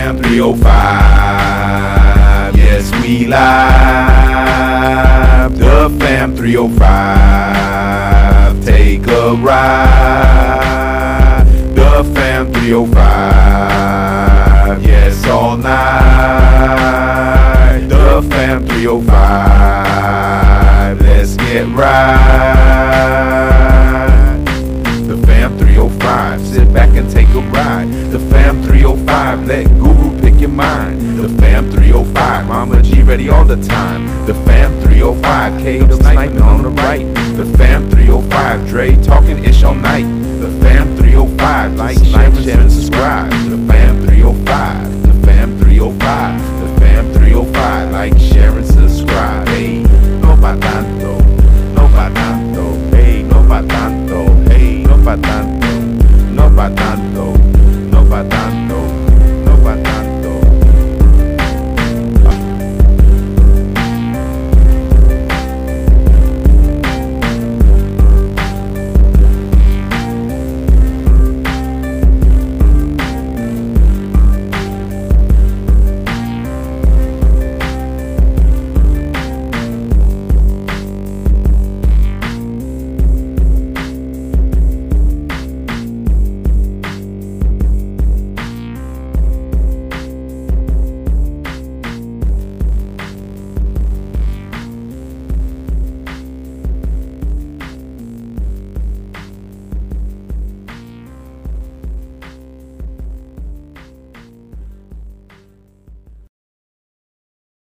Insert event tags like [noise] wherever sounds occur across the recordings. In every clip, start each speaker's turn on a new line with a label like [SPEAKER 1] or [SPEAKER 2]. [SPEAKER 1] and 305. Yes, we live. The fam 305. Take a ride. The fam 305. Yes, all night. The fam 305. Let's get right. The fam 305, sit back and take a ride. The fam 305, let Guru pick your mind. The fam 305, Mama G ready all the time. The fam 305, Caleb sniping on the right. The fam 305, Dre talking ish all night. The fam 305, like, share, and subscribe. The fam 305, the fam 305, the fam 305, like, share, and subscribe. Hey, no pa tanto, no pa tanto, hey, no pa tanto, hey, no pa tanto, no pa tanto, no pa tanto, no pa tanto.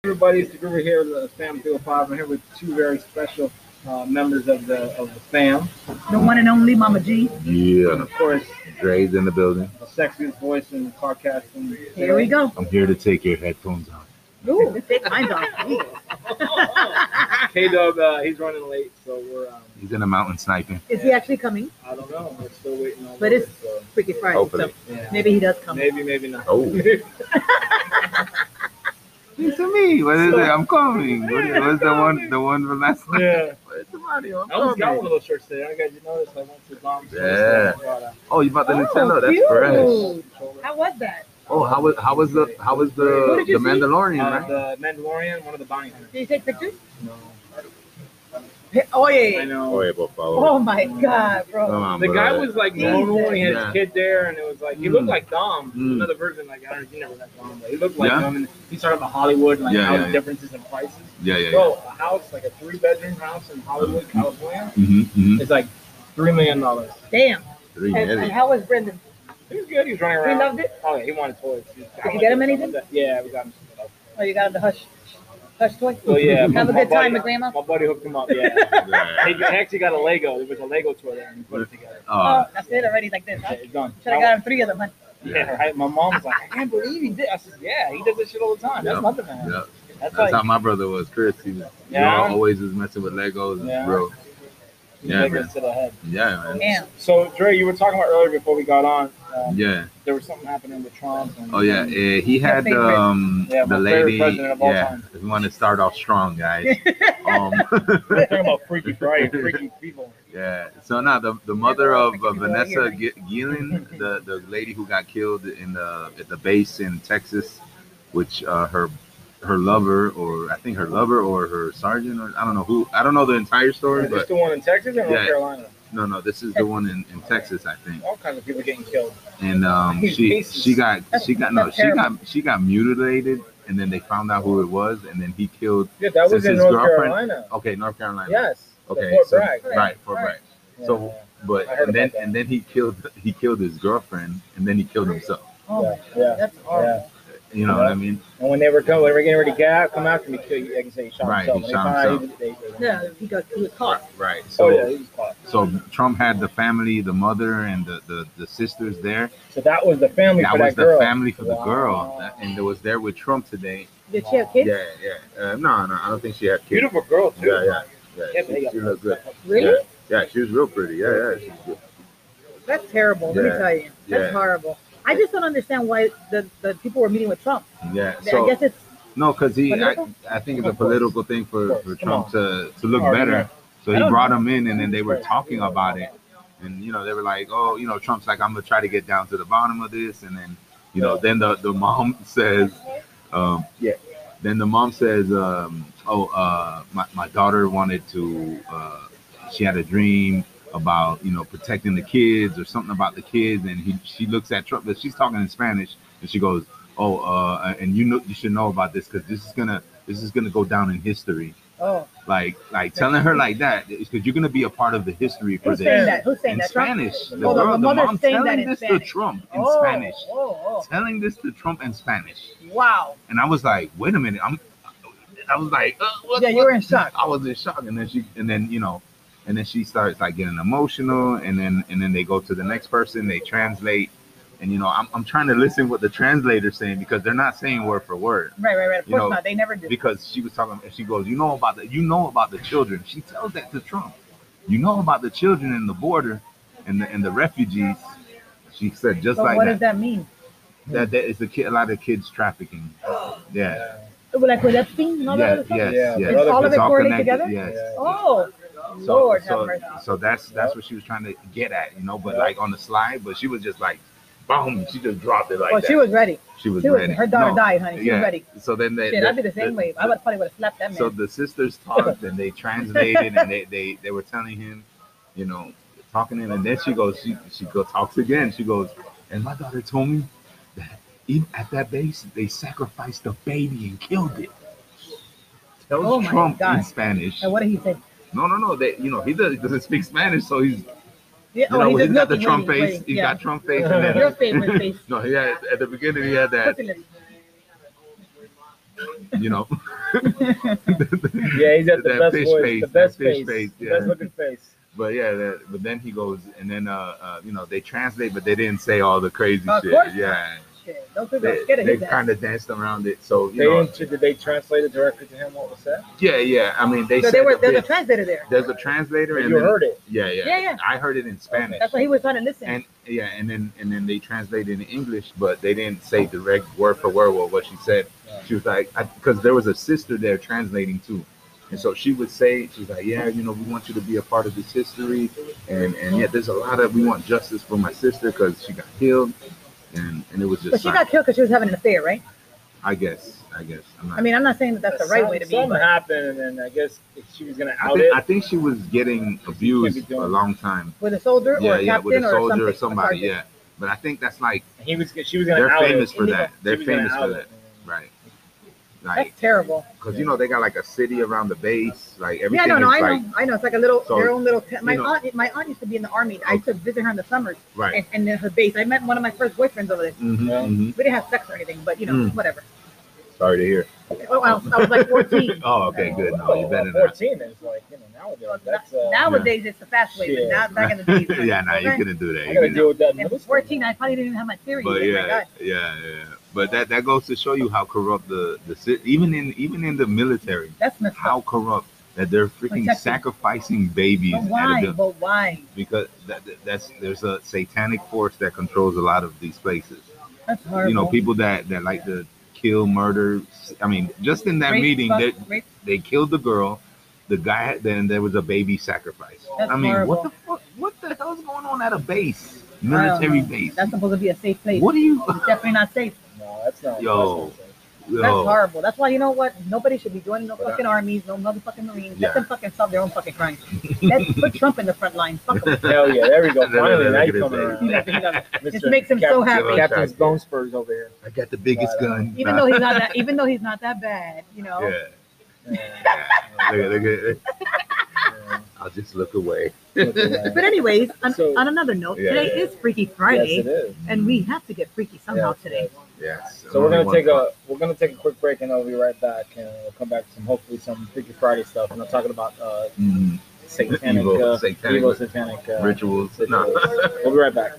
[SPEAKER 2] everybody, it's the Groover here, the Fam 305. I'm here with two very special uh, members of the of the fam.
[SPEAKER 3] The one and only Mama G.
[SPEAKER 2] And
[SPEAKER 1] Yeah,
[SPEAKER 2] of course,
[SPEAKER 1] Dre's in the building.
[SPEAKER 2] the sexiest voice in podcast. And
[SPEAKER 3] Here we go.
[SPEAKER 1] I'm here to take your headphones off.
[SPEAKER 3] Ooh, [laughs] take mine off.
[SPEAKER 2] K Dub, uh, he's running late, so we're um,
[SPEAKER 1] He's in the mountain sniping.
[SPEAKER 3] Is he actually coming?
[SPEAKER 2] I don't know. We're still waiting on.
[SPEAKER 3] But it's-
[SPEAKER 2] him, so,
[SPEAKER 3] Freaky Friday.
[SPEAKER 1] Hopefully.
[SPEAKER 3] So
[SPEAKER 2] yeah.
[SPEAKER 3] maybe he does come.
[SPEAKER 2] maybe, maybe not.
[SPEAKER 1] Oh. It's me. What is it? I'm coming. What is, what's the one? The one from last
[SPEAKER 3] Oh.
[SPEAKER 1] night?
[SPEAKER 2] [laughs] yeah,
[SPEAKER 1] Where's the audio? I'm
[SPEAKER 2] I almost got one
[SPEAKER 1] coming.
[SPEAKER 2] of those shirts today. I got you noticed I went to Dom's.
[SPEAKER 1] Yeah. Oh, you bought the Nintendo. That's
[SPEAKER 3] cute.
[SPEAKER 1] fresh.
[SPEAKER 3] How was that?
[SPEAKER 1] Oh, how was how was the how was
[SPEAKER 2] What
[SPEAKER 1] the
[SPEAKER 3] did
[SPEAKER 1] the
[SPEAKER 3] you see?
[SPEAKER 1] Mandalorian?
[SPEAKER 2] Uh,
[SPEAKER 1] Right?
[SPEAKER 2] the Mandalorian, one of the binders.
[SPEAKER 3] Did you take pictures?
[SPEAKER 2] No,
[SPEAKER 3] Oh
[SPEAKER 2] I
[SPEAKER 3] yeah.
[SPEAKER 2] know. Oh,
[SPEAKER 1] Oye, por favor.
[SPEAKER 3] Oh my God,
[SPEAKER 1] Come
[SPEAKER 3] bro.
[SPEAKER 1] on,
[SPEAKER 2] The guy
[SPEAKER 1] brother.
[SPEAKER 2] was like
[SPEAKER 3] Jesus.
[SPEAKER 2] normal and he had
[SPEAKER 1] uh, Yeah.
[SPEAKER 2] his kid there, and it was like he
[SPEAKER 1] Mm.
[SPEAKER 2] looked like Dom,
[SPEAKER 1] Mm.
[SPEAKER 2] another version. Like I don't, he never met Dom, but he looked like
[SPEAKER 1] Yeah.
[SPEAKER 2] Dom. And he started about Hollywood, and like
[SPEAKER 1] Yeah,
[SPEAKER 2] how
[SPEAKER 1] yeah,
[SPEAKER 2] the
[SPEAKER 1] yeah.
[SPEAKER 2] differences in prices.
[SPEAKER 1] Yeah, yeah, yeah.
[SPEAKER 2] Bro, a house like a three-bedroom house in Hollywood, California,
[SPEAKER 1] Mm-hmm, mm-hmm.
[SPEAKER 2] is like three million dollars.
[SPEAKER 3] Damn.
[SPEAKER 1] Three
[SPEAKER 3] And, and
[SPEAKER 1] minutes.
[SPEAKER 3] how was Brendan?
[SPEAKER 2] He was good. He was running
[SPEAKER 3] He
[SPEAKER 2] around.
[SPEAKER 3] loved it.
[SPEAKER 2] Oh yeah, he wanted toys. He was kinda
[SPEAKER 3] Did you
[SPEAKER 2] like-
[SPEAKER 3] get him anything?
[SPEAKER 2] Yeah, we got him. some stuff.
[SPEAKER 3] Oh, you got the hush, hush toy.
[SPEAKER 2] So Oh, yeah,
[SPEAKER 3] Have
[SPEAKER 2] my
[SPEAKER 3] a good time
[SPEAKER 2] buddy-
[SPEAKER 3] with Grandma.
[SPEAKER 2] My buddy hooked him
[SPEAKER 1] [laughs]
[SPEAKER 2] up. Yeah, he he actually got a Lego. There was a Lego toy there, and he put it together.
[SPEAKER 1] Oh,
[SPEAKER 3] Oh, that's it already. Like this.
[SPEAKER 2] Yeah, it's done.
[SPEAKER 3] Should have got him three of them. Huh?
[SPEAKER 2] Yeah, right. My mom was like, I can't believe he did. I said, Yeah, he does this shit all the time. That's
[SPEAKER 1] Yeah.
[SPEAKER 2] nothing, man.
[SPEAKER 1] Oh, yeah.
[SPEAKER 2] That's
[SPEAKER 1] That's
[SPEAKER 2] like,
[SPEAKER 1] how my brother was, Chris. He was you know,
[SPEAKER 2] Yeah.
[SPEAKER 1] always was messing with Legos and
[SPEAKER 2] Yeah.
[SPEAKER 1] bro. yeah,
[SPEAKER 2] yeah,
[SPEAKER 1] man.
[SPEAKER 2] to the head.
[SPEAKER 1] Yeah, man.
[SPEAKER 3] Damn.
[SPEAKER 2] So, Dre, you were talking about earlier before we got on. Um,
[SPEAKER 1] Yeah.
[SPEAKER 2] There was something happening with Trump. And,
[SPEAKER 1] Oh yeah. Eh, he
[SPEAKER 3] My
[SPEAKER 1] had
[SPEAKER 3] favorite.
[SPEAKER 1] um
[SPEAKER 2] Yeah, my
[SPEAKER 1] the
[SPEAKER 2] favorite
[SPEAKER 1] lady.
[SPEAKER 2] president of all
[SPEAKER 1] Yeah.
[SPEAKER 2] time.
[SPEAKER 1] We want to start off strong,
[SPEAKER 2] [laughs]
[SPEAKER 1] guys. um, [laughs]
[SPEAKER 2] We're talking about freaky Friday, freaky people.
[SPEAKER 1] Yeah. So now the, the mother of uh,
[SPEAKER 3] Freaking
[SPEAKER 1] Vanessa
[SPEAKER 3] lawyer.
[SPEAKER 1] G- Gillen, the, the lady who got killed in the at the base in Texas, which uh, her her lover or I think her lover or her sergeant or I don't know who I don't know the entire story,
[SPEAKER 2] Is this
[SPEAKER 1] but
[SPEAKER 2] the one in Texas or North
[SPEAKER 1] Yeah.
[SPEAKER 2] Carolina?
[SPEAKER 1] no, no, this is the one in, in Texas, I think.
[SPEAKER 2] All kinds of people getting killed.
[SPEAKER 1] And um, she she got she got no she got she got mutilated, and then they found out who it was, and then he killed.
[SPEAKER 2] Yeah, that was
[SPEAKER 1] Since
[SPEAKER 2] in
[SPEAKER 1] his
[SPEAKER 2] North
[SPEAKER 1] girlfriend-
[SPEAKER 2] Carolina.
[SPEAKER 1] Okay, North Carolina.
[SPEAKER 2] Yes. the
[SPEAKER 1] Okay.
[SPEAKER 2] Fort
[SPEAKER 1] so-
[SPEAKER 2] Bragg.
[SPEAKER 1] right, Fort Bragg.
[SPEAKER 2] Yeah.
[SPEAKER 1] So, but
[SPEAKER 2] I heard
[SPEAKER 1] and then
[SPEAKER 2] about that.
[SPEAKER 1] and then he killed he killed his girlfriend, and then he killed himself.
[SPEAKER 3] Oh,
[SPEAKER 2] yeah,
[SPEAKER 3] my
[SPEAKER 2] yeah,
[SPEAKER 3] that's
[SPEAKER 2] yeah.
[SPEAKER 3] horrible.
[SPEAKER 1] You know what I mean?
[SPEAKER 2] And when they were coming, when they were getting ready to get out, come after me, kill you. I can say he shot
[SPEAKER 1] Right,
[SPEAKER 2] himself.
[SPEAKER 1] he
[SPEAKER 2] When they
[SPEAKER 1] shot
[SPEAKER 2] find out,
[SPEAKER 1] himself.
[SPEAKER 2] he- they- they-
[SPEAKER 3] Yeah, he got he was caught.
[SPEAKER 1] Right.
[SPEAKER 2] Oh
[SPEAKER 1] So
[SPEAKER 2] yeah, he was caught.
[SPEAKER 1] so Trump had the family, the mother, and the the, the sisters there.
[SPEAKER 2] So that was the family
[SPEAKER 1] That
[SPEAKER 2] for
[SPEAKER 1] was
[SPEAKER 2] that
[SPEAKER 1] the
[SPEAKER 2] girl.
[SPEAKER 1] family for the
[SPEAKER 2] Wow.
[SPEAKER 1] girl, that- and it was there with Trump today.
[SPEAKER 3] Did she have kids?
[SPEAKER 1] Yeah, yeah. Uh, no, no, I don't think she had kids.
[SPEAKER 2] Beautiful girl too.
[SPEAKER 1] Yeah, yeah, yeah.
[SPEAKER 2] Yeah,
[SPEAKER 1] She, she looked good.
[SPEAKER 3] Really?
[SPEAKER 1] Yeah. Yeah, she was real pretty. Yeah, yeah. She was good.
[SPEAKER 3] That's terrible. Let
[SPEAKER 1] Yeah.
[SPEAKER 3] me tell you, that's
[SPEAKER 1] Yeah.
[SPEAKER 3] horrible. I just don't understand why the, the people were meeting with Trump.
[SPEAKER 1] Yeah.
[SPEAKER 3] I
[SPEAKER 1] So
[SPEAKER 3] guess it's
[SPEAKER 1] no, because he, I,
[SPEAKER 3] Political?
[SPEAKER 1] I think it's a
[SPEAKER 2] Of course.
[SPEAKER 1] political thing for,
[SPEAKER 2] Of
[SPEAKER 1] for
[SPEAKER 2] course.
[SPEAKER 1] Trump to to look
[SPEAKER 2] Oh,
[SPEAKER 1] better.
[SPEAKER 2] yeah.
[SPEAKER 1] So
[SPEAKER 2] I
[SPEAKER 1] he
[SPEAKER 2] don't
[SPEAKER 1] brought them in, and then they were talking about it. and you know they were like, oh, you know, Trump's like, I'm gonna try to get down to the bottom of this, and then
[SPEAKER 4] You know, then the, the mom [laughs] says, um,
[SPEAKER 2] Yeah.
[SPEAKER 4] Then the mom says, um, oh, uh, my, my daughter wanted to, uh, she had a dream about, you know, protecting the kids or something about the kids. And he, she looks at Trump, but she's talking in Spanish and she goes, oh, uh, and you know, you should know about this because this is going to, this is going to go down in history.
[SPEAKER 3] Oh,
[SPEAKER 4] Like, like telling her like that because you're going to be a part of the history for
[SPEAKER 3] who's
[SPEAKER 4] this.
[SPEAKER 3] saying that? Who's saying
[SPEAKER 4] in
[SPEAKER 3] that? Trump?
[SPEAKER 4] Spanish. The,
[SPEAKER 3] Oh, the-
[SPEAKER 4] girl,
[SPEAKER 3] the
[SPEAKER 4] the
[SPEAKER 3] mother's
[SPEAKER 4] mom
[SPEAKER 3] saying that
[SPEAKER 4] telling
[SPEAKER 3] in
[SPEAKER 4] this to
[SPEAKER 3] Spanish.
[SPEAKER 4] Trump in
[SPEAKER 3] Oh,
[SPEAKER 4] Spanish.
[SPEAKER 3] Oh,
[SPEAKER 4] Telling this to Trump in Spanish.
[SPEAKER 3] oh, wow.
[SPEAKER 4] And I was like, wait a minute. I'm I was like, uh, what,
[SPEAKER 3] Yeah, you
[SPEAKER 4] what?
[SPEAKER 3] were in shock.
[SPEAKER 4] I was in shock. And then she and then you know, and then she starts like getting emotional and then and then they go to the next person, they translate. And you know, I'm, I'm trying to listen what the translator's saying because they're not saying word for word.
[SPEAKER 3] Right, right, right. Of
[SPEAKER 4] You
[SPEAKER 3] course
[SPEAKER 4] know,
[SPEAKER 3] not. They never do.
[SPEAKER 4] Because she was talking and she goes, You know about the you know about the children. She tells that to Trump. You know about the children in the border and the and the refugees. She said just
[SPEAKER 3] So
[SPEAKER 4] like
[SPEAKER 3] what
[SPEAKER 4] that.
[SPEAKER 3] does that mean?
[SPEAKER 4] that that is a kid a lot of kids trafficking. Yeah.
[SPEAKER 3] Like with Epstein and all that
[SPEAKER 4] Yeah,
[SPEAKER 3] other stuff?
[SPEAKER 4] yes,
[SPEAKER 2] Yeah,
[SPEAKER 4] yes.
[SPEAKER 2] Is all of
[SPEAKER 4] It's
[SPEAKER 3] it correlated
[SPEAKER 4] connected,
[SPEAKER 3] together?
[SPEAKER 4] Yes.
[SPEAKER 3] Oh,
[SPEAKER 4] So,
[SPEAKER 3] Lord
[SPEAKER 4] so,
[SPEAKER 3] have mercy.
[SPEAKER 4] so that's that's what she was trying to get at, you know, but
[SPEAKER 2] Yeah.
[SPEAKER 4] like on the slide, but she was just like boom, she just dropped it like
[SPEAKER 3] well,
[SPEAKER 4] that.
[SPEAKER 3] she was ready.
[SPEAKER 4] she was
[SPEAKER 3] She was,
[SPEAKER 4] ready.
[SPEAKER 3] her daughter
[SPEAKER 4] No,
[SPEAKER 3] died, honey. She
[SPEAKER 4] yeah.
[SPEAKER 3] was ready.
[SPEAKER 4] So then they,
[SPEAKER 3] Shit, I'd be the same way. I would probably would have slapped that man.
[SPEAKER 4] so the sisters talked and they translated and they, they they were telling him, you know, talking to him, and then she goes, she she go talks again. She goes, and my daughter told me that even at that base they sacrificed a baby and killed it. Tells
[SPEAKER 3] Oh my
[SPEAKER 4] Trump
[SPEAKER 3] God.
[SPEAKER 4] in Spanish.
[SPEAKER 3] and what did he say?
[SPEAKER 4] No, no, no. They, you know, he doesn't, doesn't speak Spanish, so he's you
[SPEAKER 3] Yeah,
[SPEAKER 4] know
[SPEAKER 3] Oh, he
[SPEAKER 4] he's
[SPEAKER 3] just
[SPEAKER 4] got the
[SPEAKER 3] looking,
[SPEAKER 4] Trump
[SPEAKER 3] waiting,
[SPEAKER 4] face.
[SPEAKER 3] waiting.
[SPEAKER 4] He
[SPEAKER 3] yeah.
[SPEAKER 4] got Trump
[SPEAKER 3] [laughs]
[SPEAKER 4] face, and
[SPEAKER 3] Your
[SPEAKER 4] then
[SPEAKER 3] favorite face.
[SPEAKER 4] [laughs] no, he had at the beginning he had that.
[SPEAKER 3] Pussy lips.
[SPEAKER 4] You know,
[SPEAKER 2] Yeah, he's got the
[SPEAKER 4] That
[SPEAKER 2] best
[SPEAKER 4] fish
[SPEAKER 2] voice,
[SPEAKER 4] face,
[SPEAKER 2] the best
[SPEAKER 4] that fish
[SPEAKER 2] face,
[SPEAKER 4] face,
[SPEAKER 2] the
[SPEAKER 4] yeah.
[SPEAKER 2] best looking face.
[SPEAKER 4] But yeah, that, but then he goes, and then uh, uh, you know, they translate, but they didn't say all the crazy
[SPEAKER 3] Of
[SPEAKER 4] shit.
[SPEAKER 3] course not.
[SPEAKER 4] Yeah,
[SPEAKER 3] Shit, Those people
[SPEAKER 4] they,
[SPEAKER 3] are scared of his ass.
[SPEAKER 4] kind of danced around it. So you
[SPEAKER 2] They
[SPEAKER 4] know,
[SPEAKER 2] didn't, did they translate it directly to him? What was that?
[SPEAKER 4] yeah, yeah. I mean, they
[SPEAKER 3] So
[SPEAKER 4] said
[SPEAKER 3] they were,
[SPEAKER 4] that
[SPEAKER 3] there's a
[SPEAKER 4] they-
[SPEAKER 3] translator there.
[SPEAKER 4] there's a translator, and
[SPEAKER 2] You
[SPEAKER 4] then-
[SPEAKER 2] heard it.
[SPEAKER 4] yeah, yeah,
[SPEAKER 3] Yeah, yeah.
[SPEAKER 4] I heard it in Spanish,
[SPEAKER 3] That's why he was trying to listen.
[SPEAKER 4] and yeah, and then and then they translated in English, but they didn't say direct word for word what what she said.
[SPEAKER 2] Yeah.
[SPEAKER 4] She was like, because there was a sister there translating too. And so she would say, she's like, yeah, you know, we want you to be a part of this history. And, and yeah, there's a lot of, we want justice for my sister because she got killed. And, and it was
[SPEAKER 3] but
[SPEAKER 4] just,
[SPEAKER 3] she
[SPEAKER 4] like,
[SPEAKER 3] got killed because she was having an affair, right?
[SPEAKER 4] I guess, I guess. I'm not,
[SPEAKER 3] I mean, I'm not saying that that's the right
[SPEAKER 2] Some-
[SPEAKER 3] way to be.
[SPEAKER 2] Something
[SPEAKER 3] but-
[SPEAKER 2] happened, and I guess if she was gonna
[SPEAKER 4] I
[SPEAKER 2] out
[SPEAKER 4] think,
[SPEAKER 2] it.
[SPEAKER 4] I think she was getting abused for a long time.
[SPEAKER 3] With a soldier or
[SPEAKER 4] Yeah,
[SPEAKER 3] a
[SPEAKER 4] yeah,
[SPEAKER 3] captain
[SPEAKER 4] with a
[SPEAKER 3] or something.
[SPEAKER 4] soldier or
[SPEAKER 3] a
[SPEAKER 4] somebody.
[SPEAKER 3] sergeant.
[SPEAKER 4] Yeah. But I think that's like,
[SPEAKER 2] He was. She was gonna.
[SPEAKER 4] they're
[SPEAKER 2] out it.
[SPEAKER 4] famous for
[SPEAKER 3] Illegal.
[SPEAKER 4] that. They're
[SPEAKER 2] She was gonna
[SPEAKER 4] famous for
[SPEAKER 2] out
[SPEAKER 4] that.
[SPEAKER 2] it.
[SPEAKER 4] Right. Like,
[SPEAKER 3] That's terrible.
[SPEAKER 4] because you know they got like a city around the base, like
[SPEAKER 3] Yeah,
[SPEAKER 4] everything
[SPEAKER 3] no, no,
[SPEAKER 4] is
[SPEAKER 3] I
[SPEAKER 4] like
[SPEAKER 3] know, I know. It's like a little,
[SPEAKER 4] So,
[SPEAKER 3] their own little. T- my
[SPEAKER 4] you know-
[SPEAKER 3] aunt, my aunt used to be in the army. I used to visit her in the summers,
[SPEAKER 4] right.
[SPEAKER 3] and, and in her base. I met one of my first boyfriends over there.
[SPEAKER 4] Mhm,
[SPEAKER 2] Yeah.
[SPEAKER 4] mhm.
[SPEAKER 3] We didn't have sex or anything, but you know,
[SPEAKER 4] Mm.
[SPEAKER 3] whatever.
[SPEAKER 4] Sorry to hear.
[SPEAKER 3] Oh, I was, I was like 14.
[SPEAKER 4] Oh, okay, good. No,
[SPEAKER 2] Well,
[SPEAKER 4] you better
[SPEAKER 2] [laughs] well,
[SPEAKER 4] not.
[SPEAKER 2] Fourteen is like you know nowadays. [laughs] That's uh,
[SPEAKER 3] Nowadays, it's the fast way,
[SPEAKER 2] Shit.
[SPEAKER 3] but not back in the days.
[SPEAKER 4] [laughs] yeah, no, you
[SPEAKER 3] okay?
[SPEAKER 4] couldn't do that.
[SPEAKER 2] I
[SPEAKER 4] You
[SPEAKER 2] gotta
[SPEAKER 4] couldn't.
[SPEAKER 2] deal with that.
[SPEAKER 3] And
[SPEAKER 2] news.
[SPEAKER 3] 14, I probably didn't even have my period.
[SPEAKER 4] But
[SPEAKER 3] oh my
[SPEAKER 4] yeah,
[SPEAKER 3] God.
[SPEAKER 4] yeah, yeah. But that that goes to show you how corrupt the the ci- even in even in the military,
[SPEAKER 3] That's messed
[SPEAKER 4] how
[SPEAKER 3] up.
[SPEAKER 4] corrupt that they're freaking
[SPEAKER 3] Protecting.
[SPEAKER 4] sacrificing babies
[SPEAKER 3] But
[SPEAKER 4] at
[SPEAKER 3] why?
[SPEAKER 4] a,
[SPEAKER 3] But why?
[SPEAKER 4] because that, that- that's there's a satanic force that controls a lot of these places.
[SPEAKER 3] That's horrible.
[SPEAKER 4] You know, people that that like to kill, murder. I mean, just in that
[SPEAKER 3] Rape,
[SPEAKER 4] meeting,
[SPEAKER 3] fuck,
[SPEAKER 4] they
[SPEAKER 3] rape,
[SPEAKER 4] they killed the girl. The guy, then there was a baby sacrifice.
[SPEAKER 3] That's
[SPEAKER 4] I mean,
[SPEAKER 3] horrible.
[SPEAKER 4] what the fuck? What the hell is going on at a base, military
[SPEAKER 3] know.
[SPEAKER 4] base?
[SPEAKER 3] that's supposed to be a safe place.
[SPEAKER 4] What do you?
[SPEAKER 3] It's definitely not safe.
[SPEAKER 2] No, that's not.
[SPEAKER 4] Yo.
[SPEAKER 2] that's not safe.
[SPEAKER 4] [laughs]
[SPEAKER 3] That's
[SPEAKER 4] Yo,
[SPEAKER 3] horrible. That's why you know what? Nobody should be joining no
[SPEAKER 2] But I-
[SPEAKER 3] fucking armies, no motherfucking marines.
[SPEAKER 4] Yeah.
[SPEAKER 3] Let them fucking solve their own fucking crimes. Let's
[SPEAKER 4] [laughs]
[SPEAKER 3] put Trump in the front line. Fuck him.
[SPEAKER 2] Hell yeah! There we go.
[SPEAKER 4] Look at
[SPEAKER 2] Finally,
[SPEAKER 4] that,
[SPEAKER 2] now
[SPEAKER 4] look
[SPEAKER 2] you
[SPEAKER 4] at
[SPEAKER 2] coming
[SPEAKER 4] his
[SPEAKER 2] around.
[SPEAKER 3] He loves it, he loves it. This
[SPEAKER 2] Mr.
[SPEAKER 3] makes him so happy.
[SPEAKER 2] Captain's bone spurs
[SPEAKER 4] [laughs]
[SPEAKER 2] over here.
[SPEAKER 4] I got the biggest
[SPEAKER 2] Nah,
[SPEAKER 4] gun.
[SPEAKER 3] uh, Even though he's not that, even though he's not that bad, you know.
[SPEAKER 4] yeah,
[SPEAKER 2] Yeah,
[SPEAKER 4] yeah. look at, look at,
[SPEAKER 3] [laughs]
[SPEAKER 2] yeah.
[SPEAKER 4] I'll just look away.
[SPEAKER 2] Look at that.
[SPEAKER 3] But anyways, on,
[SPEAKER 2] So-
[SPEAKER 3] on another note,
[SPEAKER 4] Yeah,
[SPEAKER 3] today
[SPEAKER 4] yeah.
[SPEAKER 3] is Freaky
[SPEAKER 2] Yes,
[SPEAKER 3] Friday,
[SPEAKER 2] it is.
[SPEAKER 3] and we have to get freaky somehow
[SPEAKER 2] Yes,
[SPEAKER 3] today.
[SPEAKER 4] Yes.
[SPEAKER 2] So we're
[SPEAKER 4] Only
[SPEAKER 2] gonna
[SPEAKER 4] one
[SPEAKER 2] take
[SPEAKER 4] time.
[SPEAKER 2] a we're gonna take a quick break and I'll be right back and we'll come back to some hopefully some Freaky Friday stuff and I'm talking about uh,
[SPEAKER 4] Mhm.
[SPEAKER 2] satanic
[SPEAKER 4] Evil,
[SPEAKER 2] uh,
[SPEAKER 4] satanic-
[SPEAKER 2] evil satanic uh,
[SPEAKER 4] rituals. Nah.
[SPEAKER 2] rituals. we'll be right back.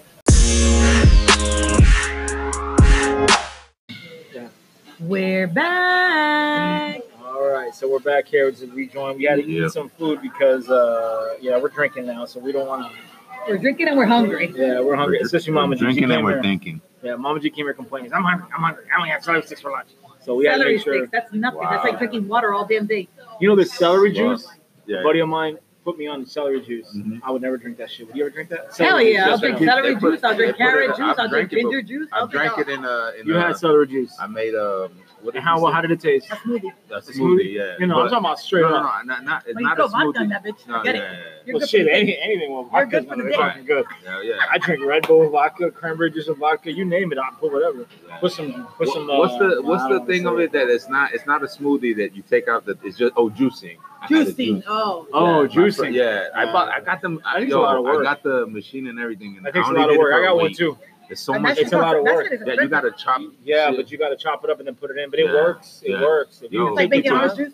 [SPEAKER 3] We're back.
[SPEAKER 2] All right, so we're back here to rejoin. We had to
[SPEAKER 4] Yeah.
[SPEAKER 2] eat some food because uh, yeah, we're drinking now, so we don't want to.
[SPEAKER 3] We're drinking and we're hungry.
[SPEAKER 2] Yeah, we're hungry, especially
[SPEAKER 4] we're
[SPEAKER 2] Mama G. She
[SPEAKER 4] drinking
[SPEAKER 2] came
[SPEAKER 4] and we're
[SPEAKER 2] here-
[SPEAKER 4] thinking.
[SPEAKER 2] Yeah, Mama G came here complaining. I'm hungry. I'm hungry. I only have celery sticks for lunch. So we had to
[SPEAKER 3] celery
[SPEAKER 2] make sure.
[SPEAKER 3] sticks, that's nothing. That's
[SPEAKER 4] Wow.
[SPEAKER 3] like drinking water all damn day.
[SPEAKER 2] You know the celery juice?
[SPEAKER 4] Yeah.
[SPEAKER 2] buddy of mine put me on celery juice,
[SPEAKER 4] Mhm.
[SPEAKER 2] I would never drink that shit. Would you ever drink that?
[SPEAKER 3] Hell
[SPEAKER 2] Celery
[SPEAKER 3] yeah! I'll
[SPEAKER 2] juice,
[SPEAKER 3] drink
[SPEAKER 2] yes or no?
[SPEAKER 3] celery
[SPEAKER 4] They put-
[SPEAKER 3] juice. I'll
[SPEAKER 4] they
[SPEAKER 3] drink
[SPEAKER 4] put it-
[SPEAKER 3] carrot juice.
[SPEAKER 4] I've
[SPEAKER 3] I'll drink
[SPEAKER 4] drank it, but
[SPEAKER 3] ginger juice.
[SPEAKER 4] I
[SPEAKER 3] I'll drink
[SPEAKER 4] drank it
[SPEAKER 3] all-
[SPEAKER 4] in a. In
[SPEAKER 2] You
[SPEAKER 4] a,
[SPEAKER 2] had celery juice.
[SPEAKER 4] I made um. What did
[SPEAKER 2] And how
[SPEAKER 4] you say?
[SPEAKER 2] how did it taste?
[SPEAKER 3] a smoothie.
[SPEAKER 4] a
[SPEAKER 2] smoothie?
[SPEAKER 4] smoothie? Yeah.
[SPEAKER 2] You know, I'm
[SPEAKER 4] but-
[SPEAKER 2] talking about straight
[SPEAKER 4] no, no,
[SPEAKER 2] up.
[SPEAKER 4] no, not not it's
[SPEAKER 3] Well,
[SPEAKER 4] not
[SPEAKER 3] you
[SPEAKER 4] a
[SPEAKER 3] throw vodka in
[SPEAKER 4] smoothie.
[SPEAKER 3] that bitch.
[SPEAKER 4] No,
[SPEAKER 3] I get
[SPEAKER 4] yeah,
[SPEAKER 3] it.
[SPEAKER 4] yeah,
[SPEAKER 3] You're
[SPEAKER 2] Well,
[SPEAKER 3] good
[SPEAKER 2] shit,
[SPEAKER 3] for the
[SPEAKER 2] any,
[SPEAKER 3] day.
[SPEAKER 2] anything with
[SPEAKER 3] You're
[SPEAKER 2] vodka
[SPEAKER 3] good
[SPEAKER 2] is
[SPEAKER 3] for
[SPEAKER 2] gonna
[SPEAKER 3] the
[SPEAKER 2] be
[SPEAKER 3] day.
[SPEAKER 2] fucking good.
[SPEAKER 4] yeah, yeah,
[SPEAKER 2] I drink Red Bull vodka, cranberry juice with vodka. You name it, I will put whatever.
[SPEAKER 4] yeah.
[SPEAKER 2] Put some. Put
[SPEAKER 4] What-
[SPEAKER 2] some.
[SPEAKER 4] what's
[SPEAKER 2] uh,
[SPEAKER 4] the what's
[SPEAKER 2] I
[SPEAKER 4] the
[SPEAKER 2] don't
[SPEAKER 4] thing
[SPEAKER 2] know,
[SPEAKER 4] of it that it's not it's not a smoothie that you take out that it's just oh juicing. I had a
[SPEAKER 3] Juicing.
[SPEAKER 4] juice.
[SPEAKER 3] Oh,
[SPEAKER 2] Oh,
[SPEAKER 4] yeah, my
[SPEAKER 2] juicing.
[SPEAKER 4] fr- Yeah, I
[SPEAKER 2] Yeah.
[SPEAKER 4] bought. I got them. I,
[SPEAKER 2] That takes a
[SPEAKER 4] yo,
[SPEAKER 2] lot of
[SPEAKER 4] I
[SPEAKER 2] work.
[SPEAKER 4] got the machine and everything. And
[SPEAKER 2] That takes
[SPEAKER 4] I
[SPEAKER 2] a
[SPEAKER 4] only
[SPEAKER 2] lot
[SPEAKER 4] did
[SPEAKER 2] of
[SPEAKER 4] it
[SPEAKER 2] work.
[SPEAKER 4] for
[SPEAKER 2] I
[SPEAKER 4] a
[SPEAKER 2] got one
[SPEAKER 4] week.
[SPEAKER 2] too.
[SPEAKER 4] It's so
[SPEAKER 3] And
[SPEAKER 4] much.
[SPEAKER 3] that's
[SPEAKER 2] It's a lot of
[SPEAKER 3] that's
[SPEAKER 2] work.
[SPEAKER 3] what it is.
[SPEAKER 4] Yeah, you gotta chop.
[SPEAKER 2] Yeah,
[SPEAKER 4] shit.
[SPEAKER 2] but you got to chop it up and then put it in. But it
[SPEAKER 4] Yeah.
[SPEAKER 2] works. It
[SPEAKER 4] Yeah.
[SPEAKER 2] works. If
[SPEAKER 4] Yo.
[SPEAKER 2] you
[SPEAKER 4] Take
[SPEAKER 3] It's like
[SPEAKER 2] take
[SPEAKER 3] making
[SPEAKER 2] your
[SPEAKER 3] orange
[SPEAKER 2] time,
[SPEAKER 3] juice,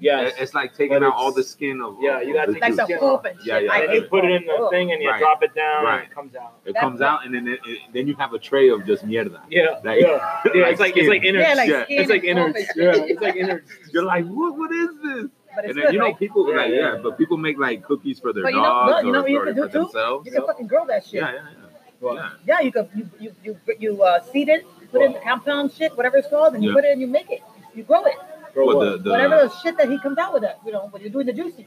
[SPEAKER 2] yes.
[SPEAKER 4] It's like taking
[SPEAKER 2] But
[SPEAKER 4] out
[SPEAKER 2] it's-
[SPEAKER 4] all the skin of.
[SPEAKER 2] Yeah, you gotta
[SPEAKER 4] of
[SPEAKER 2] take
[SPEAKER 3] like the
[SPEAKER 2] Yeah.
[SPEAKER 3] pulp and shit.
[SPEAKER 4] Yeah, yeah,
[SPEAKER 3] I Oh.
[SPEAKER 4] yeah.
[SPEAKER 2] and
[SPEAKER 3] hate
[SPEAKER 2] you put it in the
[SPEAKER 3] pulp.
[SPEAKER 2] thing and you
[SPEAKER 4] Right.
[SPEAKER 2] drop it down and
[SPEAKER 4] Right.
[SPEAKER 2] it comes out.
[SPEAKER 4] It
[SPEAKER 3] That's
[SPEAKER 4] comes out, and then it, it- then you have a tray of just mierda.
[SPEAKER 2] Yeah,
[SPEAKER 4] Like-
[SPEAKER 2] yeah, yeah. It's like it's like innards.
[SPEAKER 3] Yeah, like
[SPEAKER 4] Yeah.
[SPEAKER 3] skin
[SPEAKER 2] it's like
[SPEAKER 3] and
[SPEAKER 2] innards.
[SPEAKER 3] pulp
[SPEAKER 2] Yeah,
[SPEAKER 3] and shit.
[SPEAKER 2] it's like innards.
[SPEAKER 4] You're like, what? What is this?
[SPEAKER 3] But it's
[SPEAKER 4] and then
[SPEAKER 3] good,
[SPEAKER 4] you know
[SPEAKER 3] right?
[SPEAKER 4] people
[SPEAKER 2] Yeah,
[SPEAKER 4] like yeah,
[SPEAKER 2] yeah, yeah.
[SPEAKER 4] but people make like cookies for their
[SPEAKER 3] But you know-
[SPEAKER 4] dogs
[SPEAKER 3] look, you know
[SPEAKER 4] or,
[SPEAKER 3] what you
[SPEAKER 4] or
[SPEAKER 3] can do
[SPEAKER 4] for
[SPEAKER 3] too?
[SPEAKER 4] themselves.
[SPEAKER 3] You can fucking grow that shit.
[SPEAKER 4] Yeah, yeah, yeah. yeah.
[SPEAKER 3] Yeah, you could you you you you uh, seed it, put it in the compound shit, whatever it's called, and you
[SPEAKER 4] Yeah.
[SPEAKER 3] put it and you make it. You grow it.
[SPEAKER 2] Grow
[SPEAKER 4] What,
[SPEAKER 2] up.
[SPEAKER 4] the,
[SPEAKER 3] whatever
[SPEAKER 4] the,
[SPEAKER 3] the shit that he comes out with that, you know, when you're doing the juicing.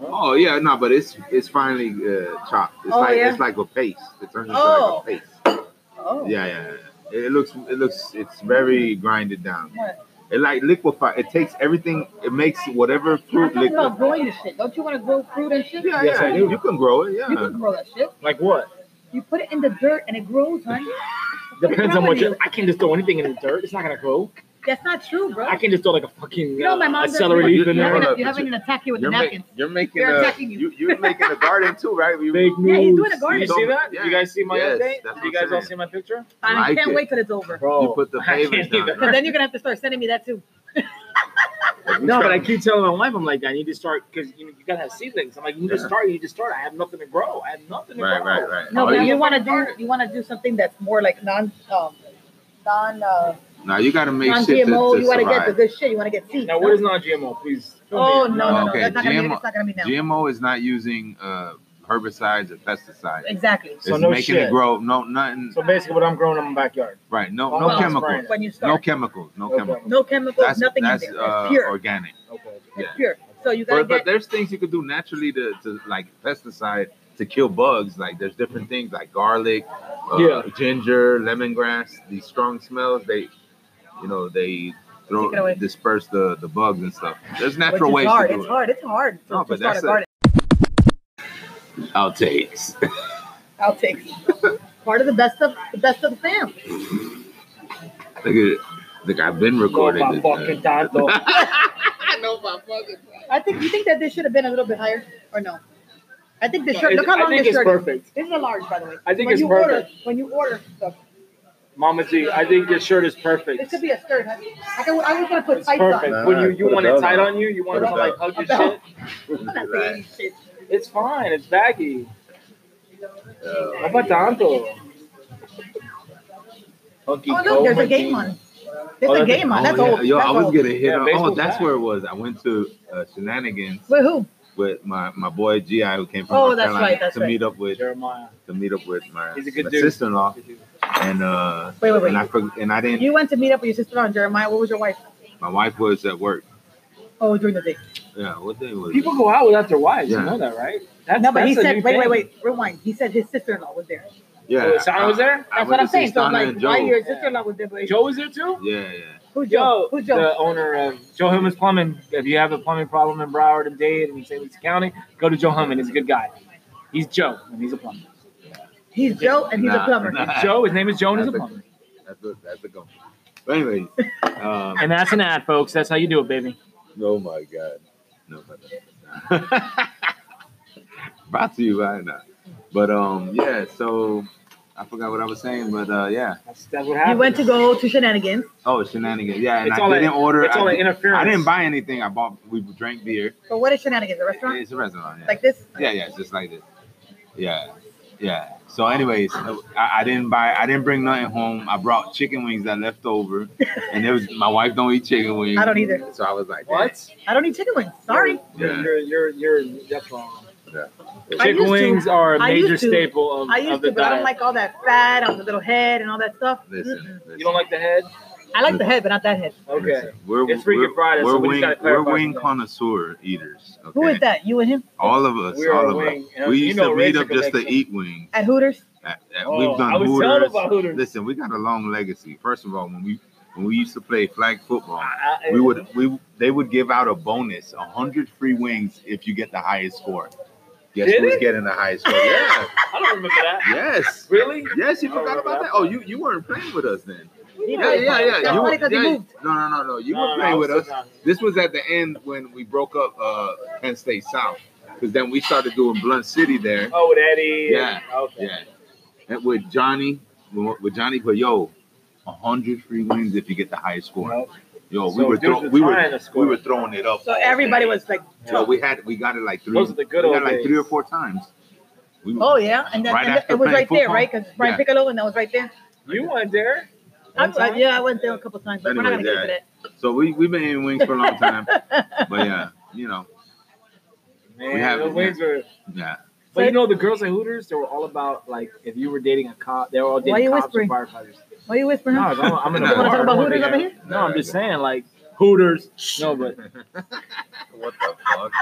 [SPEAKER 4] oh yeah, no, but it's it's finally uh, chopped. It's
[SPEAKER 3] Oh,
[SPEAKER 4] like
[SPEAKER 3] yeah?
[SPEAKER 4] it's like a paste. It turns into
[SPEAKER 3] Oh.
[SPEAKER 4] like a paste.
[SPEAKER 3] Oh.
[SPEAKER 4] Yeah, yeah. yeah. It looks it looks it's very grinded down.
[SPEAKER 3] What?
[SPEAKER 4] It like liquefies. It takes everything. It makes whatever
[SPEAKER 3] I'm
[SPEAKER 4] fruit
[SPEAKER 3] talking about
[SPEAKER 4] liquid.
[SPEAKER 3] growing the shit. Don't you want to grow fruit and shit?
[SPEAKER 4] Yeah,
[SPEAKER 2] Yes, I
[SPEAKER 4] yeah.
[SPEAKER 2] do.
[SPEAKER 4] You can grow it.
[SPEAKER 3] You
[SPEAKER 4] Yeah.
[SPEAKER 3] can grow that shit.
[SPEAKER 2] Like what?
[SPEAKER 3] You put it in the dirt and it grows, honey.
[SPEAKER 2] Depends on what
[SPEAKER 3] How would
[SPEAKER 2] you. I can just throw anything in the dirt. It's not gonna grow.
[SPEAKER 3] That's not true, bro.
[SPEAKER 2] I can just throw like a fucking
[SPEAKER 3] You know, my
[SPEAKER 2] uh,
[SPEAKER 3] mom
[SPEAKER 2] a
[SPEAKER 3] does-
[SPEAKER 2] celery leaf in
[SPEAKER 3] you
[SPEAKER 4] Hold up,
[SPEAKER 2] there.
[SPEAKER 3] haven't, you
[SPEAKER 4] but
[SPEAKER 3] haven't
[SPEAKER 4] you-
[SPEAKER 3] even attacked me with the
[SPEAKER 4] You're, ma-
[SPEAKER 3] napkins.
[SPEAKER 4] you're making
[SPEAKER 3] They're
[SPEAKER 4] a
[SPEAKER 3] attacking you.
[SPEAKER 4] you you're making a garden too, right? You-
[SPEAKER 2] Big news.
[SPEAKER 3] Yeah, he's doing a garden.
[SPEAKER 2] You see that?
[SPEAKER 4] Yeah.
[SPEAKER 2] You guys see my
[SPEAKER 4] Yes, that's
[SPEAKER 2] update?
[SPEAKER 4] what
[SPEAKER 2] You
[SPEAKER 4] I'm
[SPEAKER 2] guys all
[SPEAKER 4] saying.
[SPEAKER 2] see my picture?
[SPEAKER 3] I
[SPEAKER 4] like
[SPEAKER 3] can't
[SPEAKER 4] it.
[SPEAKER 3] wait till it's over.
[SPEAKER 2] Bro,
[SPEAKER 4] you put the
[SPEAKER 2] [laughs] I can't
[SPEAKER 4] favors down.
[SPEAKER 2] either.
[SPEAKER 3] Because then you're gonna have to start sending me that too.
[SPEAKER 2] No, but I keep telling my wife, I'm like, I need to start because you, you gotta have seedlings. I'm like, you need to
[SPEAKER 4] Yeah.
[SPEAKER 2] start, you need to start. I have nothing to grow. I have nothing to
[SPEAKER 4] Right,
[SPEAKER 2] grow.
[SPEAKER 4] right, right.
[SPEAKER 3] No,
[SPEAKER 4] Oh,
[SPEAKER 3] but
[SPEAKER 4] yeah.
[SPEAKER 3] you want to do you want to do something that's more like non um, non uh,
[SPEAKER 4] No, you gotta make
[SPEAKER 3] non
[SPEAKER 4] shit to,
[SPEAKER 3] GMO.
[SPEAKER 4] to
[SPEAKER 3] You want to get the
[SPEAKER 4] survive.
[SPEAKER 3] good shit. You want to get seeds.
[SPEAKER 2] Now, what is non GMO? Please.
[SPEAKER 3] Oh no, no, no.
[SPEAKER 4] Okay,
[SPEAKER 3] That's not gonna be.
[SPEAKER 4] GMO
[SPEAKER 3] It's not gonna be now.
[SPEAKER 4] GMO is not using uh, herbicides or pesticides.
[SPEAKER 3] Exactly.
[SPEAKER 4] It's
[SPEAKER 2] So no
[SPEAKER 4] making
[SPEAKER 2] shit.
[SPEAKER 4] it grow. No, nothing.
[SPEAKER 2] So basically, what I'm growing in my backyard.
[SPEAKER 4] right. No,
[SPEAKER 2] Well,
[SPEAKER 4] no
[SPEAKER 2] well,
[SPEAKER 4] chemicals.
[SPEAKER 2] right.
[SPEAKER 3] When you
[SPEAKER 4] No
[SPEAKER 3] start,
[SPEAKER 4] chemicals. No
[SPEAKER 2] Okay.
[SPEAKER 4] chemicals.
[SPEAKER 3] no, chemicals,
[SPEAKER 4] That's
[SPEAKER 3] nothing
[SPEAKER 4] that's
[SPEAKER 3] in there.
[SPEAKER 4] uh,
[SPEAKER 3] it's pure.
[SPEAKER 4] organic.
[SPEAKER 2] Okay.
[SPEAKER 3] it's
[SPEAKER 4] yeah.
[SPEAKER 3] pure. So you gotta
[SPEAKER 4] But, but
[SPEAKER 3] get.
[SPEAKER 4] there's things you could do naturally to, to like pesticide to kill bugs. Like there's different things like garlic, uh,
[SPEAKER 2] Yeah.
[SPEAKER 4] ginger, lemongrass. These strong smells they, you know, they
[SPEAKER 3] Take it away.
[SPEAKER 4] throw disperse the the bugs and stuff. There's
[SPEAKER 3] Which
[SPEAKER 4] natural
[SPEAKER 3] is
[SPEAKER 4] ways
[SPEAKER 3] hard.
[SPEAKER 4] to do
[SPEAKER 3] It's
[SPEAKER 4] it.
[SPEAKER 3] hard. It's hard. to-
[SPEAKER 4] No,
[SPEAKER 3] to
[SPEAKER 4] but
[SPEAKER 3] start
[SPEAKER 4] that's
[SPEAKER 3] a
[SPEAKER 4] a-
[SPEAKER 3] garden.
[SPEAKER 4] Outtakes. [laughs]
[SPEAKER 3] I'll take
[SPEAKER 2] [laughs]
[SPEAKER 3] part of the best of the best of the fam.
[SPEAKER 4] Look at Look, I've been recording
[SPEAKER 2] No, my
[SPEAKER 4] this.
[SPEAKER 2] fucking
[SPEAKER 4] man.
[SPEAKER 2] tanto.
[SPEAKER 3] I think you think that this should have been a little bit higher or no? I think the shirt. Look how
[SPEAKER 2] I
[SPEAKER 3] long
[SPEAKER 2] think
[SPEAKER 3] this
[SPEAKER 2] it's
[SPEAKER 3] shirt is.
[SPEAKER 2] perfect.
[SPEAKER 3] This is a large, by the way.
[SPEAKER 2] I think
[SPEAKER 3] when
[SPEAKER 2] it's
[SPEAKER 3] you Order,
[SPEAKER 2] perfect.
[SPEAKER 3] when you order stuff,
[SPEAKER 2] Mama G, I think your shirt is perfect.
[SPEAKER 3] this could be a skirt. Huh? I, could, I was gonna put
[SPEAKER 2] It's
[SPEAKER 3] tights
[SPEAKER 2] perfect.
[SPEAKER 3] on.
[SPEAKER 4] Nah,
[SPEAKER 2] when you, you
[SPEAKER 4] put a
[SPEAKER 2] want it
[SPEAKER 4] belt
[SPEAKER 2] tight
[SPEAKER 4] on.
[SPEAKER 2] on you, you want
[SPEAKER 4] Put
[SPEAKER 2] to
[SPEAKER 4] a
[SPEAKER 2] come
[SPEAKER 4] belt.
[SPEAKER 2] like hug your
[SPEAKER 3] A belt.
[SPEAKER 2] shit.
[SPEAKER 3] I'm not saying any shit.
[SPEAKER 2] It's fine. It's baggy.
[SPEAKER 4] Uh,
[SPEAKER 2] How about tanto? Hunky
[SPEAKER 3] Oh look, there's a game
[SPEAKER 2] on.
[SPEAKER 3] one. There's
[SPEAKER 2] Oh,
[SPEAKER 3] a
[SPEAKER 2] that's-
[SPEAKER 3] game one. That's
[SPEAKER 4] oh, yeah.
[SPEAKER 3] old.
[SPEAKER 4] Yo,
[SPEAKER 3] That's
[SPEAKER 4] I was
[SPEAKER 3] old.
[SPEAKER 4] getting hit
[SPEAKER 2] Yeah,
[SPEAKER 4] on. Oh,
[SPEAKER 2] baseball's
[SPEAKER 4] that's
[SPEAKER 2] back.
[SPEAKER 4] where it was. I went to uh, Shenanigans
[SPEAKER 3] Wait, who?
[SPEAKER 4] with my, my boy Gi, who came from
[SPEAKER 3] Oh,
[SPEAKER 4] North
[SPEAKER 3] that's
[SPEAKER 4] Carolina,
[SPEAKER 3] right, that's
[SPEAKER 4] to
[SPEAKER 3] right.
[SPEAKER 4] meet up with
[SPEAKER 2] Jeremiah.
[SPEAKER 4] to meet up with my,
[SPEAKER 2] He's a good
[SPEAKER 4] my
[SPEAKER 2] dude.
[SPEAKER 4] sister-in-law, and uh,
[SPEAKER 3] Wait, wait,
[SPEAKER 4] and I
[SPEAKER 3] wait.
[SPEAKER 4] forg- and I didn't.
[SPEAKER 3] You went to meet up with your sister on Jeremiah. What was your wife?
[SPEAKER 4] My wife was at work.
[SPEAKER 3] Oh, during the day.
[SPEAKER 4] Yeah, what day was
[SPEAKER 2] People go out without their wives.
[SPEAKER 4] Yeah.
[SPEAKER 2] You know that, right? That's,
[SPEAKER 3] No, but he
[SPEAKER 2] that's a
[SPEAKER 3] said,
[SPEAKER 2] new
[SPEAKER 3] wait, wait,
[SPEAKER 2] thing.
[SPEAKER 3] wait. Rewind. He said his sister-in-law was there.
[SPEAKER 4] it? Yeah,
[SPEAKER 2] Oh, Sana was there?
[SPEAKER 4] I
[SPEAKER 3] That's
[SPEAKER 4] went
[SPEAKER 3] what I'm
[SPEAKER 4] to see
[SPEAKER 3] saying. So
[SPEAKER 4] Sana
[SPEAKER 3] like,
[SPEAKER 4] and Joe.
[SPEAKER 3] why your
[SPEAKER 2] Yeah.
[SPEAKER 3] sister-in-law was there? But
[SPEAKER 2] Joe was there too?
[SPEAKER 4] Yeah, yeah.
[SPEAKER 3] who Joe? Who Joe?
[SPEAKER 2] the owner of Joe Hillman's Plumbing. If you have a plumbing problem in Broward and Dade and St. Louis County, go to Joe Hillman. He's a good guy. He's Joe, and he's a plumber.
[SPEAKER 3] He's Joe, and he's a
[SPEAKER 4] Nah,
[SPEAKER 3] plumber.
[SPEAKER 4] nah.
[SPEAKER 2] Joe, his name is Joe, and he's a
[SPEAKER 4] That's a-
[SPEAKER 2] plumber.
[SPEAKER 4] That's a that's a go. But anyways, um,
[SPEAKER 3] [laughs]
[SPEAKER 2] And that's an ad, folks. That's how you do it, baby.
[SPEAKER 4] oh my god, no, no, no. [laughs] brought to you by now. But um, yeah. So I forgot what I was saying, but uh, yeah.
[SPEAKER 2] That's, that's what
[SPEAKER 3] You
[SPEAKER 2] happened.
[SPEAKER 3] went to go to shenanigans.
[SPEAKER 4] Oh, shenanigans. Yeah, and
[SPEAKER 2] It's
[SPEAKER 4] I
[SPEAKER 2] all
[SPEAKER 4] didn't
[SPEAKER 2] that-
[SPEAKER 4] order.
[SPEAKER 2] it's all
[SPEAKER 4] I,
[SPEAKER 2] an
[SPEAKER 4] did,
[SPEAKER 2] interference.
[SPEAKER 4] I didn't buy anything. I bought. We drank beer.
[SPEAKER 3] But what is shenanigans? A restaurant?
[SPEAKER 4] It's a restaurant. Yeah.
[SPEAKER 3] Like this?
[SPEAKER 4] yeah, yeah, it's just like this. Yeah, yeah. So, anyways, I, I didn't buy. I didn't bring nothing home. I brought chicken wings that left
[SPEAKER 3] [laughs]
[SPEAKER 4] over, and it was my wife don't eat chicken wings.
[SPEAKER 3] I don't either.
[SPEAKER 4] So I was like,
[SPEAKER 2] What?
[SPEAKER 3] I don't eat chicken wings. Sorry.
[SPEAKER 4] Yeah.
[SPEAKER 2] You're, you're, you're, you're, that's wrong.
[SPEAKER 3] I used
[SPEAKER 2] Chicken
[SPEAKER 3] to-
[SPEAKER 2] wings are a
[SPEAKER 3] I
[SPEAKER 2] major
[SPEAKER 3] used to-
[SPEAKER 2] staple of,
[SPEAKER 3] I
[SPEAKER 2] of
[SPEAKER 3] used
[SPEAKER 2] the
[SPEAKER 3] to, but I don't
[SPEAKER 2] diet.
[SPEAKER 3] like all that fat on the little head and all that stuff.
[SPEAKER 4] Listen,
[SPEAKER 3] Mm-mm.
[SPEAKER 4] listen.
[SPEAKER 2] You don't like the head?
[SPEAKER 3] I like the head, but not that head.
[SPEAKER 2] Okay.
[SPEAKER 4] We're,
[SPEAKER 2] It's Freaking
[SPEAKER 4] we're,
[SPEAKER 2] Friday, so
[SPEAKER 4] we're
[SPEAKER 2] we just
[SPEAKER 4] wing,
[SPEAKER 2] gotta
[SPEAKER 4] we're
[SPEAKER 2] clarify
[SPEAKER 4] wing
[SPEAKER 2] something.
[SPEAKER 4] connoisseur eaters. Okay?
[SPEAKER 3] Who is that? You and him
[SPEAKER 4] All of us.
[SPEAKER 2] We're
[SPEAKER 4] all
[SPEAKER 2] a
[SPEAKER 4] of
[SPEAKER 2] wing.
[SPEAKER 4] us. We
[SPEAKER 2] You
[SPEAKER 4] used
[SPEAKER 2] know
[SPEAKER 4] to meet
[SPEAKER 2] Rachel
[SPEAKER 4] up just to
[SPEAKER 2] Connection.
[SPEAKER 4] eat wings.
[SPEAKER 3] at Hooters?
[SPEAKER 4] At- at-
[SPEAKER 2] Oh,
[SPEAKER 4] we've done
[SPEAKER 2] I was telling
[SPEAKER 4] Hooters.
[SPEAKER 2] about Hooters.
[SPEAKER 4] Listen, we got a long legacy. First of all, when we when we used to play flag football,
[SPEAKER 2] I- I-
[SPEAKER 4] we would we they would give out a bonus, a hundred free wings if you get the highest score. Guess
[SPEAKER 2] Did
[SPEAKER 4] who's
[SPEAKER 2] it?
[SPEAKER 4] getting the highest score? Yeah,
[SPEAKER 2] [laughs] I don't remember that.
[SPEAKER 4] yes,
[SPEAKER 2] Really?
[SPEAKER 4] yes. You
[SPEAKER 2] I
[SPEAKER 4] forgot
[SPEAKER 2] don't remember
[SPEAKER 4] about that.
[SPEAKER 2] that
[SPEAKER 4] Oh, you you weren't playing with us then.
[SPEAKER 3] Yeah,
[SPEAKER 4] Yeah, yeah, yeah.
[SPEAKER 3] That's
[SPEAKER 4] You
[SPEAKER 3] funny
[SPEAKER 4] were,
[SPEAKER 3] 'cause he
[SPEAKER 4] yeah,
[SPEAKER 3] moved.
[SPEAKER 4] No, no, no, no. You
[SPEAKER 2] No,
[SPEAKER 4] were
[SPEAKER 2] no,
[SPEAKER 4] playing
[SPEAKER 2] I
[SPEAKER 4] with us.
[SPEAKER 2] was not.
[SPEAKER 4] This was at the end when we broke up uh, Penn State South, because then we started doing Blunt City there.
[SPEAKER 2] Oh, with Eddie.
[SPEAKER 4] Yeah.
[SPEAKER 2] Okay.
[SPEAKER 4] Yeah, and with Johnny, with Johnny Payo, a hundred free wins if you get the highest score.
[SPEAKER 2] Nope.
[SPEAKER 4] Yo, we
[SPEAKER 2] So
[SPEAKER 4] were
[SPEAKER 2] dudes
[SPEAKER 4] throw,
[SPEAKER 2] were
[SPEAKER 4] we
[SPEAKER 2] trying
[SPEAKER 4] were
[SPEAKER 2] to score.
[SPEAKER 4] we were throwing it up.
[SPEAKER 3] So everybody was like,
[SPEAKER 4] Yo, we had we got it like three.
[SPEAKER 2] Those are the good
[SPEAKER 4] we
[SPEAKER 2] old
[SPEAKER 4] got it like three or
[SPEAKER 2] days.
[SPEAKER 4] four times. We were-
[SPEAKER 3] oh yeah, and, then,
[SPEAKER 4] Right
[SPEAKER 3] and then
[SPEAKER 4] after
[SPEAKER 3] it was
[SPEAKER 4] playing
[SPEAKER 3] right there,
[SPEAKER 4] football?
[SPEAKER 3] right? Because Brian
[SPEAKER 4] Yeah.
[SPEAKER 3] Piccolo and that was right there.
[SPEAKER 2] You weren't there.
[SPEAKER 3] I,
[SPEAKER 2] One time?
[SPEAKER 3] yeah, I went there a couple times, but we're not gonna
[SPEAKER 4] Anyway,
[SPEAKER 3] get into
[SPEAKER 4] So we we've been in wings for a long
[SPEAKER 2] [laughs]
[SPEAKER 4] time, but yeah, you know,
[SPEAKER 2] Man,
[SPEAKER 4] We have-
[SPEAKER 2] those wings were.
[SPEAKER 4] yeah.
[SPEAKER 2] But you know, the girls at Hooters, they were all about like if you were dating a cop, they were all dating
[SPEAKER 3] Why you
[SPEAKER 2] cops
[SPEAKER 3] whispering?
[SPEAKER 2] and
[SPEAKER 3] [laughs]
[SPEAKER 2] firefighters.
[SPEAKER 3] that. Why are you whispering?
[SPEAKER 2] No,
[SPEAKER 3] huh?
[SPEAKER 2] I'm, I'm in
[SPEAKER 4] You
[SPEAKER 2] a
[SPEAKER 4] wanna
[SPEAKER 2] bar
[SPEAKER 4] talk
[SPEAKER 3] about
[SPEAKER 2] one
[SPEAKER 3] Hooters
[SPEAKER 2] day.
[SPEAKER 3] over here?
[SPEAKER 2] No, I'm just saying like Hooters.
[SPEAKER 4] [laughs]
[SPEAKER 2] No, but
[SPEAKER 4] What the fuck?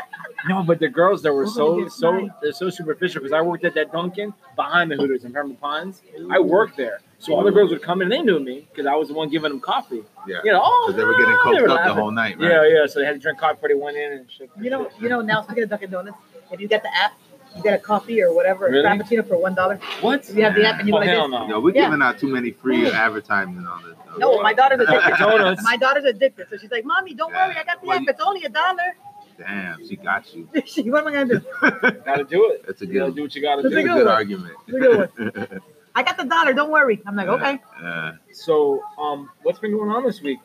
[SPEAKER 2] No, but the girls that were
[SPEAKER 3] We're gonna
[SPEAKER 2] so
[SPEAKER 3] get
[SPEAKER 2] so
[SPEAKER 3] mine.
[SPEAKER 2] they're so superficial because I worked at that Dunkin' behind the Hooters in Herman Pines. I worked there, so all the girls would come in and they knew me because I was the one giving them coffee.
[SPEAKER 4] Yeah.
[SPEAKER 2] You know, oh,
[SPEAKER 4] Because they were getting
[SPEAKER 2] they
[SPEAKER 4] coked up
[SPEAKER 2] were
[SPEAKER 4] the
[SPEAKER 2] laughing.
[SPEAKER 4] whole night, right?
[SPEAKER 2] Yeah, yeah. So they had to drink coffee before they went in and shit.
[SPEAKER 3] You know, you know. Now speaking of Dunkin' Donuts, if you get the app, you get a coffee or whatever,
[SPEAKER 2] Really?
[SPEAKER 3] frappuccino for one dollar.
[SPEAKER 2] what?
[SPEAKER 3] If you have the app and you
[SPEAKER 2] Oh
[SPEAKER 3] want
[SPEAKER 2] hell
[SPEAKER 3] to,
[SPEAKER 2] no!
[SPEAKER 4] Yo, we're
[SPEAKER 3] Yeah.
[SPEAKER 4] giving out too many free advertising on this. though.
[SPEAKER 3] no, my daughter's addicted.
[SPEAKER 2] Donuts.
[SPEAKER 3] [laughs] My daughter's addicted, so she's like, "Mommy, don't worry, I got the
[SPEAKER 4] Well,
[SPEAKER 3] app. It's only a dollar." [laughs]
[SPEAKER 4] Damn, she got you.
[SPEAKER 3] She- what am I gonna do?
[SPEAKER 2] Gotta do it.
[SPEAKER 4] That's a
[SPEAKER 2] You gotta
[SPEAKER 4] good.
[SPEAKER 2] do what you gotta
[SPEAKER 3] That's
[SPEAKER 4] That's
[SPEAKER 3] a
[SPEAKER 4] a
[SPEAKER 2] do.
[SPEAKER 3] good
[SPEAKER 4] good
[SPEAKER 3] one.
[SPEAKER 4] argument.
[SPEAKER 3] That's a good
[SPEAKER 2] [laughs]
[SPEAKER 3] I got the dollar. Don't worry. I'm
[SPEAKER 4] [laughs]
[SPEAKER 3] like,
[SPEAKER 4] Yeah.
[SPEAKER 3] okay.
[SPEAKER 4] Uh,
[SPEAKER 2] So, um, what's been going on this week,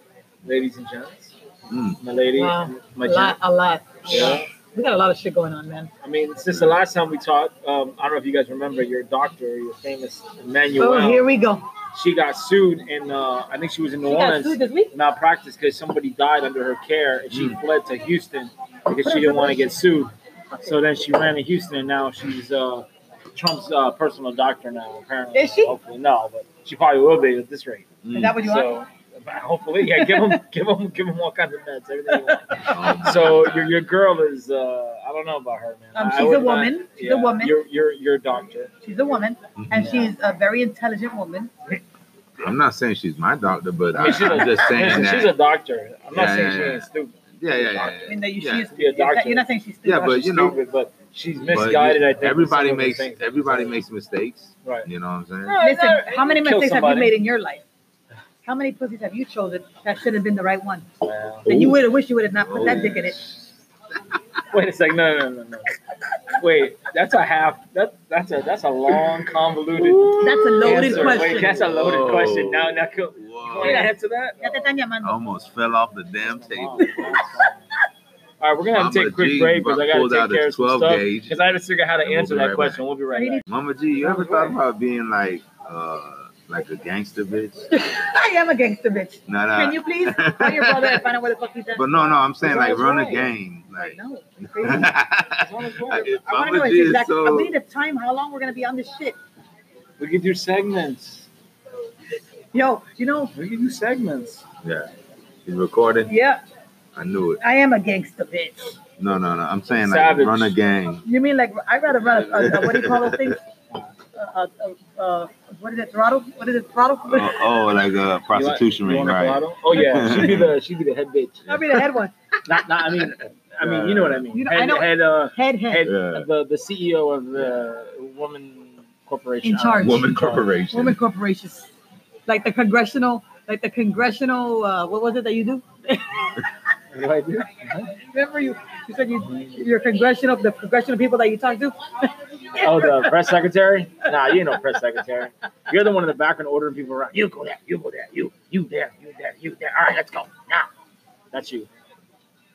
[SPEAKER 2] ladies and gents?
[SPEAKER 4] Mm.
[SPEAKER 2] My lady,
[SPEAKER 3] Wow.
[SPEAKER 2] my
[SPEAKER 3] a lot,
[SPEAKER 2] gent.
[SPEAKER 3] a lot.
[SPEAKER 2] Yeah.
[SPEAKER 3] We got a lot of shit going on, man.
[SPEAKER 2] I mean, since the last time we talked, um, I don't know if you guys remember your doctor, your famous Emmanuel.
[SPEAKER 3] Oh, here we go.
[SPEAKER 2] she got sued in uh, I think she was in New
[SPEAKER 3] She got
[SPEAKER 2] Orleans
[SPEAKER 3] sued this week.
[SPEAKER 2] malpractice because somebody died under her care and she
[SPEAKER 4] Mm.
[SPEAKER 2] fled to Houston because she didn't want to get sued. So then she ran to Houston and now she's uh, Trump's uh, personal doctor now apparently.
[SPEAKER 3] Is she?
[SPEAKER 2] Hopefully no, but she probably will be at this rate.
[SPEAKER 3] Is
[SPEAKER 4] mm.
[SPEAKER 3] that what you want?
[SPEAKER 2] So but hopefully, yeah, give him, [laughs] give him, give him all kinds of meds. Everything. he wants.
[SPEAKER 4] Oh, my
[SPEAKER 2] [laughs]
[SPEAKER 4] [laughs]
[SPEAKER 2] So
[SPEAKER 4] God.
[SPEAKER 2] your, your girl is uh, I don't know about her, man.
[SPEAKER 3] Um,
[SPEAKER 2] I- I
[SPEAKER 3] she's a
[SPEAKER 2] would not-
[SPEAKER 3] woman. She's a woman.
[SPEAKER 2] You're you're you're a doctor.
[SPEAKER 3] She's a woman, and
[SPEAKER 2] Yeah.
[SPEAKER 3] she's a very intelligent woman.
[SPEAKER 4] I'm not saying she's my doctor, but
[SPEAKER 2] I
[SPEAKER 4] I,
[SPEAKER 2] mean, she's
[SPEAKER 4] I'm
[SPEAKER 2] a- [laughs]
[SPEAKER 4] just saying
[SPEAKER 2] Listen,
[SPEAKER 4] that.
[SPEAKER 2] she's a doctor. I'm not
[SPEAKER 4] Yeah,
[SPEAKER 2] saying
[SPEAKER 4] yeah,
[SPEAKER 2] she
[SPEAKER 4] yeah.
[SPEAKER 2] ain't stupid.
[SPEAKER 4] yeah, yeah, yeah,
[SPEAKER 3] I
[SPEAKER 4] yeah.
[SPEAKER 3] mean, that you,
[SPEAKER 4] Yeah.
[SPEAKER 3] she's,
[SPEAKER 2] Be a
[SPEAKER 3] you're not-
[SPEAKER 2] doctor.
[SPEAKER 3] You're not saying she's stupid.
[SPEAKER 4] Yeah, but
[SPEAKER 2] she's
[SPEAKER 4] you know-
[SPEAKER 2] stupid, but she's
[SPEAKER 4] But
[SPEAKER 2] misguided.
[SPEAKER 4] you-
[SPEAKER 2] I think with
[SPEAKER 4] everybody
[SPEAKER 2] some of the
[SPEAKER 4] makes
[SPEAKER 2] things.
[SPEAKER 4] everybody makes mistakes.
[SPEAKER 2] Right.
[SPEAKER 4] You know what I'm saying?
[SPEAKER 2] Right.
[SPEAKER 3] listen,
[SPEAKER 2] no,
[SPEAKER 3] how many
[SPEAKER 2] you kill
[SPEAKER 3] mistakes have
[SPEAKER 2] somebody.
[SPEAKER 3] you made in your life? How many pussies have you chosen that should have been the right one?
[SPEAKER 2] Well,
[SPEAKER 3] Then you
[SPEAKER 4] Ooh.
[SPEAKER 3] would have wished you would have not put
[SPEAKER 4] Oh,
[SPEAKER 3] that dick in it.
[SPEAKER 2] wait a second. No, no, no, no. Wait, that's a half. That that's a that's a long convoluted.
[SPEAKER 3] That's a loaded
[SPEAKER 2] answer. Wait,
[SPEAKER 3] question.
[SPEAKER 2] that's a loaded
[SPEAKER 4] Whoa.
[SPEAKER 2] question. Now, now, go- you want to
[SPEAKER 4] Whoa.
[SPEAKER 3] Yeah.
[SPEAKER 2] head to that?
[SPEAKER 3] Ya te están
[SPEAKER 4] I
[SPEAKER 3] llamando.
[SPEAKER 4] almost fell off the damn
[SPEAKER 2] All
[SPEAKER 4] table.
[SPEAKER 2] right, we're gonna have to take a
[SPEAKER 4] Mama
[SPEAKER 2] quick
[SPEAKER 4] G
[SPEAKER 2] break because I gotta
[SPEAKER 4] pulled
[SPEAKER 2] take
[SPEAKER 4] out his
[SPEAKER 2] care of some
[SPEAKER 4] 12
[SPEAKER 2] stuff.
[SPEAKER 4] gauge.
[SPEAKER 2] Because I had to figure out how to
[SPEAKER 4] And we'll
[SPEAKER 2] answer
[SPEAKER 4] be
[SPEAKER 2] that
[SPEAKER 4] right
[SPEAKER 2] question.
[SPEAKER 4] back.
[SPEAKER 2] We'll be right back.
[SPEAKER 4] Mama G, you ever thought about being like uh like a gangster
[SPEAKER 2] [laughs]
[SPEAKER 4] bitch?
[SPEAKER 3] [laughs] I am a gangster bitch.
[SPEAKER 4] Nah, nah.
[SPEAKER 3] Can you please call your brother and find out where the fuck he's at?
[SPEAKER 4] Uh, But no, no, I'm saying
[SPEAKER 2] That's
[SPEAKER 4] like
[SPEAKER 2] what I
[SPEAKER 4] run
[SPEAKER 2] was
[SPEAKER 4] a
[SPEAKER 2] saying.
[SPEAKER 4] game. Like
[SPEAKER 3] No. it's crazy.
[SPEAKER 4] [laughs] Mama
[SPEAKER 2] As long as we're-
[SPEAKER 4] G
[SPEAKER 3] I want to know
[SPEAKER 4] is
[SPEAKER 3] exactly.
[SPEAKER 4] so
[SPEAKER 3] We need the time. How long we're gonna be on this shit?
[SPEAKER 2] We can do segments.
[SPEAKER 3] Yo, you know,
[SPEAKER 2] We can do segments.
[SPEAKER 4] yeah. He's recording.
[SPEAKER 3] yeah,
[SPEAKER 4] I knew it.
[SPEAKER 3] I am a gangster bitch.
[SPEAKER 4] No, no, no. I'm saying like
[SPEAKER 2] Savage.
[SPEAKER 4] run a game.
[SPEAKER 3] You mean like I'd rather run a, a, a what do you call those
[SPEAKER 4] [laughs]
[SPEAKER 3] things? Uh, uh, uh, what is it? Throttle? What is it? Throttle? [laughs]
[SPEAKER 4] Oh, oh, like a
[SPEAKER 2] You want-
[SPEAKER 4] prostitution ring,
[SPEAKER 2] you want a
[SPEAKER 4] right?
[SPEAKER 2] bottle? Oh
[SPEAKER 4] [laughs]
[SPEAKER 2] yeah, she'd be the she'd be the head bitch.
[SPEAKER 3] I mean, I had one.
[SPEAKER 2] Not, not I mean, I mean, you know what I mean.
[SPEAKER 3] You know-
[SPEAKER 2] head,
[SPEAKER 3] I know-
[SPEAKER 2] head, uh,
[SPEAKER 3] Head, head.
[SPEAKER 2] head,
[SPEAKER 4] Yeah.
[SPEAKER 2] the the CEO of the woman corporation.
[SPEAKER 3] In charge.
[SPEAKER 4] Woman corporation.
[SPEAKER 3] Women corporations, like the congressional, like the congressional. Uh, what was it that you do?
[SPEAKER 2] What do I do?
[SPEAKER 3] Remember you? You said you your congressional, the congressional people that you talk to. [laughs]
[SPEAKER 2] Oh, the press secretary? Nah, you ain't no press secretary. You're the one in the background ordering people around. You go there. You go there. You you there. You there. You there. All right, let's go now. That's you.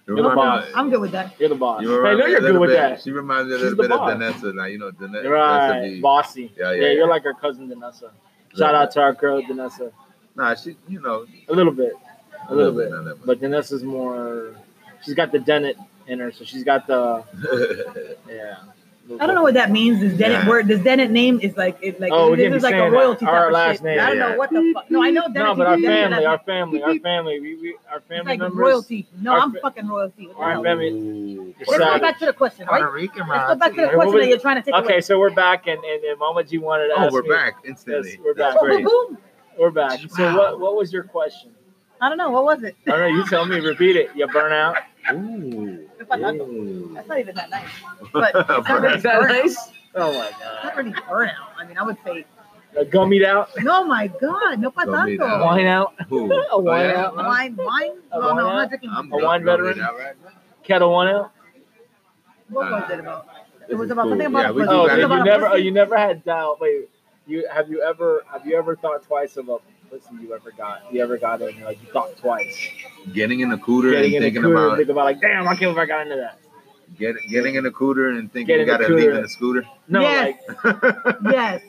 [SPEAKER 4] You
[SPEAKER 2] You're the
[SPEAKER 4] remind-
[SPEAKER 2] boss.
[SPEAKER 3] I'm good with that.
[SPEAKER 2] You're the boss.
[SPEAKER 4] you
[SPEAKER 2] Hey,
[SPEAKER 4] remind me
[SPEAKER 2] no,
[SPEAKER 4] a
[SPEAKER 2] you're good
[SPEAKER 4] little
[SPEAKER 2] with
[SPEAKER 4] bit-
[SPEAKER 2] that.
[SPEAKER 4] She reminds me a
[SPEAKER 2] She's
[SPEAKER 4] little
[SPEAKER 2] the
[SPEAKER 4] bit of
[SPEAKER 2] boss.
[SPEAKER 4] Danessa. Like, you know, Danessa.
[SPEAKER 2] Right, bossy.
[SPEAKER 4] Yeah,
[SPEAKER 2] Yeah,
[SPEAKER 4] yeah,
[SPEAKER 2] you're
[SPEAKER 4] yeah.
[SPEAKER 2] like our cousin Danessa. Shout out to our girl Danessa.
[SPEAKER 4] Nah, she, you know,
[SPEAKER 2] A little bit, a little bit.
[SPEAKER 4] not that much.
[SPEAKER 2] But
[SPEAKER 4] [laughs]
[SPEAKER 2] Danessa's more. She's got the Dennett in her, so she's got the yeah.
[SPEAKER 3] I don't know what that means. This Dennett
[SPEAKER 1] Yeah.
[SPEAKER 3] word, this Dennett name is like it's like
[SPEAKER 2] Oh, we
[SPEAKER 3] this
[SPEAKER 2] can't
[SPEAKER 3] is
[SPEAKER 2] be
[SPEAKER 3] like a
[SPEAKER 2] saying that.
[SPEAKER 3] royalty type
[SPEAKER 2] Our
[SPEAKER 3] of
[SPEAKER 2] last
[SPEAKER 3] shit.
[SPEAKER 2] name.
[SPEAKER 3] I don't know
[SPEAKER 1] Yeah.
[SPEAKER 3] what the fuck. No, I know Dennett.
[SPEAKER 2] No, but our
[SPEAKER 3] Dennett,
[SPEAKER 2] family,
[SPEAKER 3] Dennett,
[SPEAKER 2] our family, our
[SPEAKER 3] Beep, beep.
[SPEAKER 2] family, we, we our
[SPEAKER 3] It's
[SPEAKER 2] family
[SPEAKER 3] like
[SPEAKER 2] members.
[SPEAKER 3] royalty. No,
[SPEAKER 2] our
[SPEAKER 3] I'm
[SPEAKER 2] fa-
[SPEAKER 3] fucking royalty. What the
[SPEAKER 2] Our
[SPEAKER 3] hell?
[SPEAKER 2] family.
[SPEAKER 4] Ooh.
[SPEAKER 3] Let's go
[SPEAKER 2] Savage.
[SPEAKER 3] back to the question,
[SPEAKER 4] Puerto
[SPEAKER 3] right?
[SPEAKER 4] Rican,
[SPEAKER 3] Let's go
[SPEAKER 4] man.
[SPEAKER 3] back to the
[SPEAKER 2] Wait, what
[SPEAKER 3] question
[SPEAKER 2] was-
[SPEAKER 3] that you're trying to take
[SPEAKER 2] Okay,
[SPEAKER 3] away.
[SPEAKER 2] so we're back, and and, and Mama G wanted to
[SPEAKER 4] Oh,
[SPEAKER 2] ask
[SPEAKER 4] we're
[SPEAKER 2] me-
[SPEAKER 4] back instantly.
[SPEAKER 2] Yes, we're
[SPEAKER 4] That's
[SPEAKER 2] back.
[SPEAKER 3] Boom,
[SPEAKER 4] great.
[SPEAKER 3] boom.
[SPEAKER 2] We're back. So
[SPEAKER 4] Wow.
[SPEAKER 2] what what was your question?
[SPEAKER 3] I don't know what was it.
[SPEAKER 2] I don't know. You tell me. Repeat it. You burn out.
[SPEAKER 3] [laughs]
[SPEAKER 4] Ooh.
[SPEAKER 3] The fuck, I-
[SPEAKER 4] Ooh.
[SPEAKER 3] That's not even that nice.
[SPEAKER 2] [laughs]
[SPEAKER 3] But it's not really
[SPEAKER 4] Burnout.
[SPEAKER 5] Is that
[SPEAKER 3] burnout.
[SPEAKER 5] nice?
[SPEAKER 2] Oh my
[SPEAKER 3] It's
[SPEAKER 2] god.
[SPEAKER 3] not really burnout. I mean, I would say,
[SPEAKER 2] A Uh, gummied out.
[SPEAKER 3] no, my God, no pa
[SPEAKER 4] Don't be
[SPEAKER 2] A
[SPEAKER 4] that.
[SPEAKER 3] tanto.
[SPEAKER 2] wine out.
[SPEAKER 4] Who?
[SPEAKER 2] A
[SPEAKER 4] Oh,
[SPEAKER 2] wine
[SPEAKER 4] yeah?
[SPEAKER 2] out.
[SPEAKER 3] Wine, wine.
[SPEAKER 2] A
[SPEAKER 3] No, no,
[SPEAKER 2] wine
[SPEAKER 3] I'm
[SPEAKER 2] out?
[SPEAKER 3] not drinking.
[SPEAKER 4] I'm
[SPEAKER 3] What
[SPEAKER 2] A
[SPEAKER 4] drunk.
[SPEAKER 2] wine
[SPEAKER 4] You want me
[SPEAKER 2] veteran?
[SPEAKER 4] to outright?
[SPEAKER 2] Kettle one out.
[SPEAKER 3] was it about? It
[SPEAKER 4] This
[SPEAKER 3] was
[SPEAKER 4] is
[SPEAKER 3] about
[SPEAKER 4] cool.
[SPEAKER 3] something about.
[SPEAKER 4] Yeah, we do better.
[SPEAKER 2] Oh, then
[SPEAKER 4] Something
[SPEAKER 2] you
[SPEAKER 4] about
[SPEAKER 2] never. Oh, you never had doubt. Wait. You have you ever have you ever thought twice of a listen you ever got you ever got in like you thought twice
[SPEAKER 4] Getting in the cooter and
[SPEAKER 2] getting in the
[SPEAKER 4] thinking
[SPEAKER 2] cooter and
[SPEAKER 4] about
[SPEAKER 2] think about like damn I can't believe I got into that
[SPEAKER 4] get, getting in the cooter and thinking
[SPEAKER 2] Get
[SPEAKER 4] you
[SPEAKER 2] in the
[SPEAKER 4] gotta leave
[SPEAKER 2] cooter.
[SPEAKER 4] in the scooter.
[SPEAKER 2] no
[SPEAKER 3] Yes.
[SPEAKER 2] like
[SPEAKER 3] Yes,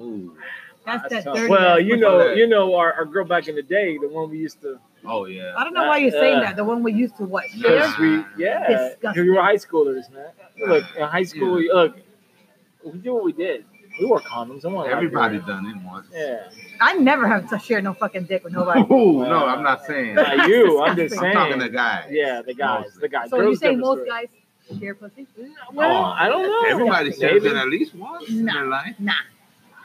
[SPEAKER 4] Ooh.
[SPEAKER 3] that's
[SPEAKER 2] That's
[SPEAKER 3] that
[SPEAKER 2] tough.
[SPEAKER 3] dirty.
[SPEAKER 2] Well,
[SPEAKER 3] ass
[SPEAKER 2] you
[SPEAKER 3] pussy.
[SPEAKER 2] know,
[SPEAKER 4] that?
[SPEAKER 2] you know, our, our girl back in the day, the one we used to.
[SPEAKER 4] Oh yeah.
[SPEAKER 3] I don't know why you're
[SPEAKER 2] Uh,
[SPEAKER 3] saying that. The one we used to what?
[SPEAKER 4] Yeah.
[SPEAKER 3] Share?
[SPEAKER 2] we, yeah,
[SPEAKER 3] Disgusting.
[SPEAKER 2] we were high schoolers, man. Look, in high school, we, look, we did what we did. We wore condoms. Oh, I want
[SPEAKER 4] Everybody done it once. [laughs]
[SPEAKER 2] Yeah.
[SPEAKER 3] I never have to share no fucking dick with nobody.
[SPEAKER 4] Oh no, I'm not saying. I'm
[SPEAKER 2] Not you. I'm just saying.
[SPEAKER 4] talking to guys.
[SPEAKER 2] yeah, the guys, the guys.
[SPEAKER 3] So you
[SPEAKER 2] Girls
[SPEAKER 3] say
[SPEAKER 2] different
[SPEAKER 3] most
[SPEAKER 2] story.
[SPEAKER 3] guys share pussy?
[SPEAKER 2] Well, I don't know.
[SPEAKER 4] Everybody says
[SPEAKER 2] Maybe.
[SPEAKER 4] it at least once in their life.
[SPEAKER 3] Nah.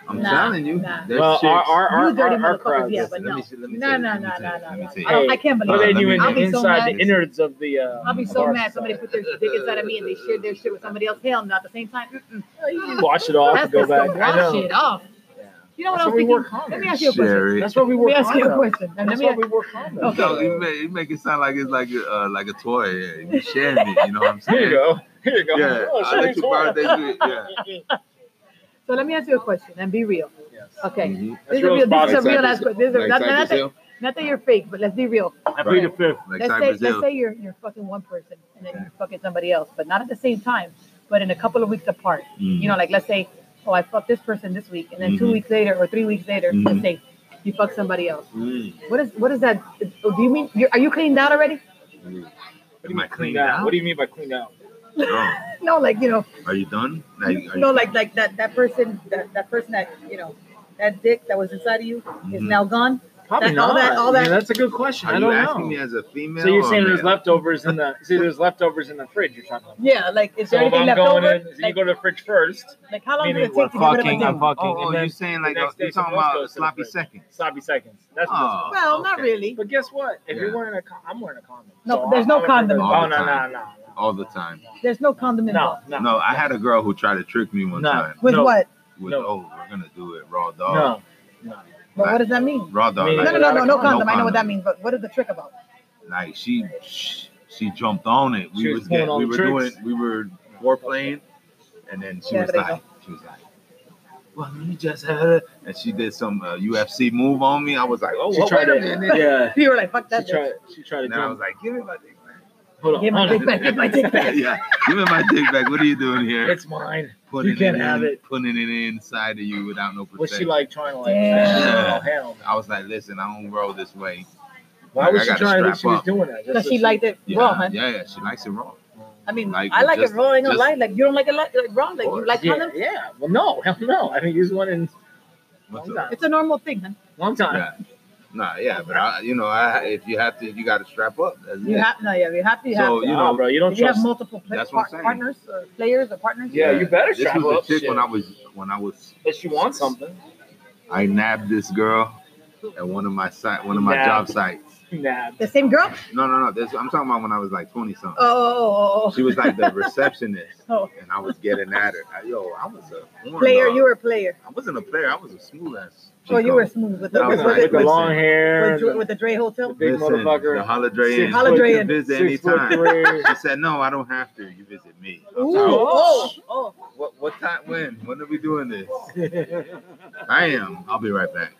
[SPEAKER 4] I'm
[SPEAKER 3] Nah,
[SPEAKER 4] telling you.
[SPEAKER 3] nah.
[SPEAKER 4] there's
[SPEAKER 2] Well, our
[SPEAKER 4] chicks-
[SPEAKER 2] our
[SPEAKER 3] You
[SPEAKER 2] our,
[SPEAKER 3] dirty
[SPEAKER 2] our, our
[SPEAKER 3] motherfuckers,
[SPEAKER 2] crowd.
[SPEAKER 3] yeah,
[SPEAKER 2] is-
[SPEAKER 3] but
[SPEAKER 4] Listen, let
[SPEAKER 3] no.
[SPEAKER 4] me see- let me
[SPEAKER 3] No,
[SPEAKER 4] tell you,
[SPEAKER 3] no,
[SPEAKER 4] let me
[SPEAKER 3] no,
[SPEAKER 4] tell you,
[SPEAKER 3] no,
[SPEAKER 4] let me
[SPEAKER 3] no,
[SPEAKER 4] tell
[SPEAKER 3] I
[SPEAKER 2] Hey,
[SPEAKER 3] don't- I can't
[SPEAKER 4] Uh,
[SPEAKER 2] But
[SPEAKER 3] believe
[SPEAKER 2] then
[SPEAKER 3] it.
[SPEAKER 4] let
[SPEAKER 2] you
[SPEAKER 4] me-
[SPEAKER 2] in
[SPEAKER 3] I'll
[SPEAKER 2] the
[SPEAKER 3] be so
[SPEAKER 2] inside
[SPEAKER 3] mad.
[SPEAKER 2] the innards of the. Uh,
[SPEAKER 3] I'll be so
[SPEAKER 2] dark
[SPEAKER 3] mad somebody
[SPEAKER 2] side.
[SPEAKER 3] put their dick inside of me and they shared their shit with somebody else. Hell no, at the same time. Mm-mm.
[SPEAKER 2] Wash it off
[SPEAKER 3] That's
[SPEAKER 2] and go
[SPEAKER 3] just
[SPEAKER 2] back.
[SPEAKER 3] to
[SPEAKER 2] I know.
[SPEAKER 3] wash it off. Oh. You know what
[SPEAKER 2] That's
[SPEAKER 3] I
[SPEAKER 2] why we
[SPEAKER 3] was
[SPEAKER 2] wore
[SPEAKER 3] thinking?
[SPEAKER 2] condoms.
[SPEAKER 3] Let me ask you a question.
[SPEAKER 4] Sherry.
[SPEAKER 2] That's what we
[SPEAKER 3] Let
[SPEAKER 2] were.
[SPEAKER 3] me ask you a
[SPEAKER 2] condoms.
[SPEAKER 3] question. Let
[SPEAKER 2] That's
[SPEAKER 3] me
[SPEAKER 2] why
[SPEAKER 3] ask,
[SPEAKER 2] we wore condoms.
[SPEAKER 3] Okay.
[SPEAKER 4] No, you make, you make it sound like it's like a, uh, like a toy. Yeah, you share me. You know what I'm
[SPEAKER 2] [laughs] Here you
[SPEAKER 4] saying?
[SPEAKER 2] go. Here you go.
[SPEAKER 4] Yeah, I
[SPEAKER 2] Oh, shit,
[SPEAKER 4] let you
[SPEAKER 2] it's one.
[SPEAKER 4] borrow that. shit,
[SPEAKER 3] so let me ask you a question and be real.
[SPEAKER 2] Yes.
[SPEAKER 4] Yeah.
[SPEAKER 3] [laughs] Okay.
[SPEAKER 4] Mhm.
[SPEAKER 3] This is
[SPEAKER 2] Mm. real
[SPEAKER 3] a real,
[SPEAKER 2] as
[SPEAKER 3] this is a
[SPEAKER 2] possible.
[SPEAKER 3] real last question. This is a,
[SPEAKER 4] Like
[SPEAKER 3] not,
[SPEAKER 4] Cypress
[SPEAKER 3] not, that,
[SPEAKER 4] Hill?
[SPEAKER 3] not that you're fake, but let's be real.
[SPEAKER 2] I
[SPEAKER 4] plead the
[SPEAKER 2] fifth.
[SPEAKER 4] Like
[SPEAKER 3] Let's say,
[SPEAKER 4] Cypress
[SPEAKER 3] let's
[SPEAKER 4] Hill.
[SPEAKER 3] say you're, you're fucking one person and then you're fucking somebody else, but not at the same time, but in a couple of weeks apart.
[SPEAKER 4] Mhm.
[SPEAKER 3] You know, like let's say, oh, I fucked this person this week, and then two
[SPEAKER 2] Mm-hmm.
[SPEAKER 4] Mhm.
[SPEAKER 3] weeks later or three weeks later,
[SPEAKER 4] Mhm.
[SPEAKER 3] let's say you fuck somebody else.
[SPEAKER 4] Mm.
[SPEAKER 3] What is what is that? oh, Do you mean you're, are you cleaned out already?
[SPEAKER 4] Am I
[SPEAKER 2] Cleaned
[SPEAKER 4] cleaned
[SPEAKER 2] out.
[SPEAKER 4] out?
[SPEAKER 2] What do you mean by cleaned out?
[SPEAKER 4] No.
[SPEAKER 3] No, like you know,
[SPEAKER 4] Are you done? Like, are you
[SPEAKER 3] no, like like that that person that that person that you know that dick that was inside of you is
[SPEAKER 4] Mhm.
[SPEAKER 3] now gone.
[SPEAKER 2] Probably
[SPEAKER 3] That- all
[SPEAKER 2] not.
[SPEAKER 3] that- all
[SPEAKER 2] I mean,
[SPEAKER 3] that-
[SPEAKER 2] that's a good question.
[SPEAKER 4] Are
[SPEAKER 2] I
[SPEAKER 4] you
[SPEAKER 2] don't
[SPEAKER 4] asking me
[SPEAKER 2] know.
[SPEAKER 4] as a female?
[SPEAKER 2] So you're
[SPEAKER 4] or
[SPEAKER 2] saying there's
[SPEAKER 4] male?
[SPEAKER 2] leftovers in the see there's leftovers in the fridge. You're talking. About.
[SPEAKER 3] Yeah, like is
[SPEAKER 2] So
[SPEAKER 3] there
[SPEAKER 2] if
[SPEAKER 3] anything
[SPEAKER 2] I'm
[SPEAKER 3] left
[SPEAKER 2] going
[SPEAKER 3] over?
[SPEAKER 2] in, so you
[SPEAKER 3] like,
[SPEAKER 2] go to the fridge first.
[SPEAKER 3] like how long did
[SPEAKER 2] meaning
[SPEAKER 3] it
[SPEAKER 2] we're
[SPEAKER 3] take to get rid of a
[SPEAKER 2] fucking,
[SPEAKER 3] dick?
[SPEAKER 2] I'm fucking,
[SPEAKER 4] Oh, oh
[SPEAKER 2] and then
[SPEAKER 4] you're saying like
[SPEAKER 2] the next
[SPEAKER 4] uh,
[SPEAKER 2] day
[SPEAKER 4] you're talking
[SPEAKER 2] someone else
[SPEAKER 4] about
[SPEAKER 2] goes to the
[SPEAKER 4] sloppy
[SPEAKER 2] fridge.
[SPEAKER 4] seconds.
[SPEAKER 2] Sloppy seconds. That's what's
[SPEAKER 4] Oh,
[SPEAKER 3] Well, not
[SPEAKER 4] okay.
[SPEAKER 3] really.
[SPEAKER 2] But guess what? If you're
[SPEAKER 4] Yeah.
[SPEAKER 2] wearing a, con- I'm wearing a condom.
[SPEAKER 3] No, there's no
[SPEAKER 2] I'm-
[SPEAKER 3] condom.
[SPEAKER 2] Oh
[SPEAKER 4] All
[SPEAKER 2] no
[SPEAKER 4] the
[SPEAKER 2] no
[SPEAKER 4] time.
[SPEAKER 2] no.
[SPEAKER 4] All the time.
[SPEAKER 3] There's no condom
[SPEAKER 2] No
[SPEAKER 3] involved.
[SPEAKER 2] no.
[SPEAKER 4] No, I had a girl who tried to trick me one
[SPEAKER 2] No.
[SPEAKER 4] time.
[SPEAKER 3] With
[SPEAKER 2] No.
[SPEAKER 3] what?
[SPEAKER 4] With,
[SPEAKER 2] No.
[SPEAKER 4] oh, we're gonna do it raw dog.
[SPEAKER 2] No.
[SPEAKER 3] But what does that mean?
[SPEAKER 4] Raw dog.
[SPEAKER 2] I mean,
[SPEAKER 3] No,
[SPEAKER 4] like,
[SPEAKER 3] no, no, no, no
[SPEAKER 2] No
[SPEAKER 3] condom. I know
[SPEAKER 4] condom.
[SPEAKER 3] what that means, but what is the trick about? [laughs]
[SPEAKER 4] like she, she she jumped on it. We
[SPEAKER 2] She was
[SPEAKER 4] was,
[SPEAKER 2] pulling
[SPEAKER 4] getting,
[SPEAKER 2] all
[SPEAKER 4] we
[SPEAKER 2] the
[SPEAKER 4] were
[SPEAKER 2] tricks.
[SPEAKER 4] doing we were warplaying, and then she
[SPEAKER 3] Yeah,
[SPEAKER 4] was
[SPEAKER 3] there you
[SPEAKER 4] like she was like, well, you just had it, and she did some uh, UFC move on me. I was like, oh,
[SPEAKER 2] She
[SPEAKER 4] well,
[SPEAKER 2] tried
[SPEAKER 4] wait a
[SPEAKER 2] to.
[SPEAKER 4] minute.
[SPEAKER 2] Yeah.
[SPEAKER 3] You were like, fuck that.
[SPEAKER 2] She tried.
[SPEAKER 3] bitch.
[SPEAKER 2] She tried to
[SPEAKER 4] And then I was
[SPEAKER 2] jump.
[SPEAKER 4] like, give me my dick
[SPEAKER 2] Hold on.
[SPEAKER 3] Give my
[SPEAKER 2] hold on.
[SPEAKER 3] dick back. Give my dick
[SPEAKER 4] back. [laughs]
[SPEAKER 3] back.
[SPEAKER 4] yeah, give me my dick back. What are you doing here?
[SPEAKER 2] It's mine.
[SPEAKER 4] putting
[SPEAKER 2] you can't
[SPEAKER 4] it
[SPEAKER 2] have
[SPEAKER 4] in,
[SPEAKER 2] it.
[SPEAKER 4] putting it inside of you without no protection.
[SPEAKER 2] Was she like trying to like?
[SPEAKER 3] Damn.
[SPEAKER 2] Oh, hell no.
[SPEAKER 4] I was like, listen, I don't roll this way.
[SPEAKER 2] Why
[SPEAKER 4] Like,
[SPEAKER 2] was
[SPEAKER 4] I
[SPEAKER 2] she
[SPEAKER 4] gotta
[SPEAKER 2] trying to think
[SPEAKER 4] strap
[SPEAKER 2] she was
[SPEAKER 4] up.
[SPEAKER 2] doing that?
[SPEAKER 3] Because
[SPEAKER 2] Just
[SPEAKER 3] she
[SPEAKER 2] so
[SPEAKER 3] liked it
[SPEAKER 4] Yeah,
[SPEAKER 3] raw, man.
[SPEAKER 4] yeah, yeah. She likes it raw.
[SPEAKER 3] I mean,
[SPEAKER 4] Like,
[SPEAKER 3] I like
[SPEAKER 4] just-
[SPEAKER 3] it raw. Ain't gonna
[SPEAKER 4] just-
[SPEAKER 3] lie. Like you don't like it like, like raw. Like you
[SPEAKER 4] Or-
[SPEAKER 3] like
[SPEAKER 2] yeah,
[SPEAKER 3] condoms.
[SPEAKER 2] yeah. Well, no, hell no. I mean, he's one in
[SPEAKER 4] What's
[SPEAKER 3] Oh,
[SPEAKER 2] Long
[SPEAKER 4] up?
[SPEAKER 2] time.
[SPEAKER 3] It's a normal thing, man.
[SPEAKER 2] long time.
[SPEAKER 4] Yeah. Nah, yeah, but I, you know, I if you have to, you got to strap up. That's
[SPEAKER 3] You
[SPEAKER 4] it.
[SPEAKER 3] have no, yeah, you have to. You
[SPEAKER 4] So,
[SPEAKER 3] have to.
[SPEAKER 4] you
[SPEAKER 2] you
[SPEAKER 4] know,
[SPEAKER 2] know, bro, you don't
[SPEAKER 3] If you have
[SPEAKER 2] trust.
[SPEAKER 3] multiple pla-
[SPEAKER 4] That's what I'm
[SPEAKER 3] par-
[SPEAKER 4] saying.
[SPEAKER 3] partners or players or partners.
[SPEAKER 2] Yeah, you better strap
[SPEAKER 4] This was
[SPEAKER 2] up,
[SPEAKER 4] a chick
[SPEAKER 2] shit.
[SPEAKER 4] when I was when I was.
[SPEAKER 2] But you want something.
[SPEAKER 4] I nabbed this girl at one of my site, one of my
[SPEAKER 2] Nab.
[SPEAKER 4] job sites.
[SPEAKER 2] Nah.
[SPEAKER 3] The same girl.
[SPEAKER 4] No, no, no. This I'm talking about when I was like 20 something.
[SPEAKER 3] Oh, oh,
[SPEAKER 4] She was like the receptionist,
[SPEAKER 3] [laughs] oh, oh.
[SPEAKER 4] and I was getting at her. I- yo, I was a horn
[SPEAKER 3] player.
[SPEAKER 4] dog.
[SPEAKER 3] You were a player.
[SPEAKER 4] I wasn't a player. I was a smooth ass.
[SPEAKER 3] Oh, you
[SPEAKER 4] Chico.
[SPEAKER 3] were smooth with the
[SPEAKER 4] I
[SPEAKER 3] with,
[SPEAKER 4] was
[SPEAKER 2] With,
[SPEAKER 4] like,
[SPEAKER 3] with,
[SPEAKER 2] the
[SPEAKER 4] listen.
[SPEAKER 2] long hair.
[SPEAKER 3] with,
[SPEAKER 2] and the-
[SPEAKER 3] with, the Dre Hotel.
[SPEAKER 2] big motherfucker.
[SPEAKER 4] The Holiday
[SPEAKER 2] Six
[SPEAKER 4] Inn.
[SPEAKER 3] foot-
[SPEAKER 4] You
[SPEAKER 3] Holiday
[SPEAKER 4] can
[SPEAKER 3] Inn.
[SPEAKER 4] visit
[SPEAKER 2] six foot
[SPEAKER 4] anytime.
[SPEAKER 2] three.
[SPEAKER 4] She said, "No, I don't have to. You visit me." I
[SPEAKER 3] Ooh,
[SPEAKER 4] was like,
[SPEAKER 3] oh, oh.
[SPEAKER 4] What what time? When? When are we doing
[SPEAKER 2] [laughs]
[SPEAKER 4] this? I am. I'll be right back.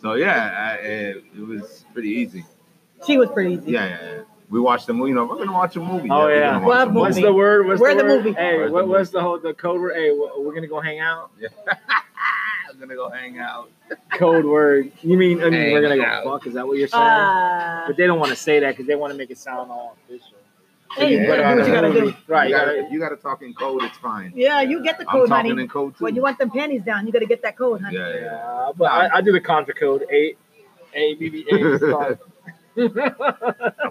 [SPEAKER 4] So yeah, I, it, it was pretty easy.
[SPEAKER 3] She was pretty easy.
[SPEAKER 4] Yeah, yeah, yeah. We watched the movie. You know, we're gonna watch a movie.
[SPEAKER 2] Oh,
[SPEAKER 4] we're
[SPEAKER 2] yeah.
[SPEAKER 4] gonna watch
[SPEAKER 3] What
[SPEAKER 4] a
[SPEAKER 2] What's
[SPEAKER 3] movie?
[SPEAKER 2] the word? What's
[SPEAKER 3] Where's
[SPEAKER 2] the
[SPEAKER 3] the
[SPEAKER 2] word?
[SPEAKER 3] movie?
[SPEAKER 2] Hey,
[SPEAKER 4] Where's
[SPEAKER 2] what,
[SPEAKER 4] the
[SPEAKER 2] what's the whole the code word? Hey, we're, we're gonna go hang out.
[SPEAKER 4] I'm gonna go hang out.
[SPEAKER 2] Code word. You mean I mean we're
[SPEAKER 4] Hang
[SPEAKER 2] gonna go
[SPEAKER 4] out.
[SPEAKER 2] fuck? Is that what you're saying?
[SPEAKER 3] Uh,
[SPEAKER 2] but they don't want to say that because they want to make it sound all official.
[SPEAKER 3] Hey, you
[SPEAKER 4] Yeah.
[SPEAKER 3] gotta do what you gotta do.
[SPEAKER 2] Right,
[SPEAKER 4] You
[SPEAKER 2] you
[SPEAKER 4] gotta,
[SPEAKER 2] gotta-
[SPEAKER 4] if you gotta talk in code. It's fine.
[SPEAKER 3] Yeah, you get the
[SPEAKER 4] I'm
[SPEAKER 3] code,
[SPEAKER 4] talking
[SPEAKER 3] honey.
[SPEAKER 4] in code too.
[SPEAKER 3] When you want them panties down, you gotta get that code, honey.
[SPEAKER 4] yeah, yeah.
[SPEAKER 2] Yeah, Uh, but I, I do the contra code eight, A
[SPEAKER 4] [laughs]
[SPEAKER 2] B B A star.
[SPEAKER 4] I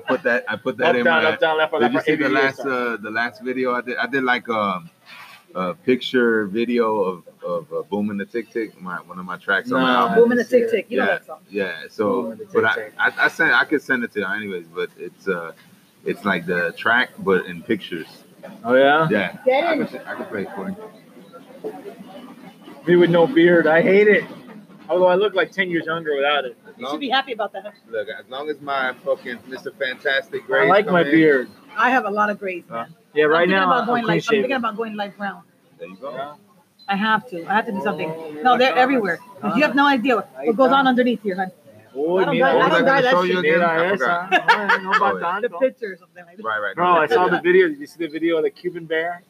[SPEAKER 4] put that. I put that
[SPEAKER 2] Up
[SPEAKER 4] in
[SPEAKER 2] down,
[SPEAKER 4] my.
[SPEAKER 2] up down, left, right,
[SPEAKER 4] Did
[SPEAKER 2] left,
[SPEAKER 4] you
[SPEAKER 2] right.
[SPEAKER 4] see
[SPEAKER 2] A, B,
[SPEAKER 4] the
[SPEAKER 2] B, A
[SPEAKER 4] last
[SPEAKER 2] star.
[SPEAKER 4] uh, the last video I did? I did like um, a picture video of of uh, booming the tick tick. My one of my tracks on my
[SPEAKER 2] Nah.
[SPEAKER 4] album.
[SPEAKER 3] Boom and the tick tick. You know
[SPEAKER 4] Yeah.
[SPEAKER 3] that song.
[SPEAKER 4] Yeah. So,
[SPEAKER 2] Booming the Tick
[SPEAKER 4] but I,
[SPEAKER 2] Tick.
[SPEAKER 4] I I sent I could send it to you anyways. But it's uh, it's like the track but in pictures.
[SPEAKER 2] Oh yeah,
[SPEAKER 4] Yeah. I
[SPEAKER 3] Get in.
[SPEAKER 4] could, I could play it for you.
[SPEAKER 2] me with no beard. I hate it. Although I look like ten years younger without it.
[SPEAKER 4] As
[SPEAKER 3] You
[SPEAKER 4] long-
[SPEAKER 3] should be happy about that.
[SPEAKER 4] Look, as long as my fucking Mr. Fantastic
[SPEAKER 2] I
[SPEAKER 4] grades
[SPEAKER 2] like
[SPEAKER 4] come
[SPEAKER 2] my
[SPEAKER 4] in-
[SPEAKER 2] beard.
[SPEAKER 3] I have a lot of grades, man.
[SPEAKER 2] Yeah,
[SPEAKER 3] I'm
[SPEAKER 2] right
[SPEAKER 3] thinking
[SPEAKER 2] now
[SPEAKER 3] about
[SPEAKER 2] I'm
[SPEAKER 3] going
[SPEAKER 2] clean
[SPEAKER 3] like, I'm thinking
[SPEAKER 2] shaven.
[SPEAKER 3] about going light brown.
[SPEAKER 4] There you go.
[SPEAKER 2] Yeah.
[SPEAKER 3] I have to. I have to do something.
[SPEAKER 2] Oh,
[SPEAKER 3] No, they're
[SPEAKER 2] my God.
[SPEAKER 3] everywhere. You have no idea what, what goes on underneath here, honey.
[SPEAKER 2] Boy,
[SPEAKER 3] I don't
[SPEAKER 2] me-
[SPEAKER 3] got- I
[SPEAKER 4] What was
[SPEAKER 3] don't
[SPEAKER 4] I
[SPEAKER 3] got
[SPEAKER 4] gonna
[SPEAKER 3] that
[SPEAKER 4] show
[SPEAKER 3] shit.
[SPEAKER 4] you
[SPEAKER 2] Mira
[SPEAKER 4] again? I
[SPEAKER 2] esa.
[SPEAKER 4] forgot.
[SPEAKER 2] [laughs] I don't know about
[SPEAKER 4] Oh,
[SPEAKER 3] The
[SPEAKER 2] tanto.
[SPEAKER 3] picture or something like that.
[SPEAKER 4] Right, right.
[SPEAKER 2] Bro, I saw the video. Did you see the video of the Cuban bear?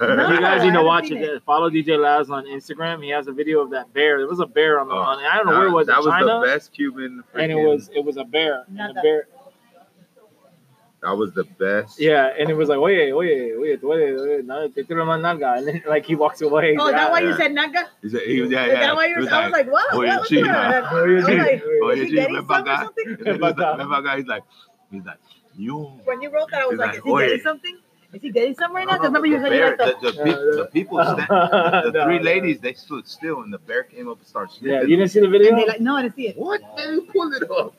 [SPEAKER 3] No,
[SPEAKER 2] you guys
[SPEAKER 4] [laughs]
[SPEAKER 3] I
[SPEAKER 2] need to
[SPEAKER 3] haven't
[SPEAKER 2] watch
[SPEAKER 3] seen
[SPEAKER 2] it. Follow DJ Laz on Instagram. He has a video of that bear. There was a bear on the
[SPEAKER 4] Oh,
[SPEAKER 2] on. I don't know where it was.
[SPEAKER 4] That was
[SPEAKER 2] China,
[SPEAKER 4] the best Cuban.
[SPEAKER 2] and it
[SPEAKER 4] freaking-
[SPEAKER 2] was it was a bear.
[SPEAKER 3] Not
[SPEAKER 2] And the
[SPEAKER 3] that-
[SPEAKER 2] bear.
[SPEAKER 4] That was the best.
[SPEAKER 2] Yeah, and it was like, oye, oye, oye, tú eres, oye, no, te tiro más nalga. And then, like, he walks away. He's
[SPEAKER 3] Oh,
[SPEAKER 2] like,
[SPEAKER 3] that why
[SPEAKER 2] "Ah,
[SPEAKER 3] you said naga?
[SPEAKER 4] He said, he was, yeah,
[SPEAKER 3] Is
[SPEAKER 4] yeah.
[SPEAKER 3] that why
[SPEAKER 4] He
[SPEAKER 3] you
[SPEAKER 4] was
[SPEAKER 3] I was like, what?
[SPEAKER 4] "Oye,
[SPEAKER 3] What? What's going
[SPEAKER 4] China."
[SPEAKER 3] on?
[SPEAKER 2] oh, you
[SPEAKER 3] I'm
[SPEAKER 2] did.
[SPEAKER 3] like,
[SPEAKER 4] "Oye,
[SPEAKER 3] Is
[SPEAKER 4] China,
[SPEAKER 3] he getting
[SPEAKER 4] ven
[SPEAKER 3] some
[SPEAKER 4] pa'
[SPEAKER 3] or
[SPEAKER 4] acá."
[SPEAKER 3] something?
[SPEAKER 4] He was like- remember guy, he's like, he's like, you.
[SPEAKER 3] When you wrote that, I was
[SPEAKER 4] He's
[SPEAKER 3] like,
[SPEAKER 4] like,
[SPEAKER 3] is he getting
[SPEAKER 4] "Oye."
[SPEAKER 3] something? Is he getting some right now?
[SPEAKER 4] No,
[SPEAKER 3] 'Cause
[SPEAKER 4] no,
[SPEAKER 3] remember you
[SPEAKER 4] the
[SPEAKER 3] said
[SPEAKER 4] bear-
[SPEAKER 3] you like
[SPEAKER 4] the,
[SPEAKER 3] the,
[SPEAKER 4] the, peop- Oh, the people, stand, the
[SPEAKER 2] Uh, [laughs] No,
[SPEAKER 4] three
[SPEAKER 2] no.
[SPEAKER 4] ladies, they stood still, and the bear came up and started
[SPEAKER 2] Yeah,
[SPEAKER 4] sniffing.
[SPEAKER 2] you didn't see the video?
[SPEAKER 3] and they like, no, I didn't see it.
[SPEAKER 4] what? Man, pull it up.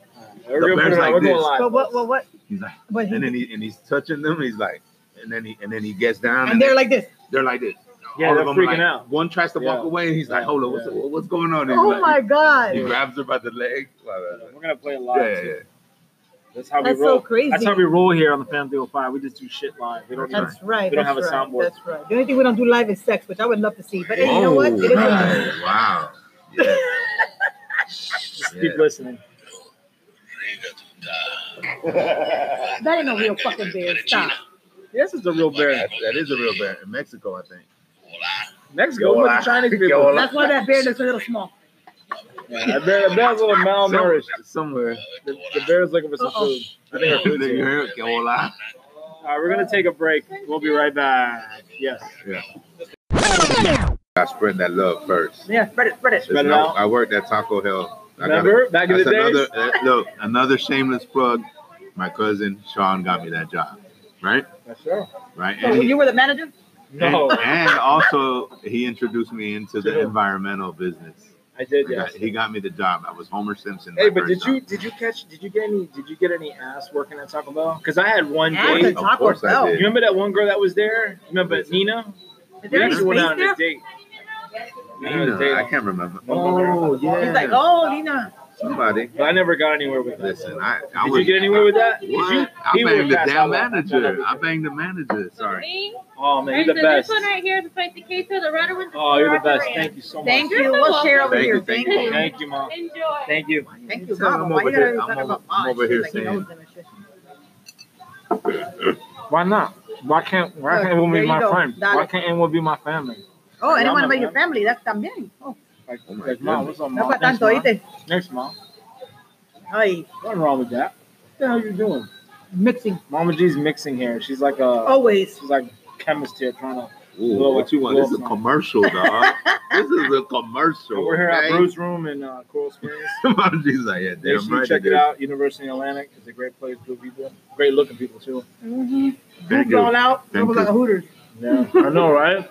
[SPEAKER 2] We're
[SPEAKER 4] the
[SPEAKER 2] gonna put
[SPEAKER 4] bear's
[SPEAKER 2] it on.
[SPEAKER 4] like
[SPEAKER 2] We're going
[SPEAKER 4] this.
[SPEAKER 2] live.
[SPEAKER 3] But what, what, what?
[SPEAKER 4] He's like,
[SPEAKER 3] But he,
[SPEAKER 4] and then he and he's touching them. He's like, and then he and then he gets down,
[SPEAKER 3] and they're like this.
[SPEAKER 4] they're like this.
[SPEAKER 2] Yeah,
[SPEAKER 4] All of
[SPEAKER 2] they're
[SPEAKER 4] them,
[SPEAKER 2] freaking
[SPEAKER 4] like,
[SPEAKER 2] out.
[SPEAKER 4] One tries to walk
[SPEAKER 2] Yeah.
[SPEAKER 4] away, and he's like, "Hold on, what's,
[SPEAKER 2] Yeah.
[SPEAKER 4] what's going on?" He's
[SPEAKER 3] Oh
[SPEAKER 4] like-
[SPEAKER 3] my
[SPEAKER 4] He
[SPEAKER 3] God.
[SPEAKER 4] grabs her by the leg. Blah, blah, blah.
[SPEAKER 2] We're gonna play live.
[SPEAKER 4] Yeah, yeah, yeah.
[SPEAKER 2] too. That's how
[SPEAKER 3] That's
[SPEAKER 2] we roll.
[SPEAKER 3] so crazy.
[SPEAKER 2] That's how we roll here on the Fan 05. We just do shit live. We don't even
[SPEAKER 3] That's right.
[SPEAKER 2] We don't
[SPEAKER 3] that's
[SPEAKER 2] have a
[SPEAKER 3] right,
[SPEAKER 2] soundboard.
[SPEAKER 3] That's right. The only thing we don't do live is sex, which I would love to see. But hey, you know
[SPEAKER 4] Oh,
[SPEAKER 3] what? It is what it is.
[SPEAKER 4] right. Wow. Yeah.
[SPEAKER 2] just
[SPEAKER 4] Yeah.
[SPEAKER 2] keep listening.
[SPEAKER 3] That ain't no real fucking bear. Stop.
[SPEAKER 2] Yes, it's a real bear.
[SPEAKER 4] That- that is a real bear in Mexico, I think.
[SPEAKER 2] Mexico,
[SPEAKER 4] Yo,
[SPEAKER 2] what
[SPEAKER 4] la-
[SPEAKER 2] the
[SPEAKER 4] [laughs]
[SPEAKER 2] Chinese
[SPEAKER 4] yo,
[SPEAKER 2] people?
[SPEAKER 4] la-
[SPEAKER 3] That's why that bear looks a little small.
[SPEAKER 2] Yeah, the bear, the bear's a little malnourished.
[SPEAKER 4] Somewhere.
[SPEAKER 2] The, the bear's looking for some
[SPEAKER 3] Uh-oh.
[SPEAKER 2] food. I think our
[SPEAKER 4] You
[SPEAKER 2] food's here.
[SPEAKER 4] heard que hola.
[SPEAKER 2] All right, we're gonna take a break. We'll be right back. Yes.
[SPEAKER 4] I spread that love first.
[SPEAKER 3] Yeah, spread it, spread it.
[SPEAKER 2] Spread it
[SPEAKER 4] No,
[SPEAKER 2] out.
[SPEAKER 4] I worked at Taco Hell. I got
[SPEAKER 2] Remember back in the
[SPEAKER 4] that's
[SPEAKER 2] day?
[SPEAKER 4] another, uh, look, another shameless plug. My cousin Sean got me that job, right?
[SPEAKER 2] Sure.
[SPEAKER 4] Right,
[SPEAKER 3] So
[SPEAKER 2] Oh,
[SPEAKER 4] and, he,
[SPEAKER 3] you were the manager?
[SPEAKER 2] No,
[SPEAKER 4] and, and also he introduced me into the
[SPEAKER 2] Sure.
[SPEAKER 4] environmental business.
[SPEAKER 2] I did.
[SPEAKER 4] I got-
[SPEAKER 2] Yes.
[SPEAKER 4] he got me the job. I was Homer Simpson. my
[SPEAKER 2] Hey, but
[SPEAKER 4] first
[SPEAKER 2] did you
[SPEAKER 4] job.
[SPEAKER 2] did you catch did you get any did you get any ass working at Taco Bell? Because I had one
[SPEAKER 3] Ass
[SPEAKER 2] date.
[SPEAKER 3] at
[SPEAKER 4] Of
[SPEAKER 3] Taco
[SPEAKER 4] course I
[SPEAKER 3] Bell.
[SPEAKER 4] did.
[SPEAKER 2] You remember that one girl that was there? You remember Nina?
[SPEAKER 3] Is
[SPEAKER 2] We
[SPEAKER 3] there any
[SPEAKER 2] actually went
[SPEAKER 3] space
[SPEAKER 2] out on
[SPEAKER 3] there?
[SPEAKER 2] a date. We went on a
[SPEAKER 4] Nina,
[SPEAKER 2] date.
[SPEAKER 4] I can't remember.
[SPEAKER 2] Oh, yeah.
[SPEAKER 3] He's like, oh, Nina.
[SPEAKER 4] Somebody.
[SPEAKER 2] But I never got anywhere with that.
[SPEAKER 4] Listen, I, I
[SPEAKER 2] Did you
[SPEAKER 4] was-
[SPEAKER 2] get anywhere
[SPEAKER 4] [laughs]
[SPEAKER 2] with that? Did
[SPEAKER 4] What?
[SPEAKER 2] you?
[SPEAKER 4] I
[SPEAKER 2] he
[SPEAKER 4] banged
[SPEAKER 2] would
[SPEAKER 4] the
[SPEAKER 2] pass
[SPEAKER 4] damn
[SPEAKER 2] out.
[SPEAKER 4] manager. I banged the manager. Sorry.
[SPEAKER 5] Me?
[SPEAKER 2] Oh man,
[SPEAKER 5] There's
[SPEAKER 2] you're the best.
[SPEAKER 5] This one right here, the spicy queso, the red one.
[SPEAKER 2] Oh, you're the best.
[SPEAKER 5] Restaurant.
[SPEAKER 2] Thank you so much.
[SPEAKER 3] Thank you. We'll share over
[SPEAKER 4] Thank
[SPEAKER 3] here.
[SPEAKER 4] you, thank
[SPEAKER 3] Thank
[SPEAKER 4] you.
[SPEAKER 3] you.
[SPEAKER 2] Thank you, mom.
[SPEAKER 5] Enjoy.
[SPEAKER 2] Tell you.
[SPEAKER 3] Thank you,
[SPEAKER 4] Tell him
[SPEAKER 3] Bob.
[SPEAKER 4] I'm
[SPEAKER 3] Why
[SPEAKER 4] over
[SPEAKER 3] you gotta
[SPEAKER 4] here-
[SPEAKER 3] always
[SPEAKER 4] I'm
[SPEAKER 3] talk
[SPEAKER 4] over-
[SPEAKER 3] about
[SPEAKER 4] I'm
[SPEAKER 3] mine?
[SPEAKER 4] over here
[SPEAKER 3] Like he
[SPEAKER 4] saying-
[SPEAKER 3] knows them and shit.
[SPEAKER 2] Why not? Why can't Why
[SPEAKER 3] Look,
[SPEAKER 2] can't anyone
[SPEAKER 3] there
[SPEAKER 2] be
[SPEAKER 3] you
[SPEAKER 2] my
[SPEAKER 3] go.
[SPEAKER 2] friend?
[SPEAKER 3] Dale.
[SPEAKER 2] Why can't anyone be my family?
[SPEAKER 3] Oh, anyone
[SPEAKER 2] I'm
[SPEAKER 3] about your
[SPEAKER 2] a-
[SPEAKER 3] family? That's también. Oh,
[SPEAKER 2] Like,
[SPEAKER 4] Oh, my
[SPEAKER 2] like mom, what's up,
[SPEAKER 3] no
[SPEAKER 2] mom?
[SPEAKER 3] para
[SPEAKER 2] Thanks,
[SPEAKER 3] tanto,
[SPEAKER 2] mom.
[SPEAKER 3] oíste.
[SPEAKER 2] Next, mom.
[SPEAKER 3] Ay,
[SPEAKER 2] Nothing wrong with that. What the hell you doing?
[SPEAKER 3] mixing
[SPEAKER 2] Mama G's mixing here. She's like a.
[SPEAKER 3] always.
[SPEAKER 2] She's like chemist here, trying to.
[SPEAKER 4] Ooh,
[SPEAKER 2] Well,
[SPEAKER 4] what you want? This is a
[SPEAKER 2] well,
[SPEAKER 4] commercial,
[SPEAKER 2] [laughs]
[SPEAKER 4] dog. this is a commercial.
[SPEAKER 2] We're here at
[SPEAKER 4] okay?
[SPEAKER 2] Bruce Room in uh, Coral Springs.
[SPEAKER 4] [laughs] Somebody's like, yeah,
[SPEAKER 2] Make
[SPEAKER 4] damn
[SPEAKER 2] sure you
[SPEAKER 4] right.
[SPEAKER 2] check
[SPEAKER 4] it
[SPEAKER 2] it
[SPEAKER 4] is.
[SPEAKER 2] out. University of Atlantic is a great place. Good people, great looking people too.
[SPEAKER 4] Thank
[SPEAKER 3] Boobs
[SPEAKER 4] you.
[SPEAKER 3] all out. It
[SPEAKER 4] Thank
[SPEAKER 3] was like
[SPEAKER 4] you.
[SPEAKER 3] a Hooters.
[SPEAKER 2] Yeah, I know, right?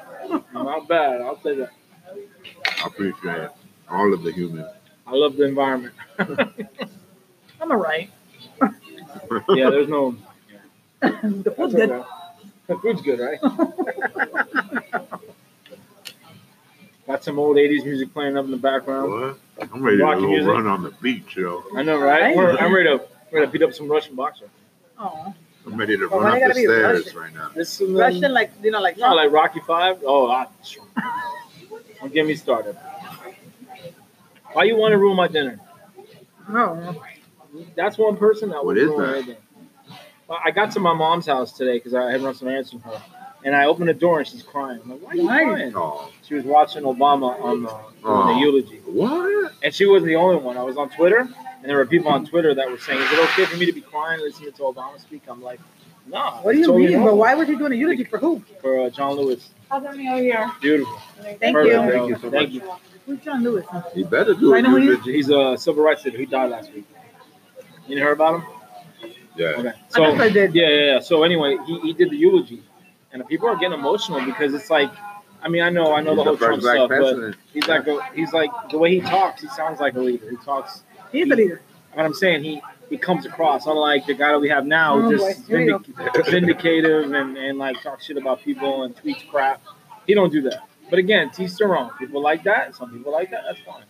[SPEAKER 2] [laughs] Not bad. I'll say that.
[SPEAKER 4] I appreciate it. all of the [laughs] human.
[SPEAKER 2] I love the environment.
[SPEAKER 3] I'm all right.
[SPEAKER 2] Yeah, there's no.
[SPEAKER 3] [laughs] The
[SPEAKER 2] That's
[SPEAKER 3] food's good.
[SPEAKER 2] okay. The food's good, right? [laughs] Got some old '80s music playing up in the background.
[SPEAKER 4] What? I'm ready to
[SPEAKER 2] Rocky
[SPEAKER 4] go
[SPEAKER 2] music.
[SPEAKER 4] run on the beach, yo.
[SPEAKER 2] I know, right?
[SPEAKER 3] Right.
[SPEAKER 2] We're, I'm ready to, ready to beat up some Russian boxer.
[SPEAKER 3] Oh,
[SPEAKER 4] I'm ready to
[SPEAKER 3] Well,
[SPEAKER 4] run
[SPEAKER 3] why they
[SPEAKER 4] up the
[SPEAKER 3] gotta be
[SPEAKER 4] stairs
[SPEAKER 3] Russian?
[SPEAKER 4] right now.
[SPEAKER 2] This is um,
[SPEAKER 3] Oh. Russian like you know like.
[SPEAKER 2] I like Rocky Five. Oh, I, don't get me started. Why you want to ruin my dinner?
[SPEAKER 3] Oh,
[SPEAKER 2] That's one person that
[SPEAKER 4] What
[SPEAKER 2] would
[SPEAKER 4] is
[SPEAKER 2] ruin
[SPEAKER 4] that?
[SPEAKER 2] everything. Well, I got to my mom's house today because I had run some errands from her, and I opened the door and she's crying. I'm like, "Why are you
[SPEAKER 3] Why?
[SPEAKER 2] crying?"
[SPEAKER 4] Oh,
[SPEAKER 2] She was watching Obama on the, on
[SPEAKER 4] Oh.
[SPEAKER 2] the eulogy,
[SPEAKER 4] what?
[SPEAKER 2] and she wasn't the only one. I was on Twitter, and there were people on Twitter that were saying, "Is it okay for me to be crying listening to Obama speak?" I'm like, Nah.
[SPEAKER 3] What do you
[SPEAKER 2] totally
[SPEAKER 3] mean?
[SPEAKER 2] wrong.
[SPEAKER 3] But why was he doing a eulogy for who?
[SPEAKER 2] For uh, John Lewis.
[SPEAKER 5] I'll bring me over here.
[SPEAKER 2] Beautiful.
[SPEAKER 3] Thank
[SPEAKER 2] Perfect,
[SPEAKER 3] you.
[SPEAKER 2] bro.
[SPEAKER 4] Thank you so
[SPEAKER 2] Thank
[SPEAKER 4] much.
[SPEAKER 2] you.
[SPEAKER 3] Who's John Lewis?
[SPEAKER 4] He better do
[SPEAKER 3] I
[SPEAKER 4] it.
[SPEAKER 3] know who you-
[SPEAKER 4] Eulogy.
[SPEAKER 2] He's a civil rights leader. He died last week. You didn't hear about him?
[SPEAKER 4] Yeah.
[SPEAKER 2] Okay.
[SPEAKER 3] I
[SPEAKER 2] So
[SPEAKER 3] guess I did.
[SPEAKER 2] Yeah, yeah, yeah. So anyway, he, he did the eulogy, and the people are getting emotional because it's like, I mean, I know, I know
[SPEAKER 4] He's
[SPEAKER 2] the whole
[SPEAKER 4] the first
[SPEAKER 2] Trump
[SPEAKER 4] black
[SPEAKER 2] stuff, but
[SPEAKER 4] president.
[SPEAKER 2] he's like, a, he's like the way he talks, he sounds like a leader. He talks,
[SPEAKER 3] He's the leader.
[SPEAKER 2] what I'm saying, he he comes across unlike the guy that we have now,
[SPEAKER 3] Oh, boy.
[SPEAKER 2] just
[SPEAKER 3] Here you
[SPEAKER 2] vindic- vindicative and and like talk shit about people and tweets crap. He don't do that. But again, teach their own. People like that. Some people like that. That's fine.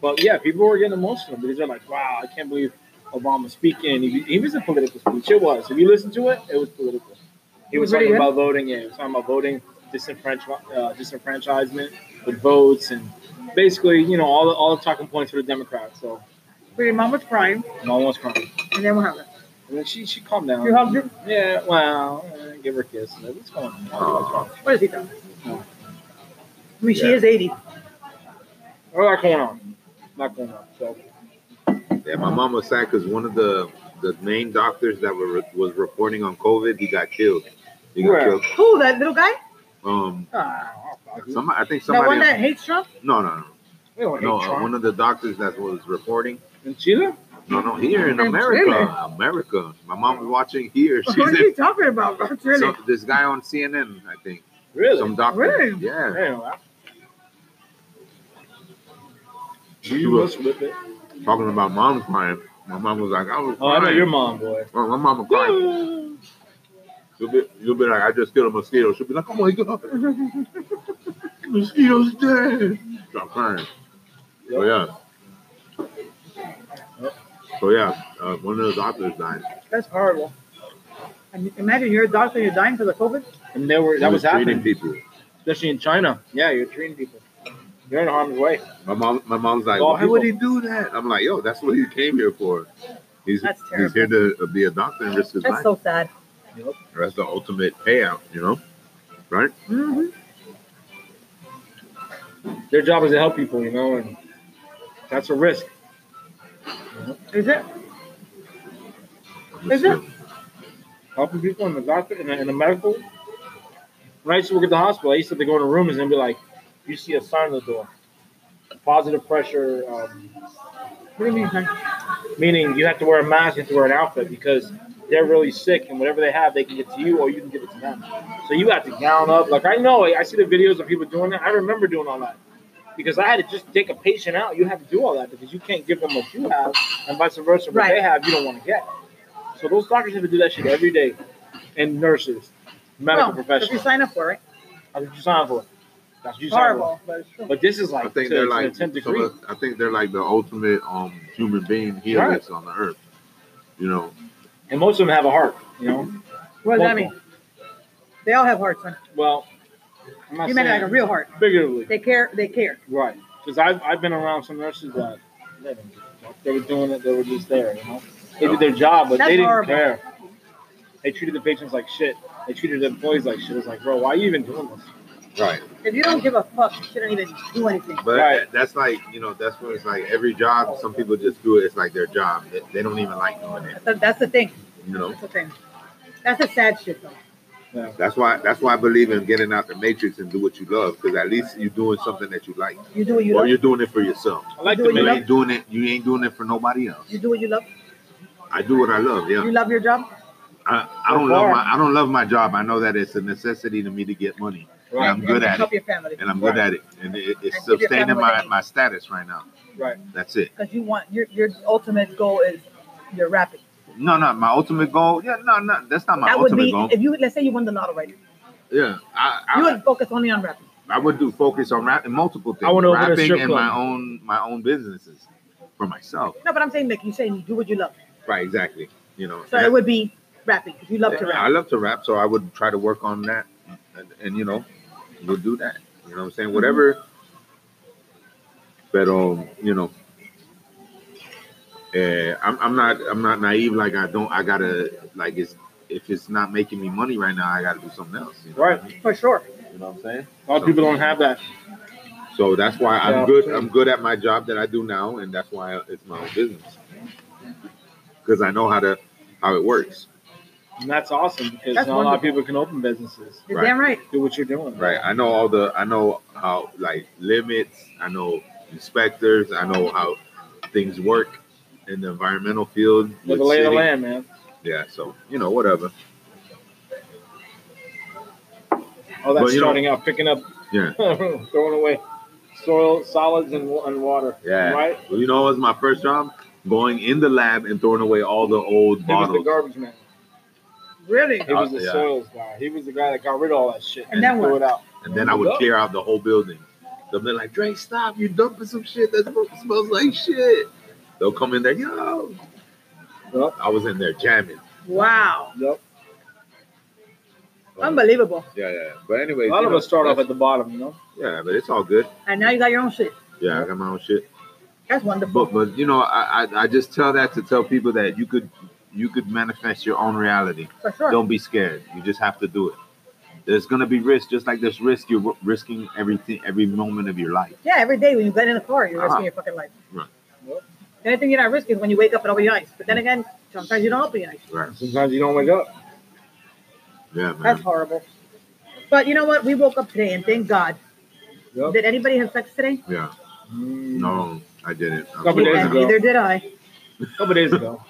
[SPEAKER 2] But yeah, people were getting emotional because they're like, wow, I can't believe Obama speaking. He, he was a political speech. It was. If you listen to it, it was political. He was
[SPEAKER 3] Really
[SPEAKER 2] talking
[SPEAKER 3] good?
[SPEAKER 2] about voting. Yeah, he was talking about voting disenfranch- uh, disenfranchisement with votes and basically, you know, all the, all the talking points for the Democrats. So
[SPEAKER 3] But your mom was crying,
[SPEAKER 2] no one was crying.
[SPEAKER 3] and then what happened?
[SPEAKER 2] And then she she calmed down.
[SPEAKER 3] You hugged her?
[SPEAKER 2] Yeah, well, eh, give her a kiss. Like, What's going on? What's
[SPEAKER 4] Oh,
[SPEAKER 2] wrong?
[SPEAKER 3] What is he done? I
[SPEAKER 2] No.
[SPEAKER 3] mean, she
[SPEAKER 4] Yeah.
[SPEAKER 3] is 80.
[SPEAKER 2] What's not going on? Not going on. So
[SPEAKER 4] Yeah, my mom was sad because one of the the main doctors that were was reporting on COVID, he got killed. He got
[SPEAKER 2] Where?
[SPEAKER 4] killed.
[SPEAKER 3] Who, that little guy?
[SPEAKER 4] Um,
[SPEAKER 3] Ah,
[SPEAKER 2] Mm-hmm.
[SPEAKER 4] some I think
[SPEAKER 3] that
[SPEAKER 4] somebody.
[SPEAKER 3] one that hates Trump? [laughs]
[SPEAKER 4] no, no,
[SPEAKER 2] we don't
[SPEAKER 4] no,
[SPEAKER 2] hate
[SPEAKER 4] no. Uh,
[SPEAKER 2] Trump.
[SPEAKER 4] one of the doctors that was reporting.
[SPEAKER 2] In Chile?
[SPEAKER 4] No, no, here in
[SPEAKER 3] In
[SPEAKER 4] America,
[SPEAKER 3] Chile?
[SPEAKER 4] America. My mom was watching
[SPEAKER 3] [laughs]
[SPEAKER 4] here. She's
[SPEAKER 3] What are
[SPEAKER 4] in,
[SPEAKER 3] you talking about, bro? Really?
[SPEAKER 4] so, this guy on CNN, I think.
[SPEAKER 2] Really?
[SPEAKER 4] Some doctor.
[SPEAKER 3] Really?
[SPEAKER 4] Yeah.
[SPEAKER 2] Anyway,
[SPEAKER 4] She was talking about mom crying. My mom was like, I was
[SPEAKER 2] Oh, I know
[SPEAKER 4] crying.
[SPEAKER 2] your mom, boy.
[SPEAKER 4] Oh, my mama crying.
[SPEAKER 3] [gasps]
[SPEAKER 4] You'll be, you'll be like, I just killed a mosquito. She'll be like, oh my
[SPEAKER 3] [laughs]
[SPEAKER 4] god, mosquito's dead. Stop crying. So yeah. So yeah, uh, one of the doctors died.
[SPEAKER 3] That's horrible. And imagine you're a doctor and you're dying because of COVID.
[SPEAKER 2] And they were
[SPEAKER 4] He
[SPEAKER 2] that was
[SPEAKER 4] treating
[SPEAKER 2] happening,
[SPEAKER 4] people.
[SPEAKER 2] especially in China. Yeah, you're treating people. You're in harm's way.
[SPEAKER 4] My mom, my mom's like,
[SPEAKER 2] All
[SPEAKER 4] why would he do that? I'm like, yo, that's what he came here for. He's
[SPEAKER 3] That's
[SPEAKER 4] he's here to be a doctor and risk his
[SPEAKER 3] That's
[SPEAKER 4] life.
[SPEAKER 3] so sad.
[SPEAKER 4] that's the ultimate payout, you know, right?
[SPEAKER 3] hmm
[SPEAKER 2] Their job is to help people, you know, and that's a risk.
[SPEAKER 3] Is it? Is it?
[SPEAKER 2] helping people in the doctor in the, in the medical. When I used to work at the hospital, I used to have to go into rooms and be like, "You see a sign on the door, positive pressure, um,
[SPEAKER 3] What do you mean, huh?
[SPEAKER 2] meaning you have to wear a mask, you have to wear an outfit because they're really sick and whatever they have, they can get to you or you can give it to them. So you have to gown up. Like I know, I see the videos of people doing that. I remember doing all that because I had to just take a patient out. You have to do all that because you can't give them what you have, and vice versa. What
[SPEAKER 3] Right.
[SPEAKER 2] they have, you don't want to get. So those doctors have to do that shit every day, and nurses, medical
[SPEAKER 3] Well, If you
[SPEAKER 2] professionals.
[SPEAKER 3] sign up for it,
[SPEAKER 2] That's what you sign for. That's what you
[SPEAKER 3] it's
[SPEAKER 2] sign for.
[SPEAKER 3] horrible, but it's true.
[SPEAKER 2] But this is like
[SPEAKER 4] I think
[SPEAKER 2] to,
[SPEAKER 4] they're
[SPEAKER 2] to
[SPEAKER 4] like
[SPEAKER 2] the
[SPEAKER 4] some
[SPEAKER 2] 10th degree.
[SPEAKER 4] of- I think they're like the ultimate um human being here
[SPEAKER 2] Right.
[SPEAKER 4] on the earth. You know,
[SPEAKER 2] and most of them have a heart, you know.
[SPEAKER 3] What does that
[SPEAKER 2] Vocal.
[SPEAKER 3] mean? They all have hearts, son.
[SPEAKER 2] Well, I'm not
[SPEAKER 3] You meant
[SPEAKER 2] saying
[SPEAKER 3] like a real heart.
[SPEAKER 2] figuratively.
[SPEAKER 3] They care. They care.
[SPEAKER 2] Right. Because I've, I've been around some nurses that they, didn't give a fuck. They were doing it, they were just there, you know. They did their job, but
[SPEAKER 3] That's
[SPEAKER 2] they didn't
[SPEAKER 3] horrible.
[SPEAKER 2] care. They treated the patients like shit. They treated the employees like shit. It's like, bro, why are you even doing this?
[SPEAKER 4] right?
[SPEAKER 3] If you don't give a fuck, you shouldn't even do anything.
[SPEAKER 4] But
[SPEAKER 2] Right.
[SPEAKER 4] that's like you know that's what it's like. Every job, some people just do it. It's like their job. They, they don't even like doing it.
[SPEAKER 3] That's, that's the thing.
[SPEAKER 4] You know,
[SPEAKER 3] That's the thing. That's the sad shit, though.
[SPEAKER 4] that's why that's why I believe in getting out the matrix and do what you love because at least you're doing something that you like,
[SPEAKER 3] You do what you
[SPEAKER 4] or
[SPEAKER 3] love.
[SPEAKER 4] you're doing it for yourself.
[SPEAKER 2] I like
[SPEAKER 3] Do
[SPEAKER 2] the
[SPEAKER 3] what you
[SPEAKER 4] You
[SPEAKER 2] man.
[SPEAKER 4] ain't doing it. You ain't doing it for nobody else.
[SPEAKER 3] You do what you love.
[SPEAKER 4] I do what I love. Yeah,
[SPEAKER 3] You love your job.
[SPEAKER 4] I, I don't love my I don't love my job. I know that it's a necessity to me to get money.
[SPEAKER 2] Right.
[SPEAKER 4] I'm good
[SPEAKER 3] and
[SPEAKER 4] at it.
[SPEAKER 3] help your family
[SPEAKER 4] and I'm good
[SPEAKER 2] Right.
[SPEAKER 4] at it, and it, it's
[SPEAKER 3] And give your
[SPEAKER 4] sustaining
[SPEAKER 3] family
[SPEAKER 4] my,
[SPEAKER 3] money.
[SPEAKER 4] my status right now.
[SPEAKER 2] Right.
[SPEAKER 4] That's it.
[SPEAKER 3] because you want your your ultimate goal is your rapping.
[SPEAKER 4] No, no, my ultimate goal. Yeah, no, no, that's not my
[SPEAKER 3] that would
[SPEAKER 4] ultimate
[SPEAKER 3] be
[SPEAKER 4] goal.
[SPEAKER 3] if you let's say you won the lotto right. now.
[SPEAKER 4] yeah, I, I,
[SPEAKER 3] You would focus only on rapping.
[SPEAKER 4] I would do focus on rap and multiple things.
[SPEAKER 2] I wanna open a
[SPEAKER 4] rapping
[SPEAKER 2] strip
[SPEAKER 4] and
[SPEAKER 2] club.
[SPEAKER 4] my own my own businesses for myself.
[SPEAKER 3] No, but I'm saying like you saying do what you love.
[SPEAKER 4] Right, exactly. You know,
[SPEAKER 3] So
[SPEAKER 4] and
[SPEAKER 3] it would be rapping. If you love to
[SPEAKER 4] I, I
[SPEAKER 3] rap.
[SPEAKER 4] love to rap, so I would try to work on that, and, and you know, we'll do that. You know what I'm
[SPEAKER 3] Mm-hmm.
[SPEAKER 4] saying? Whatever. But um, you know, eh, I'm I'm not I'm not naive. Like I don't I gotta like it's if it's not making me money right now, I gotta do something else. You know?
[SPEAKER 2] Right.
[SPEAKER 3] For sure.
[SPEAKER 4] You know what I'm saying?
[SPEAKER 2] A lot of people don't have that.
[SPEAKER 4] So that's why
[SPEAKER 2] Yeah.
[SPEAKER 4] I'm good. I'm good at my job that I do now, and that's why it's my own business because I know how to how it works.
[SPEAKER 2] And that's awesome because
[SPEAKER 3] That's
[SPEAKER 2] not a lot of
[SPEAKER 3] wonderful.
[SPEAKER 2] people can open businesses.
[SPEAKER 3] You're
[SPEAKER 4] Right.
[SPEAKER 3] damn right.
[SPEAKER 2] Do what you're doing.
[SPEAKER 4] Right. I know all the. I know how like limits. I know inspectors. I know how things work in the environmental field.
[SPEAKER 2] You're
[SPEAKER 4] with
[SPEAKER 2] the lay of the
[SPEAKER 4] city.
[SPEAKER 2] land, man.
[SPEAKER 4] Yeah. So you know whatever.
[SPEAKER 2] Oh, that's
[SPEAKER 4] But, you know-
[SPEAKER 2] starting out, picking up,
[SPEAKER 4] Yeah.
[SPEAKER 2] [laughs] throwing away soil, solids, and, wa- and water.
[SPEAKER 4] Yeah.
[SPEAKER 2] Right?
[SPEAKER 4] Well, you know, it was my first job going in the lab and throwing away all the old
[SPEAKER 2] He was the
[SPEAKER 4] bottles.
[SPEAKER 2] garbage man.
[SPEAKER 3] Really?
[SPEAKER 2] He was
[SPEAKER 4] Oh,
[SPEAKER 2] the
[SPEAKER 4] yeah.
[SPEAKER 2] soils guy. He was the guy that got rid of all that shit
[SPEAKER 3] And
[SPEAKER 2] and,
[SPEAKER 3] that
[SPEAKER 2] threw it
[SPEAKER 3] one.
[SPEAKER 2] out.
[SPEAKER 4] and then I would clear out the whole building. They'll be like, Dre, stop, you dumping some shit that sm- smells like shit. They'll come in there, yo.
[SPEAKER 2] Yup.
[SPEAKER 4] I was in there jamming.
[SPEAKER 3] Wow.
[SPEAKER 2] Yep.
[SPEAKER 3] Unbelievable.
[SPEAKER 4] Yeah, yeah. But anyway,
[SPEAKER 2] A lot
[SPEAKER 4] you
[SPEAKER 2] of
[SPEAKER 4] know,
[SPEAKER 2] us start off at
[SPEAKER 4] that's-
[SPEAKER 2] the bottom, you know?
[SPEAKER 4] Yeah, but it's all good.
[SPEAKER 3] And now you got your own shit.
[SPEAKER 4] Yeah, I got my own shit.
[SPEAKER 3] That's wonderful.
[SPEAKER 4] But but you know, I, I I just tell that to tell people that you could you could manifest your own reality.
[SPEAKER 3] For sure.
[SPEAKER 4] Don't be scared. You just have to do it. There's gonna be risk, just like there's risk. You're ri- risking everything, every moment of your life.
[SPEAKER 3] Yeah, every day when you get in the car, you're risking
[SPEAKER 4] Uh-huh.
[SPEAKER 3] your fucking life.
[SPEAKER 4] Right.
[SPEAKER 2] Yep.
[SPEAKER 3] The only thing you're not risking is when you wake up and open your eyes. But then again, sometimes you don't open your eyes.
[SPEAKER 4] Right.
[SPEAKER 2] Sometimes you don't wake up.
[SPEAKER 4] Yeah, man.
[SPEAKER 3] That's horrible. But you know what? We woke up today and thank God.
[SPEAKER 2] Yep.
[SPEAKER 3] Did anybody have sex today?
[SPEAKER 4] yeah.
[SPEAKER 2] Mm.
[SPEAKER 4] No, I didn't. I'm
[SPEAKER 2] Couple
[SPEAKER 4] sorry.
[SPEAKER 2] days
[SPEAKER 3] And
[SPEAKER 2] ago.
[SPEAKER 3] neither did I.
[SPEAKER 2] A couple days ago.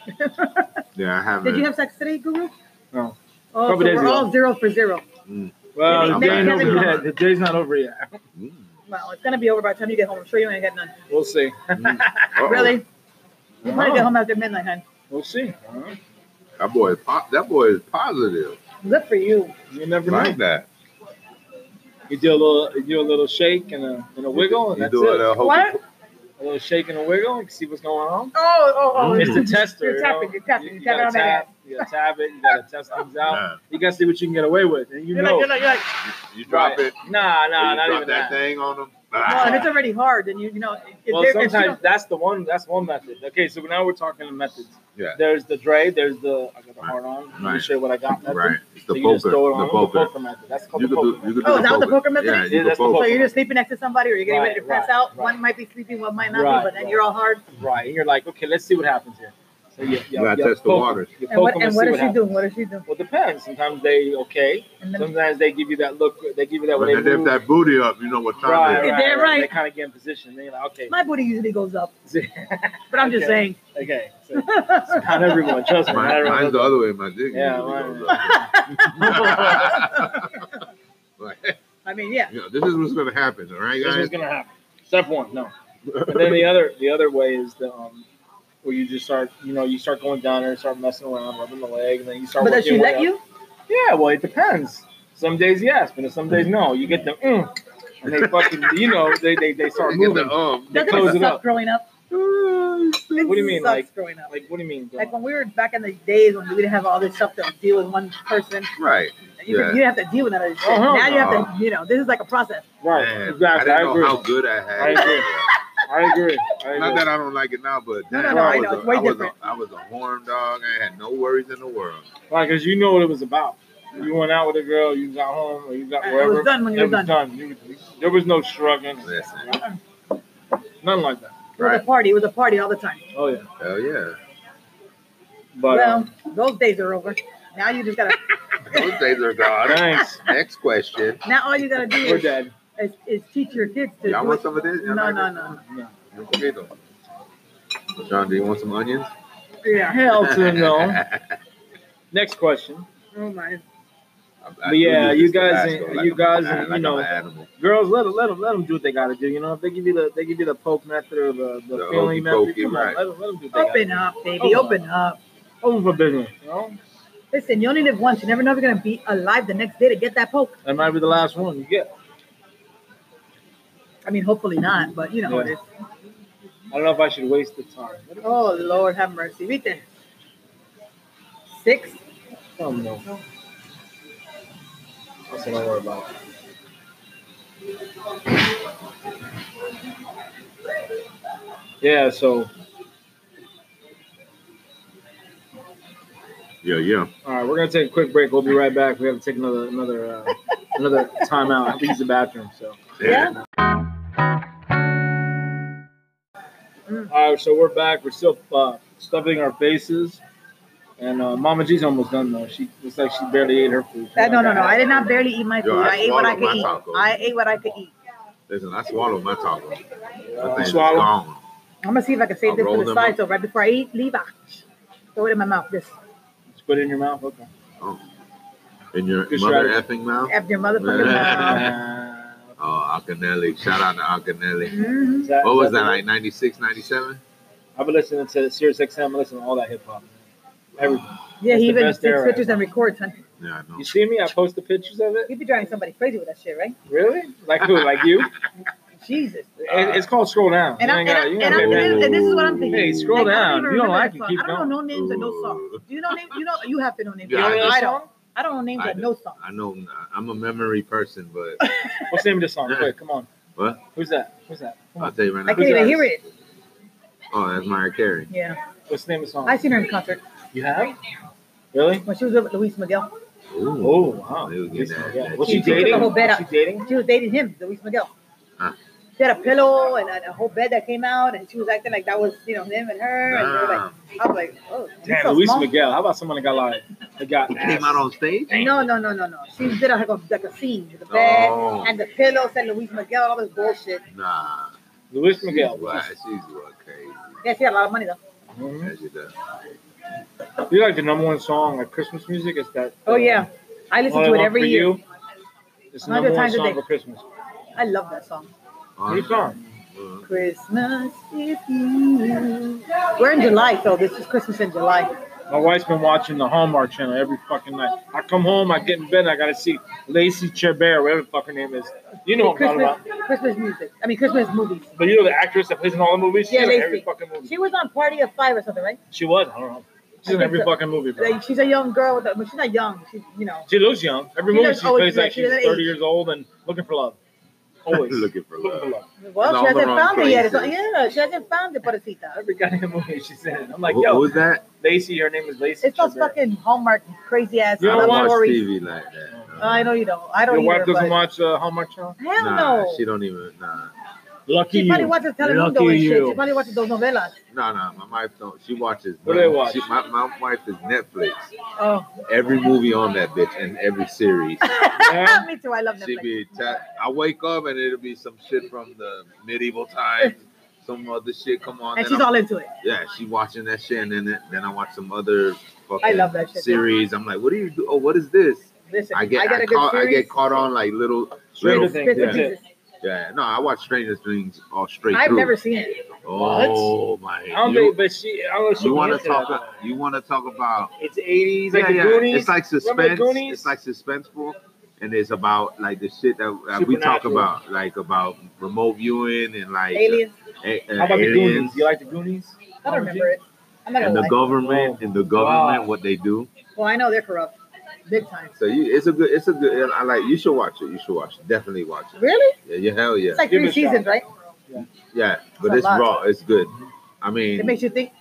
[SPEAKER 4] Yeah, I haven't.
[SPEAKER 3] Did you have sex today, Guru?
[SPEAKER 2] No.
[SPEAKER 3] Oh,
[SPEAKER 2] Couple
[SPEAKER 3] so
[SPEAKER 2] days
[SPEAKER 3] we're
[SPEAKER 2] ago.
[SPEAKER 3] all zero for zero.
[SPEAKER 2] Well, the
[SPEAKER 4] Maybe
[SPEAKER 2] day ain't
[SPEAKER 4] never
[SPEAKER 2] over
[SPEAKER 4] come
[SPEAKER 2] yet.
[SPEAKER 4] up.
[SPEAKER 2] The day's not over yet.
[SPEAKER 4] Mm.
[SPEAKER 3] Well, it's gonna be over by the time you get home. I'm sure you ain't got none.
[SPEAKER 2] We'll see.
[SPEAKER 4] Uh-oh.
[SPEAKER 3] Really? You might
[SPEAKER 2] Oh.
[SPEAKER 3] get home after midnight, hon.
[SPEAKER 2] We'll see. Uh-huh.
[SPEAKER 4] That boy, is po- that boy is positive.
[SPEAKER 3] Good for you. Oh,
[SPEAKER 2] You never know.
[SPEAKER 4] Like that.
[SPEAKER 2] You do a little, you do a little shake and a, and a wiggle, and
[SPEAKER 4] You
[SPEAKER 2] that's
[SPEAKER 4] do
[SPEAKER 2] it.
[SPEAKER 4] it. uh,
[SPEAKER 3] What?
[SPEAKER 2] A little shake and a wiggle, and see what's going on.
[SPEAKER 3] Oh, oh, oh.
[SPEAKER 2] It's a tester.
[SPEAKER 3] You're
[SPEAKER 2] you
[SPEAKER 3] tapping,
[SPEAKER 2] know?
[SPEAKER 3] you're tapping,
[SPEAKER 2] You,
[SPEAKER 3] you're
[SPEAKER 2] you
[SPEAKER 3] tapping
[SPEAKER 2] gotta
[SPEAKER 3] on that
[SPEAKER 2] tap, you gotta tap it, you gotta test things out.
[SPEAKER 4] Nah,
[SPEAKER 2] You gotta see what you can get away with, and you
[SPEAKER 3] You're
[SPEAKER 2] know.
[SPEAKER 3] like, you're like, you're like,
[SPEAKER 4] you drop
[SPEAKER 2] Right.
[SPEAKER 4] it.
[SPEAKER 2] Nah,
[SPEAKER 4] or
[SPEAKER 2] nah,
[SPEAKER 4] you
[SPEAKER 2] not
[SPEAKER 4] drop
[SPEAKER 2] even
[SPEAKER 4] that
[SPEAKER 2] that.
[SPEAKER 4] thing on them.
[SPEAKER 3] well, and
[SPEAKER 4] Ah.
[SPEAKER 3] it's already hard, and you, you know, if
[SPEAKER 2] Well,
[SPEAKER 3] there- if you
[SPEAKER 2] sometimes
[SPEAKER 3] don't-
[SPEAKER 2] that's the one. That's one method. Okay, so now we're talking the methods.
[SPEAKER 4] Yeah.
[SPEAKER 2] There's the Dre. There's the I got the
[SPEAKER 4] Right.
[SPEAKER 2] hard on. Let me
[SPEAKER 4] Right.
[SPEAKER 2] show you what I got. Method.
[SPEAKER 4] Ah. Right. It's
[SPEAKER 2] So
[SPEAKER 4] the
[SPEAKER 2] you just
[SPEAKER 4] poker.
[SPEAKER 2] throw it on.
[SPEAKER 4] The poker.
[SPEAKER 2] method. That's called
[SPEAKER 4] You
[SPEAKER 2] the
[SPEAKER 4] could
[SPEAKER 2] poker
[SPEAKER 4] do. You
[SPEAKER 2] method.
[SPEAKER 4] could
[SPEAKER 3] Oh,
[SPEAKER 4] do
[SPEAKER 3] is that what the poker method
[SPEAKER 4] Yeah,
[SPEAKER 3] is?
[SPEAKER 4] you
[SPEAKER 2] Yeah,
[SPEAKER 4] could
[SPEAKER 2] that's the
[SPEAKER 3] so
[SPEAKER 4] poker.
[SPEAKER 2] poker.
[SPEAKER 3] you're just sleeping next to somebody, or you're getting
[SPEAKER 2] Right,
[SPEAKER 3] ready to pass
[SPEAKER 2] right,
[SPEAKER 3] out.
[SPEAKER 2] right.
[SPEAKER 3] One might be sleepy, one might not
[SPEAKER 2] Right,
[SPEAKER 3] be, but then
[SPEAKER 2] right.
[SPEAKER 3] you're all hard.
[SPEAKER 2] Right. And you're like, okay, let's see what happens here. So you,
[SPEAKER 4] You gotta test the
[SPEAKER 2] poke 'em.
[SPEAKER 4] waters.
[SPEAKER 2] You
[SPEAKER 3] And what,
[SPEAKER 2] poke 'em
[SPEAKER 3] and what
[SPEAKER 2] see
[SPEAKER 3] does she
[SPEAKER 2] happens.
[SPEAKER 3] do? What does she do?
[SPEAKER 2] Well, it depends. Sometimes they okay.
[SPEAKER 3] And then,
[SPEAKER 2] Sometimes they give you that look. They give you that
[SPEAKER 4] When
[SPEAKER 2] when
[SPEAKER 4] they
[SPEAKER 2] they
[SPEAKER 4] lift
[SPEAKER 2] move.
[SPEAKER 4] that booty up, you know what time
[SPEAKER 2] right,
[SPEAKER 4] it
[SPEAKER 2] right,
[SPEAKER 4] is.
[SPEAKER 3] Yeah, they're
[SPEAKER 2] right. They
[SPEAKER 3] right.
[SPEAKER 2] kind of get in position. They're like, okay, [laughs]
[SPEAKER 3] my booty usually goes up, but I'm just
[SPEAKER 2] Okay.
[SPEAKER 3] saying.
[SPEAKER 2] okay. So, it's not everyone. Trust me. Not
[SPEAKER 3] [laughs]
[SPEAKER 4] Mine,
[SPEAKER 2] everyone.
[SPEAKER 4] mine's
[SPEAKER 2] does
[SPEAKER 4] the other way. My dick.
[SPEAKER 2] Yeah,
[SPEAKER 4] usually goes up.
[SPEAKER 3] I mean, yeah.
[SPEAKER 4] You know, this [laughs] is what's gonna happen. All right,
[SPEAKER 2] This
[SPEAKER 4] guys.
[SPEAKER 2] is gonna happen. Step one, no. And then the other, the other way is the um, where you just start, you know, you start going down there and start messing around, rubbing the leg, and then you start.
[SPEAKER 3] But does
[SPEAKER 2] working
[SPEAKER 3] she
[SPEAKER 2] your
[SPEAKER 3] let
[SPEAKER 2] way
[SPEAKER 3] you?
[SPEAKER 2] up. Yeah, well, it depends. Some days yes, but some days no. You get the mm, and they fucking, you know, they they, they start
[SPEAKER 4] You get
[SPEAKER 2] moving.
[SPEAKER 4] the um.
[SPEAKER 2] They
[SPEAKER 3] Doesn't
[SPEAKER 2] close
[SPEAKER 3] it
[SPEAKER 2] it
[SPEAKER 3] suck
[SPEAKER 2] up.
[SPEAKER 3] growing up? It
[SPEAKER 2] What do you mean,
[SPEAKER 3] sucks
[SPEAKER 2] like-
[SPEAKER 3] growing up?
[SPEAKER 2] Like, what do you mean? girl?
[SPEAKER 3] oh. Like when we were back in the days when we didn't have all this stuff to deal with one person,
[SPEAKER 4] Right.
[SPEAKER 3] you,
[SPEAKER 4] Yeah.
[SPEAKER 3] could, you have to deal with that other shit.
[SPEAKER 2] Oh, hell
[SPEAKER 3] now you
[SPEAKER 4] no.
[SPEAKER 3] have to, you know, this is like a process.
[SPEAKER 2] Right,
[SPEAKER 4] Man,
[SPEAKER 2] exactly.
[SPEAKER 4] I
[SPEAKER 2] I,
[SPEAKER 4] didn't know
[SPEAKER 2] agree.
[SPEAKER 4] how good I had.
[SPEAKER 2] I agree. I agree. I agree.
[SPEAKER 4] Not that I don't like it now, but
[SPEAKER 3] No, no,
[SPEAKER 4] damn,
[SPEAKER 3] no,
[SPEAKER 4] I,
[SPEAKER 3] I
[SPEAKER 4] was
[SPEAKER 3] know,
[SPEAKER 4] a-
[SPEAKER 3] it's way
[SPEAKER 4] I was
[SPEAKER 3] different.
[SPEAKER 4] A, I was a horn dog. I had no worries in the world.
[SPEAKER 2] Like, cause you know what it was about. You went out with a girl, you got home, or you got
[SPEAKER 3] I
[SPEAKER 2] wherever.
[SPEAKER 3] was done when you
[SPEAKER 2] it
[SPEAKER 3] were
[SPEAKER 2] was
[SPEAKER 3] done.
[SPEAKER 2] done. You- There was no shrugging,
[SPEAKER 4] Listen,
[SPEAKER 2] nothing like that.
[SPEAKER 3] It was a
[SPEAKER 4] right?
[SPEAKER 3] party. It was a party all the time.
[SPEAKER 2] Oh yeah,
[SPEAKER 4] Hell yeah. [laughs]
[SPEAKER 2] but
[SPEAKER 3] well,
[SPEAKER 2] um,
[SPEAKER 3] those days are over. Now you just gotta.
[SPEAKER 4] Those days are
[SPEAKER 3] [laughs]
[SPEAKER 4] gone.
[SPEAKER 2] thanks.
[SPEAKER 4] Next question.
[SPEAKER 3] now all you gotta do
[SPEAKER 2] uh, [laughs] We're
[SPEAKER 3] is,
[SPEAKER 2] dead.
[SPEAKER 3] is, is teach your kids to.
[SPEAKER 4] Y'all
[SPEAKER 3] do
[SPEAKER 4] want
[SPEAKER 3] it.
[SPEAKER 4] some of this? Y'all
[SPEAKER 3] No,
[SPEAKER 4] like
[SPEAKER 3] no,
[SPEAKER 4] it?
[SPEAKER 3] no.
[SPEAKER 4] You can get them. John, do you want some onions?
[SPEAKER 2] [laughs]
[SPEAKER 3] Yeah.
[SPEAKER 2] Hell
[SPEAKER 4] [laughs]
[SPEAKER 2] to no. Next question.
[SPEAKER 3] Oh my.
[SPEAKER 4] I
[SPEAKER 2] But yeah,
[SPEAKER 4] do
[SPEAKER 2] you
[SPEAKER 4] this to
[SPEAKER 2] guys
[SPEAKER 4] Vasco,
[SPEAKER 2] ain't-
[SPEAKER 4] like
[SPEAKER 2] you
[SPEAKER 4] I'm
[SPEAKER 2] guys
[SPEAKER 4] an-
[SPEAKER 2] ain't,
[SPEAKER 4] like
[SPEAKER 2] you know,
[SPEAKER 4] I'm an animal.
[SPEAKER 2] Girls, let them, let them, let them do what they gotta do. You know, if they give you the, they give you the poke method or the, the,
[SPEAKER 4] The hokey
[SPEAKER 2] feeling method.
[SPEAKER 4] pokey,
[SPEAKER 2] Come on,
[SPEAKER 4] right.
[SPEAKER 2] let them, let them do what they gotta do.
[SPEAKER 3] Open up, baby.
[SPEAKER 2] Oh, my.
[SPEAKER 3] Open up.
[SPEAKER 2] Open for business. You know,
[SPEAKER 3] Listen, you only live once. You never know if you're gonna be alive the next day to get that poke.
[SPEAKER 2] that might be the last one you get.
[SPEAKER 3] I mean, hopefully not, but you know what
[SPEAKER 2] Yeah.
[SPEAKER 3] it is.
[SPEAKER 2] I don't know if I should waste the time.
[SPEAKER 3] Oh Lord, have mercy. Viste. Six.
[SPEAKER 2] Oh no. That's what I worry about. Yeah, so
[SPEAKER 4] Yeah, yeah.
[SPEAKER 2] all right, we're gonna take a quick break. We'll be right back. We have to take another another uh, another timeout. I have to use the bathroom. So
[SPEAKER 3] Yeah.
[SPEAKER 2] all right, so we're back. We're still uh, stuffing our faces, And uh, Mama G's almost done though. She it's like she barely ate her food. She's
[SPEAKER 3] Uh, no,
[SPEAKER 2] like,
[SPEAKER 3] no, no.
[SPEAKER 2] "Ah."
[SPEAKER 3] I did not barely eat my
[SPEAKER 4] Yo,
[SPEAKER 3] food.
[SPEAKER 4] I
[SPEAKER 3] I, ate what I
[SPEAKER 4] swallowed
[SPEAKER 3] could
[SPEAKER 4] my
[SPEAKER 3] eat.
[SPEAKER 4] taco.
[SPEAKER 3] I ate what I could eat.
[SPEAKER 4] Listen, I swallowed my taco. That
[SPEAKER 2] Uh,
[SPEAKER 4] thing is
[SPEAKER 2] swallow.
[SPEAKER 4] gone.
[SPEAKER 3] I'm gonna see if I can save
[SPEAKER 4] I'll
[SPEAKER 3] this
[SPEAKER 4] roll
[SPEAKER 3] to the
[SPEAKER 4] them
[SPEAKER 3] side.
[SPEAKER 4] up.
[SPEAKER 3] So right before I eat, leave out. Throw it in my mouth. This
[SPEAKER 2] Just put it in your mouth. Okay.
[SPEAKER 4] In your
[SPEAKER 2] Good
[SPEAKER 4] mother effing mouth?
[SPEAKER 3] after your motherfucking
[SPEAKER 2] [laughs]
[SPEAKER 3] mouth.
[SPEAKER 4] Oh, Alcanelli. Shout out to Alcanelli.
[SPEAKER 3] Mhm.
[SPEAKER 2] That-
[SPEAKER 4] What was that, like 96, 97?
[SPEAKER 2] I've been listening to Sirius XM. I've been listening to all that hip hop. Everything.
[SPEAKER 3] Yeah,
[SPEAKER 2] That's
[SPEAKER 3] he
[SPEAKER 2] the
[SPEAKER 3] even
[SPEAKER 2] best
[SPEAKER 3] takes
[SPEAKER 2] era.
[SPEAKER 3] pictures and records. Huh?
[SPEAKER 4] Yeah, I know.
[SPEAKER 2] You see me? I post the pictures of it.
[SPEAKER 3] You'd be driving somebody crazy with that shit, right?
[SPEAKER 2] Really? Like who? Like
[SPEAKER 4] Uh,
[SPEAKER 2] you?
[SPEAKER 3] Jesus.
[SPEAKER 2] It- it's called scroll down.
[SPEAKER 3] And,
[SPEAKER 2] You
[SPEAKER 3] I,
[SPEAKER 2] ain't
[SPEAKER 3] and, I,
[SPEAKER 2] gotta- you ain't
[SPEAKER 3] and,
[SPEAKER 2] gotta
[SPEAKER 3] I'm,
[SPEAKER 2] pay
[SPEAKER 4] back.
[SPEAKER 3] and this is what I'm
[SPEAKER 2] back.
[SPEAKER 3] thinking.
[SPEAKER 2] Hey, scroll
[SPEAKER 3] Like, I
[SPEAKER 2] down.
[SPEAKER 3] even
[SPEAKER 2] If you don't
[SPEAKER 3] remember
[SPEAKER 2] like
[SPEAKER 3] that
[SPEAKER 2] it,
[SPEAKER 3] song.
[SPEAKER 2] keep
[SPEAKER 3] I don't
[SPEAKER 2] going.
[SPEAKER 3] know no names and no song.
[SPEAKER 4] Ooh.
[SPEAKER 3] Do you know name? You know you have to know names.
[SPEAKER 4] Yeah,
[SPEAKER 2] You don't
[SPEAKER 4] I
[SPEAKER 2] know
[SPEAKER 4] just-
[SPEAKER 2] the
[SPEAKER 3] I don't.
[SPEAKER 2] song?
[SPEAKER 3] I don't know names
[SPEAKER 4] I
[SPEAKER 3] and
[SPEAKER 4] do.
[SPEAKER 3] no song.
[SPEAKER 4] I know I'm a memory person, but
[SPEAKER 3] [laughs]
[SPEAKER 2] What's the name of the song? Quick, come on.
[SPEAKER 4] What?
[SPEAKER 2] Who's that? Who's that? Come
[SPEAKER 4] I'll
[SPEAKER 2] on.
[SPEAKER 4] tell you right
[SPEAKER 3] I
[SPEAKER 4] now.
[SPEAKER 3] can't even hear it.
[SPEAKER 4] Oh, that's Mariah Carey.
[SPEAKER 3] Yeah,
[SPEAKER 2] What's the name of the song?
[SPEAKER 3] I seen her in concert
[SPEAKER 2] You have? Really?
[SPEAKER 3] when she was with Luis Miguel.
[SPEAKER 4] Ooh.
[SPEAKER 2] Oh wow.
[SPEAKER 4] They was getting that-
[SPEAKER 2] Yeah.
[SPEAKER 4] that
[SPEAKER 2] Was she
[SPEAKER 4] cheap on
[SPEAKER 2] dating?
[SPEAKER 3] that. Whole bed
[SPEAKER 2] Was she dating?
[SPEAKER 3] She was dating him, Luis Miguel.
[SPEAKER 4] Huh.
[SPEAKER 3] She had a pillow and a, a whole bed that came out, and she was acting like that was you know him and her. And they were like,
[SPEAKER 4] Nah,
[SPEAKER 3] I was like, oh, he's
[SPEAKER 2] Damn,
[SPEAKER 3] so
[SPEAKER 2] Luis
[SPEAKER 3] small.
[SPEAKER 2] Miguel. How about someone that got like that got
[SPEAKER 4] he came
[SPEAKER 2] ass?
[SPEAKER 4] out on stage?
[SPEAKER 3] No, no, no, no, no. She did a, like, a, like a scene with the bed
[SPEAKER 4] Oh.
[SPEAKER 3] and the pillows and Luis Miguel, all this bullshit.
[SPEAKER 4] Nah.
[SPEAKER 2] Luis
[SPEAKER 4] She's
[SPEAKER 2] Miguel.
[SPEAKER 4] wild. She's wild crazy.
[SPEAKER 3] Yeah, she had a lot of money though.
[SPEAKER 2] Mhm.
[SPEAKER 4] As she does.
[SPEAKER 2] You like the number one song like Christmas music? It's that.
[SPEAKER 3] Oh yeah, I listen
[SPEAKER 2] All I
[SPEAKER 3] to it
[SPEAKER 2] Want
[SPEAKER 3] every
[SPEAKER 2] Oh, For
[SPEAKER 3] year.
[SPEAKER 2] You. It's the
[SPEAKER 3] Hundred
[SPEAKER 2] number one
[SPEAKER 3] times a
[SPEAKER 2] song
[SPEAKER 3] day.
[SPEAKER 2] for Christmas.
[SPEAKER 3] I love that song.
[SPEAKER 2] What song?
[SPEAKER 4] Uh,
[SPEAKER 3] Christmas is you. We're in July, so this is Christmas in July.
[SPEAKER 2] My wife's been watching the Hallmark Channel every fucking night. I come home, I get in bed, I gotta see Lacey Chabert, whatever the fucking name is. You know what I'm talking
[SPEAKER 3] Christmas,
[SPEAKER 2] about.
[SPEAKER 3] Christmas music. I mean, Christmas movies.
[SPEAKER 2] But you know the actress that plays in all the movies? She's
[SPEAKER 3] Yeah,
[SPEAKER 2] in every
[SPEAKER 3] Lacey.
[SPEAKER 2] fucking movie.
[SPEAKER 3] She was on Party of Five or something, right?
[SPEAKER 2] She was, I don't know. She's
[SPEAKER 3] I
[SPEAKER 2] in
[SPEAKER 3] think
[SPEAKER 2] every
[SPEAKER 3] so.
[SPEAKER 2] fucking movie, bro.
[SPEAKER 3] Like, she's a young girl, with a, but she's not young. She's you know.
[SPEAKER 2] She looks young. Every
[SPEAKER 3] She
[SPEAKER 2] movie
[SPEAKER 3] does
[SPEAKER 2] she
[SPEAKER 3] always
[SPEAKER 2] plays
[SPEAKER 3] look-
[SPEAKER 2] like
[SPEAKER 3] she
[SPEAKER 2] she's
[SPEAKER 3] does that
[SPEAKER 2] 30
[SPEAKER 3] age.
[SPEAKER 2] years old and looking
[SPEAKER 4] [laughs]
[SPEAKER 2] for love. Always.
[SPEAKER 4] Looking for
[SPEAKER 2] looking for
[SPEAKER 4] love.
[SPEAKER 2] love.
[SPEAKER 3] Well,
[SPEAKER 4] No,
[SPEAKER 3] she
[SPEAKER 4] we're
[SPEAKER 3] hasn't
[SPEAKER 4] on
[SPEAKER 3] found it yet. It's
[SPEAKER 4] places.
[SPEAKER 3] like, yeah, she hasn't found it, Pobrecita.
[SPEAKER 2] Every goddamn movie she's in. I'm like,
[SPEAKER 4] Who,
[SPEAKER 2] yo,
[SPEAKER 4] who's that?
[SPEAKER 2] Lacey, her name is Lacey.
[SPEAKER 3] It's those
[SPEAKER 2] Chabert.
[SPEAKER 3] fucking Hallmark crazy ass
[SPEAKER 2] You
[SPEAKER 4] I
[SPEAKER 2] don't
[SPEAKER 3] love
[SPEAKER 2] watch
[SPEAKER 3] stories.
[SPEAKER 4] TV like that.
[SPEAKER 2] Oh.
[SPEAKER 4] no.
[SPEAKER 3] I know you don't. I don't
[SPEAKER 2] Your wife
[SPEAKER 3] either.
[SPEAKER 2] doesn't
[SPEAKER 3] But
[SPEAKER 2] watch uh, Hallmark Channel?
[SPEAKER 3] hell
[SPEAKER 4] nah,
[SPEAKER 3] no.
[SPEAKER 4] she don't even. Nah,
[SPEAKER 2] Lucky
[SPEAKER 3] She probably watches Telemundo
[SPEAKER 2] Lucky
[SPEAKER 3] and shit.
[SPEAKER 2] you.
[SPEAKER 3] She probably watches those novelas.
[SPEAKER 4] nah, nah. My wife don't. She watches.
[SPEAKER 2] What do they watch?
[SPEAKER 4] She, my, my wife is Netflix.
[SPEAKER 3] Oh,
[SPEAKER 4] Every movie on that bitch and every
[SPEAKER 3] [laughs]
[SPEAKER 4] series.
[SPEAKER 2] Yeah.
[SPEAKER 3] me too. I love
[SPEAKER 4] She
[SPEAKER 3] Netflix.
[SPEAKER 4] be ta- I wake up and it'll be some shit from the medieval times, some other shit come on.
[SPEAKER 3] And
[SPEAKER 4] then
[SPEAKER 3] she's
[SPEAKER 4] I'm-
[SPEAKER 3] all into it.
[SPEAKER 4] yeah, she watching that shit, and then it- then I watch some other fucking
[SPEAKER 3] I love that shit, too.
[SPEAKER 4] series. I'm like, what do you do? Oh, what is this?
[SPEAKER 3] Listen,
[SPEAKER 4] I get I,
[SPEAKER 3] got a good
[SPEAKER 4] caught, I
[SPEAKER 3] series.
[SPEAKER 4] get caught on like little
[SPEAKER 2] Stranger
[SPEAKER 4] little
[SPEAKER 2] Things.
[SPEAKER 3] Bits and
[SPEAKER 2] That's
[SPEAKER 4] yeah.
[SPEAKER 2] it.
[SPEAKER 3] pieces.
[SPEAKER 4] yeah no I watch Stranger Things all straight
[SPEAKER 3] I've
[SPEAKER 4] through.
[SPEAKER 3] never seen it.
[SPEAKER 4] oh my!
[SPEAKER 2] I don't
[SPEAKER 4] you,
[SPEAKER 2] think, but she, I don't know if she
[SPEAKER 4] want
[SPEAKER 2] into
[SPEAKER 4] to talk?
[SPEAKER 2] that.
[SPEAKER 4] you want to talk about
[SPEAKER 2] It's 80s, like the Goonies.
[SPEAKER 4] It's like
[SPEAKER 2] Remember the
[SPEAKER 4] suspense.
[SPEAKER 2] Goonies?
[SPEAKER 4] It's like suspenseful, and it's about like the shit that uh, we talk
[SPEAKER 2] Supernatural.
[SPEAKER 4] about, like about remote viewing and like
[SPEAKER 3] Aliens.
[SPEAKER 4] a- uh,
[SPEAKER 2] How about the
[SPEAKER 4] aliens
[SPEAKER 2] Goonies? You like the Goonies?
[SPEAKER 3] I don't remember it. I'm not
[SPEAKER 4] and
[SPEAKER 3] gonna
[SPEAKER 4] the
[SPEAKER 3] lie.
[SPEAKER 4] government
[SPEAKER 2] Oh.
[SPEAKER 4] and the government
[SPEAKER 2] Wow.
[SPEAKER 4] what they do.
[SPEAKER 3] Well, I know they're corrupt, big time.
[SPEAKER 4] So you, it's a good, it's a good. I like. You should watch it. You should watch. It. Definitely watch it.
[SPEAKER 3] Really?
[SPEAKER 4] Yeah, yeah, hell yeah,
[SPEAKER 3] It's like
[SPEAKER 2] Give it
[SPEAKER 3] three
[SPEAKER 2] a shot.
[SPEAKER 3] seasons, right?
[SPEAKER 4] yeah. But
[SPEAKER 3] a
[SPEAKER 4] it's
[SPEAKER 3] lot.
[SPEAKER 4] raw. It's good. I
[SPEAKER 3] It
[SPEAKER 4] mean,
[SPEAKER 3] makes you think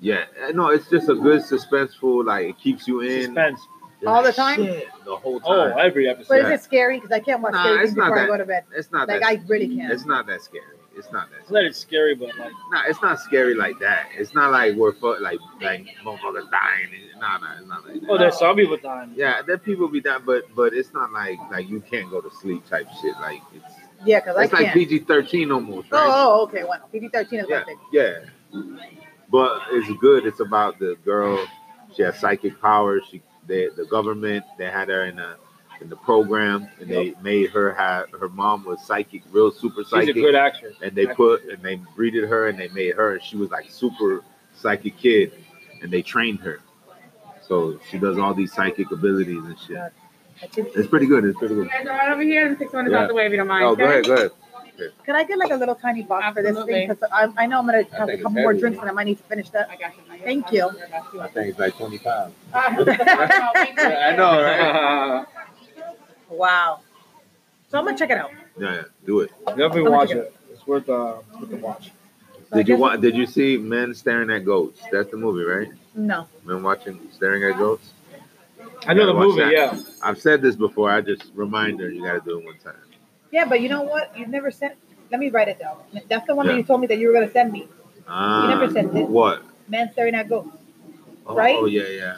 [SPEAKER 4] yeah, eh, no, it's just a good suspenseful. Like it keeps you in
[SPEAKER 2] Suspense.
[SPEAKER 4] You're
[SPEAKER 3] all
[SPEAKER 4] like,
[SPEAKER 3] the time?
[SPEAKER 4] shit, the whole
[SPEAKER 2] Oh,
[SPEAKER 4] time.
[SPEAKER 2] every episode.
[SPEAKER 3] But
[SPEAKER 4] Yeah.
[SPEAKER 3] is it scary? Because I can't watch
[SPEAKER 4] Nah,
[SPEAKER 3] scary
[SPEAKER 4] it's
[SPEAKER 3] things
[SPEAKER 4] not
[SPEAKER 3] before I
[SPEAKER 4] that-
[SPEAKER 3] go to bed.
[SPEAKER 4] It's not
[SPEAKER 3] Like
[SPEAKER 4] that.
[SPEAKER 3] I really can't.
[SPEAKER 4] it's not that scary. It's not that.
[SPEAKER 2] It's not it's scary, but like
[SPEAKER 4] Nah, it's not scary like that. It's not like we're fuck, like like motherfuckers dying. and- Nah, nah, it's not like that.
[SPEAKER 2] oh, there's some people dying.
[SPEAKER 4] yeah, there people be dying, but but it's not like like you can't go to sleep type shit. Like it's
[SPEAKER 3] Yeah, because I
[SPEAKER 4] it's like
[SPEAKER 3] can't.
[SPEAKER 4] PG thirteen almost. Right?
[SPEAKER 3] oh, oh, okay. Well, PG thirteen is
[SPEAKER 4] yeah,
[SPEAKER 3] my thing.
[SPEAKER 4] yeah. But it's good. It's about the girl. She has psychic powers. She they, the government they had her in a in the program and they made her have her mom was psychic, real super
[SPEAKER 2] She's a
[SPEAKER 4] psychic
[SPEAKER 2] good actress.
[SPEAKER 4] and they put and they breeded her and they made her she was like super psychic kid and they trained her so she does all these psychic abilities and shit
[SPEAKER 3] I think-
[SPEAKER 4] it's pretty good it's pretty
[SPEAKER 5] You
[SPEAKER 4] good
[SPEAKER 5] guys are right over here. I'm six minutes
[SPEAKER 4] Yeah.
[SPEAKER 5] out the way if you don't mind.
[SPEAKER 4] oh go
[SPEAKER 5] okay?
[SPEAKER 4] ahead go ahead
[SPEAKER 3] Can I get like a little tiny box for this thing?
[SPEAKER 5] Absolutely.
[SPEAKER 3] Because I, I know I'm gonna have a
[SPEAKER 4] it's
[SPEAKER 3] couple more
[SPEAKER 4] heavy.
[SPEAKER 3] drinks and I might need to finish that.
[SPEAKER 5] I got you.
[SPEAKER 3] Thank
[SPEAKER 6] [laughs]
[SPEAKER 3] you.
[SPEAKER 4] i think it's like 20 pounds
[SPEAKER 2] [laughs]
[SPEAKER 5] Uh,
[SPEAKER 4] i know right
[SPEAKER 3] Wow. So I'm gonna check it out.
[SPEAKER 4] yeah yeah, do it
[SPEAKER 2] Definitely
[SPEAKER 3] I'm
[SPEAKER 2] watch
[SPEAKER 3] gonna-
[SPEAKER 2] it. It's worth uh worth the watch.
[SPEAKER 3] So I
[SPEAKER 4] did you
[SPEAKER 3] guess-
[SPEAKER 4] want did you see men staring at goats that's the movie right
[SPEAKER 3] No.
[SPEAKER 4] men watching staring at goats
[SPEAKER 2] I know
[SPEAKER 4] Yeah,
[SPEAKER 2] the
[SPEAKER 4] watch
[SPEAKER 2] movie.
[SPEAKER 4] that.
[SPEAKER 2] Yeah,
[SPEAKER 4] i've said this before i just reminder you gotta do it one time
[SPEAKER 3] Yeah, but you know what? You've never sent. Let me write it down. That's the one
[SPEAKER 4] Yeah.
[SPEAKER 3] that you told me that you were gonna send me.
[SPEAKER 4] ah,
[SPEAKER 3] never sent it.
[SPEAKER 4] what
[SPEAKER 3] Man staring at ghosts.
[SPEAKER 4] Oh,
[SPEAKER 3] Right?
[SPEAKER 4] Oh yeah, yeah.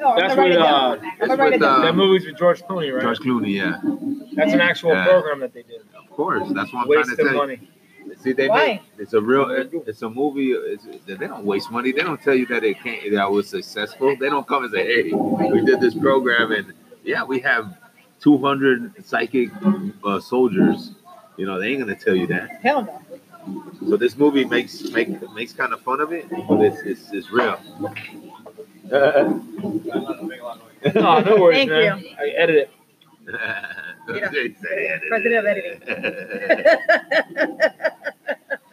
[SPEAKER 3] No, I'm
[SPEAKER 2] That's
[SPEAKER 3] gonna
[SPEAKER 2] what,
[SPEAKER 3] write it
[SPEAKER 2] uh,
[SPEAKER 3] down. I'm
[SPEAKER 4] it's
[SPEAKER 3] gonna write it
[SPEAKER 4] with,
[SPEAKER 3] down.
[SPEAKER 2] that
[SPEAKER 4] um,
[SPEAKER 2] movie's with George Clooney, right?
[SPEAKER 4] George Clooney, yeah.
[SPEAKER 2] That's an actual
[SPEAKER 4] Yeah.
[SPEAKER 2] program that they did.
[SPEAKER 4] Of course, that's what I'm trying
[SPEAKER 2] Waste
[SPEAKER 4] to
[SPEAKER 2] of
[SPEAKER 4] tell you.
[SPEAKER 2] [laughs] money.
[SPEAKER 4] See, they
[SPEAKER 3] Why?
[SPEAKER 4] Make, it's a real, it- it's a movie. It's, they don't waste money. They don't tell you that it can't, that was successful. They don't come and say, "Hey, we did this program, and yeah, we have 200 psychic uh, soldiers." You know, they ain't gonna tell you that.
[SPEAKER 3] Hell no.
[SPEAKER 4] So this movie makes make, makes kind of fun of it, but it's it's, it's real. [laughs]
[SPEAKER 2] No, no worries,
[SPEAKER 3] Thank
[SPEAKER 2] man. I edit it.
[SPEAKER 3] President of editing.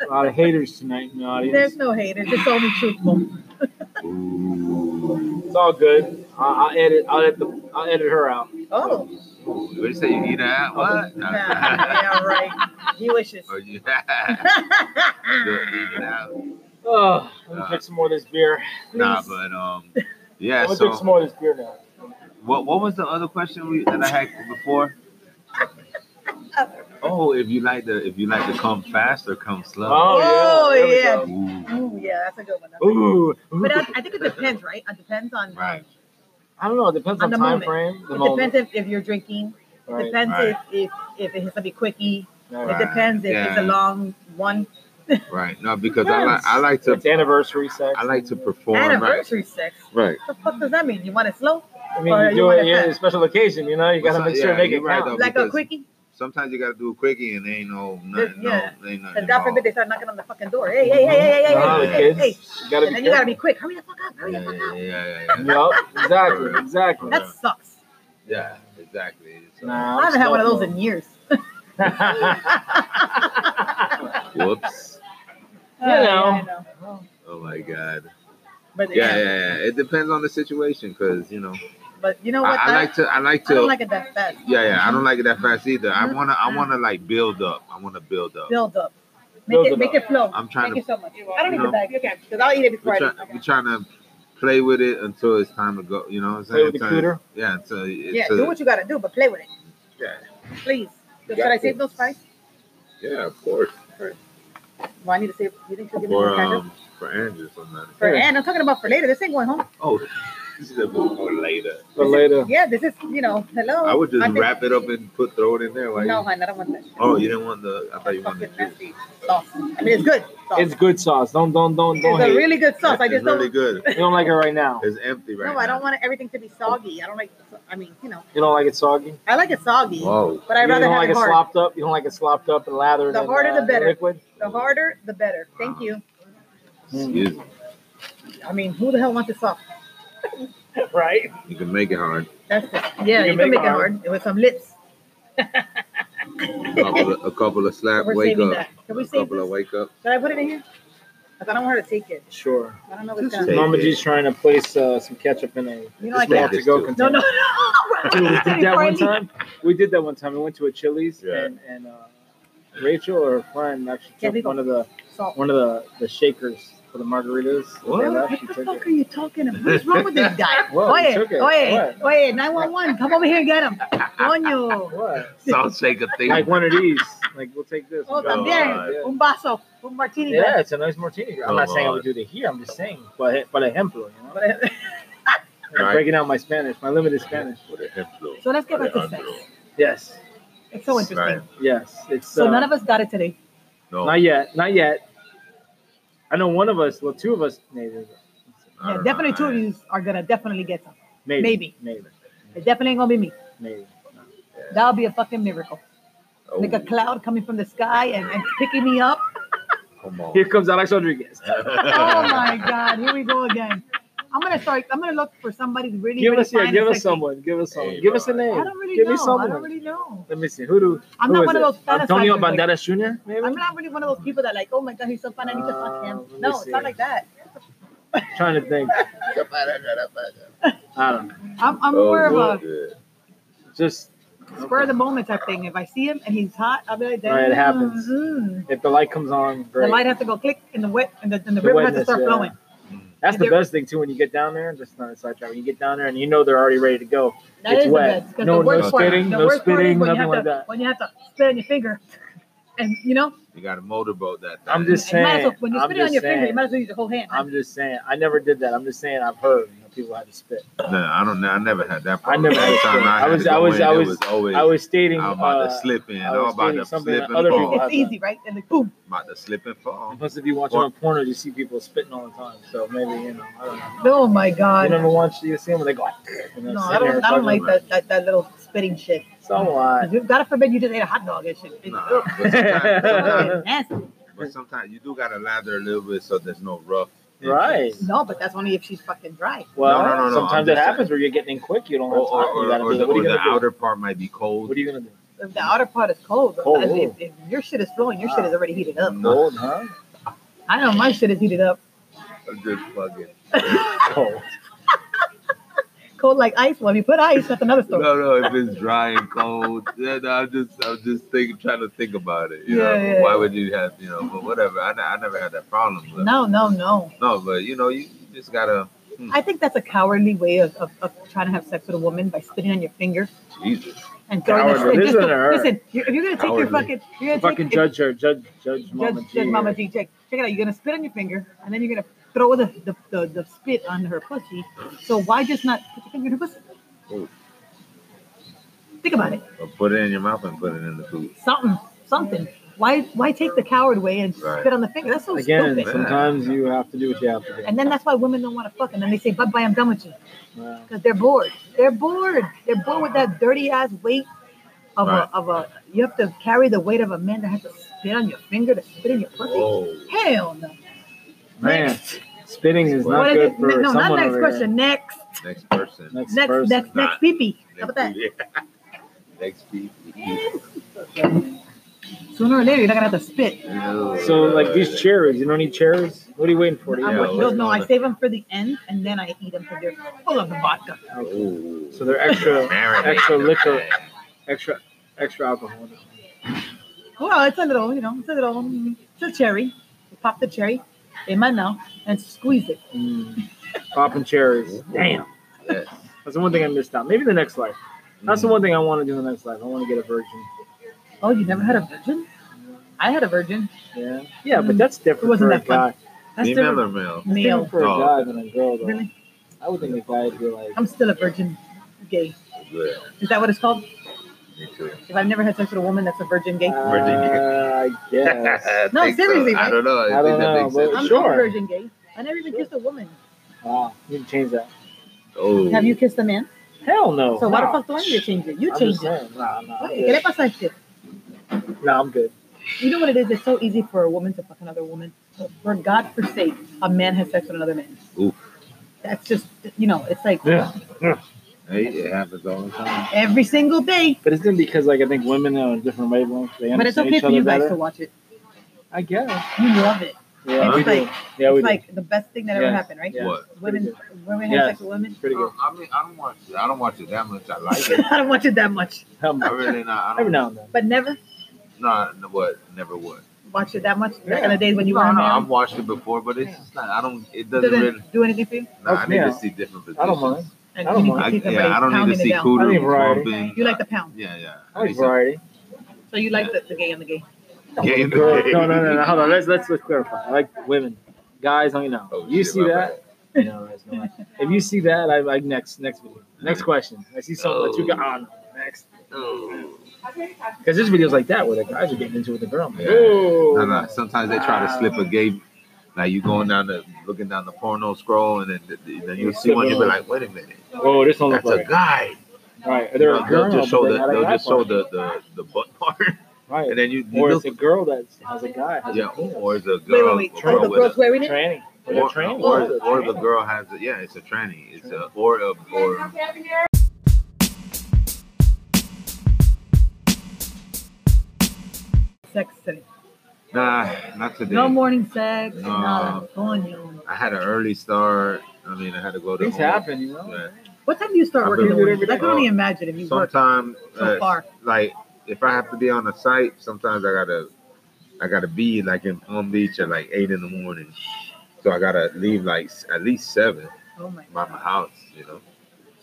[SPEAKER 2] A lot of haters tonight in the
[SPEAKER 3] [laughs] There's
[SPEAKER 2] audience.
[SPEAKER 3] no haters. It's only truthful.
[SPEAKER 4] Ooh.
[SPEAKER 2] It's all good. I, I'll edit. I'll edit. The, I'll edit her out.
[SPEAKER 3] Oh,
[SPEAKER 4] What do you say? You eat that? What?
[SPEAKER 3] nah, yeah, [laughs] right. Delicious.
[SPEAKER 4] [laughs] Or you- [laughs] Eat that?
[SPEAKER 2] Oh, let me
[SPEAKER 4] Uh,
[SPEAKER 2] drink some more of this beer.
[SPEAKER 4] Nah,
[SPEAKER 3] Please.
[SPEAKER 4] but um,
[SPEAKER 2] I'm
[SPEAKER 4] yeah.
[SPEAKER 2] gonna
[SPEAKER 4] So
[SPEAKER 2] drink some more of this beer now.
[SPEAKER 4] what what was the other question we, that I had
[SPEAKER 3] [laughs]
[SPEAKER 4] before? Oh, if you like the if you like to come fast or come slow.
[SPEAKER 2] Oh, yeah.
[SPEAKER 3] Oh,
[SPEAKER 2] there
[SPEAKER 3] yeah.
[SPEAKER 2] we
[SPEAKER 4] Ooh,
[SPEAKER 3] Ooh, yeah, that's a good one. That's a
[SPEAKER 2] go.
[SPEAKER 3] good
[SPEAKER 2] Ooh.
[SPEAKER 3] one. But uh, I, I think it depends, right? It depends on.
[SPEAKER 4] Right.
[SPEAKER 2] I don't know. It depends
[SPEAKER 3] On
[SPEAKER 2] on,
[SPEAKER 3] the
[SPEAKER 2] time
[SPEAKER 3] moment.
[SPEAKER 2] frame. The
[SPEAKER 3] It
[SPEAKER 2] moment.
[SPEAKER 3] depends if, if you're drinking. It
[SPEAKER 2] Right.
[SPEAKER 3] depends
[SPEAKER 4] Right.
[SPEAKER 3] if, if if it has to be quickie.
[SPEAKER 2] All
[SPEAKER 4] Right.
[SPEAKER 3] It depends if it's a
[SPEAKER 4] Yeah.
[SPEAKER 3] long one.
[SPEAKER 4] right. No, because I like I like to
[SPEAKER 2] It's anniversary sex.
[SPEAKER 4] I like to perform. Right.
[SPEAKER 3] Anniversary sex.
[SPEAKER 4] Right.
[SPEAKER 3] What the fuck does that mean? You want it slow?
[SPEAKER 2] I mean,
[SPEAKER 3] Or
[SPEAKER 2] you
[SPEAKER 3] Oh, you
[SPEAKER 2] do
[SPEAKER 3] wanna
[SPEAKER 2] it. Yeah,
[SPEAKER 3] cut.
[SPEAKER 2] it's a special occasion. You know, you gotta
[SPEAKER 4] Well,
[SPEAKER 2] make
[SPEAKER 4] so-
[SPEAKER 2] sure
[SPEAKER 4] yeah,
[SPEAKER 2] to make it
[SPEAKER 4] you're right,
[SPEAKER 2] count.
[SPEAKER 4] though.
[SPEAKER 3] Like a
[SPEAKER 4] because-
[SPEAKER 3] quickie?
[SPEAKER 4] Sometimes you gotta do a quickie and ain't no nothing.
[SPEAKER 3] Yeah.
[SPEAKER 4] No, ain't nothing.
[SPEAKER 3] Because God forbid
[SPEAKER 4] involved.
[SPEAKER 3] they start knocking on the fucking door. Hey, hey, hey, hey, hey, hey,
[SPEAKER 2] Mm-hmm. Nah,
[SPEAKER 3] hey, hey,
[SPEAKER 2] kids,
[SPEAKER 3] hey, hey.
[SPEAKER 2] you gotta be
[SPEAKER 3] And then you gotta
[SPEAKER 2] careful.
[SPEAKER 3] be quick. Hurry the fuck up. Hurry the
[SPEAKER 4] Yeah,
[SPEAKER 3] fuck up.
[SPEAKER 4] yeah, yeah, yeah,
[SPEAKER 2] Yup, exactly, exactly.
[SPEAKER 4] Yeah.
[SPEAKER 3] That sucks.
[SPEAKER 4] yeah. Exactly. So,
[SPEAKER 2] Nah,
[SPEAKER 3] I haven't had one of those in years.
[SPEAKER 4] Whoops.
[SPEAKER 2] You know.
[SPEAKER 3] I
[SPEAKER 4] Oh my God.
[SPEAKER 3] But
[SPEAKER 4] Yeah,
[SPEAKER 3] yeah,
[SPEAKER 4] yeah, yeah. It depends on the situation, cause you know,
[SPEAKER 3] but you know
[SPEAKER 4] I,
[SPEAKER 3] what?
[SPEAKER 4] I
[SPEAKER 3] that-
[SPEAKER 4] like to, I like
[SPEAKER 3] I
[SPEAKER 4] to,
[SPEAKER 3] don't like it that fast.
[SPEAKER 4] Yeah, yeah. I don't like it that fast either. I
[SPEAKER 3] Mhm.
[SPEAKER 4] wanna I wanna like build up. I wanna build up.
[SPEAKER 3] Build up. Make
[SPEAKER 2] Build
[SPEAKER 3] it,
[SPEAKER 2] it
[SPEAKER 3] make
[SPEAKER 2] up.
[SPEAKER 3] it flow.
[SPEAKER 4] I'm trying
[SPEAKER 3] Thank
[SPEAKER 4] to-
[SPEAKER 3] you so much. I
[SPEAKER 4] You
[SPEAKER 3] don't need
[SPEAKER 4] know.
[SPEAKER 3] the bag
[SPEAKER 5] Okay.
[SPEAKER 3] because I'll eat it before
[SPEAKER 4] We're,
[SPEAKER 3] I
[SPEAKER 4] try, we're trying to play with it until it's time to go. You know what I'm saying?
[SPEAKER 2] [laughs] Play with the
[SPEAKER 4] Until-
[SPEAKER 2] cooter.
[SPEAKER 4] Yeah, so it's
[SPEAKER 3] Yeah,
[SPEAKER 4] a,
[SPEAKER 3] do what you gotta do, but play with it,
[SPEAKER 4] yeah,
[SPEAKER 3] please. Should I save those five?
[SPEAKER 4] yeah, of course.
[SPEAKER 3] Well, I need to save. You think she'll give me
[SPEAKER 4] For
[SPEAKER 3] more um,
[SPEAKER 4] um for Andrew somebody.
[SPEAKER 3] for And I'm talking about for later. This ain't going home.
[SPEAKER 4] Oh [laughs] this is a book for later.
[SPEAKER 2] But later.
[SPEAKER 3] Yeah, this is you know. Hello.
[SPEAKER 4] I would just
[SPEAKER 3] think-
[SPEAKER 4] wrap it up and put throw it in there like
[SPEAKER 3] No, hon, I don't want that.
[SPEAKER 4] Oh, you didn't want the I thought you
[SPEAKER 3] That's
[SPEAKER 4] wanted
[SPEAKER 3] fucking
[SPEAKER 4] the juice.
[SPEAKER 3] nasty sauce. I mean, it's good. Sauce.
[SPEAKER 2] It's good sauce. Don't don't don't
[SPEAKER 3] It's
[SPEAKER 2] don't hate.
[SPEAKER 3] a really good sauce. I
[SPEAKER 4] It's
[SPEAKER 3] just
[SPEAKER 4] really
[SPEAKER 3] don't.
[SPEAKER 4] good.
[SPEAKER 3] [laughs]
[SPEAKER 2] you don't like it right now.
[SPEAKER 4] It's empty right
[SPEAKER 3] no,
[SPEAKER 4] now.
[SPEAKER 3] I don't want everything to be soggy. I don't like. I mean, you know,
[SPEAKER 2] You don't like it soggy.
[SPEAKER 3] I like it soggy,
[SPEAKER 4] Whoa.
[SPEAKER 3] but I'd
[SPEAKER 2] you
[SPEAKER 3] rather
[SPEAKER 2] don't
[SPEAKER 3] have
[SPEAKER 2] like
[SPEAKER 3] it hard.
[SPEAKER 2] slopped up. You don't like it slopped up and lathered.
[SPEAKER 3] The
[SPEAKER 2] in,
[SPEAKER 3] harder the
[SPEAKER 2] uh,
[SPEAKER 3] better.
[SPEAKER 2] Liquid.
[SPEAKER 3] The harder, the better. Thank you.
[SPEAKER 4] Excuse me.
[SPEAKER 3] I mean, who the hell wants it soft?
[SPEAKER 2] Right.
[SPEAKER 4] You can make it hard.
[SPEAKER 3] That's it. Yeah, you can, make, it hard with some lips. [laughs]
[SPEAKER 4] A couple of, a couple of slap
[SPEAKER 3] We're
[SPEAKER 4] wake
[SPEAKER 3] saving
[SPEAKER 4] up.
[SPEAKER 3] that. Can we
[SPEAKER 4] a
[SPEAKER 3] save
[SPEAKER 4] couple of
[SPEAKER 3] this?
[SPEAKER 4] wake up.
[SPEAKER 3] Should I put it in here? 'Cause I don't want her to take it.
[SPEAKER 2] Sure.
[SPEAKER 3] I don't know what's
[SPEAKER 4] Just
[SPEAKER 3] going
[SPEAKER 4] take-
[SPEAKER 3] on.
[SPEAKER 2] Mama
[SPEAKER 4] it.
[SPEAKER 2] G's trying to place uh, some ketchup in a.
[SPEAKER 3] You know,
[SPEAKER 4] Just
[SPEAKER 3] I
[SPEAKER 4] make
[SPEAKER 3] can't.
[SPEAKER 4] it.
[SPEAKER 2] to go
[SPEAKER 4] too.
[SPEAKER 3] No, no,
[SPEAKER 2] Dude,
[SPEAKER 3] [laughs]
[SPEAKER 2] we
[SPEAKER 3] no.
[SPEAKER 2] did that one time. We did that one time. We went to a Chili's
[SPEAKER 4] Yeah.
[SPEAKER 2] and and uh, Rachel or her friend actually
[SPEAKER 3] Yeah, we
[SPEAKER 2] took
[SPEAKER 3] go-
[SPEAKER 2] one of the
[SPEAKER 3] Salt.
[SPEAKER 2] one of the, the shakers for the margaritas. that they
[SPEAKER 4] What?
[SPEAKER 2] left.
[SPEAKER 3] What
[SPEAKER 2] She
[SPEAKER 3] the
[SPEAKER 2] took
[SPEAKER 3] fuck
[SPEAKER 2] it.
[SPEAKER 3] are you talking about? What's wrong with this guy?
[SPEAKER 2] Whoa, he
[SPEAKER 3] Oye,
[SPEAKER 2] took it.
[SPEAKER 3] oye, oye, 911, come over here and get him.
[SPEAKER 2] [laughs]
[SPEAKER 3] Coño.
[SPEAKER 2] What?
[SPEAKER 4] Salt shaker thing.
[SPEAKER 2] Like one of these. Like we'll take this.
[SPEAKER 3] Oh,
[SPEAKER 4] God.
[SPEAKER 3] también. Un vaso, un martini.
[SPEAKER 2] Yeah, it's a nice martini. I'm not
[SPEAKER 4] Come
[SPEAKER 2] saying I
[SPEAKER 4] on.
[SPEAKER 2] would do it here. I'm just saying, but but ejemplo, you know.
[SPEAKER 3] But- [laughs]
[SPEAKER 2] I'm
[SPEAKER 4] Right.
[SPEAKER 2] breaking out my Spanish, my limited Spanish.
[SPEAKER 4] With an inflow.
[SPEAKER 3] So let's get back to
[SPEAKER 4] Alejandro.
[SPEAKER 3] sex.
[SPEAKER 2] Yes,
[SPEAKER 3] It's so interesting.
[SPEAKER 4] Right.
[SPEAKER 2] yes. It's
[SPEAKER 3] So
[SPEAKER 2] uh,
[SPEAKER 3] none of us got it today.
[SPEAKER 4] No,
[SPEAKER 2] not yet, not yet. I know one of us, well, two of us, maybe,
[SPEAKER 4] I
[SPEAKER 3] Yeah,
[SPEAKER 4] don't
[SPEAKER 3] definitely
[SPEAKER 4] know.
[SPEAKER 3] two of you are gonna definitely get some.
[SPEAKER 2] maybe,
[SPEAKER 3] Maybe.
[SPEAKER 2] maybe,
[SPEAKER 3] It definitely ain't gonna be me.
[SPEAKER 2] maybe.
[SPEAKER 3] That'll be a fucking miracle.
[SPEAKER 4] Oh,
[SPEAKER 3] Like a cloud coming from the sky and, and picking me up.
[SPEAKER 4] Come on.
[SPEAKER 2] Here comes Alex Rodriguez. [laughs]
[SPEAKER 3] Oh my god, here we go again. I'm gonna start. I'm gonna look for somebody really.
[SPEAKER 2] give
[SPEAKER 3] really
[SPEAKER 2] us, yeah,
[SPEAKER 3] fine
[SPEAKER 2] give
[SPEAKER 3] and
[SPEAKER 2] us
[SPEAKER 3] sexy.
[SPEAKER 2] someone, give us someone,
[SPEAKER 4] Hey,
[SPEAKER 2] give us a
[SPEAKER 4] bro.
[SPEAKER 2] name.
[SPEAKER 3] I don't really
[SPEAKER 2] give
[SPEAKER 3] know.
[SPEAKER 2] me
[SPEAKER 3] I
[SPEAKER 2] someone.
[SPEAKER 3] don't really know.
[SPEAKER 2] Let me see. Who do?
[SPEAKER 3] I'm
[SPEAKER 2] who
[SPEAKER 3] not
[SPEAKER 2] is
[SPEAKER 3] one of
[SPEAKER 2] it?
[SPEAKER 3] those fantasizers
[SPEAKER 2] Antonio
[SPEAKER 3] like-
[SPEAKER 2] Banderas Jr. Maybe.
[SPEAKER 3] I'm not really one of those people that like, oh my god, he's so fun. I need to
[SPEAKER 2] Uh, let
[SPEAKER 3] fuck
[SPEAKER 2] me
[SPEAKER 3] him. No,
[SPEAKER 2] see.
[SPEAKER 3] it's not like that.
[SPEAKER 2] trying to think. I don't know.
[SPEAKER 3] I'm, I'm
[SPEAKER 2] Oh,
[SPEAKER 3] more of
[SPEAKER 4] Oh, good.
[SPEAKER 2] Just
[SPEAKER 3] a spur of the moment type thing. If I see him and he's hot, I'll be like,
[SPEAKER 2] All right, it happens.
[SPEAKER 3] mm.
[SPEAKER 2] if the light comes on,
[SPEAKER 3] The
[SPEAKER 2] great.
[SPEAKER 3] light has to go click, and the wet and the, and the,
[SPEAKER 2] The
[SPEAKER 3] river
[SPEAKER 2] wetness,
[SPEAKER 3] has to start
[SPEAKER 2] yeah.
[SPEAKER 3] flowing.
[SPEAKER 2] That's the
[SPEAKER 3] There-
[SPEAKER 2] best thing too when you get down there. Just not a side track. When you get down there and you know they're already ready to go.
[SPEAKER 3] That
[SPEAKER 2] It's
[SPEAKER 3] is the
[SPEAKER 2] wet.
[SPEAKER 3] best. 'cause
[SPEAKER 2] No-
[SPEAKER 3] the
[SPEAKER 2] no
[SPEAKER 3] worst part-
[SPEAKER 2] spitting,
[SPEAKER 3] the
[SPEAKER 2] no
[SPEAKER 3] worst part is
[SPEAKER 2] spitting,
[SPEAKER 3] when you
[SPEAKER 2] nothing
[SPEAKER 3] have
[SPEAKER 2] like
[SPEAKER 3] to-
[SPEAKER 2] that.
[SPEAKER 3] When you have to spit on your finger. and you know,
[SPEAKER 4] You got a motorboat that thing.
[SPEAKER 2] I'm just
[SPEAKER 3] you might as
[SPEAKER 2] saying.
[SPEAKER 3] well, when you
[SPEAKER 2] I'm
[SPEAKER 3] spit it on
[SPEAKER 2] just
[SPEAKER 3] your finger, you
[SPEAKER 2] saying.
[SPEAKER 3] might as well use your whole hand.
[SPEAKER 2] I'm just saying. I never did that. I'm just saying. I've heard you know, people had to spit.
[SPEAKER 4] No, I don't know. I never had that.
[SPEAKER 2] I never had
[SPEAKER 4] Every time
[SPEAKER 2] that. I
[SPEAKER 4] had
[SPEAKER 2] was-
[SPEAKER 4] to
[SPEAKER 2] I
[SPEAKER 4] go
[SPEAKER 2] was-
[SPEAKER 4] in,
[SPEAKER 2] I
[SPEAKER 4] it
[SPEAKER 2] was-
[SPEAKER 4] always.
[SPEAKER 2] I was stating.
[SPEAKER 4] I'm about
[SPEAKER 2] Uh,
[SPEAKER 4] to slip in.
[SPEAKER 2] I
[SPEAKER 4] I'm
[SPEAKER 2] was
[SPEAKER 4] about
[SPEAKER 2] feeling
[SPEAKER 4] to
[SPEAKER 2] something
[SPEAKER 4] slip
[SPEAKER 2] that
[SPEAKER 4] and
[SPEAKER 2] other
[SPEAKER 4] fall.
[SPEAKER 2] people-
[SPEAKER 3] it's easy, right? And like boom.
[SPEAKER 4] About to slip and fall.
[SPEAKER 2] plus, if you watch it
[SPEAKER 4] Or-
[SPEAKER 2] on porno, you see people spitting all the time. So maybe you know. I don't know.
[SPEAKER 3] Oh my
[SPEAKER 2] You
[SPEAKER 3] god.
[SPEAKER 2] never watch you see them when they go. Like, and they're
[SPEAKER 3] No, I
[SPEAKER 2] sitting
[SPEAKER 3] don't.
[SPEAKER 2] there
[SPEAKER 3] I don't like
[SPEAKER 2] fucking-
[SPEAKER 3] that, that that little spitting shit.
[SPEAKER 2] So what?
[SPEAKER 3] You gotta forbid you just ate a hot dog and shit.
[SPEAKER 2] [laughs]
[SPEAKER 3] It's-
[SPEAKER 4] Nah,
[SPEAKER 3] ugh,
[SPEAKER 4] but sometimes, sometimes,
[SPEAKER 3] it's nasty.
[SPEAKER 4] but sometimes you do gotta lather a little bit so there's no rough. edges.
[SPEAKER 2] Right.
[SPEAKER 3] No, but that's only if she's fucking dry.
[SPEAKER 2] Well,
[SPEAKER 4] No, no, no, no, I'm
[SPEAKER 2] sometimes it
[SPEAKER 4] just
[SPEAKER 2] happens where you're getting in quick. You don't
[SPEAKER 4] Or,
[SPEAKER 2] have
[SPEAKER 4] or,
[SPEAKER 2] time. you
[SPEAKER 4] or,
[SPEAKER 2] gotta
[SPEAKER 4] or the,
[SPEAKER 2] do that. What are
[SPEAKER 4] or
[SPEAKER 2] you
[SPEAKER 4] the
[SPEAKER 2] gonna do?
[SPEAKER 4] outer part might be cold.
[SPEAKER 2] What are you gonna do?
[SPEAKER 3] If the outer part is cold,
[SPEAKER 2] Cold,
[SPEAKER 3] if,
[SPEAKER 2] ooh.
[SPEAKER 3] if, if your shit is flowing, your shit is already heated up.
[SPEAKER 4] No.
[SPEAKER 2] Cold, huh?
[SPEAKER 3] I know my shit is heated up.
[SPEAKER 4] I'm just
[SPEAKER 2] [laughs]
[SPEAKER 4] fucking.
[SPEAKER 2] Cold.
[SPEAKER 3] Cold like ice. Well, if you put ice, that's another
[SPEAKER 2] Oh.
[SPEAKER 4] No,
[SPEAKER 3] story.
[SPEAKER 4] no. If it's dry and cold, yeah, no, I'm just, I'm just thinking, trying to think about it. You know,
[SPEAKER 3] Yeah, yeah,
[SPEAKER 4] why
[SPEAKER 3] yeah.
[SPEAKER 4] would you have, you know? But whatever. I, ne- I never had that problem. But,
[SPEAKER 3] No, no, no.
[SPEAKER 4] no, but you know, you, you just gotta.
[SPEAKER 3] I think that's a cowardly way of, of, of trying to have sex with a woman by spitting on your finger
[SPEAKER 4] Jesus.
[SPEAKER 3] and throwing
[SPEAKER 2] Cowardly.
[SPEAKER 3] that shit.
[SPEAKER 2] Listen to
[SPEAKER 3] to-
[SPEAKER 2] her.
[SPEAKER 3] listen, you're, if you're gonna take your
[SPEAKER 4] Cowardly.
[SPEAKER 3] fucking, you're gonna
[SPEAKER 2] Fucking
[SPEAKER 3] take, if-
[SPEAKER 2] judge her. Judge, judge,
[SPEAKER 3] Judge,
[SPEAKER 2] mama
[SPEAKER 3] Judge
[SPEAKER 2] G.
[SPEAKER 3] Mama G, check, check it out. You're gonna spit on your finger, and then you're gonna throw the the, the, the spit on her pussy. So why just not put your finger in her pussy?
[SPEAKER 4] Ooh.
[SPEAKER 3] Think about it.
[SPEAKER 4] Or put it in your mouth and put it in the food.
[SPEAKER 3] Something, something. Why why take the coward way and
[SPEAKER 4] Right.
[SPEAKER 3] spit on the finger? That's so
[SPEAKER 2] Again,
[SPEAKER 3] stupid.
[SPEAKER 2] sometimes you have to do what you have to do.
[SPEAKER 3] And then that's why women don't want to fuck, and then they say bye bye, I'm done with you,
[SPEAKER 2] Yeah.
[SPEAKER 3] because they're bored. They're bored. They're bored with that dirty ass weight of
[SPEAKER 4] Right.
[SPEAKER 3] a of a. You have to carry the weight of a man that has to spit on your finger to spit in your pussy.
[SPEAKER 4] Oh,
[SPEAKER 3] Hell no.
[SPEAKER 2] Man, spitting is
[SPEAKER 3] What
[SPEAKER 2] not
[SPEAKER 3] is
[SPEAKER 2] good
[SPEAKER 3] it?
[SPEAKER 2] for someone
[SPEAKER 3] no, not next
[SPEAKER 2] over
[SPEAKER 3] question. Next,
[SPEAKER 4] next person.
[SPEAKER 2] Here. Next,
[SPEAKER 3] next,
[SPEAKER 2] person.
[SPEAKER 3] next,
[SPEAKER 4] Nah.
[SPEAKER 3] next, peepee. How
[SPEAKER 4] Next
[SPEAKER 3] about that?
[SPEAKER 4] week. [laughs] Next week.
[SPEAKER 3] Sooner or later, you're not gonna have to spit.
[SPEAKER 4] Oh.
[SPEAKER 2] So like these cherries, you don't need cherries. What are you waiting for? To
[SPEAKER 3] I'm
[SPEAKER 4] Yeah,
[SPEAKER 3] like,
[SPEAKER 2] eat?
[SPEAKER 3] no,
[SPEAKER 4] let's
[SPEAKER 3] no,
[SPEAKER 4] not
[SPEAKER 3] I
[SPEAKER 4] let-
[SPEAKER 3] save them for the end, and then I eat them because they're full of vodka.
[SPEAKER 2] Okay.
[SPEAKER 4] Ooh.
[SPEAKER 2] So they're extra,
[SPEAKER 4] Marinate
[SPEAKER 2] extra
[SPEAKER 4] them.
[SPEAKER 2] liquor, extra, extra alcohol.
[SPEAKER 3] Well, it's a little, you know, it's a little, mm, it's a cherry. You pop the cherry in my mouth and squeeze it.
[SPEAKER 2] Mm. Popping cherries. Damn,
[SPEAKER 4] Yes.
[SPEAKER 2] that's the one thing I missed out. Maybe the next life.
[SPEAKER 4] Mm.
[SPEAKER 2] That's the one thing I want to do in the next life. I want to get a virgin.
[SPEAKER 3] Oh, you never had a virgin? I had a virgin.
[SPEAKER 2] Yeah, yeah, but that's different
[SPEAKER 3] Mm. wasn't
[SPEAKER 2] for a
[SPEAKER 3] that fun.
[SPEAKER 2] guy. That's
[SPEAKER 4] Female
[SPEAKER 2] different,
[SPEAKER 4] or male?
[SPEAKER 2] that's different
[SPEAKER 3] Male.
[SPEAKER 2] for a
[SPEAKER 4] No.
[SPEAKER 2] guy than a girl. Though.
[SPEAKER 3] Really?
[SPEAKER 2] I would think a guy would be like,
[SPEAKER 3] I'm still a virgin gay.
[SPEAKER 4] Good.
[SPEAKER 3] Is that what it's called?
[SPEAKER 4] Me too.
[SPEAKER 3] If I've never had sex with a woman, that's a virgin gay.
[SPEAKER 2] uh, I
[SPEAKER 4] Virginia. [laughs]
[SPEAKER 2] guess.
[SPEAKER 4] I
[SPEAKER 3] No,
[SPEAKER 4] think
[SPEAKER 3] seriously,
[SPEAKER 4] So. I
[SPEAKER 3] right?
[SPEAKER 4] don't know. I,
[SPEAKER 2] I
[SPEAKER 4] think
[SPEAKER 2] don't
[SPEAKER 4] that
[SPEAKER 2] know,
[SPEAKER 4] makes
[SPEAKER 2] but
[SPEAKER 4] sense.
[SPEAKER 3] I'm
[SPEAKER 2] sure.
[SPEAKER 3] a virgin gay. I never even
[SPEAKER 2] Sure.
[SPEAKER 3] kissed a woman.
[SPEAKER 2] wow, you can change that.
[SPEAKER 4] Oh.
[SPEAKER 3] Have you kissed a man?
[SPEAKER 2] Hell Oh, no.
[SPEAKER 3] So why the
[SPEAKER 2] Nah.
[SPEAKER 3] fuck do I need to change it? You
[SPEAKER 2] I'm
[SPEAKER 3] change
[SPEAKER 2] just
[SPEAKER 3] it.
[SPEAKER 2] saying, Nah, nah, I'm
[SPEAKER 3] What? ¿Qué le
[SPEAKER 2] good.
[SPEAKER 3] pasa a este?
[SPEAKER 2] Nah, I'm good.
[SPEAKER 3] You know what it is? It's so easy for a woman to fuck another woman. For God's sake, a man has sex with another man.
[SPEAKER 4] Oof.
[SPEAKER 3] That's just, you know, it's like
[SPEAKER 2] Yeah.
[SPEAKER 4] Hey, it happens all the time.
[SPEAKER 3] every single day.
[SPEAKER 2] But isn't it because like I think women are on a different wavelength? They
[SPEAKER 3] But it's
[SPEAKER 2] understand
[SPEAKER 3] okay
[SPEAKER 2] each
[SPEAKER 3] for
[SPEAKER 2] other
[SPEAKER 3] you guys
[SPEAKER 2] better?
[SPEAKER 3] to watch it.
[SPEAKER 2] I guess.
[SPEAKER 3] You love it.
[SPEAKER 2] Yeah,
[SPEAKER 4] Huh?
[SPEAKER 2] we
[SPEAKER 3] It's
[SPEAKER 2] do.
[SPEAKER 3] like,
[SPEAKER 2] Yeah, we
[SPEAKER 3] it's
[SPEAKER 2] do.
[SPEAKER 3] like the best thing that ever
[SPEAKER 2] Yeah.
[SPEAKER 3] happened, right?
[SPEAKER 2] Yeah.
[SPEAKER 4] What?
[SPEAKER 3] Women, women
[SPEAKER 2] Yes.
[SPEAKER 3] have sex with women.
[SPEAKER 2] Pretty good.
[SPEAKER 4] I mean, I don't watch. It. I don't watch it that much. I like it.
[SPEAKER 3] [laughs] I don't watch it that much,
[SPEAKER 2] Um,
[SPEAKER 4] I really not. I
[SPEAKER 2] Every
[SPEAKER 4] don't.
[SPEAKER 2] now and then.
[SPEAKER 3] but never
[SPEAKER 4] No, no, what? Never would.
[SPEAKER 3] watch it that much. Back
[SPEAKER 2] Yeah.
[SPEAKER 3] in the days when you
[SPEAKER 4] No,
[SPEAKER 3] were
[SPEAKER 4] no,
[SPEAKER 3] a
[SPEAKER 4] I've
[SPEAKER 3] man,
[SPEAKER 4] watched it before, but it's just not. I don't. It doesn't really.
[SPEAKER 3] doesn't do anything for you.
[SPEAKER 4] No, I
[SPEAKER 2] That's
[SPEAKER 4] need
[SPEAKER 2] me.
[SPEAKER 4] to see different positions.
[SPEAKER 2] I don't mind.
[SPEAKER 3] And
[SPEAKER 2] I don't
[SPEAKER 3] you need
[SPEAKER 2] mind.
[SPEAKER 3] to
[SPEAKER 4] I,
[SPEAKER 3] see somebody
[SPEAKER 4] yeah, I don't need
[SPEAKER 3] pounding
[SPEAKER 4] to
[SPEAKER 3] it
[SPEAKER 4] see
[SPEAKER 3] down.
[SPEAKER 2] I
[SPEAKER 4] cooter
[SPEAKER 2] need variety.
[SPEAKER 4] bumping.
[SPEAKER 3] You like the pound,
[SPEAKER 4] Yeah, yeah.
[SPEAKER 2] I like variety.
[SPEAKER 3] so you like the, the gay and the gay.
[SPEAKER 4] Yeah, you
[SPEAKER 2] Girl,
[SPEAKER 4] know.
[SPEAKER 2] no, no, no, no. Hold on. Let's let's let's clarify. I like women. Guys, I know.
[SPEAKER 4] Oh,
[SPEAKER 2] you
[SPEAKER 4] shit,
[SPEAKER 2] see
[SPEAKER 4] my
[SPEAKER 2] that? You know, that's no- if you see that, I like next next video. Next question. I see something that you got on next.
[SPEAKER 4] Oh.
[SPEAKER 2] Because this video's like that where the guys are getting into it with the girl. I'm like,
[SPEAKER 4] Yeah.
[SPEAKER 2] "Ooh."
[SPEAKER 4] No, no. Sometimes they try to slip a gay. Like you going down the looking down the porno scroll, and then, then you see one, you'll be like, "Wait a minute,
[SPEAKER 2] Whoa, this one looks
[SPEAKER 4] that's a
[SPEAKER 2] like
[SPEAKER 4] guy."
[SPEAKER 2] right. They're a girl,
[SPEAKER 4] they'll just show
[SPEAKER 2] but
[SPEAKER 4] the
[SPEAKER 2] they got a
[SPEAKER 4] they'll
[SPEAKER 2] guy
[SPEAKER 4] just show
[SPEAKER 2] part.
[SPEAKER 4] the, the the butt [laughs] part,
[SPEAKER 2] right.
[SPEAKER 4] and then you, you
[SPEAKER 2] or
[SPEAKER 4] look,
[SPEAKER 2] it's a girl that has a guy. has
[SPEAKER 4] [laughs]
[SPEAKER 2] a
[SPEAKER 4] yeah,
[SPEAKER 2] penis.
[SPEAKER 4] or it's a
[SPEAKER 3] Wait,
[SPEAKER 4] girl,
[SPEAKER 3] wait, wait.
[SPEAKER 4] girl
[SPEAKER 3] Oh, the
[SPEAKER 4] with
[SPEAKER 3] girl's wearing it.
[SPEAKER 2] tranny. Or
[SPEAKER 4] a,
[SPEAKER 2] they're
[SPEAKER 4] or,
[SPEAKER 2] tranny.
[SPEAKER 4] or,
[SPEAKER 2] They're
[SPEAKER 4] or the
[SPEAKER 2] tranny.
[SPEAKER 4] girl has a, yeah, it's a tranny, it's a or a or
[SPEAKER 3] Sex today.
[SPEAKER 4] nah, not today.
[SPEAKER 3] No morning sex.
[SPEAKER 4] No.
[SPEAKER 3] No. I'm telling you.
[SPEAKER 4] I had an early start. I mean, I had to go to
[SPEAKER 2] Things
[SPEAKER 4] home.
[SPEAKER 2] happen, you know.
[SPEAKER 4] Yeah.
[SPEAKER 3] What time do you start
[SPEAKER 4] I've
[SPEAKER 3] working?
[SPEAKER 2] been
[SPEAKER 3] in the
[SPEAKER 2] doing it
[SPEAKER 3] morning?
[SPEAKER 2] every
[SPEAKER 3] I can
[SPEAKER 4] day.
[SPEAKER 3] only imagine if you work
[SPEAKER 4] Sometime,
[SPEAKER 3] so
[SPEAKER 4] uh,
[SPEAKER 3] far.
[SPEAKER 4] like if I have to be on a site, sometimes I gotta I gotta be like in Palm Beach at like eight in the morning, so I gotta leave like s- at least seven
[SPEAKER 3] Oh my
[SPEAKER 4] by my
[SPEAKER 3] god.
[SPEAKER 4] house, you know.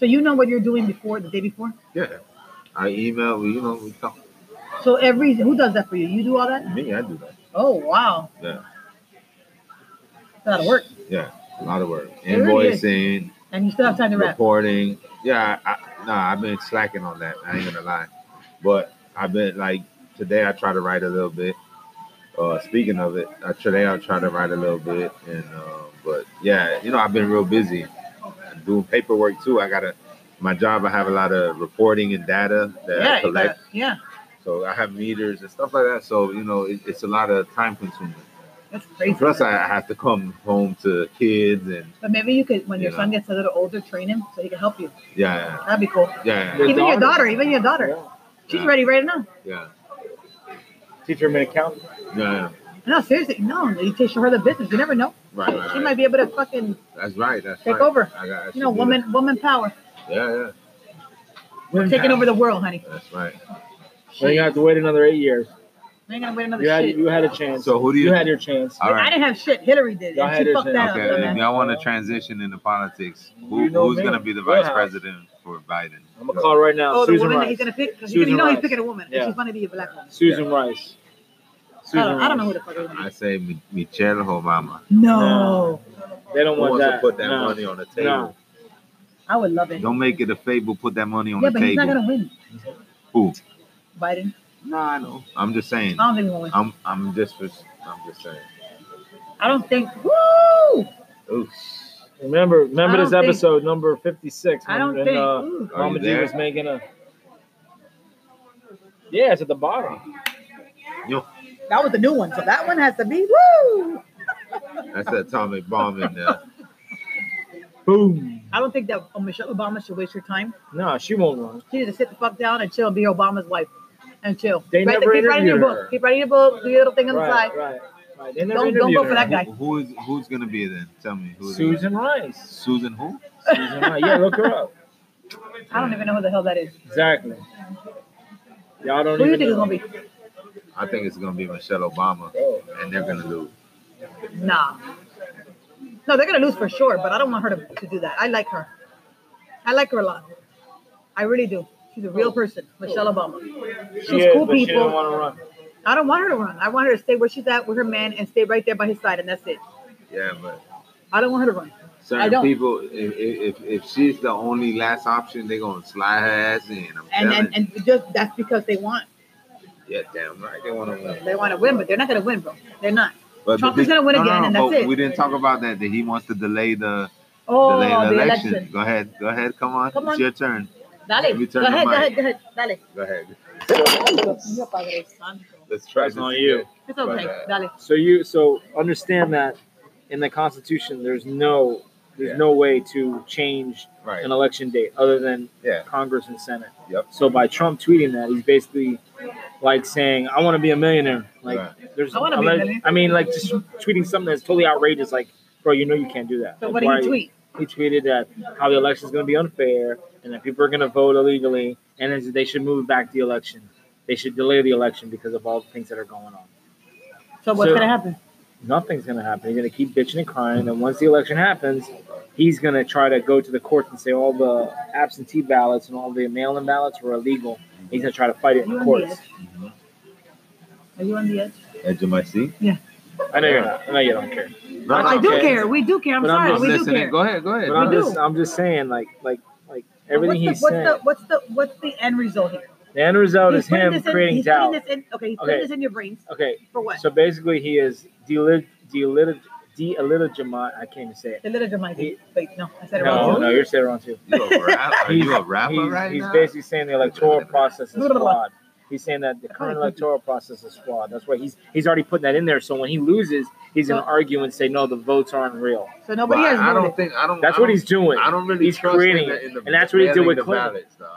[SPEAKER 3] So you know what you're doing before the day before?
[SPEAKER 4] Yeah, I email. You know, we talk.
[SPEAKER 3] So every who does that for you? You do all that?
[SPEAKER 4] Me, I do that.
[SPEAKER 3] Oh wow.
[SPEAKER 4] Yeah.
[SPEAKER 3] It's a lot of work,
[SPEAKER 4] A lot of work.
[SPEAKER 3] It really is.
[SPEAKER 4] Invoicing,
[SPEAKER 3] and you still have time to rap.
[SPEAKER 4] reporting. Yeah, I, I, nah, I've been slacking on that. I ain't gonna lie, but I've been like today. I try to write a little bit. Uh, speaking of it, uh, today I try to write a little bit, and uh, but yeah, you know, I've been real busy doing paperwork too. I gotta my job. I have a lot of reporting and data that I
[SPEAKER 3] Yeah, you
[SPEAKER 4] collect.
[SPEAKER 3] gotta- yeah.
[SPEAKER 4] So I have meters and stuff like that. So you know, it, it's a lot of time consuming.
[SPEAKER 3] That's crazy.
[SPEAKER 4] Plus, I have to come home to kids and
[SPEAKER 3] But maybe you could, when your
[SPEAKER 4] Yeah.
[SPEAKER 3] son gets a little older, train him so he can help you.
[SPEAKER 4] yeah,
[SPEAKER 3] That'd be cool.
[SPEAKER 4] yeah,
[SPEAKER 2] Your
[SPEAKER 3] even your
[SPEAKER 2] daughter.
[SPEAKER 3] daughter, even your daughter, she's
[SPEAKER 4] Yeah.
[SPEAKER 3] ready right now.
[SPEAKER 4] yeah,
[SPEAKER 2] Teach her man count.
[SPEAKER 4] yeah.
[SPEAKER 3] No, seriously, no. You teach her the business. You never know.
[SPEAKER 4] Right, right,
[SPEAKER 3] She
[SPEAKER 4] right.
[SPEAKER 3] might be able to fucking,
[SPEAKER 4] That's right. That's
[SPEAKER 3] Take
[SPEAKER 4] right.
[SPEAKER 3] over.
[SPEAKER 4] I got, I should
[SPEAKER 3] you know,
[SPEAKER 4] do
[SPEAKER 3] woman, woman power,
[SPEAKER 4] that. Yeah, yeah.
[SPEAKER 2] Women
[SPEAKER 3] taking
[SPEAKER 2] count.
[SPEAKER 3] over the world, honey.
[SPEAKER 4] That's right.
[SPEAKER 2] Now you have to wait another eight years.
[SPEAKER 3] I ain't gonna wait another
[SPEAKER 2] You had
[SPEAKER 3] shit.
[SPEAKER 2] you had a chance.
[SPEAKER 4] So who do you?
[SPEAKER 2] You had your chance.
[SPEAKER 4] all
[SPEAKER 3] I
[SPEAKER 4] right.
[SPEAKER 3] didn't have shit. Hillary did.
[SPEAKER 2] Y'all
[SPEAKER 3] and
[SPEAKER 2] had
[SPEAKER 3] she
[SPEAKER 2] it,
[SPEAKER 3] fucked that
[SPEAKER 2] okay,
[SPEAKER 3] up.
[SPEAKER 4] Okay,
[SPEAKER 3] dumbass.
[SPEAKER 4] if y'all want to transition into politics, who,
[SPEAKER 2] You know
[SPEAKER 4] who's
[SPEAKER 2] me.
[SPEAKER 4] going to be the vice
[SPEAKER 2] Wow.
[SPEAKER 4] president for Biden?
[SPEAKER 2] I'm gonna call right now.
[SPEAKER 3] Oh, the
[SPEAKER 2] Susan
[SPEAKER 3] woman that
[SPEAKER 2] Rice.
[SPEAKER 3] he's gonna pick. 'Cause You,
[SPEAKER 2] Susan
[SPEAKER 3] you know he's
[SPEAKER 2] Rice.
[SPEAKER 3] picking a woman. and
[SPEAKER 2] Yeah.
[SPEAKER 3] She's gonna be a black woman.
[SPEAKER 2] Susan Rice.
[SPEAKER 3] I
[SPEAKER 2] Susan
[SPEAKER 3] don't, I don't know who
[SPEAKER 2] Rice.
[SPEAKER 3] the fuck. It
[SPEAKER 4] I
[SPEAKER 3] is.
[SPEAKER 4] say Mi- Michelle Obama.
[SPEAKER 3] No,
[SPEAKER 2] They don't
[SPEAKER 4] Who
[SPEAKER 2] want
[SPEAKER 4] wants
[SPEAKER 2] that.
[SPEAKER 4] to put that
[SPEAKER 2] No.
[SPEAKER 4] money on the table?
[SPEAKER 3] I would love it.
[SPEAKER 4] Don't make it a fable. Put that money on
[SPEAKER 3] yeah,
[SPEAKER 4] the
[SPEAKER 3] but he's
[SPEAKER 4] table.
[SPEAKER 3] not gonna Um, win,
[SPEAKER 4] Who?
[SPEAKER 3] Biden.
[SPEAKER 4] Nah, I know. I'm just saying.
[SPEAKER 3] I don't think he's gonna win.
[SPEAKER 4] I'm I'm just I'm just saying.
[SPEAKER 3] I don't think. Woo!
[SPEAKER 4] Ooh.
[SPEAKER 2] Remember, remember
[SPEAKER 3] I
[SPEAKER 2] this
[SPEAKER 3] don't think-
[SPEAKER 2] episode number 56.
[SPEAKER 3] I don't
[SPEAKER 2] when- when,
[SPEAKER 3] think.
[SPEAKER 2] uh,
[SPEAKER 3] ooh.
[SPEAKER 4] Are you
[SPEAKER 2] Mama G
[SPEAKER 4] there?
[SPEAKER 2] was making a. Yeah, it's at the bottom.
[SPEAKER 3] That was the new one. So that one has to be woo.
[SPEAKER 4] That's an atomic bomb in there.
[SPEAKER 3] [laughs]
[SPEAKER 2] Boom.
[SPEAKER 3] I don't think that Michelle Obama should waste her time.
[SPEAKER 2] No, she won't run.
[SPEAKER 3] She needs to sit the fuck down and chill, be Obama's wife, and chill.
[SPEAKER 2] They
[SPEAKER 3] Write the-
[SPEAKER 2] never
[SPEAKER 3] keep writing your
[SPEAKER 2] interviewed
[SPEAKER 3] book.
[SPEAKER 2] her.
[SPEAKER 3] Keep writing your book. Do your little thing on the
[SPEAKER 2] right,
[SPEAKER 3] side.
[SPEAKER 2] right, right. They never
[SPEAKER 3] Don't don't vote
[SPEAKER 2] interviewed
[SPEAKER 3] for that
[SPEAKER 2] her.
[SPEAKER 3] guy.
[SPEAKER 4] Who- Who is who's gonna be then? Tell me who's gonna be?
[SPEAKER 2] Susan Rice.
[SPEAKER 4] Susan who?
[SPEAKER 2] Susan Rice. Yeah, look her
[SPEAKER 3] [laughs]
[SPEAKER 2] up.
[SPEAKER 3] I don't even know who the hell that is.
[SPEAKER 2] Exactly. Y'all
[SPEAKER 3] Who
[SPEAKER 2] don't
[SPEAKER 3] do you
[SPEAKER 2] even
[SPEAKER 3] think
[SPEAKER 2] know.
[SPEAKER 3] is gonna be?
[SPEAKER 4] I think it's gonna be Michelle Obama, and they're gonna lose.
[SPEAKER 3] Nah. No, they're gonna lose for sure, but I don't want her to, to do that. I like her. I like her a lot. I really do. She's a real person, Michelle Obama. She's
[SPEAKER 2] She is,
[SPEAKER 3] cool
[SPEAKER 2] but she
[SPEAKER 3] people.
[SPEAKER 2] didn't want to run.
[SPEAKER 3] I don't want her to run. I want her to stay where she's at with her man and stay right there by his side, and that's it.
[SPEAKER 4] Yeah, but
[SPEAKER 3] I don't want her to run. I
[SPEAKER 4] certain
[SPEAKER 3] don't.
[SPEAKER 4] people, if, if if she's the only last option, they're gonna slide her ass in. I'm
[SPEAKER 3] And
[SPEAKER 4] telling.
[SPEAKER 3] and, and just that's because they want
[SPEAKER 4] you. yeah, damn right, they wanna win.
[SPEAKER 3] they want to win, but they're not gonna win, bro. They're not.
[SPEAKER 4] But
[SPEAKER 3] Trump
[SPEAKER 4] but
[SPEAKER 3] is gonna win
[SPEAKER 4] no, no,
[SPEAKER 3] again,
[SPEAKER 4] no,
[SPEAKER 3] and that's
[SPEAKER 4] but
[SPEAKER 3] it.
[SPEAKER 4] We didn't talk about that. That he wants to delay the
[SPEAKER 3] Oh,
[SPEAKER 4] delay the,
[SPEAKER 3] the
[SPEAKER 4] election.
[SPEAKER 3] election.
[SPEAKER 4] Go ahead, go ahead. Come on,
[SPEAKER 3] Come
[SPEAKER 4] it's
[SPEAKER 3] on.
[SPEAKER 4] your turn. Let me
[SPEAKER 3] Dale,
[SPEAKER 4] turn
[SPEAKER 3] go
[SPEAKER 4] the
[SPEAKER 3] ahead, go
[SPEAKER 4] mic.
[SPEAKER 3] ahead, go ahead, dale.
[SPEAKER 4] Go ahead.
[SPEAKER 3] Mira, Padre Santo.
[SPEAKER 4] Let's try
[SPEAKER 2] That's
[SPEAKER 4] this
[SPEAKER 2] on
[SPEAKER 4] again.
[SPEAKER 2] you.
[SPEAKER 3] It's okay,
[SPEAKER 4] But,
[SPEAKER 3] dale.
[SPEAKER 2] So you so understand that in the Constitution, there's no there's
[SPEAKER 4] Yeah.
[SPEAKER 2] no way to change
[SPEAKER 4] Right.
[SPEAKER 2] an election date other than
[SPEAKER 4] Yeah.
[SPEAKER 2] Congress and Senate.
[SPEAKER 4] Yep.
[SPEAKER 2] So by Trump tweeting that, he's basically like saying, "I want to be a millionaire." Like
[SPEAKER 4] Right.
[SPEAKER 2] there's,
[SPEAKER 3] I wanna be a millionaire.
[SPEAKER 2] I mean, like just tweeting something that's totally outrageous. Like, bro, you know you can't do that.
[SPEAKER 3] So
[SPEAKER 2] Like,
[SPEAKER 3] what do
[SPEAKER 2] why-
[SPEAKER 3] you tweet?
[SPEAKER 2] He tweeted that how the election's going to be unfair and that people are going to vote illegally and that they should move back the election. They should delay the election because of all the things that are going on.
[SPEAKER 3] So what's
[SPEAKER 2] So-
[SPEAKER 3] gonna happen?
[SPEAKER 2] Nothing's going to happen. You're going to keep bitching and crying. And once the election happens, he's going to try to go to the courts and say all the absentee ballots and all the mail in ballots were illegal. He's going to try to fight it in
[SPEAKER 3] You
[SPEAKER 2] the
[SPEAKER 3] on
[SPEAKER 2] courts.
[SPEAKER 4] Mhm.
[SPEAKER 3] Are you on the edge?
[SPEAKER 4] Edge of my seat.
[SPEAKER 2] I know you're not. I know you don't care.
[SPEAKER 4] No,
[SPEAKER 3] I
[SPEAKER 4] no,
[SPEAKER 3] do
[SPEAKER 2] okay.
[SPEAKER 3] care. We do care. I'm
[SPEAKER 2] But I'm
[SPEAKER 3] sorry.
[SPEAKER 2] just
[SPEAKER 3] we do
[SPEAKER 4] listening.
[SPEAKER 3] care.
[SPEAKER 4] Go ahead. Go ahead.
[SPEAKER 2] But I'm
[SPEAKER 3] We do.
[SPEAKER 2] just, I'm just saying, like, like, like
[SPEAKER 3] But
[SPEAKER 2] everything he's
[SPEAKER 3] what's the, what's
[SPEAKER 2] saying.
[SPEAKER 3] The,
[SPEAKER 2] The,
[SPEAKER 3] what's the what's the end result here?
[SPEAKER 2] end result
[SPEAKER 3] He's
[SPEAKER 2] is
[SPEAKER 3] putting
[SPEAKER 2] him
[SPEAKER 3] this in-
[SPEAKER 2] creating
[SPEAKER 3] he's
[SPEAKER 2] doubt.
[SPEAKER 3] Putting this in, okay, he's putting
[SPEAKER 2] Okay.
[SPEAKER 3] this in your brains
[SPEAKER 2] okay,
[SPEAKER 3] for what?
[SPEAKER 2] so basically he is deli- deli- deliligent. I can't even say it.
[SPEAKER 3] the literature might be.
[SPEAKER 2] He-
[SPEAKER 3] Wait, no, I said it
[SPEAKER 2] No,
[SPEAKER 3] wrong.
[SPEAKER 2] no, you're saying it wrong too.
[SPEAKER 4] You a rap? Are you a rapper
[SPEAKER 2] He's,
[SPEAKER 4] right
[SPEAKER 2] he's
[SPEAKER 4] now?
[SPEAKER 2] basically saying the electoral process is
[SPEAKER 3] Blah, blah, blah.
[SPEAKER 2] flawed. He's saying that the current electoral process is flawed. That's why he's he's already putting that in there. So when he loses, he's gonna
[SPEAKER 3] So-
[SPEAKER 2] argue and say no, the votes aren't real.
[SPEAKER 3] So nobody
[SPEAKER 4] But
[SPEAKER 3] has
[SPEAKER 4] I don't
[SPEAKER 3] voted.
[SPEAKER 4] think I don't.
[SPEAKER 2] That's
[SPEAKER 4] I
[SPEAKER 2] what
[SPEAKER 4] don't-
[SPEAKER 2] he's doing.
[SPEAKER 4] I don't really
[SPEAKER 2] He's
[SPEAKER 4] trust in
[SPEAKER 2] creating
[SPEAKER 4] the,
[SPEAKER 2] it.
[SPEAKER 4] in the
[SPEAKER 2] And that's what he did
[SPEAKER 4] mailing
[SPEAKER 2] with
[SPEAKER 4] the
[SPEAKER 2] Clinton.
[SPEAKER 4] ballots, dog.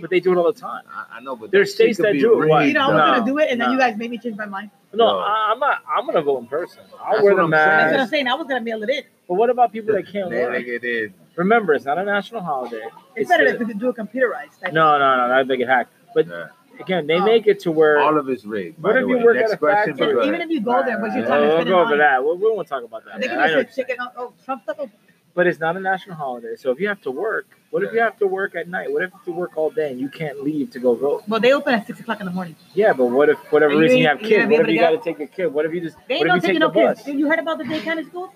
[SPEAKER 2] But they do it all the time.
[SPEAKER 4] I, I know, but
[SPEAKER 2] There's
[SPEAKER 4] that shit
[SPEAKER 2] states
[SPEAKER 4] could
[SPEAKER 2] that
[SPEAKER 4] be
[SPEAKER 2] do it, right.
[SPEAKER 4] rigged,
[SPEAKER 3] you know, I was
[SPEAKER 2] No,
[SPEAKER 3] gonna do it, and then
[SPEAKER 2] no.
[SPEAKER 3] you guys made me change my mind.
[SPEAKER 2] No,
[SPEAKER 4] No.
[SPEAKER 2] I, I'm not. I'm gonna vote in person. I'll
[SPEAKER 4] That's
[SPEAKER 2] wear
[SPEAKER 4] what
[SPEAKER 2] the
[SPEAKER 4] I'm saying.
[SPEAKER 3] That's what I'm
[SPEAKER 2] mask.
[SPEAKER 3] saying. I was gonna mail it in.
[SPEAKER 2] But what about people that
[SPEAKER 4] That
[SPEAKER 2] can't work?
[SPEAKER 4] nigga did.
[SPEAKER 2] Remember, it's not a national holiday.
[SPEAKER 3] It's,
[SPEAKER 2] It's
[SPEAKER 3] better
[SPEAKER 2] the-
[SPEAKER 3] if we could do it computerized. Like,
[SPEAKER 2] No, no, no, that'd be a hack. But
[SPEAKER 4] Yeah.
[SPEAKER 2] again, they
[SPEAKER 3] Oh.
[SPEAKER 2] make it to where.
[SPEAKER 4] All of it's rigged. by
[SPEAKER 2] What if
[SPEAKER 4] the
[SPEAKER 2] you
[SPEAKER 4] way.
[SPEAKER 2] work
[SPEAKER 4] Next
[SPEAKER 2] at a
[SPEAKER 4] question,
[SPEAKER 2] factory?
[SPEAKER 4] but go
[SPEAKER 3] Even
[SPEAKER 4] ahead.
[SPEAKER 3] if you go there, but
[SPEAKER 2] Yeah,
[SPEAKER 3] your time is
[SPEAKER 2] we'll
[SPEAKER 3] spending
[SPEAKER 2] go over
[SPEAKER 3] on.
[SPEAKER 2] that. We'll, we won't talk about
[SPEAKER 3] I
[SPEAKER 2] that.
[SPEAKER 3] think
[SPEAKER 2] I know.
[SPEAKER 3] you should chicken. Oh, oh, Trump stuff.
[SPEAKER 2] But it's not a national holiday. So if you have to work, what if you have to work at night? What if you have to work all day and you can't leave to go vote?
[SPEAKER 3] Well, they open at six o'clock in the morning.
[SPEAKER 2] Yeah, but what if whatever
[SPEAKER 3] Are you-
[SPEAKER 2] reason you have
[SPEAKER 3] you gonna
[SPEAKER 2] kids?
[SPEAKER 3] be
[SPEAKER 2] What if
[SPEAKER 3] able
[SPEAKER 2] you
[SPEAKER 3] to
[SPEAKER 2] got to take a kid? What if you just
[SPEAKER 3] They ain't
[SPEAKER 2] what if
[SPEAKER 3] no
[SPEAKER 2] you
[SPEAKER 3] taking
[SPEAKER 2] take the
[SPEAKER 3] no kids.
[SPEAKER 2] bus?
[SPEAKER 3] Did you heard about the day county schools?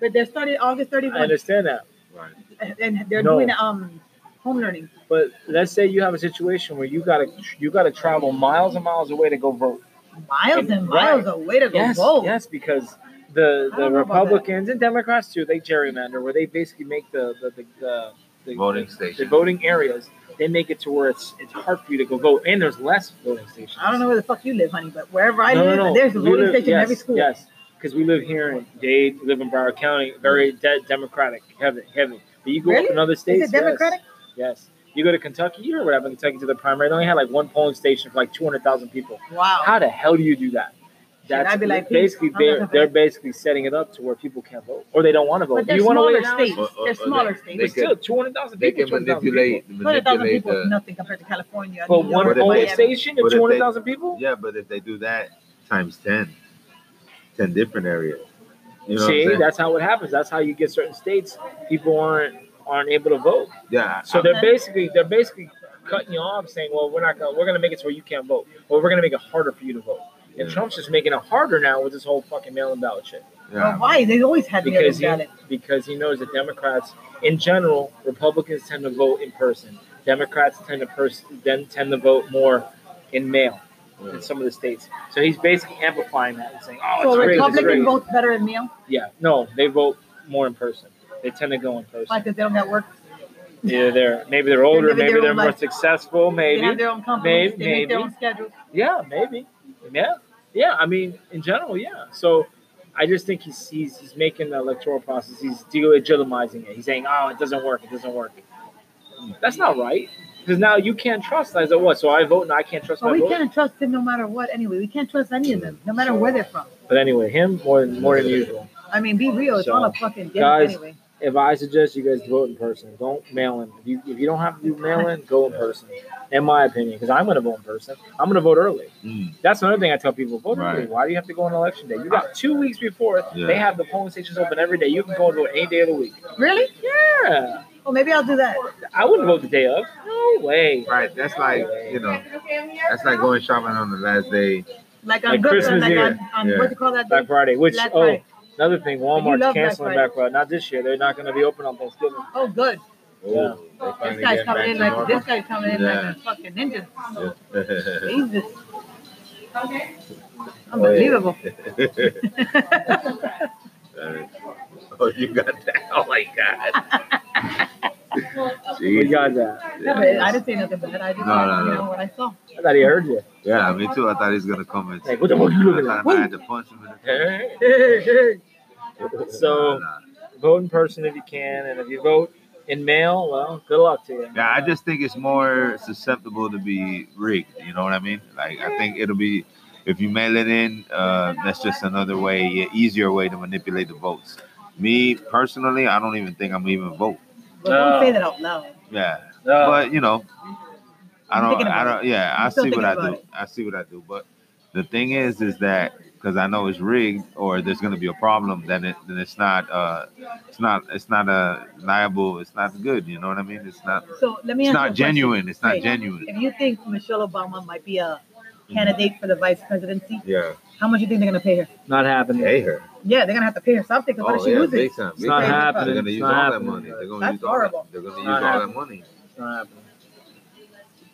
[SPEAKER 3] But they started August
[SPEAKER 2] I
[SPEAKER 3] 31st,
[SPEAKER 2] understand that,
[SPEAKER 4] Right.
[SPEAKER 3] and they're
[SPEAKER 2] No.
[SPEAKER 3] doing um home learning.
[SPEAKER 2] but let's say you have a situation where you gotta you gotta travel miles and miles away to go vote.
[SPEAKER 3] Miles and miles away to go
[SPEAKER 2] Yes,
[SPEAKER 3] vote.
[SPEAKER 2] yes, because the
[SPEAKER 3] I
[SPEAKER 2] the
[SPEAKER 3] don't know about that.
[SPEAKER 2] Republicans and Democrats too they gerrymander where they basically make the the the, the, the
[SPEAKER 4] Voting
[SPEAKER 2] the
[SPEAKER 4] station.
[SPEAKER 2] voting areas, they make it to where it's it's hard for you to go vote, and there's less voting stations.
[SPEAKER 3] I don't know where the fuck you live, honey, but wherever I
[SPEAKER 2] No, no,
[SPEAKER 3] live,
[SPEAKER 2] no.
[SPEAKER 3] there's a
[SPEAKER 2] We
[SPEAKER 3] voting
[SPEAKER 2] live-
[SPEAKER 3] station in
[SPEAKER 2] yes,
[SPEAKER 3] every school.
[SPEAKER 2] Yes, because we live here in Dade, we live in Broward County, very de- democratic, heavy, heavy. But you go
[SPEAKER 3] Really?
[SPEAKER 2] up in other
[SPEAKER 3] Is
[SPEAKER 2] states,
[SPEAKER 3] it Democratic?
[SPEAKER 2] Yes, yes. You go to Kentucky, you heard what happened in Kentucky to the primary. They only had like one polling station for like two hundred thousand people.
[SPEAKER 3] Wow.
[SPEAKER 2] How the hell do you do that? That's
[SPEAKER 3] I'd be like,
[SPEAKER 2] basically
[SPEAKER 3] "Please, I'm not
[SPEAKER 2] they're they're
[SPEAKER 3] gonna vote."
[SPEAKER 2] basically setting it up to where people can't vote or they don't want to vote.
[SPEAKER 3] but
[SPEAKER 2] Do
[SPEAKER 3] they're
[SPEAKER 2] you want to
[SPEAKER 3] smaller
[SPEAKER 2] wait an hour?
[SPEAKER 3] states.
[SPEAKER 4] Or- or-
[SPEAKER 3] they're
[SPEAKER 4] or
[SPEAKER 3] smaller
[SPEAKER 4] They
[SPEAKER 3] states.
[SPEAKER 2] But
[SPEAKER 4] can-
[SPEAKER 2] still, two hundred thousand
[SPEAKER 4] They
[SPEAKER 2] people.
[SPEAKER 4] can
[SPEAKER 2] 200,000 people.
[SPEAKER 4] manipulate,
[SPEAKER 3] 200,000
[SPEAKER 4] manipulate
[SPEAKER 3] people is
[SPEAKER 4] the.
[SPEAKER 3] nothing compared to California.
[SPEAKER 2] But
[SPEAKER 3] New
[SPEAKER 2] one
[SPEAKER 3] York,
[SPEAKER 4] What if
[SPEAKER 2] polling
[SPEAKER 4] they-
[SPEAKER 3] Miami.
[SPEAKER 2] station and
[SPEAKER 4] what if they-
[SPEAKER 2] two hundred thousand people.
[SPEAKER 4] Yeah, but if they do that times 10, 10 different areas. You know
[SPEAKER 2] See,
[SPEAKER 4] what I'm saying?
[SPEAKER 2] that's how it happens. That's how you get certain states. People aren't aren't able to vote.
[SPEAKER 4] yeah.
[SPEAKER 2] So they're
[SPEAKER 3] Okay.
[SPEAKER 2] basically they're basically cutting you off, saying, "Well, we're not gonna we're gonna make it to where you can't vote, or we're gonna make it harder for you to vote." And
[SPEAKER 4] Yeah.
[SPEAKER 2] Trump's just making it harder now with this whole fucking mail-in ballot shit
[SPEAKER 3] But
[SPEAKER 4] yeah.
[SPEAKER 3] why? They always had mail
[SPEAKER 2] because
[SPEAKER 3] in
[SPEAKER 2] he
[SPEAKER 3] ballot.
[SPEAKER 2] because he knows that Democrats in general, Republicans tend to vote in person. Democrats tend to pers- then tend to vote more in mail in some of the states. So he's basically amplifying that and saying, "Oh,
[SPEAKER 3] So
[SPEAKER 2] it's rigged, it's rigged."
[SPEAKER 3] Republican votes better in mail,
[SPEAKER 2] Yeah, no, they vote more in person. They tend to go in
[SPEAKER 3] like
[SPEAKER 2] person.
[SPEAKER 3] because they don't got work.
[SPEAKER 2] Yeah, they're maybe they're older,
[SPEAKER 3] living
[SPEAKER 2] maybe
[SPEAKER 3] their
[SPEAKER 2] they're
[SPEAKER 3] own
[SPEAKER 2] more
[SPEAKER 3] life.
[SPEAKER 2] successful,
[SPEAKER 3] They have
[SPEAKER 2] maybe.
[SPEAKER 3] their own companies.
[SPEAKER 2] Maybe-
[SPEAKER 3] They make their
[SPEAKER 2] maybe.
[SPEAKER 3] own schedules.
[SPEAKER 2] Yeah, maybe. Yeah, yeah. I mean, in general, yeah. So I just think he's he's, he's making the electoral process. He's delegitimizing it. He's saying, "Oh, it doesn't work. It doesn't work." That's not right because now you can't trust. I said, "What?" So I vote, and I can't trust
[SPEAKER 3] But
[SPEAKER 2] my
[SPEAKER 3] we
[SPEAKER 2] vote.
[SPEAKER 3] can't trust them no matter what. Anyway, we can't trust any of them, no matter where they're from.
[SPEAKER 2] But anyway, him more than more than usual.
[SPEAKER 3] I mean, be real. It's
[SPEAKER 2] So,
[SPEAKER 3] all a fucking game
[SPEAKER 2] guys,
[SPEAKER 3] anyway.
[SPEAKER 2] If I suggest you guys vote in person, don't mail in. If you if you don't have to do mail in, go in person. In my opinion, because I'm going to vote in person. I'm going to vote early.
[SPEAKER 4] Mm.
[SPEAKER 2] That's another thing I tell people. Vote
[SPEAKER 4] Right.
[SPEAKER 2] early. Why do you have to go on election day? You got two weeks before.
[SPEAKER 4] Yeah.
[SPEAKER 2] They have the polling stations open every day. You can go and vote any day of the week.
[SPEAKER 3] Really?
[SPEAKER 2] Yeah.
[SPEAKER 3] Well, maybe I'll do that.
[SPEAKER 2] I wouldn't vote the day of. No way.
[SPEAKER 4] Right. That's like, you know, that's like going shopping on the last day.
[SPEAKER 3] Like on
[SPEAKER 2] Like
[SPEAKER 3] good,
[SPEAKER 2] Christmas
[SPEAKER 3] like
[SPEAKER 2] here.
[SPEAKER 3] on, on
[SPEAKER 4] Yeah.
[SPEAKER 3] what do you call that?
[SPEAKER 2] Black
[SPEAKER 3] Day?
[SPEAKER 2] Friday, which
[SPEAKER 3] Black
[SPEAKER 2] oh,
[SPEAKER 3] Friday.
[SPEAKER 2] another thing, Walmart's
[SPEAKER 3] love Black
[SPEAKER 2] canceling
[SPEAKER 3] Friday.
[SPEAKER 2] Black Friday. Not this year. They're not going to be open on Thanksgiving.
[SPEAKER 3] Oh, good.
[SPEAKER 4] Oh, they
[SPEAKER 3] This
[SPEAKER 4] finally
[SPEAKER 3] guy's
[SPEAKER 4] getting back
[SPEAKER 3] coming in
[SPEAKER 4] to
[SPEAKER 3] like this
[SPEAKER 4] normal.
[SPEAKER 3] guy's coming in
[SPEAKER 4] Yeah.
[SPEAKER 3] like a fucking ninja.
[SPEAKER 4] Yeah.
[SPEAKER 3] Jesus,
[SPEAKER 5] Okay.
[SPEAKER 3] unbelievable.
[SPEAKER 4] [laughs] oh, you got that. Oh, my God.
[SPEAKER 2] We
[SPEAKER 4] [laughs] Jeez.
[SPEAKER 2] got that.
[SPEAKER 3] No, but I didn't say nothing bad. I just
[SPEAKER 4] No, no,
[SPEAKER 3] you
[SPEAKER 4] no.
[SPEAKER 3] know what I saw.
[SPEAKER 2] I thought he heard you.
[SPEAKER 4] Yeah, me too. I thought he was going to come in.
[SPEAKER 2] Like, what the fuck you looking
[SPEAKER 4] I
[SPEAKER 2] at?
[SPEAKER 4] thought I had to punch him in [laughs] the
[SPEAKER 2] Hey, hey, hey. So
[SPEAKER 4] Nah, nah.
[SPEAKER 2] vote in person if you can, and if you vote in mail, well, good luck to you.
[SPEAKER 4] Yeah, I just think it's more susceptible to be rigged. You know what I mean? Like, I think it'll be if you mail it in. Uh, that's just another way, yeah, easier way to manipulate the votes. Me personally, I don't even think I'm even vote.
[SPEAKER 3] But
[SPEAKER 2] No.
[SPEAKER 3] don't say that out loud.
[SPEAKER 4] Yeah,
[SPEAKER 2] Uh,
[SPEAKER 4] but you know, I
[SPEAKER 3] I'm
[SPEAKER 4] don't.
[SPEAKER 3] thinking
[SPEAKER 4] I
[SPEAKER 3] about
[SPEAKER 4] don't. Yeah, I
[SPEAKER 3] I'm still
[SPEAKER 4] see what
[SPEAKER 3] thinking
[SPEAKER 4] I
[SPEAKER 3] about
[SPEAKER 4] do.
[SPEAKER 3] it.
[SPEAKER 4] I see what I do. But the thing is, is that because I know it's rigged or there's gonna be a problem, then it then it's not. Uh, it's not. It's not a liable. It's not good. You know what I mean? It's not.
[SPEAKER 3] So let me
[SPEAKER 4] It's
[SPEAKER 3] ask you a
[SPEAKER 4] not
[SPEAKER 3] question.
[SPEAKER 4] genuine. It's not
[SPEAKER 3] Wait.
[SPEAKER 4] genuine.
[SPEAKER 3] If you think Michelle Obama might be a candidate for the vice presidency,
[SPEAKER 4] Yeah.
[SPEAKER 3] how much you think they're gonna pay her?
[SPEAKER 2] not happening.
[SPEAKER 4] Pay her. Oh,
[SPEAKER 3] Yeah, they're gonna have to pay her something. 'cause
[SPEAKER 2] Oh,
[SPEAKER 3] What if she loses?
[SPEAKER 4] time.
[SPEAKER 2] It's not
[SPEAKER 3] They're gonna
[SPEAKER 2] happening.
[SPEAKER 4] They're gonna
[SPEAKER 2] It's
[SPEAKER 4] use all
[SPEAKER 2] not
[SPEAKER 4] that
[SPEAKER 2] happening.
[SPEAKER 4] money. They're gonna
[SPEAKER 3] That's
[SPEAKER 4] use all that.
[SPEAKER 3] horrible.
[SPEAKER 4] They're gonna
[SPEAKER 2] It's
[SPEAKER 4] use all
[SPEAKER 2] not
[SPEAKER 4] that
[SPEAKER 2] happening.
[SPEAKER 4] money.
[SPEAKER 2] It's not happening.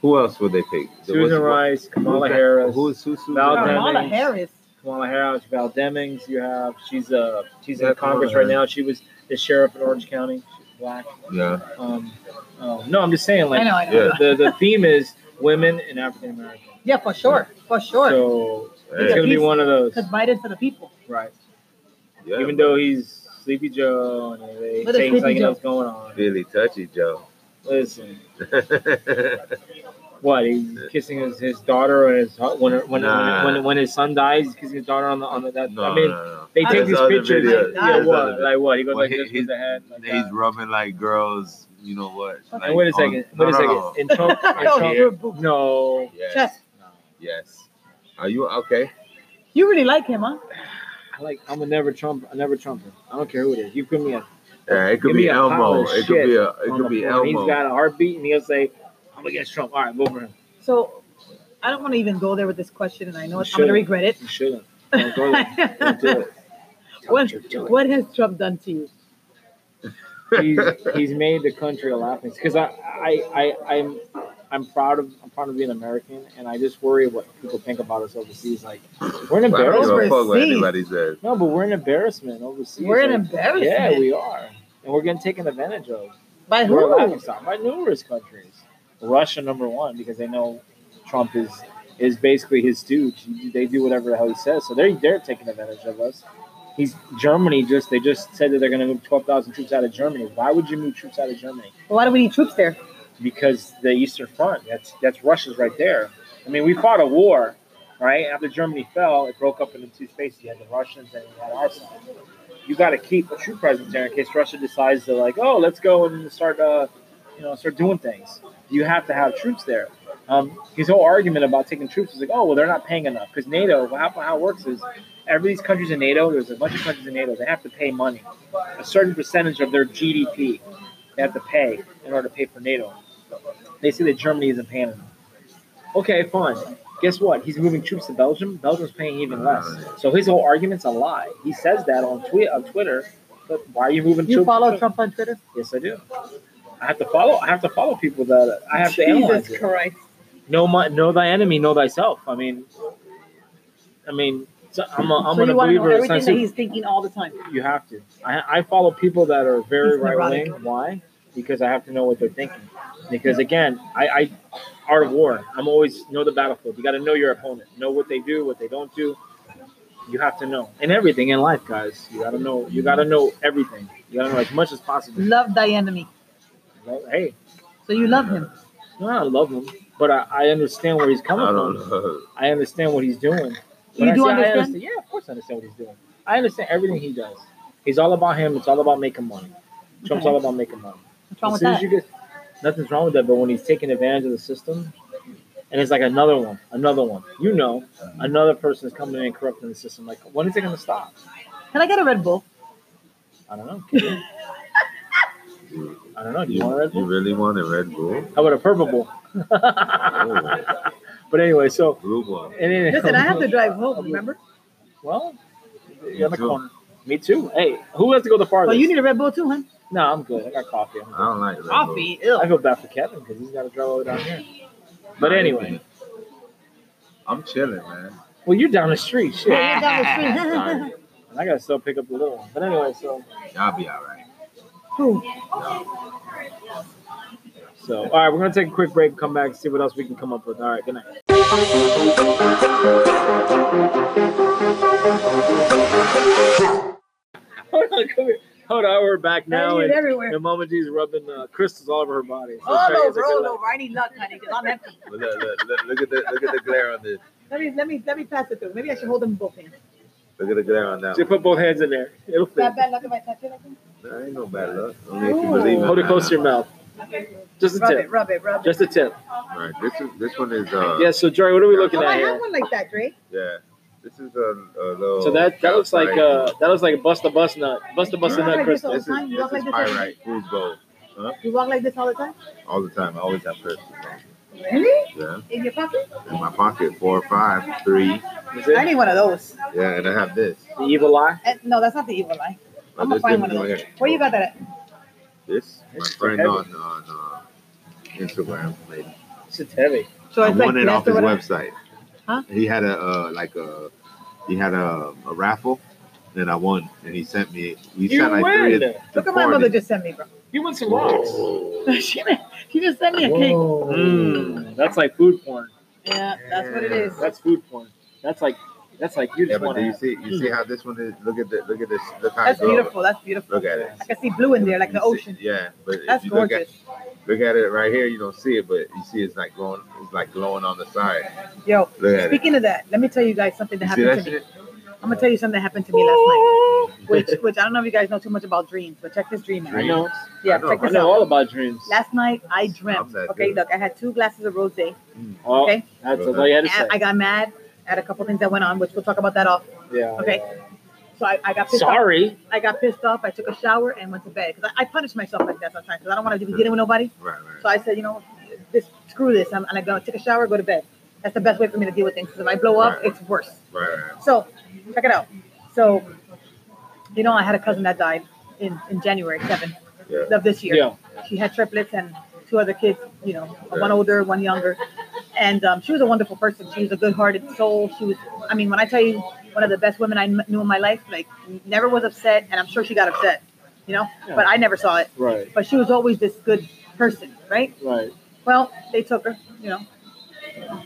[SPEAKER 4] Who else would they pick?
[SPEAKER 2] Susan Rice, Kamala Harris,
[SPEAKER 4] Who's who's Susan
[SPEAKER 2] Val
[SPEAKER 4] Rice?
[SPEAKER 3] Kamala
[SPEAKER 2] Demings.
[SPEAKER 3] Harris.
[SPEAKER 2] Kamala Harris, Val Demings. You have she's uh she's in
[SPEAKER 4] Yeah,
[SPEAKER 2] Congress right
[SPEAKER 4] Kamala
[SPEAKER 2] now. She was the sheriff in Orange County. She's black.
[SPEAKER 4] Yeah.
[SPEAKER 2] Um, um, no, I'm just saying
[SPEAKER 3] I know,
[SPEAKER 2] like
[SPEAKER 3] I know.
[SPEAKER 4] Yeah.
[SPEAKER 2] the the theme is women and African American.
[SPEAKER 3] Yeah, for sure, for sure.
[SPEAKER 2] So it's
[SPEAKER 4] Hey,
[SPEAKER 2] gonna be one of those,
[SPEAKER 3] Because Biden's for the people.
[SPEAKER 2] right?
[SPEAKER 4] yeah,
[SPEAKER 2] Even
[SPEAKER 4] but
[SPEAKER 2] though he's Sleepy Joe and they
[SPEAKER 3] What is
[SPEAKER 2] say he's like
[SPEAKER 3] Sleepy
[SPEAKER 2] you know
[SPEAKER 3] Joe?
[SPEAKER 2] what's going on.
[SPEAKER 4] really touchy, Joe.
[SPEAKER 2] Listen,
[SPEAKER 4] [laughs] yeah,
[SPEAKER 2] what he's kissing his, his daughter or his hu- when her- when,
[SPEAKER 4] Nah.
[SPEAKER 2] when when his son dies, he's kissing his daughter on the on the that.
[SPEAKER 4] No,
[SPEAKER 2] I mean,
[SPEAKER 4] no, no.
[SPEAKER 2] they take
[SPEAKER 4] There's
[SPEAKER 2] these
[SPEAKER 4] other
[SPEAKER 2] pictures.
[SPEAKER 4] videos.
[SPEAKER 2] Yeah,
[SPEAKER 4] There's
[SPEAKER 2] what
[SPEAKER 4] other
[SPEAKER 2] like what he goes
[SPEAKER 4] Well,
[SPEAKER 2] like
[SPEAKER 4] he-
[SPEAKER 2] this
[SPEAKER 4] he's-
[SPEAKER 2] with the head. Like that.
[SPEAKER 4] He's rubbing like girls. You know what? Like,
[SPEAKER 2] And wait a
[SPEAKER 4] on-
[SPEAKER 2] second.
[SPEAKER 4] No,
[SPEAKER 2] wait a
[SPEAKER 4] no,
[SPEAKER 2] second.
[SPEAKER 4] no. [laughs]
[SPEAKER 2] In Trump, in
[SPEAKER 4] No,
[SPEAKER 2] Trump-
[SPEAKER 4] you're
[SPEAKER 2] no.
[SPEAKER 4] Yes.
[SPEAKER 3] Chess.
[SPEAKER 4] Yes. Are you okay?
[SPEAKER 3] You really like him, huh?
[SPEAKER 2] I Like I'm a never Trump. A never Trumper. I don't care who it is. You put me at
[SPEAKER 4] Yeah, it
[SPEAKER 2] Give
[SPEAKER 4] could
[SPEAKER 2] me
[SPEAKER 4] be
[SPEAKER 2] a pile
[SPEAKER 4] Elmo.
[SPEAKER 2] of
[SPEAKER 4] It
[SPEAKER 2] shit
[SPEAKER 4] could be a. It
[SPEAKER 2] on
[SPEAKER 4] could
[SPEAKER 2] the
[SPEAKER 4] be
[SPEAKER 2] floor. He's
[SPEAKER 4] Elmo.
[SPEAKER 2] got a heartbeat, and he'll say, "I'm against Trump." All right, vote for him.
[SPEAKER 3] So I don't want to even go there with this question, and I know
[SPEAKER 2] You should.
[SPEAKER 3] I'm going to regret it.
[SPEAKER 2] You shouldn't. Don't go
[SPEAKER 4] [laughs]
[SPEAKER 2] there.
[SPEAKER 3] [laughs]
[SPEAKER 2] Don't do it. Don't
[SPEAKER 3] what,
[SPEAKER 2] you do it.
[SPEAKER 3] what has Trump done to you?
[SPEAKER 2] he's, he's made the country a laughing because I, I I I'm I'm proud of I'm proud of being American and I just worry what people think about us overseas. Like we're an
[SPEAKER 4] Well, I don't
[SPEAKER 2] embarrassment.
[SPEAKER 4] give a fuck what
[SPEAKER 3] Overseas.
[SPEAKER 4] anybody says.
[SPEAKER 2] No, but we're an embarrassment overseas.
[SPEAKER 3] We're an
[SPEAKER 2] Like,
[SPEAKER 3] embarrassment.
[SPEAKER 2] Yeah, we are, and we're getting taken advantage of.
[SPEAKER 3] By
[SPEAKER 2] We're a
[SPEAKER 3] who?
[SPEAKER 2] laughing stock by numerous countries. Russia number one because they know Trump is is basically his stooge. They do whatever the hell he says, so they're they're taking advantage of us. He's Germany just they just said that they're going to move twelve thousand troops out of Germany. Why would you move troops out of Germany?
[SPEAKER 3] Why do we need troops there?
[SPEAKER 2] because the Eastern Front. That's that's Russia's right there. I mean, we fought a war, right? After Germany fell, it broke up into two spaces. You had the Russians and you had our side. You got to keep a true presence there in case Russia decides to like, oh, let's go and start, uh, you know, start doing things. You have to have troops there. Um, his whole argument about taking troops is like, oh, well, they're not paying enough because NATO. How, how it works is every these countries in NATO. There's a bunch of countries in NATO. They have to pay money, a certain percentage of their GDP. They have to pay in order to pay for NATO. They say that Germany isn't paying enough. Okay, fine. Guess what? He's moving troops to Belgium. Belgium's paying even less. So his whole argument's a lie. He says that on tweet on Twitter. But why are you moving
[SPEAKER 3] You
[SPEAKER 2] troops?
[SPEAKER 3] follow Trump on Twitter?
[SPEAKER 2] Yes, I do. I have to follow. I have to follow people that I have to analyze.
[SPEAKER 3] Jesus
[SPEAKER 2] It.
[SPEAKER 3] Christ.
[SPEAKER 2] Know my, know thy enemy, know thyself. I mean, I mean, so I'm a, I'm
[SPEAKER 3] so
[SPEAKER 2] a
[SPEAKER 3] you want to know
[SPEAKER 2] believer. in
[SPEAKER 3] everything
[SPEAKER 2] science.
[SPEAKER 3] that he's thinking all the time.
[SPEAKER 2] You have to. I, I follow people that are very
[SPEAKER 3] He's
[SPEAKER 2] right
[SPEAKER 3] neurotic.
[SPEAKER 2] wing. Why? Because I have to know what they're thinking. Because again, I, I art of war. I'm always know the battlefield. You got to know your opponent. Know what they do, what they don't do. You have to know. And everything in life, guys. You got to know. You got to know everything. You got to know as much as possible.
[SPEAKER 3] Love thy enemy.
[SPEAKER 2] Well, Hey,
[SPEAKER 3] So you love him.
[SPEAKER 2] no, I love him, but I, I understand where he's coming
[SPEAKER 4] I
[SPEAKER 2] from.
[SPEAKER 4] don't know. [laughs]
[SPEAKER 2] I understand what he's doing.
[SPEAKER 3] You
[SPEAKER 2] When I
[SPEAKER 3] do
[SPEAKER 2] say I
[SPEAKER 3] understand?
[SPEAKER 2] Yeah, of course I understand what he's doing. I understand everything he does. He's all about him. It's all about making money. Trump's
[SPEAKER 3] Okay.
[SPEAKER 2] all about making money.
[SPEAKER 3] What's wrong
[SPEAKER 2] as
[SPEAKER 3] with
[SPEAKER 2] soon
[SPEAKER 3] that?
[SPEAKER 2] as you get, nothing's wrong with that. But when he's taking advantage of the system, and it's like another one, another one. You know, another person is coming in and corrupting the system. Like, when is it going to stop?
[SPEAKER 3] Can I get a
[SPEAKER 2] [laughs]
[SPEAKER 3] Red Bull?
[SPEAKER 2] I don't
[SPEAKER 3] [laughs]
[SPEAKER 2] know. Can you- I don't know. Do you want a
[SPEAKER 4] You,
[SPEAKER 2] Red
[SPEAKER 4] you
[SPEAKER 2] Bull?
[SPEAKER 4] really want a Red Bull?
[SPEAKER 2] How about a purple bull? [laughs]
[SPEAKER 4] Oh,
[SPEAKER 2] but anyway, so.
[SPEAKER 4] blue ball.
[SPEAKER 2] And then,
[SPEAKER 3] Listen, I have to drive home, remember?
[SPEAKER 2] Well, you're on the
[SPEAKER 4] too.
[SPEAKER 2] corner. Me too. Hey, who has to go the
[SPEAKER 3] So
[SPEAKER 2] farthest?
[SPEAKER 3] you need a Red Bull too, huh?
[SPEAKER 2] No, I'm good. I got coffee. I'm
[SPEAKER 4] I
[SPEAKER 2] good.
[SPEAKER 4] don't like Red
[SPEAKER 3] Coffee. Ew.
[SPEAKER 2] I feel bad for Kevin because he's got to drive all the way down here.
[SPEAKER 4] Bull.
[SPEAKER 2] But anyway,
[SPEAKER 4] I'm chilling, man.
[SPEAKER 2] well, you're down the street, shit,
[SPEAKER 3] Yeah, [laughs] down the street.
[SPEAKER 4] Sorry.
[SPEAKER 2] and I gotta still pick up the little one. But anyway, so
[SPEAKER 4] I'll be all right.
[SPEAKER 3] Cool.
[SPEAKER 2] so all right, we're gonna take a quick break, come back, see what else we can come up with. All right, good night. [laughs] Hold on, come here. Hold on, we're back now,
[SPEAKER 3] I need it
[SPEAKER 2] and,
[SPEAKER 3] everywhere.
[SPEAKER 2] and Mama G's rubbing uh, crystals all over her body. So
[SPEAKER 3] All
[SPEAKER 2] it's a- it's a
[SPEAKER 3] over,
[SPEAKER 2] good
[SPEAKER 3] all
[SPEAKER 2] look.
[SPEAKER 3] over. I need luck, honey, 'cause I'm empty.
[SPEAKER 4] But look, look, look, look at the look at the glare on this.
[SPEAKER 3] Let me let me let me pass it through. Maybe I should hold them in both hands.
[SPEAKER 4] Look at the glare on that.
[SPEAKER 2] Just put both hands in there. It'll
[SPEAKER 3] Is
[SPEAKER 2] fit.
[SPEAKER 3] that bad luck if I touch it like this?
[SPEAKER 4] There ain't no bad luck. Only if you believe in
[SPEAKER 2] Oh. Hold it
[SPEAKER 4] that.
[SPEAKER 2] close to your mouth. Just a
[SPEAKER 3] Rub it,
[SPEAKER 2] tip.
[SPEAKER 3] rub it, rub it.
[SPEAKER 2] Just a tip.
[SPEAKER 4] All right, this is this one is uh
[SPEAKER 2] Yeah. So, Jory, what are we looking
[SPEAKER 3] Oh,
[SPEAKER 2] at
[SPEAKER 3] I
[SPEAKER 2] here?
[SPEAKER 3] have one like that, Dre.
[SPEAKER 4] yeah. This is a, a little.
[SPEAKER 2] So that that looks like
[SPEAKER 4] pyrite.
[SPEAKER 2] uh that looks like a bust a bus nut, bust a bust a
[SPEAKER 3] Right.
[SPEAKER 2] nut crystal.
[SPEAKER 4] This is,
[SPEAKER 3] Mine
[SPEAKER 4] this
[SPEAKER 3] look
[SPEAKER 4] is
[SPEAKER 3] like this
[SPEAKER 4] pyrite, fool's gold.
[SPEAKER 3] You walk like this all the time?
[SPEAKER 4] All the time, I always have crystals.
[SPEAKER 3] Really?
[SPEAKER 4] Yeah,
[SPEAKER 3] In your pocket?
[SPEAKER 4] in my pocket, four, five, three.
[SPEAKER 2] Is
[SPEAKER 3] I
[SPEAKER 2] it
[SPEAKER 3] need one of those.
[SPEAKER 4] Yeah, and I have this.
[SPEAKER 2] the evil eye?
[SPEAKER 3] Eh, no, that's not the evil eye.
[SPEAKER 4] But
[SPEAKER 3] I'm gonna
[SPEAKER 4] this
[SPEAKER 3] find
[SPEAKER 4] is
[SPEAKER 3] one of
[SPEAKER 4] right
[SPEAKER 3] those.
[SPEAKER 4] here.
[SPEAKER 3] Where you got that at?
[SPEAKER 4] This, my
[SPEAKER 2] This is
[SPEAKER 4] friend
[SPEAKER 2] heavy.
[SPEAKER 4] on on uh, Instagram made.
[SPEAKER 2] It's heavy.
[SPEAKER 3] So
[SPEAKER 4] I
[SPEAKER 3] it's like
[SPEAKER 4] won it off his
[SPEAKER 3] leftover-
[SPEAKER 4] website.
[SPEAKER 3] Huh?
[SPEAKER 4] He had a uh, like a he had a, a raffle, and I won. And he sent me. We
[SPEAKER 2] You
[SPEAKER 4] sent like three.
[SPEAKER 2] win.
[SPEAKER 4] to- to
[SPEAKER 3] Look at my
[SPEAKER 4] four
[SPEAKER 3] mother
[SPEAKER 4] of these.
[SPEAKER 3] just sent me, bro.
[SPEAKER 2] You want some rocks?
[SPEAKER 3] [laughs] she, she just sent me a cake.
[SPEAKER 2] Mm, that's like food porn.
[SPEAKER 3] Yeah, that's what it is.
[SPEAKER 2] That's food porn. That's like that's like you
[SPEAKER 4] Yeah,
[SPEAKER 2] just
[SPEAKER 4] but
[SPEAKER 2] want
[SPEAKER 4] do you
[SPEAKER 2] to.
[SPEAKER 4] see you see how this one is? Look at the look at this. Look how
[SPEAKER 3] That's
[SPEAKER 4] it grows.
[SPEAKER 3] beautiful. That's beautiful.
[SPEAKER 4] Look at it.
[SPEAKER 3] I can see blue in there, like
[SPEAKER 4] You
[SPEAKER 3] the
[SPEAKER 4] see-
[SPEAKER 3] ocean.
[SPEAKER 4] Yeah, but if
[SPEAKER 3] That's
[SPEAKER 4] you look at
[SPEAKER 3] gorgeous.
[SPEAKER 4] look at it right here, you don't see it, but you see it's like glowing. It's like glowing on the side.
[SPEAKER 3] Yo,
[SPEAKER 4] Look at it.
[SPEAKER 3] speaking of that, let me tell you guys something that
[SPEAKER 4] You see that
[SPEAKER 3] happened to me.
[SPEAKER 4] shit?
[SPEAKER 3] I'm gonna tell you something that happened to me last
[SPEAKER 4] [laughs]
[SPEAKER 3] night, which which I don't know if you guys know too much about dreams, but check this dream out.
[SPEAKER 2] I know.
[SPEAKER 3] Yeah,
[SPEAKER 4] I know,
[SPEAKER 3] check
[SPEAKER 2] I
[SPEAKER 3] this
[SPEAKER 2] know
[SPEAKER 3] out.
[SPEAKER 2] all about dreams.
[SPEAKER 3] Last night I
[SPEAKER 4] I'm
[SPEAKER 3] dreamt.
[SPEAKER 4] that
[SPEAKER 3] Okay,
[SPEAKER 4] good.
[SPEAKER 3] look, I had two glasses of rosé.
[SPEAKER 2] Oh,
[SPEAKER 3] okay.
[SPEAKER 2] that's all you had to say.
[SPEAKER 3] and I got mad at a couple things that went on, which we'll talk about that off.
[SPEAKER 2] yeah.
[SPEAKER 3] okay.
[SPEAKER 2] yeah, yeah.
[SPEAKER 3] So I, I got pissed off.
[SPEAKER 2] Sorry.
[SPEAKER 3] I got pissed off. I took a shower and went to bed because I, I punish myself like that sometimes because I don't want to be dealing with nobody.
[SPEAKER 4] Right, right.
[SPEAKER 3] So I said, you know, this screw this. I'm, and I go take a shower, go to bed. That's the best way for me to deal with things. 'cause if I blow up,
[SPEAKER 4] Right.
[SPEAKER 3] it's worse.
[SPEAKER 4] Right, right.
[SPEAKER 3] So check it out. So you know, I had a cousin that died in, in January 7th
[SPEAKER 4] Yeah.
[SPEAKER 3] of this year.
[SPEAKER 2] Yeah.
[SPEAKER 3] She had triplets and two other kids, you know,
[SPEAKER 4] Yeah.
[SPEAKER 3] one older, one younger. And um, she was a wonderful person. She was a good hearted soul. She was, I mean, when I tell you, one of the best women I kn- knew in my life, like, never was upset. And I'm sure she got upset, you know,
[SPEAKER 2] Yeah.
[SPEAKER 3] but I never saw it.
[SPEAKER 2] Right.
[SPEAKER 3] But she was always this good person, right?
[SPEAKER 2] Right.
[SPEAKER 3] Well, they took her, you know,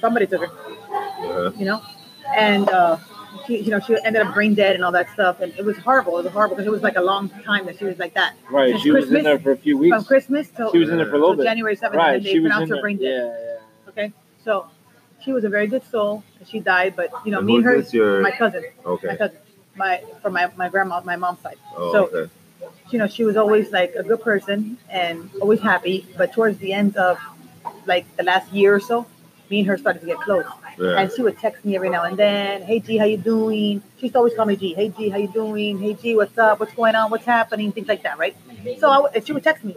[SPEAKER 3] somebody took her
[SPEAKER 4] Uh-huh.
[SPEAKER 3] you know, and uh, she, you know, she ended up brain dead and all that stuff, and it was horrible. It was horrible because it was like a long time that she was like that
[SPEAKER 2] Right.
[SPEAKER 3] Since
[SPEAKER 2] She was in
[SPEAKER 3] Christmas?
[SPEAKER 2] there for a few
[SPEAKER 3] from
[SPEAKER 2] weeks.
[SPEAKER 3] Christmas till,
[SPEAKER 2] She was in there for a
[SPEAKER 3] till
[SPEAKER 2] little bit.
[SPEAKER 3] January seventh,
[SPEAKER 2] Right.
[SPEAKER 3] and they
[SPEAKER 2] She was in
[SPEAKER 3] pronounced her
[SPEAKER 2] there.
[SPEAKER 3] brain dead.
[SPEAKER 2] Yeah. yeah.
[SPEAKER 3] Okay, so she was a very good soul. and She died, but you know,
[SPEAKER 4] And
[SPEAKER 3] me and her,
[SPEAKER 4] who's this, your-
[SPEAKER 3] my cousin, my
[SPEAKER 4] Okay.
[SPEAKER 3] cousin, my from my my grandma, my mom's side.
[SPEAKER 4] Oh,
[SPEAKER 3] so
[SPEAKER 4] okay.
[SPEAKER 3] you know, she was always like a good person and always happy. But towards the end of like the last year or so, me and her started to get close.
[SPEAKER 4] Yeah.
[SPEAKER 3] And she would text me every now and then, "Hey G, how you doing?" She used to always call me G. "Hey G, how you doing?" "Hey G, what's up? What's going on? What's happening?" Things like that, right? So I, would- and she would text me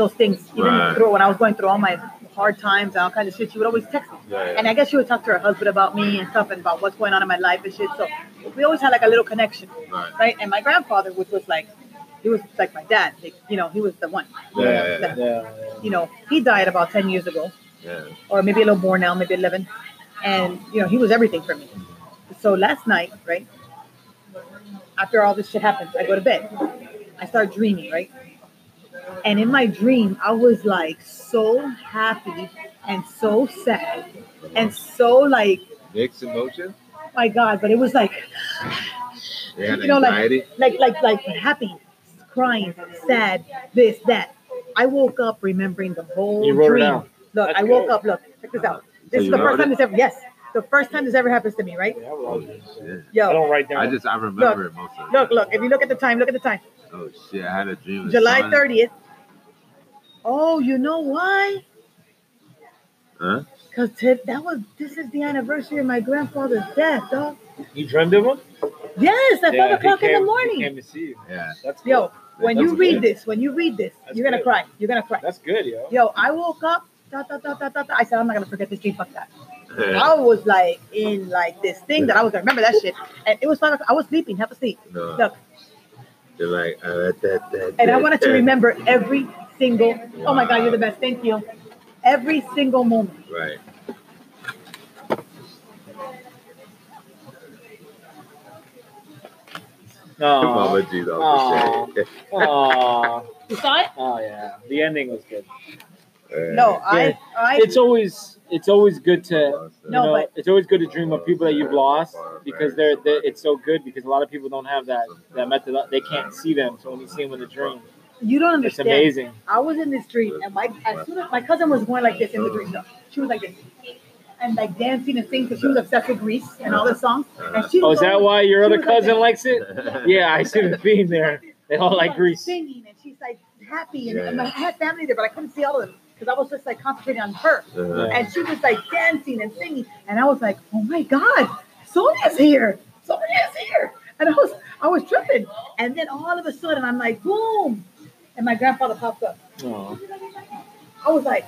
[SPEAKER 3] those things, even
[SPEAKER 4] Right.
[SPEAKER 3] through when I was going through all my hard times and all kinds of shit. She would always text me,
[SPEAKER 4] Yeah,
[SPEAKER 3] and I guess she would talk to her husband about me and stuff and about what's going on in my life and shit. So we always had like a little connection,
[SPEAKER 4] Right.
[SPEAKER 3] right? And my grandfather, which was like, he was like my dad, like, you know, he was the one.
[SPEAKER 4] Yeah, yeah,
[SPEAKER 2] Yeah.
[SPEAKER 3] You know, he died about ten years ago
[SPEAKER 4] yeah.
[SPEAKER 3] or maybe a little more now, maybe 11. And, you know, he was everything for me. So last night, right, after all this shit happens, I go to bed. I start dreaming, right? And in my dream, I was like so happy and so sad and so like,
[SPEAKER 4] Mixed emotion?
[SPEAKER 3] my God, but it was like,
[SPEAKER 4] They had
[SPEAKER 3] You know, like-
[SPEAKER 4] anxiety?
[SPEAKER 3] like, like, like happy, crying, sad, this, that. I woke up remembering the whole
[SPEAKER 2] You wrote it
[SPEAKER 3] dream.
[SPEAKER 2] out.
[SPEAKER 3] Look,
[SPEAKER 2] That's
[SPEAKER 3] I woke
[SPEAKER 2] good.
[SPEAKER 3] up. Look, check this out.
[SPEAKER 4] So
[SPEAKER 3] This
[SPEAKER 4] you
[SPEAKER 3] is the
[SPEAKER 4] wrote
[SPEAKER 3] first time
[SPEAKER 4] it?
[SPEAKER 3] this ever. Yes, the first time this ever happens to me, right?
[SPEAKER 2] Yeah, I would always do that.
[SPEAKER 4] Yeah.
[SPEAKER 2] I
[SPEAKER 3] Yo,
[SPEAKER 2] don't write down.
[SPEAKER 4] I just I remember it most of the
[SPEAKER 3] look,
[SPEAKER 4] time.
[SPEAKER 3] look. If you look at the time, look at the time.
[SPEAKER 4] Oh shit, I had a dream. of
[SPEAKER 3] July
[SPEAKER 4] someone-
[SPEAKER 3] thirtieth. Oh, you know why?
[SPEAKER 4] Huh?
[SPEAKER 3] Cause t- that was this is the anniversary of my grandfather's death, dog.
[SPEAKER 2] you dreamed of him?
[SPEAKER 3] Yes, at
[SPEAKER 2] Yeah,
[SPEAKER 3] five
[SPEAKER 2] he
[SPEAKER 3] o'clock in
[SPEAKER 2] came-
[SPEAKER 3] the
[SPEAKER 2] He
[SPEAKER 3] morning.
[SPEAKER 2] came to see you.
[SPEAKER 4] Yeah.
[SPEAKER 2] That's good.
[SPEAKER 3] Yo, when
[SPEAKER 4] That's
[SPEAKER 3] you read
[SPEAKER 4] good.
[SPEAKER 3] this, when you read this,
[SPEAKER 2] That's
[SPEAKER 3] you're gonna
[SPEAKER 2] good.
[SPEAKER 3] cry. You're gonna cry.
[SPEAKER 2] That's good, yo.
[SPEAKER 3] Yo, I woke up. Da, da, da, da, da, da. I said I'm not gonna forget this dream. Fuck that.
[SPEAKER 4] Yeah.
[SPEAKER 3] I was like in like this thing that I was gonna remember that shit, and it was five. o'clock. I was sleeping, half asleep.
[SPEAKER 4] No.
[SPEAKER 3] Look.
[SPEAKER 4] They're like, uh, that, that, that,
[SPEAKER 3] And I
[SPEAKER 4] that,
[SPEAKER 3] wanted to
[SPEAKER 4] that.
[SPEAKER 3] remember every single, oh my God,
[SPEAKER 4] Wow.
[SPEAKER 3] you're the best. Thank you. Every single moment.
[SPEAKER 4] Right.
[SPEAKER 2] No.
[SPEAKER 4] Mama G, though.
[SPEAKER 2] Aw.
[SPEAKER 4] for sure.
[SPEAKER 2] Aw.
[SPEAKER 3] You saw it?
[SPEAKER 2] Oh yeah. The ending was good.
[SPEAKER 4] [laughs] Yeah.
[SPEAKER 3] No, I, I,
[SPEAKER 2] It's always it's always good to you
[SPEAKER 3] No,
[SPEAKER 2] know,
[SPEAKER 3] but-
[SPEAKER 2] it's always good to dream of people that you've lost because they're, they're it's so good because a lot of people don't have that that method. They can't see them, so when you see them in the dream,
[SPEAKER 3] you don't
[SPEAKER 2] it's
[SPEAKER 3] understand.
[SPEAKER 2] amazing.
[SPEAKER 3] I was in this dream and my, as soon as my cousin was going like this in the dream though. She was like this. And like dancing and singing because she was obsessed with Greece and all the songs.
[SPEAKER 4] Uh-huh.
[SPEAKER 3] And she
[SPEAKER 2] Oh,
[SPEAKER 3] was
[SPEAKER 2] is that
[SPEAKER 3] always-
[SPEAKER 2] why your
[SPEAKER 3] she
[SPEAKER 2] other
[SPEAKER 3] was like
[SPEAKER 2] cousin
[SPEAKER 3] that.
[SPEAKER 2] likes
[SPEAKER 4] [laughs]
[SPEAKER 2] it? Yeah, I see the theme there. They all
[SPEAKER 3] she
[SPEAKER 2] like
[SPEAKER 3] was
[SPEAKER 2] Greece.
[SPEAKER 3] Singing and she's like happy and,
[SPEAKER 4] Yeah,
[SPEAKER 3] and
[SPEAKER 4] yeah.
[SPEAKER 3] I had family there, but I couldn't see all of them because I was just like concentrating on her.
[SPEAKER 4] Uh,
[SPEAKER 3] and she was like dancing and singing, and I was like, "Oh my God, Sonia's here! Sonia's here!" And I was, I was tripping, and then all of a sudden, I'm like, "Boom!" And my grandfather popped up.
[SPEAKER 2] Oh,
[SPEAKER 3] I was like,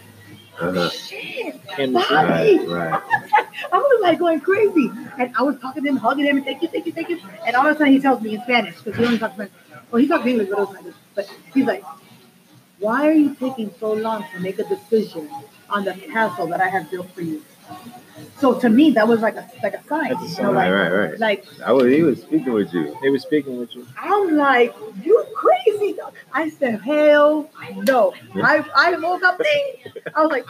[SPEAKER 4] uh,
[SPEAKER 3] "Shit!"
[SPEAKER 2] came to see you.
[SPEAKER 4] right,
[SPEAKER 3] Bobby!
[SPEAKER 4] right.
[SPEAKER 3] I was like going crazy, and I was talking to him, hugging him, and thank you, thank you, thank you. And all of a sudden, he tells me in Spanish because he only talks Spanish. Well, he talks English, but it was like this. But he's like, "Why are you taking so long to make a decision on the castle that I have built for you?" So to me, that was like a like a sign.
[SPEAKER 2] That's a
[SPEAKER 3] you
[SPEAKER 2] sign,
[SPEAKER 3] know,
[SPEAKER 4] Right,
[SPEAKER 3] like,
[SPEAKER 4] right, right.
[SPEAKER 3] like
[SPEAKER 4] I was, he was speaking with you.
[SPEAKER 2] They were speaking with you.
[SPEAKER 3] I'm like, you crazy. dog." I said, hell no. I, I woke up thing. I was like,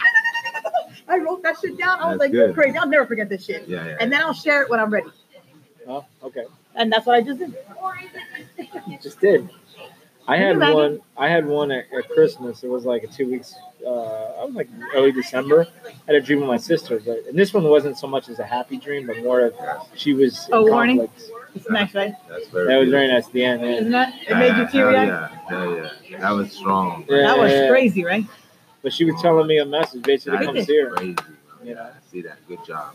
[SPEAKER 3] [laughs] I wrote that shit down. I was
[SPEAKER 4] That's
[SPEAKER 3] like, you're
[SPEAKER 4] good.
[SPEAKER 3] crazy. I'll never forget this shit.
[SPEAKER 4] Yeah, yeah.
[SPEAKER 3] And then I'll share it when I'm ready.
[SPEAKER 2] Oh, okay.
[SPEAKER 3] And that's what I just did.
[SPEAKER 2] You just did. I
[SPEAKER 3] Can you
[SPEAKER 2] had
[SPEAKER 3] imagine?
[SPEAKER 2] one. I had one at, at Christmas. It was like a two weeks. Uh, I was like early December. I had a dream with my sister, but and this one wasn't so much as a happy dream, but more of she was. in
[SPEAKER 3] A warning?
[SPEAKER 2] conflict.
[SPEAKER 3] It's nice, right?
[SPEAKER 4] That's very
[SPEAKER 2] That was very
[SPEAKER 4] beautiful.
[SPEAKER 2] nice. at The end. yeah.
[SPEAKER 3] Isn't that? It made you
[SPEAKER 4] Yeah,
[SPEAKER 3] teary eyed.
[SPEAKER 4] Hell yeah, hell yeah. That was strong.
[SPEAKER 2] Yeah.
[SPEAKER 3] That was crazy, right? [laughs]
[SPEAKER 2] But she was telling me a message, basically,
[SPEAKER 4] That
[SPEAKER 2] come
[SPEAKER 4] was
[SPEAKER 3] Really?
[SPEAKER 2] see her.
[SPEAKER 4] crazy.
[SPEAKER 2] You know?
[SPEAKER 4] [laughs] I see that. Good job.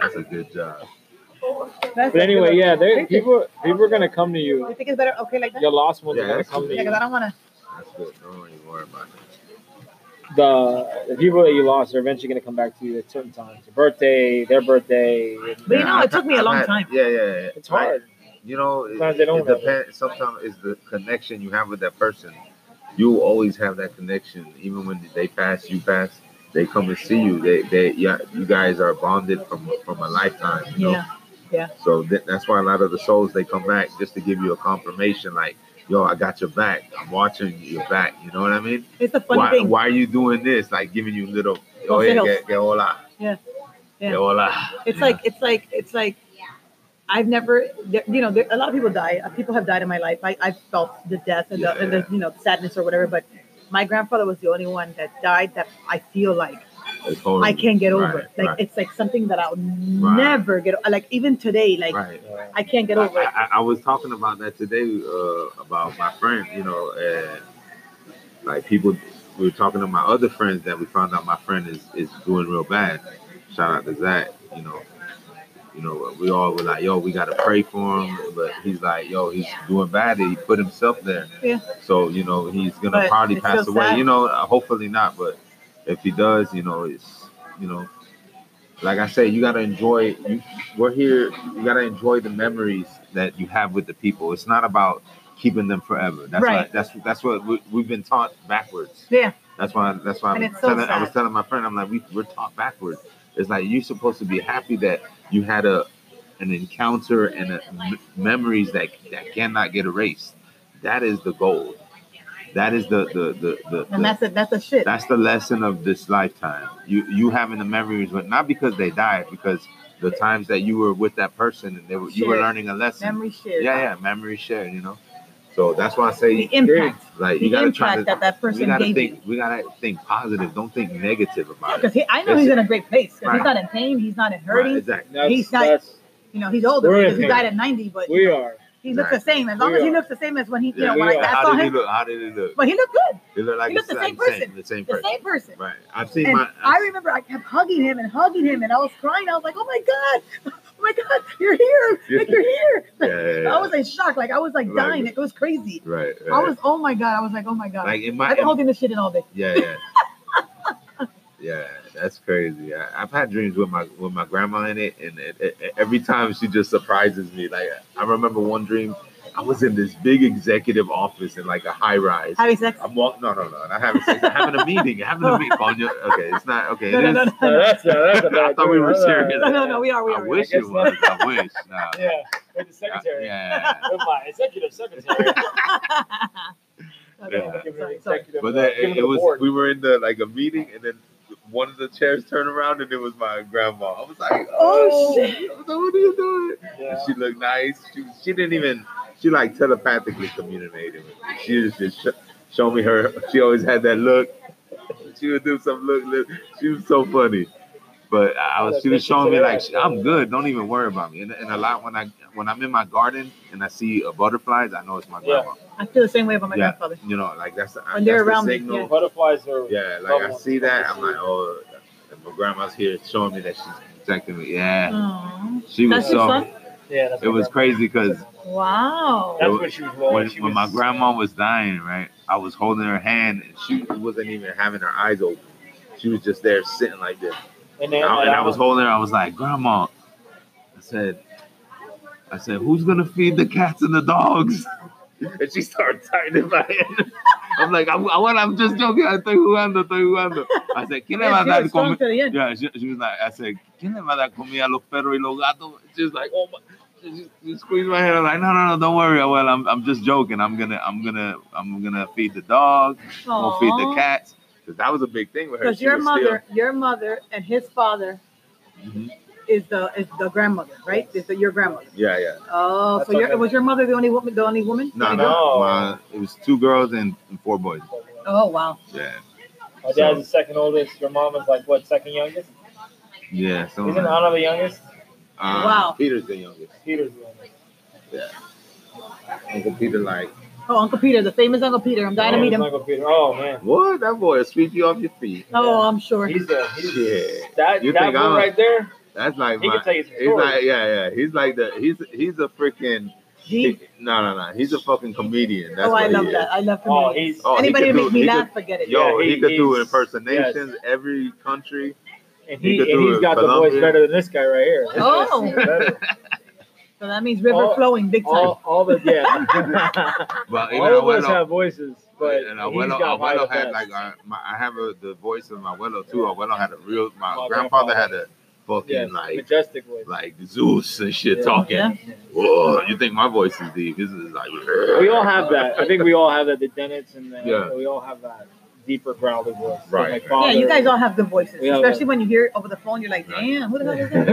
[SPEAKER 4] That's a good job.
[SPEAKER 3] That's
[SPEAKER 2] But anyway, yeah, there
[SPEAKER 3] Thank you.
[SPEAKER 2] people people are gonna come to you.
[SPEAKER 3] You think it's better? Okay, like that.
[SPEAKER 2] Your lost ones
[SPEAKER 4] Yeah,
[SPEAKER 2] are gonna
[SPEAKER 4] that's
[SPEAKER 2] come to
[SPEAKER 4] good.
[SPEAKER 3] Yeah,
[SPEAKER 2] you.
[SPEAKER 3] because I don't want to.
[SPEAKER 4] That's good. Don't even worry about it.
[SPEAKER 2] The, the people that you lost are eventually gonna come back to you at certain times. Your birthday, their birthday.
[SPEAKER 3] But you know, it took me a long
[SPEAKER 4] I've had-
[SPEAKER 3] time.
[SPEAKER 4] Yeah, yeah, yeah.
[SPEAKER 2] It's hard.
[SPEAKER 4] You know, it,
[SPEAKER 2] Sometimes they don't
[SPEAKER 4] it
[SPEAKER 2] have it.
[SPEAKER 4] depends. Sometimes it's the connection you have with that person. You will always have that connection, even when they pass, you pass. They come and see you. They, they, yeah, you guys are bonded from from a lifetime. You know,
[SPEAKER 3] Yeah.
[SPEAKER 4] so th- that's why a lot of the souls they come back just to give you a confirmation, like, "Yo, I got your back. I'm watching your back." You know what I mean?
[SPEAKER 3] It's a funny
[SPEAKER 4] why,
[SPEAKER 3] thing.
[SPEAKER 4] why are you doing this? Like giving you little, oh yeah,
[SPEAKER 3] Consejos.
[SPEAKER 4] que, que hola.
[SPEAKER 3] Yeah. Yeah.
[SPEAKER 4] Que hola.
[SPEAKER 3] It's
[SPEAKER 4] You
[SPEAKER 3] like it's like it's like I've never there- you know there, a lot of people die. Uh, People have died in my life. I I felt the death and, the, and the you know sadness or whatever. But my grandfather was the only one that died that I feel like
[SPEAKER 4] know, it's horrible.
[SPEAKER 3] I can't get over.
[SPEAKER 4] Right,
[SPEAKER 3] it. Like
[SPEAKER 4] right.
[SPEAKER 3] it's like something that I'll never get. o- Like even today, like
[SPEAKER 4] Right.
[SPEAKER 3] I can't get over.
[SPEAKER 4] I,
[SPEAKER 3] it.
[SPEAKER 4] I, I was talking about that today uh, about my friend, you know, and like people, we were talking to my other friends that we found out my friend is, is doing real bad. Shout out to Zach, you know. You know, we all were like, yo, we got to pray for him. But he's like, yo, he's doing bad. He put himself there.
[SPEAKER 3] Yeah.
[SPEAKER 4] So, you know, he's going to
[SPEAKER 3] But
[SPEAKER 4] probably
[SPEAKER 3] it's
[SPEAKER 4] pass
[SPEAKER 3] so
[SPEAKER 4] away.
[SPEAKER 3] sad.
[SPEAKER 4] You know, uh, hopefully not. But if he does, you know, it's, you know, like I say, you got to enjoy, you we're here. You gotta enjoy the memories that you have with the people. It's not about keeping them forever. That's
[SPEAKER 3] Right.
[SPEAKER 4] why, that's that's what we, we've been taught backwards.
[SPEAKER 3] Yeah.
[SPEAKER 4] That's why. That's why.
[SPEAKER 3] And
[SPEAKER 4] I'm
[SPEAKER 3] it's so
[SPEAKER 4] telling, I
[SPEAKER 3] sad.
[SPEAKER 4] was telling my friend, I'm like, we we're taught backwards. It's like you're supposed to be happy that you had a an encounter and a m- memories that that cannot get erased. That is the goal. That is the the the the.
[SPEAKER 3] And
[SPEAKER 4] the-
[SPEAKER 3] that's a that's a shit.
[SPEAKER 4] that's the lesson of this lifetime. You you having the memories, but not because they died, because the times that you were with that person and they were you were
[SPEAKER 3] Shared.
[SPEAKER 4] learning a lesson.
[SPEAKER 3] Memory shit.
[SPEAKER 4] yeah, yeah, memory shared. You know, so that's why I say
[SPEAKER 3] The impact,
[SPEAKER 4] like
[SPEAKER 3] the
[SPEAKER 4] you gotta try
[SPEAKER 3] impact
[SPEAKER 4] to.
[SPEAKER 3] that that
[SPEAKER 4] We
[SPEAKER 3] person
[SPEAKER 4] gotta
[SPEAKER 3] gave
[SPEAKER 4] think.
[SPEAKER 3] you.
[SPEAKER 4] We gotta think positive. Don't think negative about it.
[SPEAKER 3] Because I know he's in a great place. 'cause
[SPEAKER 4] Right.
[SPEAKER 3] He's not in pain. He's not in
[SPEAKER 4] Right,
[SPEAKER 3] hurting.
[SPEAKER 4] exactly.
[SPEAKER 2] That's,
[SPEAKER 3] He's not-
[SPEAKER 2] that's
[SPEAKER 3] You know, he's older.
[SPEAKER 2] We're in
[SPEAKER 3] because He
[SPEAKER 2] pain.
[SPEAKER 3] died at ninety, but
[SPEAKER 2] we are.
[SPEAKER 3] He looks the same as long
[SPEAKER 2] We
[SPEAKER 3] as he
[SPEAKER 2] are.
[SPEAKER 3] looks the same as when he, you
[SPEAKER 4] Yeah,
[SPEAKER 3] know, when
[SPEAKER 2] we
[SPEAKER 3] I
[SPEAKER 2] are.
[SPEAKER 3] last
[SPEAKER 4] How
[SPEAKER 3] saw
[SPEAKER 4] did he
[SPEAKER 3] him.
[SPEAKER 4] look? How did he look?
[SPEAKER 3] But he looked good,
[SPEAKER 4] He looked like
[SPEAKER 3] he looked the same person.
[SPEAKER 4] The same
[SPEAKER 3] the
[SPEAKER 4] person.
[SPEAKER 3] same person.
[SPEAKER 4] Right. I've seen
[SPEAKER 3] And
[SPEAKER 4] my.
[SPEAKER 3] I remember I kept hugging him and hugging him, and I was crying. I was like, "Oh my god, oh my god, you're here! Like you're here!"
[SPEAKER 4] [laughs] Yeah, yeah, yeah.
[SPEAKER 3] I was in shock. Like I was like
[SPEAKER 4] Right.
[SPEAKER 3] dying. It was crazy.
[SPEAKER 4] right. right.
[SPEAKER 3] I was, oh my god, I was like, oh my god.
[SPEAKER 4] like in my.
[SPEAKER 3] I've been holding this shit in all day.
[SPEAKER 4] Yeah, yeah. [laughs] yeah, that's crazy. I, I've had dreams with my with my grandma in it, and it, it- it- every time she just surprises me. Like I remember one dream, I was in this big executive office in like a high rise.
[SPEAKER 3] Having sex?
[SPEAKER 4] I'm walking. No, no, no. Not having sex. I'm having a meeting. I'm having a meeting. Konya. Okay, it's not okay.
[SPEAKER 3] No,
[SPEAKER 4] it
[SPEAKER 3] no,
[SPEAKER 4] is-
[SPEAKER 3] [laughs] no, no,
[SPEAKER 2] No, that's, that's
[SPEAKER 4] [laughs]
[SPEAKER 2] a
[SPEAKER 4] I
[SPEAKER 2] bad
[SPEAKER 4] thought we
[SPEAKER 2] joke.
[SPEAKER 4] were
[SPEAKER 2] That's a-
[SPEAKER 4] serious.
[SPEAKER 3] [laughs] no, no, no. We are. We
[SPEAKER 4] I
[SPEAKER 3] are. we are.
[SPEAKER 4] wish
[SPEAKER 2] I
[SPEAKER 4] it
[SPEAKER 2] guess
[SPEAKER 4] was. I wish. No.
[SPEAKER 2] [laughs] Yeah, with the secretary.
[SPEAKER 4] yeah.
[SPEAKER 2] With my executive
[SPEAKER 3] [laughs]
[SPEAKER 2] secretary.
[SPEAKER 3] Okay,
[SPEAKER 4] Yeah.
[SPEAKER 3] okay, sorry, sorry.
[SPEAKER 2] Executive,
[SPEAKER 4] But
[SPEAKER 2] uh,
[SPEAKER 4] then
[SPEAKER 2] give
[SPEAKER 4] it,
[SPEAKER 2] him
[SPEAKER 4] it
[SPEAKER 2] the
[SPEAKER 4] was
[SPEAKER 2] board.
[SPEAKER 4] we were in the like a meeting, and then one of the chairs turned around, and it was my grandma. I was like,
[SPEAKER 3] Oh,
[SPEAKER 4] "Oh,
[SPEAKER 3] shit.
[SPEAKER 4] I was like, what are you doing?" And
[SPEAKER 2] Yeah.
[SPEAKER 4] she looked nice. She she didn't even she like telepathically communicated with me. She was just sh- show me her. She always had that look. She would do some look. look. She was so funny. But I I was she was showing me like I'm good. Don't even worry about me. And, and a lot when I when I'm in my garden and I see uh, butterflies, I know it's my
[SPEAKER 2] Yeah.
[SPEAKER 4] grandma.
[SPEAKER 3] I feel the same way about my
[SPEAKER 4] Yeah.
[SPEAKER 3] grandfather.
[SPEAKER 4] You know, like that's the,
[SPEAKER 3] When they're
[SPEAKER 4] that's the
[SPEAKER 3] around me,
[SPEAKER 4] signal
[SPEAKER 3] yeah.
[SPEAKER 2] Butterflies are.
[SPEAKER 4] yeah, like I see that, I'm like, oh, and my grandma's here showing me that she's protecting me. Yeah,
[SPEAKER 3] Aw.
[SPEAKER 4] she was
[SPEAKER 3] That's
[SPEAKER 4] so.
[SPEAKER 3] your son?
[SPEAKER 2] Yeah, that's
[SPEAKER 4] It was crazy because
[SPEAKER 3] Wow.
[SPEAKER 2] That's when she was rolling.
[SPEAKER 4] when,
[SPEAKER 2] she
[SPEAKER 4] when
[SPEAKER 2] was,
[SPEAKER 4] my grandma was dying, right, I was holding her hand and she wasn't even having her eyes open. She was just there sitting like this, and
[SPEAKER 2] and, then,
[SPEAKER 4] I, and I was holding
[SPEAKER 2] holding.
[SPEAKER 4] her. I was like, Grandma, I said, I said, who's gonna feed the cats and the dogs? [laughs] And she started tightening my hand. [laughs] I'm like, I'm, I'm, I'm just joking. I estoy jugando, estoy jugando. I said, ¿Quién le va a
[SPEAKER 3] Yeah, she
[SPEAKER 4] dar comi-
[SPEAKER 3] was strong to the end.
[SPEAKER 4] Yeah, she, she was like, I said, ¿Quién le va a dar comida a los perros y los gatos? She was like, oh my. She, she squeezed my hand. I'm like, no, no, no, don't worry. Oh, Well, I'm, I'm just joking. I'm gonna, I'm gonna, I'm gonna feed the dog. I'm gonna feed the
[SPEAKER 3] Aw.
[SPEAKER 4] cats. Cause that was a big thing with her.
[SPEAKER 3] Because
[SPEAKER 4] She
[SPEAKER 3] your
[SPEAKER 4] was
[SPEAKER 3] mother, your mother, and his father
[SPEAKER 4] Still, Mhm.
[SPEAKER 3] is the is the grandmother, right? Is the, your grandmother?
[SPEAKER 4] Yeah, yeah.
[SPEAKER 3] Oh,
[SPEAKER 2] That's
[SPEAKER 3] so your,
[SPEAKER 2] okay.
[SPEAKER 3] was your mother the only woman? The only woman?
[SPEAKER 4] No, no.
[SPEAKER 2] No.
[SPEAKER 4] My, it was two girls and, and four boys.
[SPEAKER 3] Oh wow.
[SPEAKER 4] Yeah,
[SPEAKER 2] My dad's the second oldest. Your mom is like, what, second youngest?
[SPEAKER 4] yeah. So uh,
[SPEAKER 2] Isn't Anna the youngest?
[SPEAKER 3] Wow.
[SPEAKER 4] Peter's the youngest.
[SPEAKER 2] Peter's the youngest.
[SPEAKER 4] Uncle Peter, like,
[SPEAKER 3] Oh, Uncle Peter, the famous Uncle Peter. I'm dying
[SPEAKER 2] Oh,
[SPEAKER 3] to meet
[SPEAKER 2] it's
[SPEAKER 3] him.
[SPEAKER 2] not gonna be- Oh, man.
[SPEAKER 4] what? That boy will sweep you off your feet.
[SPEAKER 3] Oh, I'm sure.
[SPEAKER 2] He's the. He's
[SPEAKER 4] Yeah.
[SPEAKER 2] That,
[SPEAKER 4] You
[SPEAKER 2] that
[SPEAKER 4] think
[SPEAKER 2] one
[SPEAKER 4] I'm-
[SPEAKER 2] right there,
[SPEAKER 4] That's like
[SPEAKER 2] He
[SPEAKER 4] my.
[SPEAKER 2] can tell you some
[SPEAKER 4] He's
[SPEAKER 2] stories.
[SPEAKER 4] like yeah yeah. He's like the he's he's a freaking
[SPEAKER 3] Gee.
[SPEAKER 4] no no no. He's a fucking comedian. That's
[SPEAKER 3] oh,
[SPEAKER 4] what
[SPEAKER 3] I
[SPEAKER 4] he
[SPEAKER 3] love
[SPEAKER 4] is.
[SPEAKER 3] that. I love
[SPEAKER 2] oh,
[SPEAKER 3] comedians.
[SPEAKER 2] he's
[SPEAKER 4] Oh, he
[SPEAKER 3] Anybody
[SPEAKER 4] could
[SPEAKER 3] that
[SPEAKER 4] do-
[SPEAKER 3] makes me
[SPEAKER 4] he
[SPEAKER 3] laugh, forget it.
[SPEAKER 4] Yo,
[SPEAKER 2] Yeah,
[SPEAKER 4] he,
[SPEAKER 2] he-
[SPEAKER 4] could do
[SPEAKER 2] he's-
[SPEAKER 4] impersonations every country.
[SPEAKER 2] and
[SPEAKER 4] he
[SPEAKER 2] he,
[SPEAKER 4] could
[SPEAKER 2] and
[SPEAKER 4] do
[SPEAKER 2] he's
[SPEAKER 4] it.
[SPEAKER 2] got the
[SPEAKER 4] Colombia.
[SPEAKER 2] voice better than this guy right here.
[SPEAKER 3] Oh.
[SPEAKER 2] This guy's better.
[SPEAKER 3] So that means river
[SPEAKER 4] Oh,
[SPEAKER 2] All-
[SPEAKER 3] flowing big
[SPEAKER 4] [laughs]
[SPEAKER 3] time.
[SPEAKER 2] all, all the yeah. [laughs]
[SPEAKER 4] But even
[SPEAKER 2] all of us
[SPEAKER 4] Abuelo-
[SPEAKER 2] have voices, but
[SPEAKER 4] and
[SPEAKER 2] he's
[SPEAKER 4] Abuelo,
[SPEAKER 2] got by the
[SPEAKER 4] Abuelo had
[SPEAKER 2] best.
[SPEAKER 4] like uh, my, I have a, the voice of my Abuelo too.
[SPEAKER 2] Yeah.
[SPEAKER 4] Abuelo had a real my,
[SPEAKER 2] My
[SPEAKER 4] grandfather,
[SPEAKER 2] grandfather.
[SPEAKER 4] had a fucking
[SPEAKER 2] yeah,
[SPEAKER 4] like
[SPEAKER 2] majestic voice.
[SPEAKER 4] like Zeus and shit
[SPEAKER 2] Yeah.
[SPEAKER 4] talking.
[SPEAKER 3] Yeah.
[SPEAKER 4] Whoa, you think my voice is deep? This is like
[SPEAKER 2] We
[SPEAKER 4] [laughs]
[SPEAKER 2] all have that. I think we all have that. The Dennets and the,
[SPEAKER 4] Yeah.
[SPEAKER 2] we all have that deeper growly voice. Like
[SPEAKER 4] Right,
[SPEAKER 2] my
[SPEAKER 4] right.
[SPEAKER 3] yeah,
[SPEAKER 2] father.
[SPEAKER 3] you
[SPEAKER 2] [laughs]
[SPEAKER 3] guys all have the voices,
[SPEAKER 2] Yeah,
[SPEAKER 3] especially
[SPEAKER 2] yeah.
[SPEAKER 3] when you hear it over the phone. You're like, damn, who the hell
[SPEAKER 2] [laughs]
[SPEAKER 3] is that?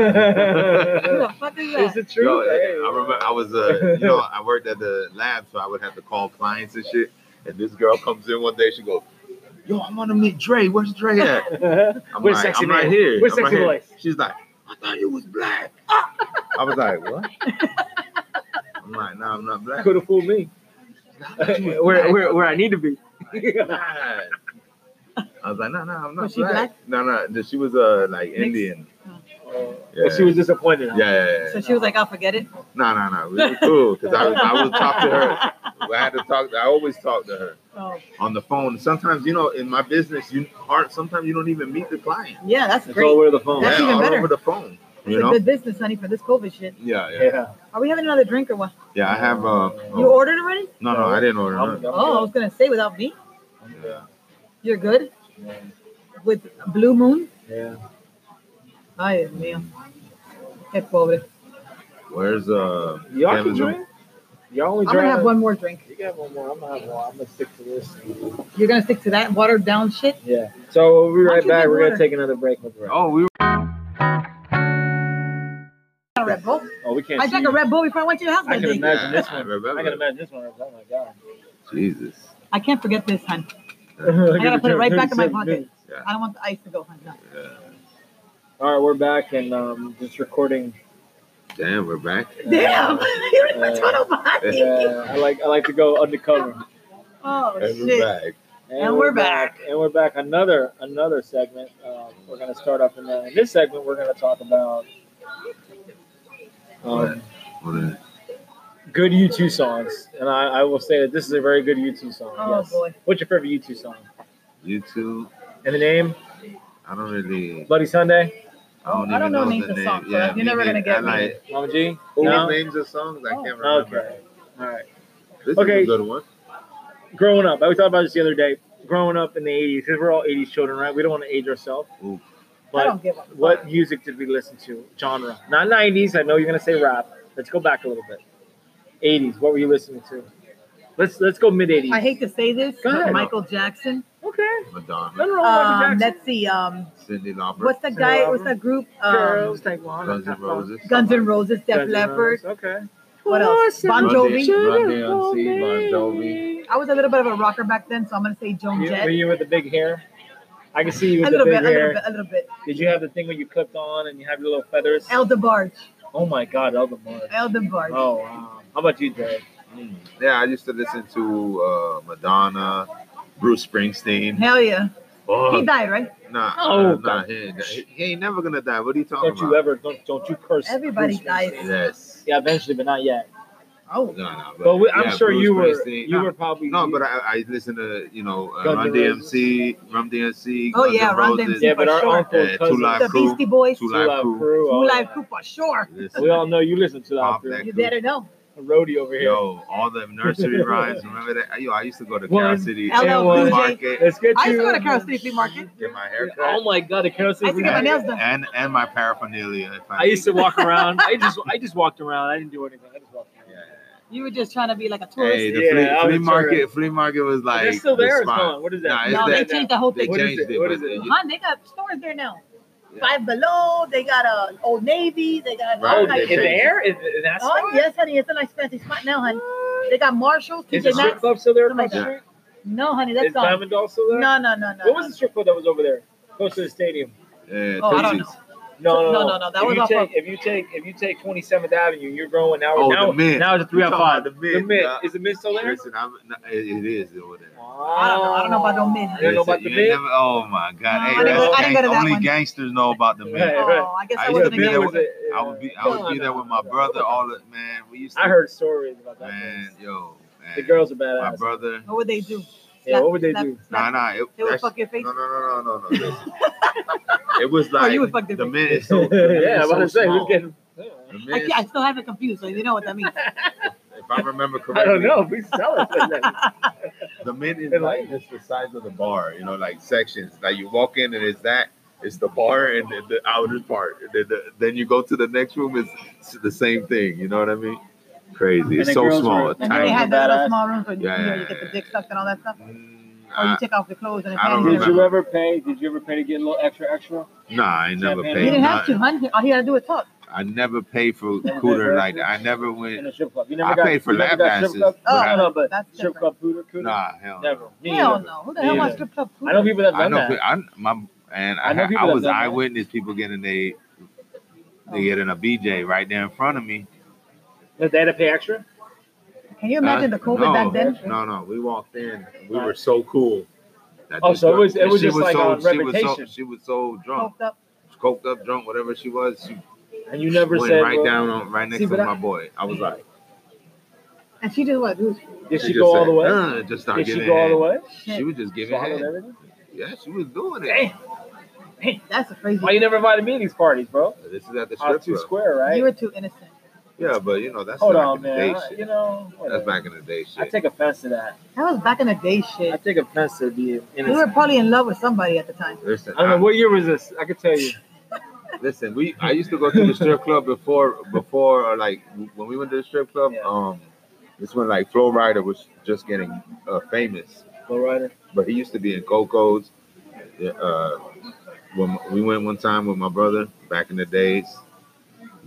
[SPEAKER 3] Who the fuck is
[SPEAKER 2] Is
[SPEAKER 3] that?
[SPEAKER 2] it true?
[SPEAKER 4] Yo, I remember I was
[SPEAKER 2] [laughs]
[SPEAKER 4] uh, you know, I worked at the lab, so I would have to call clients and shit. And this girl comes in one day, she goes, "Yo, I want to meet Dre. Where's Dre at?"
[SPEAKER 2] remember.
[SPEAKER 4] I'm
[SPEAKER 2] We're
[SPEAKER 4] like,
[SPEAKER 2] sexy
[SPEAKER 4] I'm right
[SPEAKER 2] man.
[SPEAKER 4] here.
[SPEAKER 2] We're
[SPEAKER 4] I'm right
[SPEAKER 2] sexy
[SPEAKER 4] here."
[SPEAKER 2] boys.
[SPEAKER 4] She's like, "I thought you was black." I was like, "What?"
[SPEAKER 3] [laughs]
[SPEAKER 4] I'm like, "No, I'm not
[SPEAKER 2] [laughs]
[SPEAKER 4] black."
[SPEAKER 2] Could have
[SPEAKER 4] [laughs]
[SPEAKER 2] fooled me. where, where, where I need to be.
[SPEAKER 4] God. I was like, no, no, I'm not
[SPEAKER 3] Was she
[SPEAKER 4] black.
[SPEAKER 3] black?
[SPEAKER 4] No, no, th- she was uh like
[SPEAKER 3] Mixed? Oh,
[SPEAKER 4] Indian.
[SPEAKER 2] Uh,
[SPEAKER 4] Yeah,
[SPEAKER 2] She was disappointed.
[SPEAKER 4] yeah, yeah, yeah.
[SPEAKER 3] So she was like, I'll forget it.
[SPEAKER 4] No, no, no, we were cool because I, was- I would talk to
[SPEAKER 3] [laughs]
[SPEAKER 4] her. I had to talk. I always talk to her
[SPEAKER 3] Oh,
[SPEAKER 4] on the phone. Sometimes, you know, in my business, you hard. Sometimes you don't even meet the client.
[SPEAKER 3] yeah, that's
[SPEAKER 2] It's
[SPEAKER 3] great.
[SPEAKER 2] all over the phone.
[SPEAKER 3] That's
[SPEAKER 4] yeah,
[SPEAKER 3] even
[SPEAKER 4] all
[SPEAKER 3] better.
[SPEAKER 4] over the phone.
[SPEAKER 3] It's
[SPEAKER 4] You
[SPEAKER 3] a
[SPEAKER 4] know.
[SPEAKER 3] good business, honey, for this COVID shit.
[SPEAKER 4] Yeah, yeah,
[SPEAKER 2] Yeah.
[SPEAKER 3] Are we having another drink or what?
[SPEAKER 4] yeah. I have. Uh,
[SPEAKER 3] You
[SPEAKER 4] oh,
[SPEAKER 3] ordered already?
[SPEAKER 4] no, no, I didn't order.
[SPEAKER 2] I'm-
[SPEAKER 4] none.
[SPEAKER 2] I'm
[SPEAKER 3] Oh, I was gonna say without me.
[SPEAKER 2] good.
[SPEAKER 4] Yeah.
[SPEAKER 3] You're good
[SPEAKER 2] Yeah.
[SPEAKER 3] with Blue Moon.
[SPEAKER 2] Yeah.
[SPEAKER 3] Ay, Dios mío. Qué pobre.
[SPEAKER 4] Where's uh?
[SPEAKER 2] Y'all can
[SPEAKER 4] Kevin's
[SPEAKER 2] drink. Y'all only
[SPEAKER 3] I'm gonna
[SPEAKER 2] drink.
[SPEAKER 3] have one more drink.
[SPEAKER 2] You can have one more. I'm gonna have one. I'm gonna stick to this.
[SPEAKER 3] You're gonna stick to that watered down shit.
[SPEAKER 2] Yeah. So we'll be
[SPEAKER 3] Why
[SPEAKER 2] right
[SPEAKER 3] can't we
[SPEAKER 2] back. We're
[SPEAKER 3] order?
[SPEAKER 2] gonna take another break. We'll be right-
[SPEAKER 4] Oh, we. Were,
[SPEAKER 3] A Red Bull.
[SPEAKER 2] Oh, we can't.
[SPEAKER 3] I
[SPEAKER 2] see
[SPEAKER 3] drank a
[SPEAKER 2] you.
[SPEAKER 3] Red Bull before I uh, went to your house
[SPEAKER 2] I
[SPEAKER 3] that
[SPEAKER 2] can
[SPEAKER 3] day.
[SPEAKER 4] ima-
[SPEAKER 2] imagine this
[SPEAKER 4] Yeah, I
[SPEAKER 2] one.
[SPEAKER 4] remember.
[SPEAKER 2] I can imagine this one. Oh my god. [laughs]
[SPEAKER 4] Jesus.
[SPEAKER 3] I can't forget this, hun.
[SPEAKER 2] I
[SPEAKER 3] I gotta put it right back in my pocket. I don't want the ice to go, hun. No.
[SPEAKER 4] Yeah.
[SPEAKER 2] All right, we're back and um, just recording.
[SPEAKER 4] Damn, we're back.
[SPEAKER 3] Damn! [laughs] You're in my total body.
[SPEAKER 2] [laughs] Yeah, I like I like to go undercover.
[SPEAKER 3] Oh
[SPEAKER 4] And we're
[SPEAKER 3] shit.
[SPEAKER 4] back.
[SPEAKER 2] And we're back. And we're back. Another another segment. Um, we're gonna start up in, the, in this segment. We're gonna talk about um,
[SPEAKER 4] Wanna-
[SPEAKER 2] good U2 songs, and I, I will say that this is a very good U2 song.
[SPEAKER 3] Oh,
[SPEAKER 2] yes.
[SPEAKER 3] boy.
[SPEAKER 2] What's your favorite U2 song?
[SPEAKER 4] YouTube.
[SPEAKER 2] And the name
[SPEAKER 4] I don't really.
[SPEAKER 2] Bloody Sunday,
[SPEAKER 4] I don't,
[SPEAKER 3] I don't
[SPEAKER 4] even
[SPEAKER 3] know
[SPEAKER 4] know
[SPEAKER 3] names
[SPEAKER 4] the
[SPEAKER 3] of
[SPEAKER 4] name.
[SPEAKER 3] songs, so
[SPEAKER 4] yeah,
[SPEAKER 3] you're
[SPEAKER 4] me
[SPEAKER 3] never gonna
[SPEAKER 4] neither.
[SPEAKER 3] get
[SPEAKER 4] I
[SPEAKER 3] me.
[SPEAKER 4] like
[SPEAKER 2] Mama G.
[SPEAKER 4] who
[SPEAKER 2] No?
[SPEAKER 4] names of songs. I
[SPEAKER 3] Oh,
[SPEAKER 4] can't remember.
[SPEAKER 2] Okay. All right.
[SPEAKER 4] This
[SPEAKER 2] Okay.
[SPEAKER 4] is a good one.
[SPEAKER 2] Growing up, I was talking about this the other day. Growing up in the '80s, because we're all '80s children, right? We don't want to age ourselves.
[SPEAKER 4] Ooh.
[SPEAKER 3] I
[SPEAKER 2] But
[SPEAKER 3] don't give a
[SPEAKER 2] what music did we listen to? Genre. Not 90s. I know you're gonna say rap. Let's go back a little bit. 80s. What were you listening to? Let's let's go mid
[SPEAKER 3] I
[SPEAKER 2] 80s.
[SPEAKER 3] hate to say this,
[SPEAKER 2] Go ahead.
[SPEAKER 3] but Michael Jackson.
[SPEAKER 2] Okay.
[SPEAKER 4] Madonna,
[SPEAKER 2] Nothing wrong with
[SPEAKER 3] Um,
[SPEAKER 2] Michael Jackson.
[SPEAKER 3] let's see. Um,
[SPEAKER 4] Cindy Lauper,
[SPEAKER 3] what's that guy? What's that group? Um,
[SPEAKER 2] Girls take one.
[SPEAKER 4] Guns N' Roses,
[SPEAKER 3] Guns N' Roses, Def
[SPEAKER 2] Guns N'
[SPEAKER 3] Leppard.
[SPEAKER 2] Roses, Okay.
[SPEAKER 3] What else? Bon
[SPEAKER 4] Run D-
[SPEAKER 3] Jovi.
[SPEAKER 4] Run DMC, Bon Jovi.
[SPEAKER 3] I was a little bit of a rocker back then, so I'm gonna say Joan
[SPEAKER 2] You, were
[SPEAKER 3] Jett.
[SPEAKER 2] you with the big hair? I can see you
[SPEAKER 3] A
[SPEAKER 2] with the
[SPEAKER 3] little
[SPEAKER 2] big
[SPEAKER 3] bit, a
[SPEAKER 2] hair.
[SPEAKER 3] little bit, a little bit.
[SPEAKER 2] Did you have the thing where you clipped on and you have your little feathers?
[SPEAKER 3] El DeBarge.
[SPEAKER 2] oh my God, Elder Mars.
[SPEAKER 3] El DeBarge.
[SPEAKER 2] Oh wow. How about you, Derek?
[SPEAKER 4] Yeah, I used to listen to uh, Madonna, Bruce Springsteen.
[SPEAKER 3] Hell yeah. He
[SPEAKER 4] Oh,
[SPEAKER 3] died, right?
[SPEAKER 4] nah, uh,
[SPEAKER 2] Oh,
[SPEAKER 4] nah, he, he- he ain't never gonna die. What are you talking
[SPEAKER 2] Don't you
[SPEAKER 4] about?
[SPEAKER 2] ever don't don't you curse?
[SPEAKER 3] Everybody
[SPEAKER 2] Bruce
[SPEAKER 3] dies.
[SPEAKER 2] Springsteen.
[SPEAKER 4] Yes.
[SPEAKER 2] Yeah, eventually, but not yet.
[SPEAKER 3] Oh.
[SPEAKER 4] No, no,
[SPEAKER 2] But we, I'm
[SPEAKER 4] yeah,
[SPEAKER 2] sure
[SPEAKER 4] Bruce
[SPEAKER 2] you were
[SPEAKER 4] Springsteen.
[SPEAKER 2] you
[SPEAKER 4] Nah,
[SPEAKER 2] were probably
[SPEAKER 4] No, but I, I listen to you know uh,
[SPEAKER 2] Guns
[SPEAKER 4] Run
[SPEAKER 2] N' Roses.
[SPEAKER 4] DMC, Run DMC.
[SPEAKER 3] Oh,
[SPEAKER 4] Guns N'
[SPEAKER 3] yeah, Run
[SPEAKER 4] Roses,
[SPEAKER 3] DMC.
[SPEAKER 2] yeah, but
[SPEAKER 3] for
[SPEAKER 2] our
[SPEAKER 3] sure.
[SPEAKER 2] uncle
[SPEAKER 4] Yeah, Two
[SPEAKER 2] cousin,
[SPEAKER 4] Live
[SPEAKER 3] The
[SPEAKER 4] Crew.
[SPEAKER 3] Beastie Boys.
[SPEAKER 4] Two
[SPEAKER 3] Two
[SPEAKER 4] Live
[SPEAKER 2] Live
[SPEAKER 4] Crew.
[SPEAKER 2] Crew, all
[SPEAKER 3] Live
[SPEAKER 2] that.
[SPEAKER 3] Crew for sure.
[SPEAKER 4] Listen,
[SPEAKER 2] We all know you listen to Live
[SPEAKER 4] Pop
[SPEAKER 2] Crew.
[SPEAKER 4] that
[SPEAKER 3] You
[SPEAKER 4] group.
[SPEAKER 3] better know.
[SPEAKER 2] A roadie over here.
[SPEAKER 4] Yo, all the
[SPEAKER 2] [laughs]
[SPEAKER 4] nursery rhymes. Remember that? Yo, I used to go to
[SPEAKER 2] One,
[SPEAKER 4] Carol City
[SPEAKER 3] LL
[SPEAKER 2] Cool
[SPEAKER 4] Flea
[SPEAKER 2] J.
[SPEAKER 4] Market,
[SPEAKER 2] Let's get you.
[SPEAKER 3] I used to go to Carol City Flea Market.
[SPEAKER 4] get my
[SPEAKER 2] Oh
[SPEAKER 4] haircut,
[SPEAKER 2] my God, the Carol City.
[SPEAKER 3] I used to get my
[SPEAKER 2] Flea Market.
[SPEAKER 3] nails done.
[SPEAKER 4] and and my paraphernalia. If I,
[SPEAKER 2] I used to
[SPEAKER 4] needed
[SPEAKER 2] walk around. I just I just walked around. I didn't do anything. I just walked
[SPEAKER 4] it.
[SPEAKER 2] around.
[SPEAKER 4] Yeah.
[SPEAKER 3] You were just trying to be like a tourist.
[SPEAKER 4] Hey, the
[SPEAKER 2] Yeah,
[SPEAKER 4] flea,
[SPEAKER 2] I
[SPEAKER 4] flea
[SPEAKER 2] was
[SPEAKER 4] market,
[SPEAKER 2] tourist.
[SPEAKER 4] flea market was like
[SPEAKER 2] They're still there.
[SPEAKER 4] the
[SPEAKER 2] It's
[SPEAKER 4] spot.
[SPEAKER 2] gone. What is
[SPEAKER 4] Nah,
[SPEAKER 2] that?
[SPEAKER 4] it's
[SPEAKER 3] no, they
[SPEAKER 4] that-
[SPEAKER 3] changed the whole
[SPEAKER 4] They
[SPEAKER 3] thing.
[SPEAKER 2] What is
[SPEAKER 4] changed
[SPEAKER 2] it?
[SPEAKER 4] it.
[SPEAKER 2] What
[SPEAKER 4] but
[SPEAKER 2] is it?
[SPEAKER 4] you-
[SPEAKER 3] Hon, they got stores there now.
[SPEAKER 4] Yeah.
[SPEAKER 3] Five Below, they got uh, Old Navy, they got all
[SPEAKER 2] Oh,
[SPEAKER 4] Right,
[SPEAKER 3] kinds
[SPEAKER 2] in
[SPEAKER 3] of
[SPEAKER 4] they
[SPEAKER 2] the
[SPEAKER 4] changed
[SPEAKER 3] shit.
[SPEAKER 4] it.
[SPEAKER 2] air? Is, is that
[SPEAKER 3] Oh,
[SPEAKER 2] smart?
[SPEAKER 3] yes, honey, it's a nice fancy spot now, honey. They got Marshalls,
[SPEAKER 2] Is the
[SPEAKER 3] TJ
[SPEAKER 2] strip
[SPEAKER 3] Maxx.
[SPEAKER 2] club still there across
[SPEAKER 4] Yeah.
[SPEAKER 2] the street?
[SPEAKER 3] No, honey,
[SPEAKER 2] Is
[SPEAKER 3] that's gone.
[SPEAKER 2] Diamond Doll still there?
[SPEAKER 3] No, no, no, no.
[SPEAKER 2] What was the strip club that was over there, close to the stadium?
[SPEAKER 4] Yeah,
[SPEAKER 3] Oh, I don't
[SPEAKER 4] Tootsies.
[SPEAKER 3] know.
[SPEAKER 2] No, no,
[SPEAKER 3] No,
[SPEAKER 2] no,
[SPEAKER 3] no, no, that
[SPEAKER 2] if
[SPEAKER 3] was
[SPEAKER 2] you
[SPEAKER 3] off
[SPEAKER 2] take,
[SPEAKER 3] of-
[SPEAKER 2] If you take, if you take 27th Avenue, you're going now.
[SPEAKER 4] Oh,
[SPEAKER 2] now,
[SPEAKER 4] the mid.
[SPEAKER 2] now it's a three
[SPEAKER 4] You
[SPEAKER 2] out
[SPEAKER 4] talking
[SPEAKER 2] five.
[SPEAKER 4] about the
[SPEAKER 2] The
[SPEAKER 4] mid,
[SPEAKER 2] mid
[SPEAKER 4] nah.
[SPEAKER 2] is the mid still there?
[SPEAKER 4] Listen, I'm, no, it, it is over there.
[SPEAKER 3] I don't know. I don't know about no mid.
[SPEAKER 2] You don't know about
[SPEAKER 4] Listen,
[SPEAKER 2] the
[SPEAKER 4] you
[SPEAKER 2] mid?
[SPEAKER 4] never- oh my
[SPEAKER 3] No,
[SPEAKER 4] God!
[SPEAKER 2] I
[SPEAKER 4] Hey, that's
[SPEAKER 2] didn't- I
[SPEAKER 3] didn't go to
[SPEAKER 4] gang-
[SPEAKER 3] that
[SPEAKER 4] only
[SPEAKER 3] one.
[SPEAKER 4] gangsters know about the mid.
[SPEAKER 2] Hey,
[SPEAKER 3] Oh, I guess
[SPEAKER 4] I
[SPEAKER 3] I
[SPEAKER 4] used to
[SPEAKER 3] wasn't a
[SPEAKER 4] be
[SPEAKER 3] gay
[SPEAKER 4] there
[SPEAKER 3] one.
[SPEAKER 4] with- I would be, I would be there with my brother. All the man, we used to.
[SPEAKER 2] I heard stories about that.
[SPEAKER 4] man,
[SPEAKER 2] place.
[SPEAKER 4] yo, man,
[SPEAKER 2] The girls are
[SPEAKER 4] my
[SPEAKER 2] badass.
[SPEAKER 4] brother.
[SPEAKER 3] What would they do?
[SPEAKER 2] Yeah, what would they do?
[SPEAKER 4] Nah,
[SPEAKER 3] Slap,
[SPEAKER 4] nah, it,
[SPEAKER 3] They would
[SPEAKER 4] that's-
[SPEAKER 3] fuck your face.
[SPEAKER 4] No, no, no, no,
[SPEAKER 2] [laughs]
[SPEAKER 4] no, no. listen. it was
[SPEAKER 3] oh,
[SPEAKER 4] like
[SPEAKER 3] you would fuck their
[SPEAKER 4] the
[SPEAKER 3] face.
[SPEAKER 4] men is
[SPEAKER 2] [laughs]
[SPEAKER 4] so. The men
[SPEAKER 2] yeah,
[SPEAKER 4] is
[SPEAKER 2] I'm about
[SPEAKER 4] so
[SPEAKER 2] to say
[SPEAKER 4] small.
[SPEAKER 2] we're getting.
[SPEAKER 4] The
[SPEAKER 3] I,
[SPEAKER 4] men,
[SPEAKER 3] can't- I still have it confused, so you know what
[SPEAKER 4] [laughs]
[SPEAKER 3] that means.
[SPEAKER 4] if I remember correctly,
[SPEAKER 2] I don't know. We sell
[SPEAKER 4] [laughs]
[SPEAKER 2] it like that.
[SPEAKER 4] The men is
[SPEAKER 2] They
[SPEAKER 4] like just the size of the bar, you know, like sections. Like you walk in and it's that. It's the bar and the, the outer part. The- the- then you go to the next room. It's, it's the same thing. You know what I mean? Crazy.
[SPEAKER 2] And
[SPEAKER 4] It's
[SPEAKER 2] the
[SPEAKER 4] so
[SPEAKER 2] girls
[SPEAKER 4] small.
[SPEAKER 2] were-
[SPEAKER 3] And then they
[SPEAKER 4] tiny.
[SPEAKER 3] had the
[SPEAKER 2] Badass.
[SPEAKER 3] little small rooms where
[SPEAKER 4] Yeah,
[SPEAKER 3] you, know,
[SPEAKER 4] yeah,
[SPEAKER 3] you get the
[SPEAKER 4] yeah.
[SPEAKER 3] dick sucked and all that stuff.
[SPEAKER 4] Mm,
[SPEAKER 3] Or you
[SPEAKER 4] I-
[SPEAKER 3] take off the clothes and the
[SPEAKER 4] I don't
[SPEAKER 3] panties.
[SPEAKER 2] Did you
[SPEAKER 4] remember.
[SPEAKER 2] ever pay? Did you ever pay to get a little extra extra?
[SPEAKER 4] nah, I never
[SPEAKER 2] You
[SPEAKER 3] You
[SPEAKER 4] paid.
[SPEAKER 3] didn't have to,
[SPEAKER 4] nothing.
[SPEAKER 3] hun. All you had to do was talk.
[SPEAKER 4] I never paid for
[SPEAKER 2] Never
[SPEAKER 4] cooter
[SPEAKER 2] paid
[SPEAKER 4] like
[SPEAKER 2] for
[SPEAKER 4] that. I never
[SPEAKER 2] in
[SPEAKER 4] went.
[SPEAKER 2] a strip club. You never
[SPEAKER 4] I
[SPEAKER 2] got,
[SPEAKER 4] paid for
[SPEAKER 2] you never
[SPEAKER 4] lap
[SPEAKER 2] got
[SPEAKER 4] dances.
[SPEAKER 2] strip club.
[SPEAKER 4] but I-
[SPEAKER 2] no, no, but
[SPEAKER 3] Oh, That's
[SPEAKER 2] strip
[SPEAKER 3] different.
[SPEAKER 2] club cooter, cooter.
[SPEAKER 4] Nah, hell no.
[SPEAKER 2] never. Me
[SPEAKER 3] Hell
[SPEAKER 2] neither.
[SPEAKER 3] no. Who the
[SPEAKER 2] Me
[SPEAKER 3] hell
[SPEAKER 2] neither.
[SPEAKER 3] wants strip club food?
[SPEAKER 2] I know people that
[SPEAKER 4] I
[SPEAKER 2] done
[SPEAKER 4] know.
[SPEAKER 2] that.
[SPEAKER 4] I my and I,
[SPEAKER 2] I know
[SPEAKER 4] had-
[SPEAKER 2] people
[SPEAKER 4] I
[SPEAKER 2] that
[SPEAKER 4] was
[SPEAKER 2] done that. Oh.
[SPEAKER 4] eyewitness people getting they they getting a BJ right there in front of me.
[SPEAKER 2] That they had to pay extra.
[SPEAKER 3] Can you imagine
[SPEAKER 4] Uh,
[SPEAKER 3] the COVID
[SPEAKER 4] no,
[SPEAKER 3] back then?
[SPEAKER 4] No, no, we walked in. We were so cool. that
[SPEAKER 2] Oh,
[SPEAKER 4] this
[SPEAKER 2] so it
[SPEAKER 4] girl-
[SPEAKER 2] was- it
[SPEAKER 4] and
[SPEAKER 2] was
[SPEAKER 4] she
[SPEAKER 2] just like on
[SPEAKER 4] so, she was so
[SPEAKER 2] reputation.
[SPEAKER 4] she was so drunk,
[SPEAKER 3] Coked up.
[SPEAKER 4] coked up, drunk, whatever she was. She
[SPEAKER 2] And you never
[SPEAKER 4] went
[SPEAKER 2] said,
[SPEAKER 4] right
[SPEAKER 2] well,
[SPEAKER 4] down on right next
[SPEAKER 2] See,
[SPEAKER 4] to
[SPEAKER 2] but I-
[SPEAKER 4] my boy. I was like,
[SPEAKER 3] And she did what? Dude,
[SPEAKER 2] did she
[SPEAKER 4] just
[SPEAKER 2] go all
[SPEAKER 4] said,
[SPEAKER 2] the way?
[SPEAKER 4] "No, no, no," just start
[SPEAKER 2] Did she
[SPEAKER 4] giving
[SPEAKER 2] go all the
[SPEAKER 4] head.
[SPEAKER 2] way?
[SPEAKER 3] shit.
[SPEAKER 4] She was just giving
[SPEAKER 2] Swallowed
[SPEAKER 4] head.
[SPEAKER 2] everything?
[SPEAKER 4] Yeah, she was doing it.
[SPEAKER 2] Damn.
[SPEAKER 3] That's a crazy.
[SPEAKER 2] Why you never invited me to these parties, bro?
[SPEAKER 4] Uh, This is at the
[SPEAKER 2] I
[SPEAKER 4] strip
[SPEAKER 2] was too
[SPEAKER 4] club.
[SPEAKER 2] square, right?
[SPEAKER 3] You were too innocent.
[SPEAKER 4] Yeah, but you know that's
[SPEAKER 2] Hold
[SPEAKER 4] back
[SPEAKER 2] on,
[SPEAKER 4] in the day
[SPEAKER 2] man. I-
[SPEAKER 4] shit.
[SPEAKER 2] you know,
[SPEAKER 4] That's
[SPEAKER 2] whatever.
[SPEAKER 4] back in the day
[SPEAKER 2] I
[SPEAKER 4] shit.
[SPEAKER 2] take offense to that.
[SPEAKER 3] That was back in the day
[SPEAKER 2] I
[SPEAKER 3] shit.
[SPEAKER 2] take offense to the
[SPEAKER 3] We were
[SPEAKER 2] innocent.
[SPEAKER 3] probably in love with somebody at the time.
[SPEAKER 4] Listen,
[SPEAKER 2] I don't know what year was this. I could tell you.
[SPEAKER 4] Listen, we I used to go to the strip club before before or like when we went to the strip club.
[SPEAKER 2] Yeah.
[SPEAKER 4] Um, this when like Flo Rida was just getting uh, famous,
[SPEAKER 2] Low rider.
[SPEAKER 4] but he used to be in Coco's. Uh, when we went one time with my brother back in the days,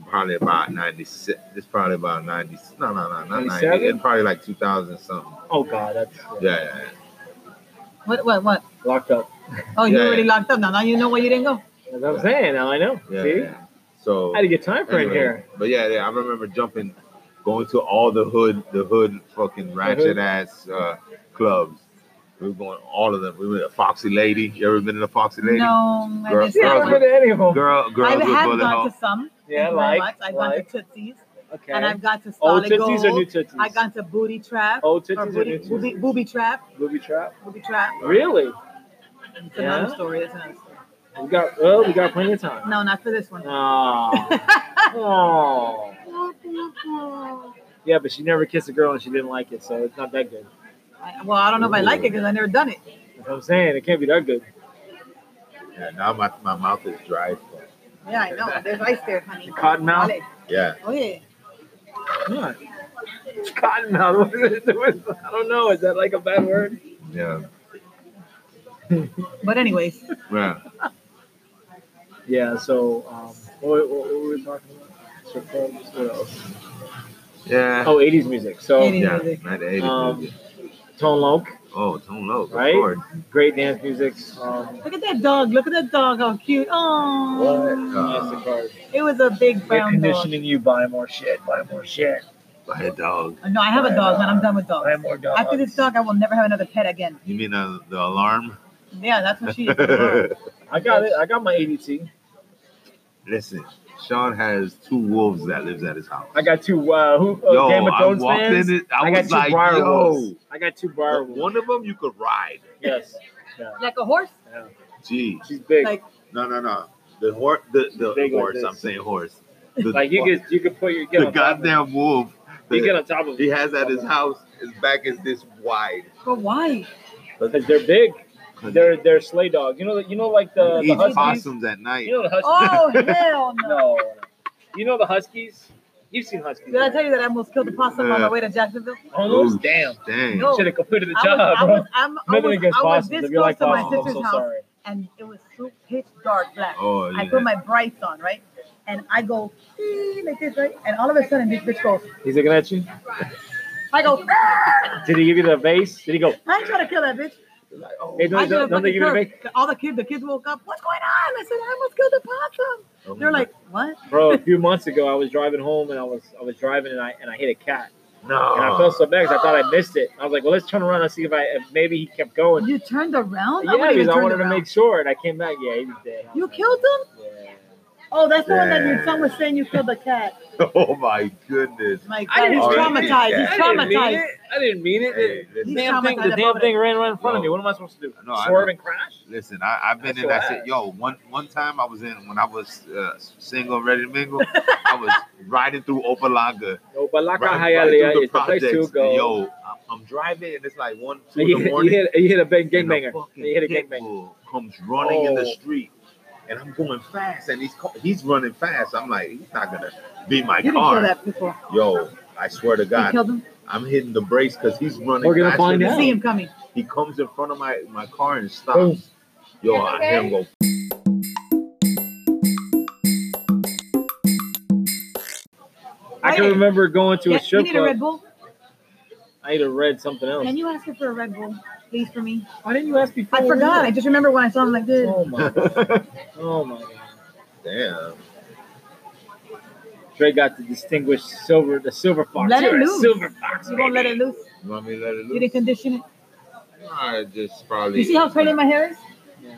[SPEAKER 4] probably about ninety six. It's probably about ninety. No, no, no, not ninety.
[SPEAKER 2] 97?
[SPEAKER 4] It's probably like two thousand something.
[SPEAKER 2] Oh God, that's
[SPEAKER 4] Yeah, yeah, yeah.
[SPEAKER 3] What? What? What?
[SPEAKER 2] locked up.
[SPEAKER 3] Oh, you
[SPEAKER 4] Yeah,
[SPEAKER 3] already locked up now. Now you know why you didn't go.
[SPEAKER 2] That's what I'm saying. Now I know.
[SPEAKER 4] yeah,
[SPEAKER 2] See,
[SPEAKER 4] yeah. So
[SPEAKER 2] I had a good time frame
[SPEAKER 4] Anyway,
[SPEAKER 2] here.
[SPEAKER 4] But yeah, yeah, I remember jumping, going to all the hood, the hood fucking ratchet ass uh, clubs. We were going all of them. We went to Foxy Lady. You ever been to Foxy Lady?
[SPEAKER 3] No, I
[SPEAKER 4] Girl-
[SPEAKER 3] didn't.
[SPEAKER 2] See, I
[SPEAKER 4] girls
[SPEAKER 2] don't go to any of them.
[SPEAKER 4] Girl,
[SPEAKER 3] I
[SPEAKER 4] girls with
[SPEAKER 3] have
[SPEAKER 4] bullet
[SPEAKER 3] gone
[SPEAKER 4] holes.
[SPEAKER 3] to some.
[SPEAKER 2] Yeah,
[SPEAKER 3] Thank you very
[SPEAKER 2] like,
[SPEAKER 3] much. I've
[SPEAKER 2] like,
[SPEAKER 3] gone to Tootsies
[SPEAKER 2] okay.
[SPEAKER 3] and I've gone to
[SPEAKER 2] Old
[SPEAKER 3] Solid
[SPEAKER 2] tootsies or new
[SPEAKER 3] Gold.
[SPEAKER 2] tootsies?
[SPEAKER 3] I've gone to Booty Trap
[SPEAKER 2] Old
[SPEAKER 3] or
[SPEAKER 2] tootsies or new
[SPEAKER 3] booty,
[SPEAKER 2] tootsies?
[SPEAKER 3] booby, booby Trap.
[SPEAKER 2] Booby trap.
[SPEAKER 3] Booby Trap.
[SPEAKER 2] Really?
[SPEAKER 3] It's
[SPEAKER 2] Yeah?
[SPEAKER 3] another story. It's another story.
[SPEAKER 2] We got. Well, we got plenty of
[SPEAKER 3] [laughs]
[SPEAKER 2] time.
[SPEAKER 3] No, not for this one.
[SPEAKER 2] Oh. oh. Yeah, but she never kissed a girl and she didn't like it, so it's not that good.
[SPEAKER 3] I, well, I don't know if I like it because I never done it.
[SPEAKER 2] That's what I'm saying. It can't be that good.
[SPEAKER 4] Yeah, now my, my mouth is dry. as fuck.
[SPEAKER 3] Yeah, I know. There's ice there, honey.
[SPEAKER 2] Cotton mouth?
[SPEAKER 3] Vale.
[SPEAKER 4] Yeah,
[SPEAKER 3] Oh yeah.
[SPEAKER 2] What? Cotton mouth. [laughs] What is it? What is- I don't know. Is that like a bad word?
[SPEAKER 4] yeah,
[SPEAKER 3] But anyways,
[SPEAKER 4] yeah.
[SPEAKER 2] Yeah. So, um, what, what, what were we talking about? Strip clubs? What else?
[SPEAKER 4] Yeah.
[SPEAKER 2] Oh, 80s music. So,
[SPEAKER 3] 80s.
[SPEAKER 4] yeah, not the 80s
[SPEAKER 2] Um,
[SPEAKER 4] music.
[SPEAKER 2] Tone Loc,
[SPEAKER 4] Oh, Tone Loc,
[SPEAKER 2] right?
[SPEAKER 4] of course.
[SPEAKER 2] great dance music. Um,
[SPEAKER 3] look at that dog. Look at that dog. How cute. Oh,
[SPEAKER 4] Uh,
[SPEAKER 2] MasterCard.
[SPEAKER 3] it was a big
[SPEAKER 2] Air
[SPEAKER 3] brown dog.
[SPEAKER 2] conditioning you, buy more shit, buy more shit,
[SPEAKER 4] by a dog.
[SPEAKER 3] Uh, No, I have a dog, and I'm done with
[SPEAKER 2] buy
[SPEAKER 3] dogs.
[SPEAKER 2] more dogs.
[SPEAKER 3] After this dog, I will never have another pet again.
[SPEAKER 4] You mean uh, the alarm?
[SPEAKER 3] Yeah, that's what she.
[SPEAKER 2] [laughs] I got it. I got my ADT.
[SPEAKER 4] [laughs] Listen, Sean has two wolves that lives at his house.
[SPEAKER 2] I got two uh, who, uh,
[SPEAKER 4] Yo,
[SPEAKER 2] Game of
[SPEAKER 4] I
[SPEAKER 2] Thrones
[SPEAKER 4] walked
[SPEAKER 2] fans.
[SPEAKER 4] in it. I,
[SPEAKER 2] I, got
[SPEAKER 4] was
[SPEAKER 2] two
[SPEAKER 4] like,
[SPEAKER 2] briar
[SPEAKER 4] yo.
[SPEAKER 2] wolves. I got two briar wolves.
[SPEAKER 4] One of them you could ride.
[SPEAKER 2] Yes.
[SPEAKER 3] like a horse.
[SPEAKER 2] Yeah.
[SPEAKER 4] Gee.
[SPEAKER 2] She's big.
[SPEAKER 3] Like
[SPEAKER 4] No, no, no. The horse, the, the
[SPEAKER 2] Big like
[SPEAKER 4] horse.
[SPEAKER 2] this.
[SPEAKER 4] I'm saying [laughs] horse. The,
[SPEAKER 2] Like you could you could put your get
[SPEAKER 4] the
[SPEAKER 2] on top of it.
[SPEAKER 4] goddamn wolf.
[SPEAKER 2] you get
[SPEAKER 4] that
[SPEAKER 2] on top of
[SPEAKER 4] he
[SPEAKER 2] it
[SPEAKER 4] has at his house. His back is this wide.
[SPEAKER 3] but why?
[SPEAKER 2] because they're big. They're they're sleigh dogs. You know you know like the,
[SPEAKER 4] He
[SPEAKER 2] the
[SPEAKER 4] eats
[SPEAKER 2] huskies.
[SPEAKER 4] possums at night.
[SPEAKER 2] You know the huskies.
[SPEAKER 3] Oh hell
[SPEAKER 2] [laughs]
[SPEAKER 3] no.
[SPEAKER 2] No. You know the huskies. You've seen huskies.
[SPEAKER 3] Did I tell you that I almost killed a possum on my way to Jacksonville?
[SPEAKER 2] Almost.
[SPEAKER 4] Ooh,
[SPEAKER 2] Damn.
[SPEAKER 4] Dang.
[SPEAKER 3] No.
[SPEAKER 2] Should have completed the
[SPEAKER 3] Oh. I
[SPEAKER 2] job,
[SPEAKER 3] was, I
[SPEAKER 2] bro.
[SPEAKER 3] was, I'm, I
[SPEAKER 2] Nothing
[SPEAKER 3] was,
[SPEAKER 2] against
[SPEAKER 3] I was
[SPEAKER 2] possums.
[SPEAKER 3] this
[SPEAKER 2] If you
[SPEAKER 3] close
[SPEAKER 2] like
[SPEAKER 3] to my
[SPEAKER 2] possums, I'm
[SPEAKER 3] sister's
[SPEAKER 2] so
[SPEAKER 3] house,
[SPEAKER 2] sorry.
[SPEAKER 3] and it was so pitch dark black.
[SPEAKER 4] Oh, yeah.
[SPEAKER 3] I put my brights on, right? And I go "Ee," like this, right? And all of a sudden, this bitch goes.
[SPEAKER 2] He's looking at you.
[SPEAKER 3] I go. "Ah!"
[SPEAKER 2] Did he give you the vase? Did he go?
[SPEAKER 3] I ain't trying to kill that bitch.
[SPEAKER 2] Hey, don't,
[SPEAKER 3] I did a
[SPEAKER 2] don't, don't they
[SPEAKER 3] fucking
[SPEAKER 2] give you the vase?
[SPEAKER 3] curve. All the kids, the kids woke up. What's going on? I said I almost killed the possum.
[SPEAKER 4] Oh
[SPEAKER 3] They're like, what?
[SPEAKER 2] Bro, a few months ago, I was driving home and I was I was driving and I and I hit a cat
[SPEAKER 4] no.
[SPEAKER 2] and I felt so bad because I thought I missed it. I was like, well, let's turn around and see if I if maybe he kept going.
[SPEAKER 3] You turned around?
[SPEAKER 2] yeah,
[SPEAKER 3] wouldn't even
[SPEAKER 2] because I
[SPEAKER 3] turn
[SPEAKER 2] wanted to
[SPEAKER 3] around.
[SPEAKER 2] make sure, and I came back. Yeah, he was dead.
[SPEAKER 3] You killed him?
[SPEAKER 2] Yeah.
[SPEAKER 3] Oh, that's the one that your son was
[SPEAKER 4] Yeah.
[SPEAKER 3] saying you killed the cat.
[SPEAKER 4] [laughs] Oh my goodness.
[SPEAKER 3] My
[SPEAKER 2] I
[SPEAKER 3] God,
[SPEAKER 2] didn't
[SPEAKER 3] he's
[SPEAKER 4] mean it.
[SPEAKER 3] traumatized.
[SPEAKER 4] Yeah.
[SPEAKER 2] I
[SPEAKER 3] He's
[SPEAKER 2] didn't mean
[SPEAKER 3] traumatized.
[SPEAKER 2] it. I didn't mean it.
[SPEAKER 4] Hey,
[SPEAKER 2] the
[SPEAKER 4] listen,
[SPEAKER 3] He's
[SPEAKER 2] damn thing, the
[SPEAKER 3] traumatized
[SPEAKER 2] damn
[SPEAKER 3] about
[SPEAKER 2] thing ran right in front of
[SPEAKER 4] No.
[SPEAKER 2] me. What am I supposed to do?
[SPEAKER 4] No, I
[SPEAKER 2] Swerve
[SPEAKER 4] know.
[SPEAKER 2] and crash?
[SPEAKER 4] listen I, I've been
[SPEAKER 2] That's
[SPEAKER 4] in that
[SPEAKER 2] your
[SPEAKER 4] shit.
[SPEAKER 2] ass.
[SPEAKER 4] Yo, one one time I was in when I was uh, single, ready to mingle. I was riding through Opalanga.
[SPEAKER 2] No, but like
[SPEAKER 4] Right,
[SPEAKER 2] I
[SPEAKER 4] right through
[SPEAKER 2] Hialeah
[SPEAKER 4] the
[SPEAKER 2] is the place
[SPEAKER 4] projects.
[SPEAKER 2] to
[SPEAKER 4] And
[SPEAKER 2] go.
[SPEAKER 4] Yo, I'm, I'm driving and it's like one, two
[SPEAKER 2] you,
[SPEAKER 4] in the
[SPEAKER 2] hit,
[SPEAKER 4] morning.
[SPEAKER 2] you hit you hit a bang
[SPEAKER 4] and a
[SPEAKER 2] gangbanger.
[SPEAKER 4] fucking
[SPEAKER 2] You hit a
[SPEAKER 4] pit
[SPEAKER 2] gangbanger.
[SPEAKER 4] bull Comes running in the
[SPEAKER 2] Oh.
[SPEAKER 4] street, and I'm going fast, and he's co- he's running fast. I'm like, he's not gonna be my
[SPEAKER 3] You didn't kill
[SPEAKER 4] car.
[SPEAKER 3] that before.
[SPEAKER 4] Yo, I swear to
[SPEAKER 3] You
[SPEAKER 4] God,
[SPEAKER 3] killed him.
[SPEAKER 4] I'm hitting the brakes because he's running.
[SPEAKER 2] We're gonna
[SPEAKER 4] faster
[SPEAKER 2] find Oh.
[SPEAKER 4] than
[SPEAKER 3] You
[SPEAKER 2] Yeah.
[SPEAKER 3] see
[SPEAKER 4] me.
[SPEAKER 3] him coming.
[SPEAKER 4] He comes in front of my my car and stops.
[SPEAKER 2] Boom.
[SPEAKER 4] Yo, I hear him go.
[SPEAKER 2] I can
[SPEAKER 3] Hey.
[SPEAKER 2] remember going to
[SPEAKER 3] Yeah,
[SPEAKER 2] a strip
[SPEAKER 3] you need a Red
[SPEAKER 2] club.
[SPEAKER 3] Bull?
[SPEAKER 2] I ate a red something else.
[SPEAKER 3] Can you ask her for a Red Bull, please, for me?
[SPEAKER 2] Why didn't you ask before?
[SPEAKER 3] I forgot. I just remember when I saw him like this.
[SPEAKER 2] Oh my god. Oh my god.
[SPEAKER 4] Damn.
[SPEAKER 2] Dre got the distinguished silver, the silver fox.
[SPEAKER 3] Let it
[SPEAKER 2] You're a
[SPEAKER 3] loose.
[SPEAKER 2] Silver fox.
[SPEAKER 3] You won't let it
[SPEAKER 2] baby.
[SPEAKER 3] loose.
[SPEAKER 4] You want me to let it
[SPEAKER 3] You
[SPEAKER 4] loose?
[SPEAKER 3] didn't condition it.
[SPEAKER 4] Nah, just probably.
[SPEAKER 3] You see how curly my hair is?
[SPEAKER 2] Yeah.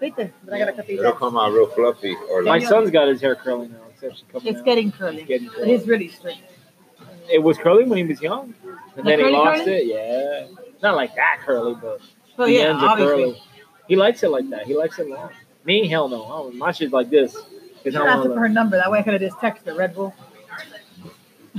[SPEAKER 3] Right there. But I gotta cut these
[SPEAKER 4] It'll
[SPEAKER 3] off.
[SPEAKER 4] come out real fluffy or
[SPEAKER 2] My
[SPEAKER 3] [laughs]
[SPEAKER 4] like.
[SPEAKER 3] Yeah.
[SPEAKER 2] son's got his hair curly now. It's actually coming
[SPEAKER 3] It's
[SPEAKER 2] out.
[SPEAKER 3] getting curly.
[SPEAKER 2] It's getting
[SPEAKER 3] But
[SPEAKER 2] curly.
[SPEAKER 3] it's really straight.
[SPEAKER 2] It was curly when he was young, and then he
[SPEAKER 3] curly,
[SPEAKER 2] lost
[SPEAKER 3] curly?
[SPEAKER 2] it. Yeah, not like that curly, but
[SPEAKER 3] So
[SPEAKER 2] the
[SPEAKER 3] yeah,
[SPEAKER 2] ends are
[SPEAKER 3] obviously.
[SPEAKER 2] curly. He likes it like that. He likes it long. Me, hell no. Oh, my shit's like this. 'Cause I
[SPEAKER 3] Should
[SPEAKER 2] don't
[SPEAKER 3] ask her
[SPEAKER 2] wanna-
[SPEAKER 3] for her number. That way I could have just texted her Red Bull.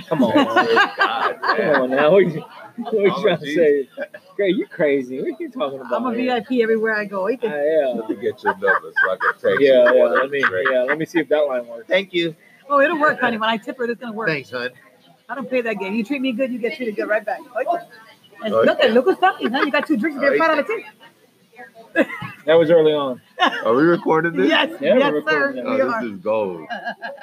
[SPEAKER 2] Come on, man.
[SPEAKER 4] oh, God,
[SPEAKER 2] come
[SPEAKER 4] damn.
[SPEAKER 2] on now. What you, what you
[SPEAKER 4] Oh,
[SPEAKER 2] trying to
[SPEAKER 4] geez.
[SPEAKER 2] say? Great, you crazy? What you talking about?
[SPEAKER 3] I'm a
[SPEAKER 2] here?
[SPEAKER 3] VIP everywhere I go. You
[SPEAKER 2] Ah,
[SPEAKER 3] can-
[SPEAKER 4] Let me
[SPEAKER 2] yeah.
[SPEAKER 4] get your number so I can text
[SPEAKER 2] Yeah,
[SPEAKER 4] you.
[SPEAKER 2] yeah, let me, yeah, let me see if that line works.
[SPEAKER 4] Thank you.
[SPEAKER 3] Oh, it'll work, honey. When I tip her, it's gonna work.
[SPEAKER 4] Thanks, hon.
[SPEAKER 3] I don't play that game. You treat me good, you get treated good right back. Like that. And
[SPEAKER 4] Oh,
[SPEAKER 3] look at look who's talking. Now you got two drinks, you get
[SPEAKER 4] Oh,
[SPEAKER 3] five out of ten.
[SPEAKER 2] That was early on.
[SPEAKER 4] Are we recording this?
[SPEAKER 3] Yes,
[SPEAKER 2] [laughs] Yeah, we're
[SPEAKER 3] yes, sir.
[SPEAKER 2] recording that.
[SPEAKER 4] Oh,
[SPEAKER 3] We are.
[SPEAKER 4] this is gold.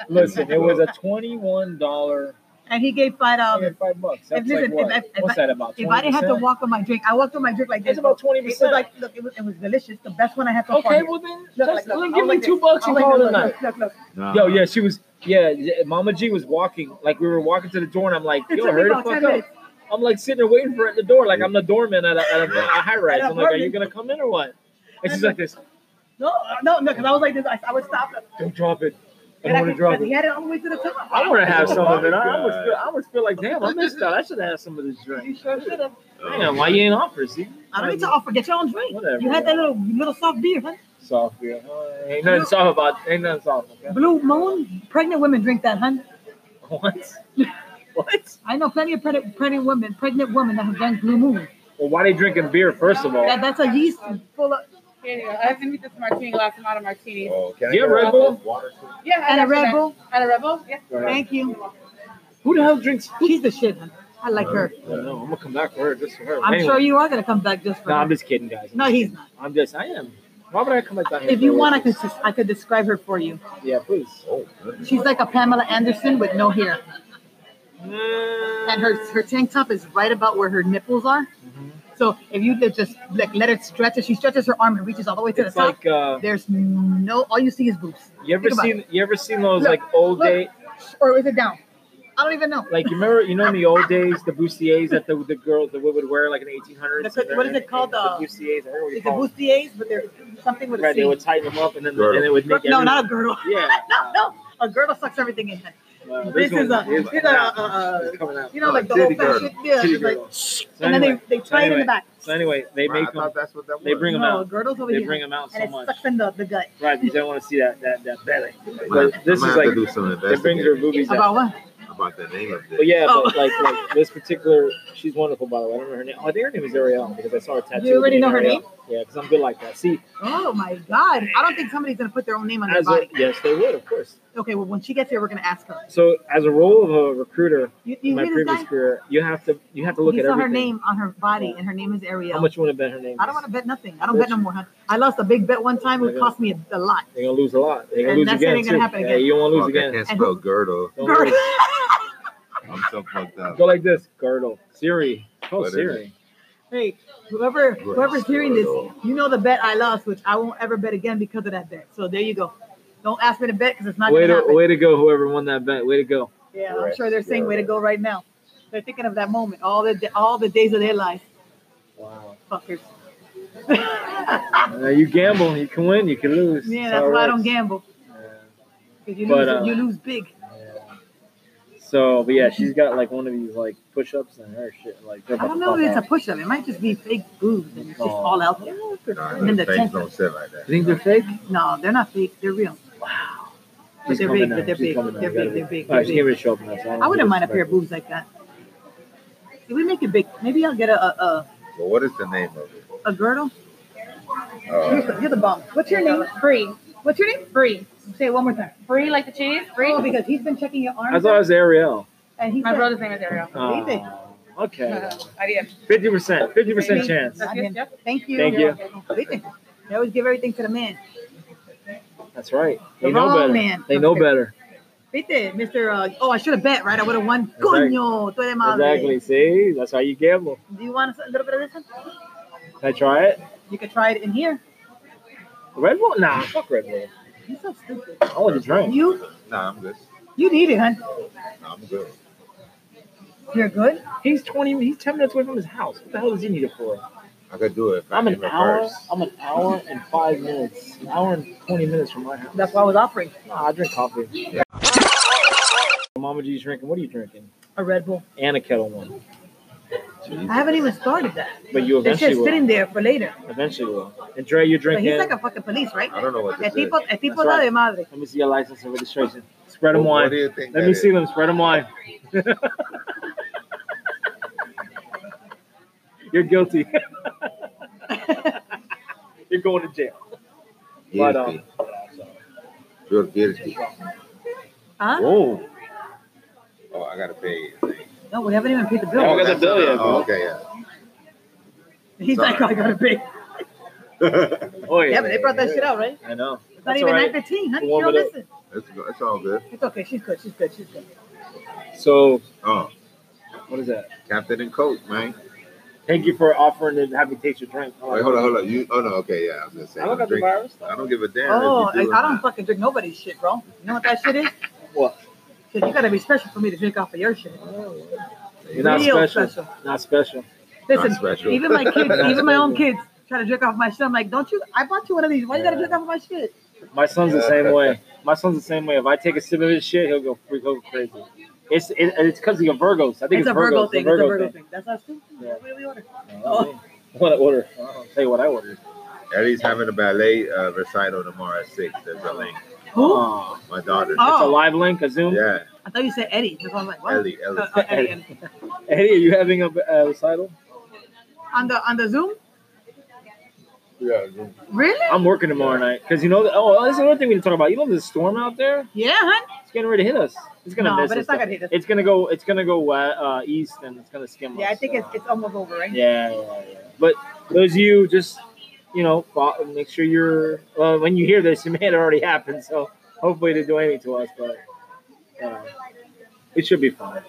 [SPEAKER 2] Listen, it was a twenty-one dollar,
[SPEAKER 3] And he gave five dollars.
[SPEAKER 2] five bucks. That's
[SPEAKER 3] Um,
[SPEAKER 2] like
[SPEAKER 3] listen, if
[SPEAKER 2] what?
[SPEAKER 3] I- if
[SPEAKER 2] What's
[SPEAKER 3] I-
[SPEAKER 2] that about?
[SPEAKER 3] If I didn't have to
[SPEAKER 2] 20%?
[SPEAKER 3] walk with my drink, I walked with my drink like this.
[SPEAKER 2] it's about twenty
[SPEAKER 3] It was
[SPEAKER 2] percent.
[SPEAKER 3] like look, it was, it was delicious. The best one I had so far.
[SPEAKER 2] Okay,
[SPEAKER 3] here.
[SPEAKER 2] well then,
[SPEAKER 3] Look,
[SPEAKER 2] just-
[SPEAKER 3] like, look,
[SPEAKER 2] look,
[SPEAKER 3] I'll
[SPEAKER 2] give me
[SPEAKER 3] like
[SPEAKER 2] two
[SPEAKER 3] this.
[SPEAKER 2] bucks and
[SPEAKER 3] I'll like
[SPEAKER 2] call it
[SPEAKER 3] this.
[SPEAKER 2] a
[SPEAKER 3] Look,
[SPEAKER 2] night.
[SPEAKER 3] Look, look,
[SPEAKER 4] Nah.
[SPEAKER 2] Yo, yeah, she was. Yeah, yeah, Mama G was walking. Like we were walking to the door, and I'm like,
[SPEAKER 3] It
[SPEAKER 2] yo,
[SPEAKER 3] took me
[SPEAKER 2] hurry the
[SPEAKER 3] about
[SPEAKER 2] fuck
[SPEAKER 3] ten
[SPEAKER 2] up.
[SPEAKER 3] minutes.
[SPEAKER 2] I'm like sitting there waiting for her at the door, like I'm the doorman at a, at a, a high rise.
[SPEAKER 3] At
[SPEAKER 2] I'm like, are
[SPEAKER 3] apartment.
[SPEAKER 2] you gonna come in or what? And she's like this.
[SPEAKER 3] No, no, no, because I was like this. I, I would stop. Look,
[SPEAKER 2] Don't drop it. I
[SPEAKER 3] and
[SPEAKER 2] don't want to drop
[SPEAKER 3] could- He
[SPEAKER 2] it.
[SPEAKER 3] had it all the way to the top.
[SPEAKER 2] I want to have some of it. I, I almost
[SPEAKER 4] God.
[SPEAKER 2] feel, I almost feel like, damn, I missed out. I should have had some of this drink.
[SPEAKER 3] You sure should have.
[SPEAKER 4] Oh,
[SPEAKER 2] Damn, why you ain't offer? See,
[SPEAKER 3] I don't need to offer. Get your own drink.
[SPEAKER 2] Whatever.
[SPEAKER 3] You had that little little soft beer, huh?
[SPEAKER 2] soft beer. Uh, Ain't nothing soft about. Ain't nothing soft.
[SPEAKER 3] [laughs]
[SPEAKER 2] Okay?
[SPEAKER 3] Blue Moon. Pregnant women drink that, huh?
[SPEAKER 2] What? What?
[SPEAKER 3] I know plenty of pregnant, pregnant women, pregnant women that have drank Blue Moon.
[SPEAKER 2] Well, why they drinking beer first of all?
[SPEAKER 3] That, that's a yeast full of
[SPEAKER 6] Here you go. I have to meet this martini glass. I'm out of martinis.
[SPEAKER 4] Oh, can I
[SPEAKER 2] You
[SPEAKER 4] get
[SPEAKER 2] have Red
[SPEAKER 4] a
[SPEAKER 2] Bull?
[SPEAKER 4] water?
[SPEAKER 6] Yeah, I
[SPEAKER 3] and a
[SPEAKER 6] got you
[SPEAKER 3] Red
[SPEAKER 6] back.
[SPEAKER 3] Bull.
[SPEAKER 6] And a rebel. Yeah.
[SPEAKER 2] Go ahead.
[SPEAKER 3] Thank you.
[SPEAKER 2] Who the hell drinks?
[SPEAKER 3] She's the shit. hun. I like her.
[SPEAKER 2] I don't know. I'm gonna come back for her just for her.
[SPEAKER 3] I'm
[SPEAKER 2] Anyway.
[SPEAKER 3] sure you are gonna come back just for.
[SPEAKER 2] No,
[SPEAKER 3] her.
[SPEAKER 2] I'm just kidding, guys. I'm
[SPEAKER 3] no,
[SPEAKER 2] just
[SPEAKER 3] he's
[SPEAKER 2] kidding.
[SPEAKER 3] not.
[SPEAKER 2] I'm just. I am. Why would I come back down here?
[SPEAKER 3] If
[SPEAKER 2] for
[SPEAKER 3] you
[SPEAKER 2] a
[SPEAKER 3] want, I could
[SPEAKER 2] witness?
[SPEAKER 3] just, I could describe her for you.
[SPEAKER 2] Yeah, please.
[SPEAKER 4] Oh, goodness.
[SPEAKER 3] She's like a Pamela Anderson with no hair, and her her tank top is right about where her nipples are.
[SPEAKER 2] Mm-hmm.
[SPEAKER 3] So if you did just like let it stretch, if she stretches her arm and reaches all the way to
[SPEAKER 2] It's
[SPEAKER 3] the
[SPEAKER 2] like
[SPEAKER 3] top,
[SPEAKER 2] uh,
[SPEAKER 3] there's no all you see is boobs.
[SPEAKER 2] you ever
[SPEAKER 3] Think about
[SPEAKER 2] seen you ever seen those
[SPEAKER 3] Look,
[SPEAKER 2] like old
[SPEAKER 3] look.
[SPEAKER 2] day
[SPEAKER 3] Or is it down? I don't even know.
[SPEAKER 2] like you remember you know in the old days the bustiers that the the girls the women would wear like in the 1800s.
[SPEAKER 3] That's what- what is it called,
[SPEAKER 2] The
[SPEAKER 3] uh,
[SPEAKER 2] bustiers. I heard what
[SPEAKER 3] Is
[SPEAKER 2] you
[SPEAKER 3] it
[SPEAKER 2] call it.
[SPEAKER 3] bustiers? But there's something with a
[SPEAKER 2] Right, they
[SPEAKER 3] C.
[SPEAKER 2] would tighten them up and then
[SPEAKER 4] Girdle.
[SPEAKER 2] and it would make
[SPEAKER 3] no,
[SPEAKER 2] everyone-
[SPEAKER 3] not a girdle. [laughs]
[SPEAKER 2] yeah.
[SPEAKER 3] no, no. A girdle sucks everything in.
[SPEAKER 2] No,
[SPEAKER 3] This is a,
[SPEAKER 2] one-
[SPEAKER 3] this is a, a, a
[SPEAKER 2] it's coming out.
[SPEAKER 3] you know,
[SPEAKER 4] Oh,
[SPEAKER 3] like the
[SPEAKER 4] titty
[SPEAKER 3] old fashioned, yeah,
[SPEAKER 2] Titty
[SPEAKER 3] it's like,
[SPEAKER 2] girdle. So
[SPEAKER 3] and
[SPEAKER 2] anyway,
[SPEAKER 3] then they, they try it in the
[SPEAKER 2] anyway,
[SPEAKER 3] back.
[SPEAKER 2] so anyway, they
[SPEAKER 4] Wow, I
[SPEAKER 2] make them.
[SPEAKER 4] thought that's what that
[SPEAKER 2] they
[SPEAKER 4] was.
[SPEAKER 2] bring 'em
[SPEAKER 3] no,
[SPEAKER 2] out.
[SPEAKER 3] girdle's over
[SPEAKER 2] They
[SPEAKER 3] here,
[SPEAKER 2] bring them out
[SPEAKER 3] and
[SPEAKER 2] so
[SPEAKER 3] it
[SPEAKER 2] much.
[SPEAKER 3] sucks in the, the gut.
[SPEAKER 2] Right, because they want to see that that that belly.
[SPEAKER 4] I'm gonna-
[SPEAKER 2] But this
[SPEAKER 4] I'm gonna
[SPEAKER 2] is
[SPEAKER 4] have
[SPEAKER 2] like
[SPEAKER 4] to do some
[SPEAKER 2] it brings your
[SPEAKER 4] investigation
[SPEAKER 2] boobies out.
[SPEAKER 3] About what?
[SPEAKER 4] about the name of
[SPEAKER 2] But
[SPEAKER 4] this.
[SPEAKER 2] yeah,
[SPEAKER 3] Oh.
[SPEAKER 2] but like like this particular, she's wonderful by the way. I don't remember her name. Oh, I think her name is Ariel because I saw her tattoo.
[SPEAKER 3] You already
[SPEAKER 2] with
[SPEAKER 3] know her
[SPEAKER 2] Ariel.
[SPEAKER 3] name?
[SPEAKER 2] Yeah, because I'm good like that. See,
[SPEAKER 3] Oh my God! I don't think somebody's gonna put their own name on their
[SPEAKER 2] as a,
[SPEAKER 3] body.
[SPEAKER 2] yes, they would of course.
[SPEAKER 3] Okay, well when she gets here, we're gonna ask her.
[SPEAKER 2] So as a role of a recruiter
[SPEAKER 3] You,
[SPEAKER 2] in
[SPEAKER 3] you
[SPEAKER 2] my
[SPEAKER 3] hear this
[SPEAKER 2] previous
[SPEAKER 3] guy?
[SPEAKER 2] career, you have to you have to look
[SPEAKER 3] You
[SPEAKER 2] at
[SPEAKER 3] saw
[SPEAKER 2] everything.
[SPEAKER 3] her name on her body, and her name is Ariel.
[SPEAKER 2] How much you want to bet her name?
[SPEAKER 3] I don't
[SPEAKER 2] is?
[SPEAKER 3] want to bet nothing. I don't bet no more. hun. I lost a big bet one time. It cost me a, a lot.
[SPEAKER 2] They're gonna lose a lot. They're gonna
[SPEAKER 3] And
[SPEAKER 2] lose
[SPEAKER 3] that's
[SPEAKER 2] again
[SPEAKER 3] ain't gonna
[SPEAKER 2] too.
[SPEAKER 3] happen
[SPEAKER 2] Yeah,
[SPEAKER 3] again.
[SPEAKER 2] you don't want to lose
[SPEAKER 4] Fuck, I
[SPEAKER 2] again.
[SPEAKER 4] Oh, can't spell girdle.
[SPEAKER 2] Don't
[SPEAKER 3] Girl. [laughs]
[SPEAKER 2] lose.
[SPEAKER 4] I'm so fucked up.
[SPEAKER 2] Go like this, girdle. Siri, oh
[SPEAKER 4] What is
[SPEAKER 2] Siri.
[SPEAKER 3] Hey, whoever
[SPEAKER 4] Good
[SPEAKER 3] whoever's hearing this,
[SPEAKER 4] Lord.
[SPEAKER 3] you know the bet I lost, which I won't ever bet again because of that bet. So there you go. Don't ask me to bet because it's not
[SPEAKER 2] way
[SPEAKER 3] going to
[SPEAKER 2] to
[SPEAKER 3] happen.
[SPEAKER 2] way to go, whoever won that bet. Way to go.
[SPEAKER 3] Yeah, I'm
[SPEAKER 4] Correct.
[SPEAKER 3] sure they're saying way to
[SPEAKER 4] Yeah.
[SPEAKER 3] go right now. They're thinking of that moment, all the all the days of their life,
[SPEAKER 2] Wow.
[SPEAKER 3] fuckers.
[SPEAKER 2] you gamble, you can win, you can lose.
[SPEAKER 3] Yeah,
[SPEAKER 2] how
[SPEAKER 3] that's
[SPEAKER 2] it
[SPEAKER 3] why I don't
[SPEAKER 2] works.
[SPEAKER 3] gamble. Because you lose,
[SPEAKER 2] But, uh,
[SPEAKER 3] you lose big.
[SPEAKER 2] Yeah. So, but yeah, she's got like one of these like push-ups and her shit. Like they're
[SPEAKER 3] I don't know
[SPEAKER 2] about
[SPEAKER 3] if
[SPEAKER 2] to
[SPEAKER 3] it's
[SPEAKER 2] pop
[SPEAKER 3] a push up. It might just be fake boobs and it's just
[SPEAKER 2] Oh.
[SPEAKER 3] all out there.
[SPEAKER 4] Nah,
[SPEAKER 3] And then the
[SPEAKER 4] those things
[SPEAKER 3] tenth-
[SPEAKER 4] don't sit like
[SPEAKER 2] out.
[SPEAKER 4] that.
[SPEAKER 2] You think they're fake?
[SPEAKER 3] No, they're not fake. They're real. But
[SPEAKER 2] She's
[SPEAKER 3] they're
[SPEAKER 2] coming
[SPEAKER 3] big,
[SPEAKER 2] now,
[SPEAKER 3] but they're
[SPEAKER 2] she's
[SPEAKER 3] big,
[SPEAKER 2] coming now,
[SPEAKER 3] they're
[SPEAKER 2] you gotta
[SPEAKER 3] big, they're
[SPEAKER 2] be-
[SPEAKER 3] big,
[SPEAKER 2] All right,
[SPEAKER 3] they're
[SPEAKER 2] she's getting ready to show up now. so don't
[SPEAKER 3] I wouldn't
[SPEAKER 2] be
[SPEAKER 3] mind a pair of
[SPEAKER 2] disrespectful.
[SPEAKER 3] boobs like that. If we make it big, maybe I'll get a a, a,
[SPEAKER 4] But what is the name of it?
[SPEAKER 3] a girdle. You're
[SPEAKER 4] Uh,
[SPEAKER 3] the- you're the bomb. What's your name?
[SPEAKER 6] Free.
[SPEAKER 3] What's your name?
[SPEAKER 6] Free.
[SPEAKER 3] Say it one more time.
[SPEAKER 6] Free like the cheese? Free.
[SPEAKER 3] Oh, because he's been checking your
[SPEAKER 2] I
[SPEAKER 3] arms.
[SPEAKER 2] thought it was Ariel.
[SPEAKER 3] and he
[SPEAKER 6] My
[SPEAKER 3] said-
[SPEAKER 6] brother's name is Ariel. Uh,
[SPEAKER 2] Oh,
[SPEAKER 3] Baby.
[SPEAKER 2] okay.
[SPEAKER 6] I did.
[SPEAKER 2] Fifty percent. Fifty percent chance.
[SPEAKER 3] I mean,
[SPEAKER 6] Yep.
[SPEAKER 3] Thank you.
[SPEAKER 2] Thank you.
[SPEAKER 3] Listen, They always give everything to the man.
[SPEAKER 2] That's right.
[SPEAKER 3] The
[SPEAKER 2] They know
[SPEAKER 3] wrong
[SPEAKER 2] better.
[SPEAKER 3] man.
[SPEAKER 2] They know better.
[SPEAKER 3] Viste, Mr. Uh, oh, I should have bet, right? I would have won. Coño, tú eres madre.
[SPEAKER 2] Exactly. See, that's how you gamble.
[SPEAKER 3] Do you want a little bit of this one?
[SPEAKER 2] Can I try it?
[SPEAKER 3] You could try it in here.
[SPEAKER 2] Red Bull? Nah, fuck Red Bull.
[SPEAKER 3] You're so stupid.
[SPEAKER 2] I want to drink.
[SPEAKER 3] You,
[SPEAKER 4] nah, I'm good.
[SPEAKER 3] you need it, hun.
[SPEAKER 4] Nah, I'm good.
[SPEAKER 3] You're good.
[SPEAKER 2] He's twenty. He's ten minutes away from his house. What the hell does he need it for?
[SPEAKER 4] I could do it. If
[SPEAKER 2] I'm
[SPEAKER 4] I
[SPEAKER 2] an
[SPEAKER 4] came in
[SPEAKER 2] hour.
[SPEAKER 4] first.
[SPEAKER 2] I'm an hour and five minutes. An hour and twenty minutes from my house.
[SPEAKER 3] That's why I was offering
[SPEAKER 2] Nah, I drink coffee. Mama G's drinking. What are you drinking?
[SPEAKER 3] a Red Bull.
[SPEAKER 2] And a kettle one.
[SPEAKER 3] I haven't even started that.
[SPEAKER 2] But you
[SPEAKER 3] That
[SPEAKER 2] eventually
[SPEAKER 3] shit's
[SPEAKER 2] will.
[SPEAKER 3] sitting there for later.
[SPEAKER 2] Eventually will. And Dre, you're
[SPEAKER 3] But
[SPEAKER 2] drinking.
[SPEAKER 3] he's like a fucking police, right?
[SPEAKER 4] I don't know what
[SPEAKER 3] El
[SPEAKER 4] this is.
[SPEAKER 3] tipo, el tipo
[SPEAKER 2] Oh, That's
[SPEAKER 3] da
[SPEAKER 2] right.
[SPEAKER 3] de madre.
[SPEAKER 2] Let me see your license and registration. Spread them
[SPEAKER 4] What- what
[SPEAKER 2] wine.
[SPEAKER 4] do you think
[SPEAKER 2] Let
[SPEAKER 4] that
[SPEAKER 2] me
[SPEAKER 4] is?
[SPEAKER 2] see them. Spread them wine. [laughs] You're guilty. [laughs] You're going to jail. But, um,
[SPEAKER 4] Guilty. You're guilty.
[SPEAKER 3] Huh?
[SPEAKER 2] Whoa.
[SPEAKER 4] Oh, I gotta pay.
[SPEAKER 3] No, we haven't even paid the bill.
[SPEAKER 2] Yeah, we got the bill yet,
[SPEAKER 4] Oh,
[SPEAKER 2] bro.
[SPEAKER 4] okay, yeah. [laughs]
[SPEAKER 3] He's like, I gotta pay.
[SPEAKER 2] Oh, yeah.
[SPEAKER 3] Yeah, but they brought that shit out, right?
[SPEAKER 2] I know.
[SPEAKER 3] It's not
[SPEAKER 2] That's
[SPEAKER 3] even
[SPEAKER 2] all right.
[SPEAKER 3] 9:15, honey.
[SPEAKER 2] Warm it
[SPEAKER 3] She don't
[SPEAKER 2] up.
[SPEAKER 3] listen.
[SPEAKER 4] That's good. That's all good.
[SPEAKER 3] It's okay. She's good. She's good. She's good.
[SPEAKER 2] So,
[SPEAKER 4] Oh,
[SPEAKER 2] what is that?
[SPEAKER 4] Captain and Coach, man.
[SPEAKER 2] Thank you for offering to have me taste your drink. Oh,
[SPEAKER 4] Wait, hold on, hold on. You? Oh no, okay, yeah. I was gonna say.
[SPEAKER 2] I don't
[SPEAKER 4] I'm
[SPEAKER 2] got the
[SPEAKER 4] drinking.
[SPEAKER 2] virus.
[SPEAKER 4] I don't give a damn. if
[SPEAKER 3] Oh, I,
[SPEAKER 4] you do or
[SPEAKER 3] I don't
[SPEAKER 4] not.
[SPEAKER 3] fucking drink nobody's shit, bro. You know what that shit is?
[SPEAKER 2] What?
[SPEAKER 3] Shit, you gotta be special for me to drink off of your shit.
[SPEAKER 2] You're not
[SPEAKER 3] Real
[SPEAKER 2] special. Not special.
[SPEAKER 3] Listen,
[SPEAKER 4] Not special.
[SPEAKER 3] even my
[SPEAKER 2] [laughs]
[SPEAKER 3] kids,
[SPEAKER 2] Not
[SPEAKER 3] even my own
[SPEAKER 2] special.
[SPEAKER 3] kids, try to drink off my shit. I'm like, don't you? I bought you one of these. Why you gotta
[SPEAKER 2] Yeah.
[SPEAKER 3] drink off my shit?
[SPEAKER 2] My son's the same
[SPEAKER 4] [laughs]
[SPEAKER 2] way. My son's the same way. If I take a sip of his shit, he'll go freak go crazy. It's it, and it's because he's a Virgo. So I think
[SPEAKER 3] It's
[SPEAKER 2] it's,
[SPEAKER 3] a Virgo thing.
[SPEAKER 2] It's a
[SPEAKER 3] It's a
[SPEAKER 2] Virgo
[SPEAKER 3] Virgo
[SPEAKER 2] thing.
[SPEAKER 3] thing. That's not stupid.
[SPEAKER 2] Yeah.
[SPEAKER 3] What do we order?
[SPEAKER 2] Oh. [laughs] What I order?
[SPEAKER 4] Oh.
[SPEAKER 2] I'll tell you what I ordered.
[SPEAKER 4] Eddie's having a ballet uh, recital tomorrow at six. There's a link.
[SPEAKER 3] Who?
[SPEAKER 2] Oh.
[SPEAKER 4] My daughter.
[SPEAKER 3] Oh.
[SPEAKER 2] It's a live link, a Zoom.
[SPEAKER 4] Yeah,
[SPEAKER 3] I thought you said Eddie. That's why I'm like, what?
[SPEAKER 4] Ellie. Ellie.
[SPEAKER 3] Uh,
[SPEAKER 2] [laughs]
[SPEAKER 3] uh, Eddie, Eddie.
[SPEAKER 2] Eddie, are you having a uh, recital?
[SPEAKER 3] On the on the Zoom? [laughs]
[SPEAKER 4] Yeah.
[SPEAKER 3] Really?
[SPEAKER 2] I'm working tomorrow night because you know. The, oh, that's another thing we need to talk about. You know the storm out there.
[SPEAKER 3] Yeah, hun.
[SPEAKER 2] It's getting ready to hit us. It's gonna
[SPEAKER 3] No,
[SPEAKER 2] miss
[SPEAKER 3] but
[SPEAKER 2] us,
[SPEAKER 3] it's not
[SPEAKER 2] though.
[SPEAKER 3] gonna hit us.
[SPEAKER 2] It's gonna go. It's gonna go we- uh, east and it's gonna skim us.
[SPEAKER 3] Yeah,
[SPEAKER 2] uh,
[SPEAKER 3] I think
[SPEAKER 2] so.
[SPEAKER 3] it's it's almost over, right?
[SPEAKER 2] Yeah, yeah, yeah. But those of you just, you know, fo- make sure you're. Well, when you hear this, [laughs] it may have already happened. So hopefully it didn't do anything to us, but uh, it should be fine.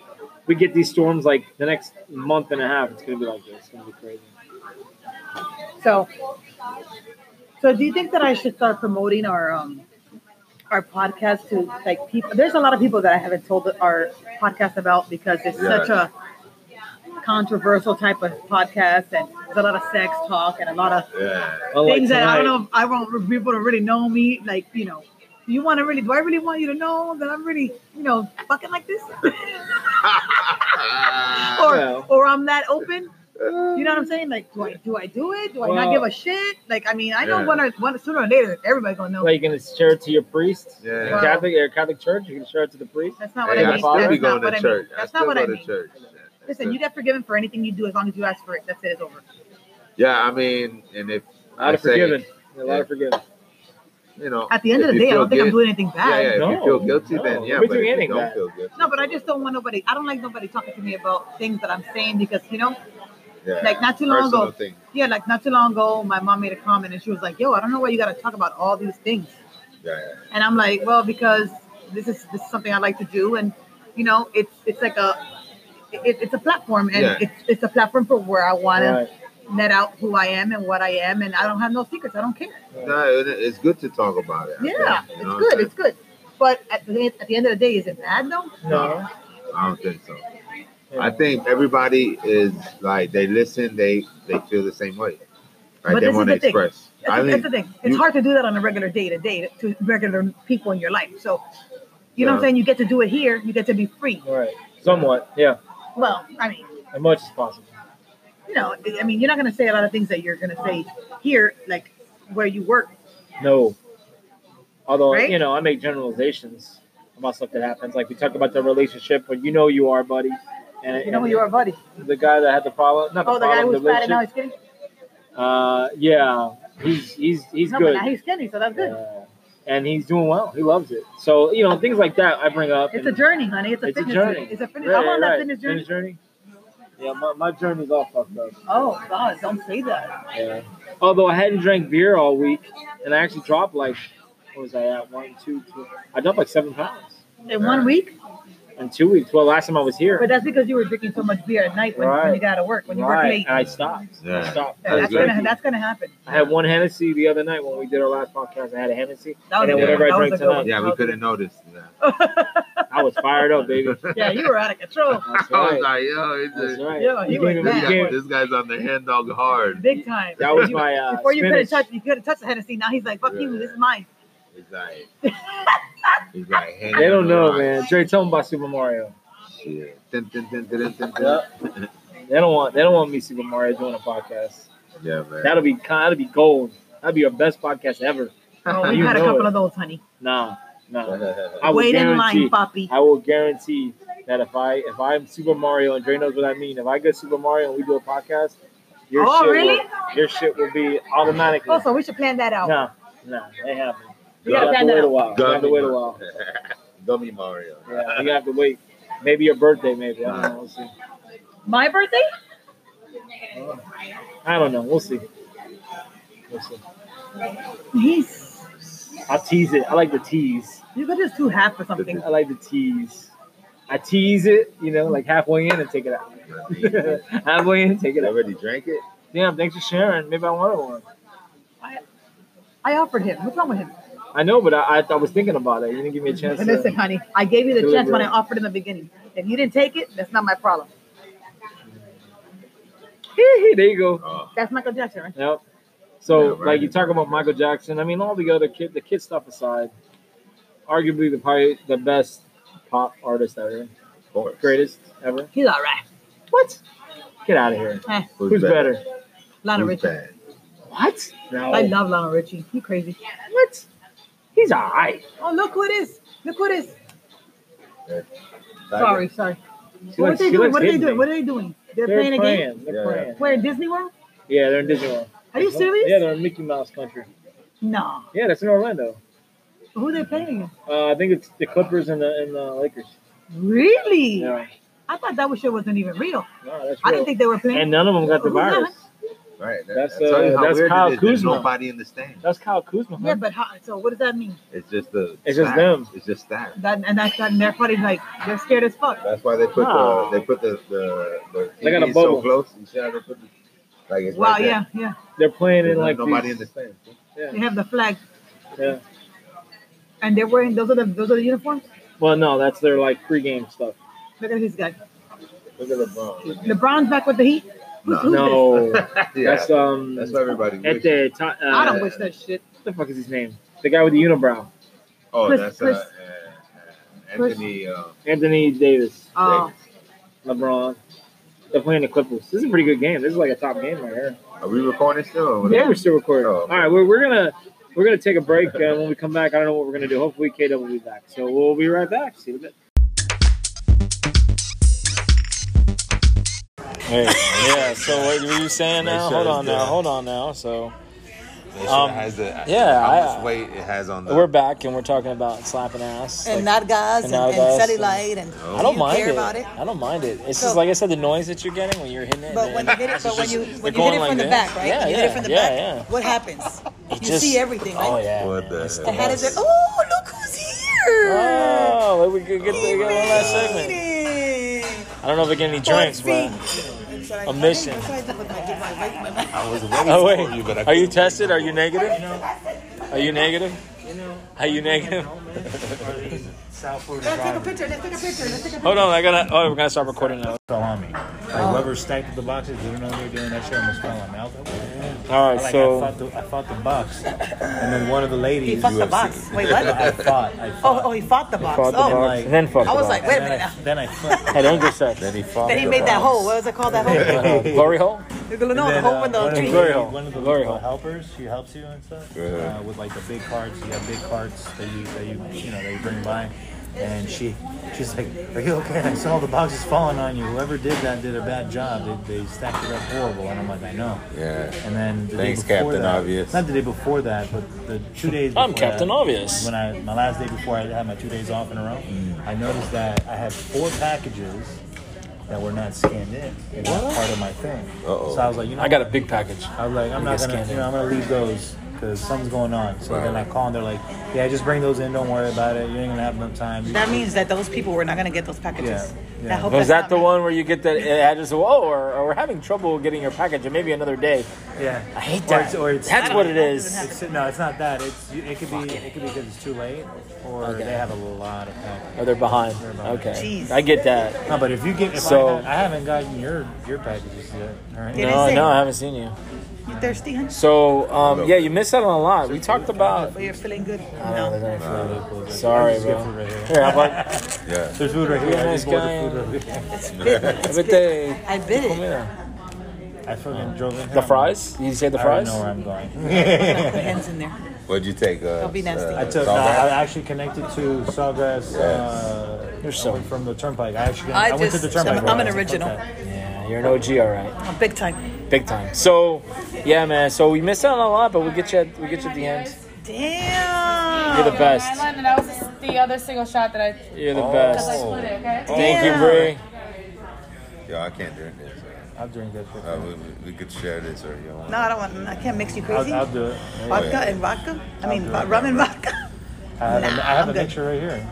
[SPEAKER 2] We get these storms like the next month and a half. It's gonna be like this. It's gonna be crazy.
[SPEAKER 3] So, so do you think that I should start promoting our um our podcast to like people? There's a lot of people that I haven't told our podcast about because it's
[SPEAKER 4] Yeah.
[SPEAKER 3] such a controversial type of podcast, and there's a lot of sex talk and a lot of
[SPEAKER 4] Yeah.
[SPEAKER 2] Unlike
[SPEAKER 3] things that I don't
[SPEAKER 2] Oh, tonight,
[SPEAKER 3] know if I want people to really know me. Like you know, do you want to really? Do I really want you to know that I'm really you know fucking like this, or
[SPEAKER 2] well.
[SPEAKER 3] or I'm that open? You know
[SPEAKER 4] Um,
[SPEAKER 3] what I'm saying? Like, do I do I do it? Do I
[SPEAKER 2] Well-
[SPEAKER 3] not give a shit? Like, I mean, I know
[SPEAKER 4] Yeah.
[SPEAKER 3] one or one sooner or later everybody's gonna know.
[SPEAKER 2] Like, you gonna share it to your priest?
[SPEAKER 4] Yeah.
[SPEAKER 2] Your Catholic, your Catholic church. You can share it to the priest.
[SPEAKER 3] that's not what
[SPEAKER 4] Hey,
[SPEAKER 3] I
[SPEAKER 4] I
[SPEAKER 3] mean.
[SPEAKER 2] still
[SPEAKER 4] still be
[SPEAKER 3] That's not
[SPEAKER 4] going
[SPEAKER 3] what
[SPEAKER 4] to
[SPEAKER 3] I mean.
[SPEAKER 4] church. I
[SPEAKER 3] That's
[SPEAKER 4] still
[SPEAKER 3] not what I
[SPEAKER 4] go to
[SPEAKER 3] mean.
[SPEAKER 4] church.
[SPEAKER 3] Listen, you get forgiven for anything you do as long as you ask for it. That's it. It's over.
[SPEAKER 4] Yeah, I mean, and if
[SPEAKER 2] A lot
[SPEAKER 4] I
[SPEAKER 2] of
[SPEAKER 4] say,
[SPEAKER 2] forgiven. A lot of forgiven.
[SPEAKER 4] you know,
[SPEAKER 3] At the end
[SPEAKER 4] if
[SPEAKER 3] of
[SPEAKER 4] you
[SPEAKER 3] the day, I
[SPEAKER 4] feel
[SPEAKER 3] don't think I'm
[SPEAKER 4] guilty-
[SPEAKER 3] doing anything
[SPEAKER 4] Yeah,
[SPEAKER 3] bad.
[SPEAKER 4] yeah. If
[SPEAKER 2] No,
[SPEAKER 4] you feel guilty,
[SPEAKER 2] no.
[SPEAKER 4] then yeah. But
[SPEAKER 2] We're doing
[SPEAKER 4] if you
[SPEAKER 2] anything
[SPEAKER 4] don't
[SPEAKER 2] bad.
[SPEAKER 4] feel guilty,
[SPEAKER 3] No, but I just don't want nobody. I don't like nobody talking to me about things that I'm saying because you know,
[SPEAKER 4] yeah.
[SPEAKER 3] like not too long
[SPEAKER 4] personal
[SPEAKER 3] ago,
[SPEAKER 4] thing.
[SPEAKER 3] yeah, like not too long ago, my mom made a comment and she was like, "Yo, I don't know why you got to talk about all these things."
[SPEAKER 4] Yeah, yeah.
[SPEAKER 3] And I'm like, well, because this is this is something I like to do, and you know, it's it's like a it, it's a platform, and
[SPEAKER 4] Yeah.
[SPEAKER 3] it's it's a platform for where I want
[SPEAKER 2] Right.
[SPEAKER 3] to net out who I am and what I am, and I don't have no secrets. I don't care.
[SPEAKER 4] No, it- it's good to talk about it. I
[SPEAKER 3] Yeah,
[SPEAKER 4] think, you
[SPEAKER 3] it's
[SPEAKER 4] know what
[SPEAKER 3] good.
[SPEAKER 4] I'm
[SPEAKER 3] It's good. But at the, at the end of the day, is it bad though?
[SPEAKER 2] No.
[SPEAKER 4] saying? I don't think so. I think everybody is like they listen, they they feel the same way. Right?
[SPEAKER 3] But
[SPEAKER 4] they
[SPEAKER 3] this is
[SPEAKER 4] want to
[SPEAKER 3] the thing.
[SPEAKER 4] express.
[SPEAKER 3] That's,
[SPEAKER 4] I
[SPEAKER 3] the- that's
[SPEAKER 4] think
[SPEAKER 3] the thing. It's
[SPEAKER 4] you-
[SPEAKER 3] hard to do that on a regular day to day to regular people in your life. So, you know what I'm
[SPEAKER 4] Yeah.
[SPEAKER 3] saying? You get to do it here. You get to be free.
[SPEAKER 2] All right. Somewhat. Yeah.
[SPEAKER 3] Well, I mean,
[SPEAKER 2] As much as possible.
[SPEAKER 3] you know, I mean, you're not going to say a lot of things that you're going to say here, like where you work.
[SPEAKER 2] No. Although
[SPEAKER 3] Right?
[SPEAKER 2] you know, I make generalizations about stuff that happens. Like we talked about the relationship, but you know you are, buddy. And
[SPEAKER 3] You know who you are, buddy.
[SPEAKER 2] The guy that had the problem. Not the
[SPEAKER 3] Oh, the guy
[SPEAKER 2] problem.
[SPEAKER 3] who's
[SPEAKER 2] the
[SPEAKER 3] fat and now
[SPEAKER 2] relationship.
[SPEAKER 3] he's skinny.
[SPEAKER 2] Uh, yeah. He's he's he's
[SPEAKER 3] no,
[SPEAKER 2] good.
[SPEAKER 3] but now he's skinny, so that's good.
[SPEAKER 2] Uh, and he's doing well. He loves it. So you know, things like that I bring up.
[SPEAKER 3] It's a
[SPEAKER 2] and-
[SPEAKER 3] journey, honey. It's a
[SPEAKER 2] It's a
[SPEAKER 3] fitness
[SPEAKER 2] journey.
[SPEAKER 3] It's a fitness.
[SPEAKER 2] Right,
[SPEAKER 3] I'm on
[SPEAKER 2] right,
[SPEAKER 3] that
[SPEAKER 2] right.
[SPEAKER 3] fitness journey.
[SPEAKER 2] Yeah, my, my journey's all fucked up.
[SPEAKER 3] Oh God, don't say that.
[SPEAKER 2] Yeah. Although I hadn't drank beer all week, and I actually dropped like, what was I at? One, two, three. I dropped like seven pounds
[SPEAKER 3] In one week,
[SPEAKER 2] in two weeks. Well, last time I was here,
[SPEAKER 3] but that's because you were drinking so much beer at night when, when
[SPEAKER 2] Right.
[SPEAKER 3] you got to work, when you work
[SPEAKER 2] right?
[SPEAKER 3] late.
[SPEAKER 2] And I stopped. I
[SPEAKER 4] Yeah.
[SPEAKER 2] stopped.
[SPEAKER 3] Yeah, that's
[SPEAKER 4] That's good.
[SPEAKER 3] gonna that's gonna happen.
[SPEAKER 2] I had one Hennessy the other night when we did our last podcast. I had a Hennessy, and
[SPEAKER 3] That was
[SPEAKER 2] then
[SPEAKER 3] a
[SPEAKER 2] whatever
[SPEAKER 3] good one.
[SPEAKER 2] I
[SPEAKER 3] That
[SPEAKER 2] drank
[SPEAKER 3] was a good
[SPEAKER 2] tonight,
[SPEAKER 3] one.
[SPEAKER 4] Yeah, we could have noticed. Yeah.
[SPEAKER 2] I was fired
[SPEAKER 4] [laughs]
[SPEAKER 2] up, baby.
[SPEAKER 3] [laughs] Yeah, you were out of control.
[SPEAKER 2] That's
[SPEAKER 4] I was
[SPEAKER 2] right.
[SPEAKER 4] like, yo, it's
[SPEAKER 2] That's
[SPEAKER 4] a,
[SPEAKER 2] right.
[SPEAKER 3] Yeah, he
[SPEAKER 2] You
[SPEAKER 3] was
[SPEAKER 2] can't
[SPEAKER 4] this,
[SPEAKER 2] even-
[SPEAKER 3] mad.
[SPEAKER 2] you
[SPEAKER 4] guy-
[SPEAKER 2] can't-
[SPEAKER 4] this guy's on the hand dog hard.
[SPEAKER 3] Big time.
[SPEAKER 2] That was
[SPEAKER 3] You-
[SPEAKER 2] my uh,
[SPEAKER 3] before you couldn't
[SPEAKER 2] spinach.
[SPEAKER 3] touch you couldn't touch the Hennessy. Now he's like, fuck you, this is mine.
[SPEAKER 4] He's like, he's like, hand
[SPEAKER 2] They don't
[SPEAKER 4] on
[SPEAKER 2] know,
[SPEAKER 4] the
[SPEAKER 2] man. Dre, tell them about Super Mario.
[SPEAKER 4] rock. Shit. Dun, dun, dun, dun, dun, dun, dun.
[SPEAKER 2] Yep. They don't want. They don't want me Super Mario doing a podcast.
[SPEAKER 4] Yeah, man.
[SPEAKER 2] That'll be. That'll be gold. That'll be our best podcast ever.
[SPEAKER 3] Oh, we've
[SPEAKER 2] You
[SPEAKER 3] had a
[SPEAKER 2] know
[SPEAKER 3] couple
[SPEAKER 2] it.
[SPEAKER 3] of those, honey.
[SPEAKER 2] Nah, nah. I will
[SPEAKER 3] Wait in
[SPEAKER 2] guarantee.
[SPEAKER 3] line, Poppy.
[SPEAKER 2] I will guarantee that if I if I'm Super Mario and Dre knows what I mean, if I get Super Mario and we do a podcast, your
[SPEAKER 3] Oh,
[SPEAKER 2] shit
[SPEAKER 3] really?
[SPEAKER 2] will, your shit will be automatically.
[SPEAKER 3] Oh, so we should plan that out.
[SPEAKER 2] nah, nah, they haven't.
[SPEAKER 3] We
[SPEAKER 2] You have
[SPEAKER 3] gotta
[SPEAKER 2] to
[SPEAKER 3] plan that
[SPEAKER 2] wait a
[SPEAKER 3] out.
[SPEAKER 2] while. You have to wait a while.
[SPEAKER 4] [laughs] Gummy Mario.
[SPEAKER 2] Yeah, you have to wait. Maybe your birthday, maybe. I don't know. We'll see.
[SPEAKER 3] My birthday?
[SPEAKER 2] I don't know. We'll see. We'll see.
[SPEAKER 3] He's
[SPEAKER 2] I'll tease it. I like the tease.
[SPEAKER 3] you could just do half or something.
[SPEAKER 2] I like the tease. I tease it, you know, like halfway in and take it out. [laughs]
[SPEAKER 4] you
[SPEAKER 2] halfway in, take it out.
[SPEAKER 4] already drank it?
[SPEAKER 2] Damn, thanks for sharing. Maybe I wanted one.
[SPEAKER 3] I offered him. What's wrong with him?
[SPEAKER 2] I know, but I, I, I was thinking about it. You didn't give me a chance.
[SPEAKER 3] And listen,
[SPEAKER 2] [laughs] To,
[SPEAKER 3] honey, I gave you the chance when I
[SPEAKER 2] Deliberate.
[SPEAKER 3] offered in the beginning. If you didn't take it, that's not my problem. Hee hee.
[SPEAKER 2] there you go.
[SPEAKER 4] Oh,
[SPEAKER 3] That's Michael Jackson, right?
[SPEAKER 2] Yep. So,
[SPEAKER 4] Yeah, right.
[SPEAKER 2] like you talk about Michael Jackson. I mean, all the other kid, the kid stuff aside, arguably the probably the best pop artist ever,
[SPEAKER 4] of course.
[SPEAKER 2] greatest ever.
[SPEAKER 3] He's all right.
[SPEAKER 2] What? Get out of here.
[SPEAKER 3] Eh,
[SPEAKER 2] Who's, better?
[SPEAKER 3] Lionel
[SPEAKER 4] Who's
[SPEAKER 3] Richie.
[SPEAKER 4] bad?
[SPEAKER 2] What? No.
[SPEAKER 3] I love Lionel Richie. You crazy?
[SPEAKER 2] What? He's all right.
[SPEAKER 3] Oh, look who it is. Look who it is.
[SPEAKER 4] Tiger.
[SPEAKER 3] Sorry, sorry.
[SPEAKER 2] She
[SPEAKER 3] What are
[SPEAKER 2] likes-
[SPEAKER 3] they
[SPEAKER 2] she
[SPEAKER 3] doing?
[SPEAKER 2] likes
[SPEAKER 3] What are they
[SPEAKER 2] hitting
[SPEAKER 3] doing?
[SPEAKER 2] me.
[SPEAKER 3] What are they doing? They're,
[SPEAKER 2] They're
[SPEAKER 3] playing, a game.
[SPEAKER 2] playing. They're
[SPEAKER 4] Yeah.
[SPEAKER 2] playing.
[SPEAKER 3] Where in Disney World?
[SPEAKER 2] Yeah, they're in Disney World.
[SPEAKER 3] Are you serious?
[SPEAKER 2] Yeah, they're in Mickey Mouse country.
[SPEAKER 3] No.
[SPEAKER 2] Yeah, that's in Orlando.
[SPEAKER 3] Who are they playing?
[SPEAKER 2] Uh, I think it's the Clippers and the and the Lakers.
[SPEAKER 3] Really?
[SPEAKER 2] Yeah,
[SPEAKER 3] I thought that was shit wasn't even real.
[SPEAKER 2] no, that's
[SPEAKER 3] I didn't
[SPEAKER 2] real.
[SPEAKER 3] think they were playing.
[SPEAKER 2] And none of them got the
[SPEAKER 3] Who's that?
[SPEAKER 2] virus.
[SPEAKER 4] Right. that-
[SPEAKER 2] That's,
[SPEAKER 4] I tell you
[SPEAKER 2] uh,
[SPEAKER 4] how
[SPEAKER 2] that's
[SPEAKER 4] weird it
[SPEAKER 2] Kyle
[SPEAKER 4] is that
[SPEAKER 2] Kuzma.
[SPEAKER 4] Nobody understands.
[SPEAKER 2] That's Kyle Kuzma. huh?
[SPEAKER 3] yeah, but how, so what does that mean?
[SPEAKER 4] It's just the.
[SPEAKER 2] It's just
[SPEAKER 4] stats.
[SPEAKER 2] them.
[SPEAKER 4] It's just that.
[SPEAKER 3] That and that's and they're probably like they're scared as fuck.
[SPEAKER 4] That's why they put
[SPEAKER 2] Nah.
[SPEAKER 4] the they put the the, the
[SPEAKER 2] Ah. They got a
[SPEAKER 4] TVs
[SPEAKER 2] bubble.
[SPEAKER 4] so close. You see how they put the, like it's
[SPEAKER 3] Wow,
[SPEAKER 4] right there.
[SPEAKER 3] yeah, yeah.
[SPEAKER 2] They're playing in
[SPEAKER 4] There's
[SPEAKER 2] like
[SPEAKER 4] nobody
[SPEAKER 2] these-
[SPEAKER 4] understands.
[SPEAKER 3] They have the flag
[SPEAKER 2] yeah.
[SPEAKER 3] and they're wearing those are the those are the uniforms.
[SPEAKER 2] Well, no, that's their like pregame stuff.
[SPEAKER 3] Look at this guy.
[SPEAKER 4] Look at LeBron.
[SPEAKER 3] LeBron's back with the heat. Who's,
[SPEAKER 4] No.
[SPEAKER 3] who's
[SPEAKER 2] No,
[SPEAKER 4] [laughs] yeah,
[SPEAKER 2] that's um.
[SPEAKER 4] that's what everybody.
[SPEAKER 2] at
[SPEAKER 4] wishes.
[SPEAKER 2] the top. Uh,
[SPEAKER 3] this? I don't wish that shit.
[SPEAKER 2] What the fuck is his name? The guy with the unibrow,
[SPEAKER 4] oh,
[SPEAKER 3] Chris-
[SPEAKER 4] that's
[SPEAKER 3] Chris-
[SPEAKER 4] uh, uh, uh, Anthony. Uh,
[SPEAKER 2] Anthony Davis,
[SPEAKER 3] Oh,
[SPEAKER 2] LeBron. They're playing the Clippers. This is a pretty good game. This is like a top game right here.
[SPEAKER 4] are we recording still? Or
[SPEAKER 2] Yeah, we're still recording.
[SPEAKER 4] Oh.
[SPEAKER 2] All right, we're, we're gonna we're gonna take a break. Uh, when we come back, I don't know what we're gonna do. Hopefully, KW will be back. So we'll be right back. See you in a bit. Hey, yeah. So what were you saying
[SPEAKER 4] Make now? sure Hold it's on now, good. hold
[SPEAKER 2] on now. So
[SPEAKER 4] Make sure
[SPEAKER 2] Um,
[SPEAKER 4] it has the-
[SPEAKER 2] yeah,
[SPEAKER 4] How
[SPEAKER 2] I- uh,
[SPEAKER 4] much weight it has on the?
[SPEAKER 2] we're back and we're talking about slapping ass.
[SPEAKER 7] and not guys and,
[SPEAKER 2] and not
[SPEAKER 7] and,
[SPEAKER 2] guys,
[SPEAKER 7] cellulite and
[SPEAKER 4] No.
[SPEAKER 2] I don't
[SPEAKER 7] you
[SPEAKER 2] mind
[SPEAKER 7] care
[SPEAKER 2] it.
[SPEAKER 7] about it.
[SPEAKER 2] I don't mind it. It's just
[SPEAKER 7] So-
[SPEAKER 2] like I said, the noise that you're getting when you're hitting it.
[SPEAKER 7] But when you
[SPEAKER 2] and
[SPEAKER 7] hit it,
[SPEAKER 2] it's
[SPEAKER 7] but when
[SPEAKER 2] just-
[SPEAKER 7] you
[SPEAKER 2] they're
[SPEAKER 7] when you
[SPEAKER 2] going
[SPEAKER 7] hit it
[SPEAKER 2] like
[SPEAKER 7] from the
[SPEAKER 2] this.
[SPEAKER 7] back, right?
[SPEAKER 2] Yeah,
[SPEAKER 7] when you
[SPEAKER 2] yeah,
[SPEAKER 7] hit it from the
[SPEAKER 2] yeah,
[SPEAKER 7] back,
[SPEAKER 2] yeah.
[SPEAKER 7] what happens?
[SPEAKER 2] It
[SPEAKER 7] you
[SPEAKER 2] just-
[SPEAKER 7] see everything, right?
[SPEAKER 2] Oh yeah.
[SPEAKER 4] What the
[SPEAKER 2] It's
[SPEAKER 4] hell?
[SPEAKER 7] The hat is there.
[SPEAKER 2] noise.
[SPEAKER 7] Oh, look who's here!
[SPEAKER 2] Oh, well, we could get, we got one last segment.
[SPEAKER 7] Hey.
[SPEAKER 2] I don't know if we get any drinks,
[SPEAKER 7] Point
[SPEAKER 2] but
[SPEAKER 7] Pink. That's what
[SPEAKER 3] I-
[SPEAKER 2] A mission.
[SPEAKER 3] That's what I did with my, with my, weight- my, my
[SPEAKER 8] I was waiting
[SPEAKER 2] Oh
[SPEAKER 8] for you, but I
[SPEAKER 2] wait, are you
[SPEAKER 8] couldn't.
[SPEAKER 2] tested? Are you negative? Are you negative?
[SPEAKER 9] You know,
[SPEAKER 2] Are you negative?
[SPEAKER 9] are these South Florida
[SPEAKER 3] Let's take a
[SPEAKER 9] drivers
[SPEAKER 3] picture. Let's take a picture. Let's take a picture.
[SPEAKER 2] Hold on, I gotta. Oh, we're gonna start recording now.
[SPEAKER 9] fell on me.
[SPEAKER 3] Oh.
[SPEAKER 9] Like, whoever stacked the boxes, didn't know they were doing that shit, almost fell on me. I was like, what?
[SPEAKER 2] All right,
[SPEAKER 9] Like, I
[SPEAKER 2] so
[SPEAKER 9] fought the, I fought the box, and then one of the ladies.
[SPEAKER 3] He fucked the
[SPEAKER 9] UFC.
[SPEAKER 3] box. Wait,
[SPEAKER 9] I [laughs]
[SPEAKER 3] what?
[SPEAKER 9] fought. I
[SPEAKER 3] Oh,
[SPEAKER 9] fought.
[SPEAKER 3] oh, he fought the box.
[SPEAKER 2] fought the
[SPEAKER 3] oh,
[SPEAKER 2] box and then fucked.
[SPEAKER 3] I
[SPEAKER 2] the box.
[SPEAKER 3] was like, wait a
[SPEAKER 9] then,
[SPEAKER 3] minute.
[SPEAKER 9] I, then I flipped.
[SPEAKER 2] had intersex.
[SPEAKER 4] Then he fought.
[SPEAKER 3] Then he
[SPEAKER 4] the
[SPEAKER 3] made that
[SPEAKER 4] boss.
[SPEAKER 3] hole. What was it called? That hole?
[SPEAKER 2] Uh, glory hole.
[SPEAKER 3] No, the
[SPEAKER 9] Then,
[SPEAKER 3] hole
[SPEAKER 9] uh,
[SPEAKER 3] in the
[SPEAKER 9] one of
[SPEAKER 3] tree.
[SPEAKER 2] Glory hole.
[SPEAKER 9] One of the
[SPEAKER 2] Glory
[SPEAKER 9] little
[SPEAKER 2] hole.
[SPEAKER 9] helpers, she helps you and stuff
[SPEAKER 4] Yeah.
[SPEAKER 9] uh, with like the big carts. You have big carts that you that you you know that you bring by, and she she's like, "Are you okay? I saw the boxes falling on you. Whoever did that did a bad job. They, they stacked it up horrible." And I'm like, "I know."
[SPEAKER 4] Yeah.
[SPEAKER 9] And then the
[SPEAKER 4] Thanks,
[SPEAKER 9] day before
[SPEAKER 4] Captain
[SPEAKER 9] that,
[SPEAKER 4] Obvious.
[SPEAKER 9] Not the day before that, but the two days.
[SPEAKER 2] I'm
[SPEAKER 9] before
[SPEAKER 2] Captain
[SPEAKER 9] that,
[SPEAKER 2] Obvious.
[SPEAKER 9] When I my last day before I had my two days off in a row,
[SPEAKER 4] Mm.
[SPEAKER 9] I noticed that I had four packages that were not scanned in. It was part of my thing.
[SPEAKER 4] Uh-oh.
[SPEAKER 9] So I was like, you know,
[SPEAKER 2] I got a
[SPEAKER 9] what?
[SPEAKER 2] big package.
[SPEAKER 9] I was like, I'm not
[SPEAKER 2] guess
[SPEAKER 9] gonna,
[SPEAKER 2] scan
[SPEAKER 9] you
[SPEAKER 2] it.
[SPEAKER 9] know, I'm gonna leave those because something's going on. So
[SPEAKER 4] Right.
[SPEAKER 9] then I call and they're like, yeah, just bring those in. Don't worry about it. You ain't gonna have enough time. You-
[SPEAKER 3] That means that those people were not going to get those
[SPEAKER 9] Yeah,
[SPEAKER 3] packages.
[SPEAKER 9] yeah.
[SPEAKER 3] I hope
[SPEAKER 2] Was
[SPEAKER 3] that's
[SPEAKER 2] that the
[SPEAKER 3] not me.
[SPEAKER 2] one where you get that address? of, Oh, or, or we're having trouble getting your package, and maybe another day.
[SPEAKER 9] yeah.
[SPEAKER 2] I hate
[SPEAKER 9] Or
[SPEAKER 2] that.
[SPEAKER 9] it's- or it's-
[SPEAKER 2] That's what it is.
[SPEAKER 9] It's, no, it's not that. It's you- it could be it could be because it's too late, or
[SPEAKER 2] Okay.
[SPEAKER 9] they have a lot of packages.
[SPEAKER 2] Oh, they're behind.
[SPEAKER 9] They're behind.
[SPEAKER 2] Okay,
[SPEAKER 3] Jeez.
[SPEAKER 2] I get that.
[SPEAKER 9] No, but if you get if
[SPEAKER 2] So-
[SPEAKER 9] I, ha- I haven't gotten your your packages yet. All right.
[SPEAKER 3] Did it
[SPEAKER 2] No,
[SPEAKER 3] say-
[SPEAKER 2] no, I haven't seen you.
[SPEAKER 3] You thirsty, honey?
[SPEAKER 2] So, um, yeah, you missed out on a lot. We talked about.
[SPEAKER 3] But you're feeling good?
[SPEAKER 2] Oh, they're
[SPEAKER 3] No.
[SPEAKER 2] gonna-
[SPEAKER 9] I'll
[SPEAKER 2] Sorry,
[SPEAKER 9] just get
[SPEAKER 2] bro.
[SPEAKER 9] food right here.
[SPEAKER 2] Here, how about?
[SPEAKER 4] Yeah.
[SPEAKER 9] There's food right here. I
[SPEAKER 2] Nice
[SPEAKER 9] just bought
[SPEAKER 2] guy.
[SPEAKER 9] the food over here. [laughs]
[SPEAKER 3] It's big.
[SPEAKER 2] I bet
[SPEAKER 3] It's big.
[SPEAKER 2] they.
[SPEAKER 3] I bid it.
[SPEAKER 2] Mira.
[SPEAKER 9] I fucking drove in. here.
[SPEAKER 2] The fries? Did you say the
[SPEAKER 9] I don't
[SPEAKER 2] fries?
[SPEAKER 9] know where I'm going.
[SPEAKER 3] Put ends in there.
[SPEAKER 4] What'd you take? Uh,
[SPEAKER 3] Don't be nasty.
[SPEAKER 4] uh,
[SPEAKER 9] I took. No, I
[SPEAKER 4] Sawgrass?
[SPEAKER 9] actually connected to Sawgrass. Uh,
[SPEAKER 2] You're
[SPEAKER 9] I
[SPEAKER 2] so-
[SPEAKER 9] went from the turnpike. I actually.
[SPEAKER 3] I
[SPEAKER 9] I, went to
[SPEAKER 3] just-
[SPEAKER 9] the turnpike.
[SPEAKER 3] I'm- I'm an
[SPEAKER 9] route.
[SPEAKER 3] original.
[SPEAKER 9] Okay.
[SPEAKER 2] Yeah, you're an OG, all right,
[SPEAKER 3] Oh, big time.
[SPEAKER 2] big time. So, yeah, man. So we missed out on a lot, but we get you. At, we get you at the end.
[SPEAKER 3] Damn.
[SPEAKER 2] You're the best.
[SPEAKER 6] And that was the other single shot that I,
[SPEAKER 2] You're the
[SPEAKER 4] Oh.
[SPEAKER 6] cause I
[SPEAKER 2] best.
[SPEAKER 6] split it, okay?
[SPEAKER 2] Thank you,
[SPEAKER 3] Yeah.
[SPEAKER 2] Brie.
[SPEAKER 4] Yo, I can't drink this.
[SPEAKER 9] I'll drink that shit.
[SPEAKER 4] Uh, we, we- we could share this or you don't want
[SPEAKER 3] No, I don't want. I can't mix you crazy.
[SPEAKER 9] I'll, I'll do it. I
[SPEAKER 3] vodka and vodka. I mean,
[SPEAKER 9] I'll do it.
[SPEAKER 3] rum and vodka. [laughs]
[SPEAKER 9] have, a- I have
[SPEAKER 3] I'm
[SPEAKER 9] a
[SPEAKER 3] good.
[SPEAKER 9] picture right here.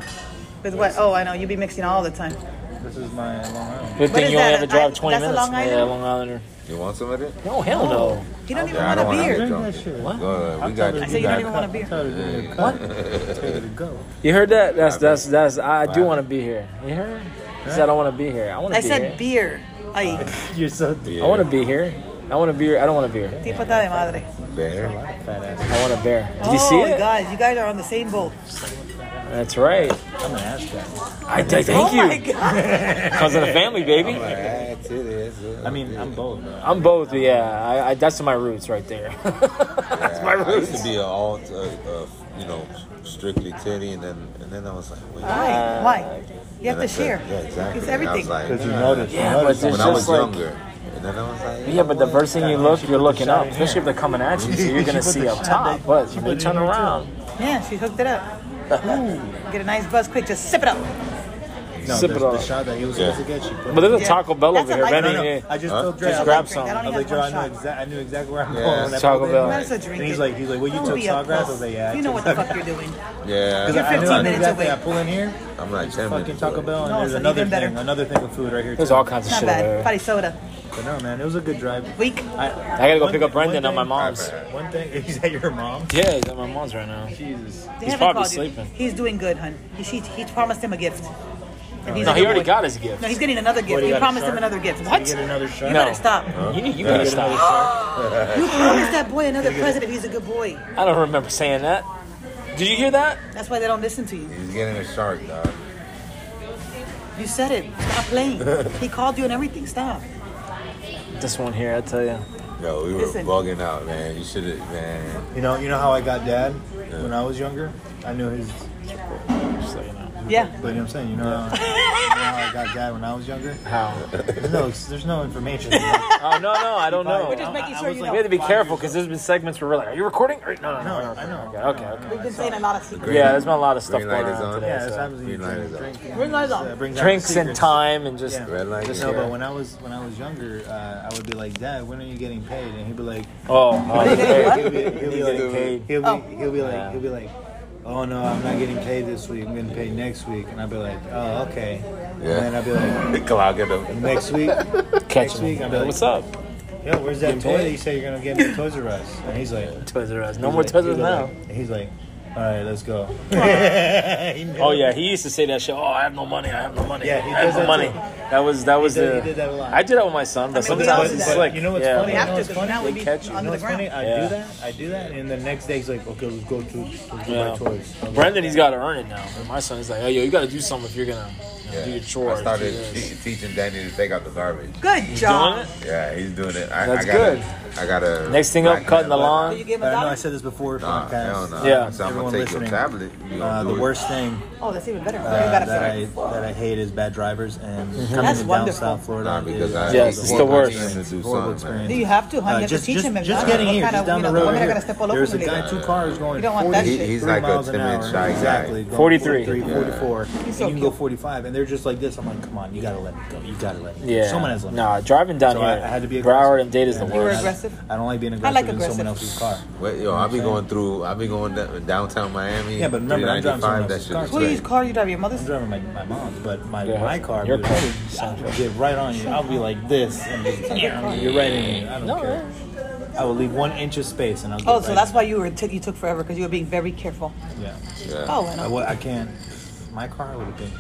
[SPEAKER 3] With what? Oh, I know. You be mixing all the time.
[SPEAKER 9] This is my Long Island.
[SPEAKER 2] Good
[SPEAKER 3] What
[SPEAKER 2] thing
[SPEAKER 3] is
[SPEAKER 2] you only have
[SPEAKER 3] that,
[SPEAKER 2] to
[SPEAKER 3] an
[SPEAKER 2] drive
[SPEAKER 3] island-
[SPEAKER 2] 20
[SPEAKER 3] that's a
[SPEAKER 2] minutes.
[SPEAKER 3] Long Islander?
[SPEAKER 2] yeah, Long Islander.
[SPEAKER 4] You want some of it?
[SPEAKER 2] No, hell no.
[SPEAKER 3] You don't even
[SPEAKER 4] Yeah, I
[SPEAKER 3] want a
[SPEAKER 4] don't want-
[SPEAKER 3] beer.
[SPEAKER 9] Drink
[SPEAKER 4] don't-
[SPEAKER 9] that shit.
[SPEAKER 2] What?
[SPEAKER 4] Go ahead.
[SPEAKER 9] I'll
[SPEAKER 4] We
[SPEAKER 9] tell
[SPEAKER 4] got
[SPEAKER 9] her
[SPEAKER 3] I said
[SPEAKER 9] to do
[SPEAKER 3] you don't
[SPEAKER 9] that.
[SPEAKER 3] even want a beer.
[SPEAKER 9] Tell her to do that.
[SPEAKER 2] What?
[SPEAKER 9] Tell her to go.
[SPEAKER 2] You heard that? That's
[SPEAKER 4] Yeah,
[SPEAKER 2] that's that's. I do
[SPEAKER 4] Wow.
[SPEAKER 2] want to be here. You heard? He said I want to be here. I want
[SPEAKER 3] I
[SPEAKER 2] to be
[SPEAKER 3] said
[SPEAKER 2] here.
[SPEAKER 3] beer. Ay,
[SPEAKER 9] You're so
[SPEAKER 2] I want to be here. I want to be here. I don't want to be here.
[SPEAKER 3] qué pata de madre.
[SPEAKER 4] bear.
[SPEAKER 9] fat ass.
[SPEAKER 2] I want a bear. Did you see
[SPEAKER 3] oh,
[SPEAKER 2] it?
[SPEAKER 3] guys, you guys are on the same boat.
[SPEAKER 2] That's right.
[SPEAKER 9] I'm an ass guy.
[SPEAKER 2] I thank
[SPEAKER 3] oh my
[SPEAKER 2] you.
[SPEAKER 3] god.
[SPEAKER 2] Cause of the family, baby.
[SPEAKER 4] That's it. Is it?
[SPEAKER 9] I mean, I'm bold. Bro.
[SPEAKER 2] I'm both, yeah. I, I, that's my roots right there. [laughs] that's my
[SPEAKER 4] I used
[SPEAKER 2] roots.
[SPEAKER 4] to be an all, uh, uh, you know, strictly titty, and then and then I was like, wait.
[SPEAKER 3] Why? Why? You have
[SPEAKER 4] And I
[SPEAKER 3] to
[SPEAKER 4] said,
[SPEAKER 3] share.
[SPEAKER 4] Yeah, exactly.
[SPEAKER 3] It's
[SPEAKER 4] And I was
[SPEAKER 3] everything.
[SPEAKER 4] like,
[SPEAKER 9] Because you
[SPEAKER 4] nah.
[SPEAKER 9] notice.
[SPEAKER 2] Yeah,
[SPEAKER 9] you
[SPEAKER 2] but
[SPEAKER 9] notice
[SPEAKER 2] it's
[SPEAKER 4] when
[SPEAKER 9] something.
[SPEAKER 4] I was
[SPEAKER 2] just like-
[SPEAKER 4] younger, and then I was like, you
[SPEAKER 2] Yeah, but the
[SPEAKER 4] know
[SPEAKER 2] first thing you look, you're looking up,
[SPEAKER 9] She put the shot in
[SPEAKER 2] especially if they're coming at you. So
[SPEAKER 4] [laughs]
[SPEAKER 2] you're gonna
[SPEAKER 9] She put
[SPEAKER 2] see
[SPEAKER 9] the
[SPEAKER 2] up
[SPEAKER 9] shot
[SPEAKER 2] top,
[SPEAKER 9] in-
[SPEAKER 2] but
[SPEAKER 9] she
[SPEAKER 2] you
[SPEAKER 9] put
[SPEAKER 2] may
[SPEAKER 9] it
[SPEAKER 2] turn
[SPEAKER 9] in here, too.
[SPEAKER 2] around.
[SPEAKER 3] Yeah, she hooked it up. Get a nice buzz quick. Just sip it up.
[SPEAKER 9] No,
[SPEAKER 2] Sip
[SPEAKER 9] the,
[SPEAKER 2] it
[SPEAKER 9] the
[SPEAKER 2] up.
[SPEAKER 9] shot that he was
[SPEAKER 4] Yeah.
[SPEAKER 9] supposed to get, she put
[SPEAKER 2] But
[SPEAKER 9] it.
[SPEAKER 2] there's a
[SPEAKER 3] Yeah.
[SPEAKER 2] Taco Bell
[SPEAKER 3] That's
[SPEAKER 2] over here.
[SPEAKER 3] a- I
[SPEAKER 2] If
[SPEAKER 9] No,
[SPEAKER 3] don't
[SPEAKER 9] no,
[SPEAKER 2] anything,
[SPEAKER 9] I just
[SPEAKER 4] Huh?
[SPEAKER 9] told Dre.
[SPEAKER 3] Just
[SPEAKER 9] I was
[SPEAKER 2] grab
[SPEAKER 9] like,
[SPEAKER 3] drink. I
[SPEAKER 2] some.
[SPEAKER 3] don't
[SPEAKER 9] I was
[SPEAKER 3] even
[SPEAKER 9] like, Dre,
[SPEAKER 3] have
[SPEAKER 9] I
[SPEAKER 3] one
[SPEAKER 9] know
[SPEAKER 3] shot.
[SPEAKER 9] exactly. I knew exactly where I'm
[SPEAKER 4] Yeah.
[SPEAKER 9] going. when I
[SPEAKER 2] Taco
[SPEAKER 9] pulled in.
[SPEAKER 2] Bell.
[SPEAKER 3] That's a drink.
[SPEAKER 9] And he's like, he's like, well, you
[SPEAKER 3] Don't
[SPEAKER 9] took
[SPEAKER 3] be a
[SPEAKER 9] Sawgrass. I
[SPEAKER 3] puss.
[SPEAKER 9] was like, yeah. I
[SPEAKER 3] You know
[SPEAKER 9] took
[SPEAKER 3] what the
[SPEAKER 9] Sawgrass.
[SPEAKER 3] fuck you're doing.
[SPEAKER 4] yeah,
[SPEAKER 9] Because I, I
[SPEAKER 3] You're
[SPEAKER 9] knew I
[SPEAKER 3] 15
[SPEAKER 9] knew
[SPEAKER 3] minutes
[SPEAKER 9] exactly.
[SPEAKER 3] away.
[SPEAKER 9] I pull in here,
[SPEAKER 4] I'm like ten
[SPEAKER 9] fucking
[SPEAKER 4] minutes.
[SPEAKER 9] Taco
[SPEAKER 4] away.
[SPEAKER 9] Bell, and
[SPEAKER 3] No,
[SPEAKER 9] there's
[SPEAKER 3] it's
[SPEAKER 9] another
[SPEAKER 3] even better.
[SPEAKER 9] thing, another thing with food right here.
[SPEAKER 2] there's
[SPEAKER 9] too.
[SPEAKER 2] all kinds of
[SPEAKER 3] Not
[SPEAKER 2] shit over
[SPEAKER 3] bad.
[SPEAKER 2] there.
[SPEAKER 3] Party soda.
[SPEAKER 9] But no, man, it was a good drive.
[SPEAKER 3] Weak.
[SPEAKER 9] I,
[SPEAKER 2] I gotta go
[SPEAKER 9] one
[SPEAKER 2] pick up
[SPEAKER 9] thing- one
[SPEAKER 2] Brendan at
[SPEAKER 9] thing-
[SPEAKER 2] my mom's.
[SPEAKER 9] One thing [laughs] is that your mom.
[SPEAKER 2] Yeah, he's at my mom's right now.
[SPEAKER 9] Jesus.
[SPEAKER 3] They
[SPEAKER 2] He's
[SPEAKER 3] haven't
[SPEAKER 2] probably
[SPEAKER 3] called you.
[SPEAKER 2] sleeping.
[SPEAKER 3] He's doing good, hun. He, she, he promised him a gift. And he's
[SPEAKER 2] No,
[SPEAKER 3] a
[SPEAKER 2] he
[SPEAKER 3] good
[SPEAKER 2] already
[SPEAKER 3] boy.
[SPEAKER 2] got his gift.
[SPEAKER 3] No, he's getting another gift.
[SPEAKER 9] do you
[SPEAKER 3] He
[SPEAKER 9] got, a
[SPEAKER 3] promised
[SPEAKER 9] shark?
[SPEAKER 3] him another gift.
[SPEAKER 9] Did he
[SPEAKER 3] What?
[SPEAKER 9] get another shot?
[SPEAKER 3] You
[SPEAKER 2] No.
[SPEAKER 3] better stop.
[SPEAKER 2] You need, you
[SPEAKER 9] Did he
[SPEAKER 2] gotta
[SPEAKER 9] get another
[SPEAKER 2] stop.
[SPEAKER 9] shark?
[SPEAKER 3] You promised that boy another present if he's a good boy.
[SPEAKER 2] I don't remember saying that. Did you hear that?
[SPEAKER 3] That's why they don't listen to you.
[SPEAKER 4] He's getting a shark, dog.
[SPEAKER 3] You said it. Stop playing. he called you and everything. Stop.
[SPEAKER 2] This one here, I tell you.
[SPEAKER 4] Yo, we were
[SPEAKER 3] Listen.
[SPEAKER 4] bugging out, man. You should have, man.
[SPEAKER 9] You know, you know how I got dad when I was younger. I knew his,
[SPEAKER 2] Just so you know.
[SPEAKER 3] Yeah.
[SPEAKER 9] but you know what I'm saying, you know, how, you know how I got dad when I was younger.
[SPEAKER 4] [laughs]
[SPEAKER 2] How?
[SPEAKER 9] There's no, there's no [laughs] information.
[SPEAKER 2] Oh no no, I don't know.
[SPEAKER 3] We're just making
[SPEAKER 9] I- I
[SPEAKER 3] sure
[SPEAKER 9] was
[SPEAKER 3] you
[SPEAKER 9] like-
[SPEAKER 2] we
[SPEAKER 3] know.
[SPEAKER 2] had to be careful because there's been segments where we're like, "Are you recording?" Or, no, no, no,
[SPEAKER 9] No,
[SPEAKER 2] we're
[SPEAKER 9] I know.
[SPEAKER 2] recording. Okay, okay, okay.
[SPEAKER 3] We've been saying a lot of secrets.
[SPEAKER 2] Yeah, there's been a lot of stuff
[SPEAKER 4] Green
[SPEAKER 2] going
[SPEAKER 4] light is
[SPEAKER 2] on
[SPEAKER 4] on.
[SPEAKER 2] today.
[SPEAKER 9] Yeah,
[SPEAKER 2] so.
[SPEAKER 9] this happens. when you
[SPEAKER 4] Green light
[SPEAKER 9] drink-
[SPEAKER 4] is on.
[SPEAKER 9] drink-
[SPEAKER 3] Green light is on.
[SPEAKER 9] uh, brings
[SPEAKER 2] [laughs]
[SPEAKER 9] out
[SPEAKER 2] Drinks and
[SPEAKER 9] secrets.
[SPEAKER 2] time and just
[SPEAKER 9] Yeah.
[SPEAKER 4] Red light.
[SPEAKER 2] Just
[SPEAKER 9] No,
[SPEAKER 4] yeah.
[SPEAKER 9] but when I was when I was younger, uh, I would be like, Dad, when are you getting
[SPEAKER 2] [laughs]
[SPEAKER 9] paid? And he'd be like,
[SPEAKER 2] oh, oh,
[SPEAKER 9] [laughs] he'll
[SPEAKER 2] okay.
[SPEAKER 9] be, he'll be like,
[SPEAKER 2] paid.
[SPEAKER 9] he'll be,
[SPEAKER 3] Oh.
[SPEAKER 9] he'll be like,
[SPEAKER 2] Yeah.
[SPEAKER 9] he'll be like, oh no, I'm not getting paid this week. I'm getting paid next week, and I'd be like, oh okay.
[SPEAKER 4] Yeah.
[SPEAKER 9] And then I'd be like,
[SPEAKER 4] Clogging them.
[SPEAKER 9] next
[SPEAKER 2] [laughs]
[SPEAKER 9] week,
[SPEAKER 2] Catch
[SPEAKER 9] next
[SPEAKER 2] him.
[SPEAKER 9] week, I'd be like,
[SPEAKER 2] What's up?
[SPEAKER 9] Yo, where's that
[SPEAKER 2] Getting
[SPEAKER 9] toy that
[SPEAKER 2] paid?
[SPEAKER 9] you said you're gonna get me at Toys R Us? And he's like,
[SPEAKER 2] Toys R Us. No
[SPEAKER 9] he's
[SPEAKER 2] more
[SPEAKER 9] like-
[SPEAKER 2] Toys R Us
[SPEAKER 9] he's
[SPEAKER 2] now.
[SPEAKER 9] like- He's like, all right, let's go.
[SPEAKER 2] Oh
[SPEAKER 9] [laughs] oh
[SPEAKER 2] yeah, he used to say that shit. Oh, I have no money. I have no money.
[SPEAKER 9] Yeah, he
[SPEAKER 2] I have
[SPEAKER 9] does
[SPEAKER 2] no
[SPEAKER 9] that
[SPEAKER 2] money.
[SPEAKER 9] too.
[SPEAKER 2] That was that was
[SPEAKER 9] did-
[SPEAKER 2] the.
[SPEAKER 9] he did that a lot.
[SPEAKER 2] I did that with my son, but
[SPEAKER 3] I mean, we all
[SPEAKER 2] sometimes
[SPEAKER 3] do
[SPEAKER 2] it's
[SPEAKER 3] that.
[SPEAKER 2] like
[SPEAKER 9] You know what's
[SPEAKER 2] yeah,
[SPEAKER 9] funny?
[SPEAKER 3] We
[SPEAKER 9] You
[SPEAKER 3] have
[SPEAKER 9] know
[SPEAKER 3] to,
[SPEAKER 9] what's
[SPEAKER 3] 'cause
[SPEAKER 9] funny?
[SPEAKER 3] now
[SPEAKER 2] They
[SPEAKER 3] we'd be
[SPEAKER 2] catch you.
[SPEAKER 9] You
[SPEAKER 3] under
[SPEAKER 9] know
[SPEAKER 3] the
[SPEAKER 9] what's funny?
[SPEAKER 3] ground.
[SPEAKER 9] I
[SPEAKER 2] Yeah.
[SPEAKER 9] do that. I do that, and the next day he's like, "Okay, let's go to let's go buy
[SPEAKER 2] Yeah.
[SPEAKER 9] toys." I'm like,
[SPEAKER 2] Brendan, he's got to earn it now. And my son is like, hey, yo, you got to do something if you're gonna you know, do your chores.
[SPEAKER 4] I started
[SPEAKER 2] do this."
[SPEAKER 4] te- teaching Danny to take out the garbage.
[SPEAKER 3] Good
[SPEAKER 2] He's doing
[SPEAKER 3] job.
[SPEAKER 2] it.
[SPEAKER 4] Yeah, he's doing it. I,
[SPEAKER 2] That's
[SPEAKER 4] I gotta,
[SPEAKER 2] good.
[SPEAKER 4] I gotta.
[SPEAKER 2] Next thing up,
[SPEAKER 4] I
[SPEAKER 2] cutting the
[SPEAKER 4] gotta-
[SPEAKER 2] lawn.
[SPEAKER 3] Did you give him
[SPEAKER 9] I
[SPEAKER 3] a
[SPEAKER 9] know I
[SPEAKER 3] dollar?
[SPEAKER 9] said this before. from the
[SPEAKER 4] Nah,
[SPEAKER 9] past.
[SPEAKER 4] hell no.
[SPEAKER 2] Yeah.
[SPEAKER 4] So I'm gonna
[SPEAKER 9] Everyone
[SPEAKER 4] take
[SPEAKER 9] listening.
[SPEAKER 4] your tablet. You gonna
[SPEAKER 9] Uh,
[SPEAKER 4] do
[SPEAKER 9] the
[SPEAKER 4] it.
[SPEAKER 9] worst thing
[SPEAKER 3] Oh, that's even better.
[SPEAKER 9] uh,
[SPEAKER 3] you got
[SPEAKER 9] that I
[SPEAKER 3] a full-
[SPEAKER 9] that I hate is bad drivers and coming
[SPEAKER 3] That's
[SPEAKER 9] to down
[SPEAKER 3] wonderful.
[SPEAKER 9] South Florida.
[SPEAKER 4] Nah, because
[SPEAKER 9] is
[SPEAKER 4] I
[SPEAKER 2] Yes,
[SPEAKER 4] hate
[SPEAKER 2] it's
[SPEAKER 4] to
[SPEAKER 2] the
[SPEAKER 4] teach
[SPEAKER 2] worst.
[SPEAKER 4] him To do something,
[SPEAKER 9] Horrible
[SPEAKER 4] man.
[SPEAKER 9] experience.
[SPEAKER 3] Do you have to, honey?
[SPEAKER 9] Uh,
[SPEAKER 3] you have
[SPEAKER 9] just,
[SPEAKER 3] to teach
[SPEAKER 9] just,
[SPEAKER 3] him. If
[SPEAKER 9] just
[SPEAKER 3] not,
[SPEAKER 9] getting here,
[SPEAKER 3] what kind
[SPEAKER 9] just
[SPEAKER 3] of-
[SPEAKER 9] down
[SPEAKER 3] you know,
[SPEAKER 9] the road.
[SPEAKER 3] women are
[SPEAKER 9] here,
[SPEAKER 3] gonna step all over
[SPEAKER 9] There's a
[SPEAKER 3] you
[SPEAKER 9] guy,
[SPEAKER 3] later.
[SPEAKER 9] two cars going
[SPEAKER 3] You don't want
[SPEAKER 9] 40,
[SPEAKER 3] that shit.
[SPEAKER 4] He- he's
[SPEAKER 9] three
[SPEAKER 4] like a
[SPEAKER 9] miles an
[SPEAKER 4] timid,
[SPEAKER 9] hour.
[SPEAKER 4] shy guy.
[SPEAKER 9] Exactly. going
[SPEAKER 2] 43.
[SPEAKER 9] 43, 44. And you
[SPEAKER 3] so
[SPEAKER 9] can go
[SPEAKER 3] cute.
[SPEAKER 9] 45, and they're just like this. I'm like, come on, you gotta let me go. You gotta let me go.
[SPEAKER 2] Yeah.
[SPEAKER 9] Someone has let me go.
[SPEAKER 2] Nah, driving down
[SPEAKER 9] So
[SPEAKER 2] here,
[SPEAKER 9] I, I had to be aggressive.
[SPEAKER 2] Broward and Data's the
[SPEAKER 9] You
[SPEAKER 3] You were
[SPEAKER 2] worst.
[SPEAKER 3] aggressive.
[SPEAKER 9] I don't like being
[SPEAKER 3] I
[SPEAKER 9] aggressive
[SPEAKER 3] like
[SPEAKER 9] in someone
[SPEAKER 3] aggressive.
[SPEAKER 9] else's car.
[SPEAKER 4] Wait, yo, I'll be going through. I'll be going down- downtown Miami.
[SPEAKER 9] Yeah, but remember, I'm
[SPEAKER 4] 395,
[SPEAKER 9] driving someone
[SPEAKER 4] that
[SPEAKER 9] else's
[SPEAKER 4] shit
[SPEAKER 9] car.
[SPEAKER 4] is
[SPEAKER 9] Please,
[SPEAKER 4] crazy.
[SPEAKER 3] Whose car you drive? Your mother's?
[SPEAKER 9] I'm driving my, my mom's, but my,
[SPEAKER 2] Yeah.
[SPEAKER 9] my car,
[SPEAKER 2] Your
[SPEAKER 9] dude,
[SPEAKER 2] car.
[SPEAKER 9] I'll get right on you. I'll be like this, and just, you're right in me. I don't care. I will leave one inch of space, and I'll. Get
[SPEAKER 3] Oh, so
[SPEAKER 9] right
[SPEAKER 3] that's why you were took you took forever because you were being very careful.
[SPEAKER 9] Yeah.
[SPEAKER 4] Yeah.
[SPEAKER 3] Oh, and
[SPEAKER 9] I,
[SPEAKER 3] I
[SPEAKER 9] wa- I can't. My car would have been here.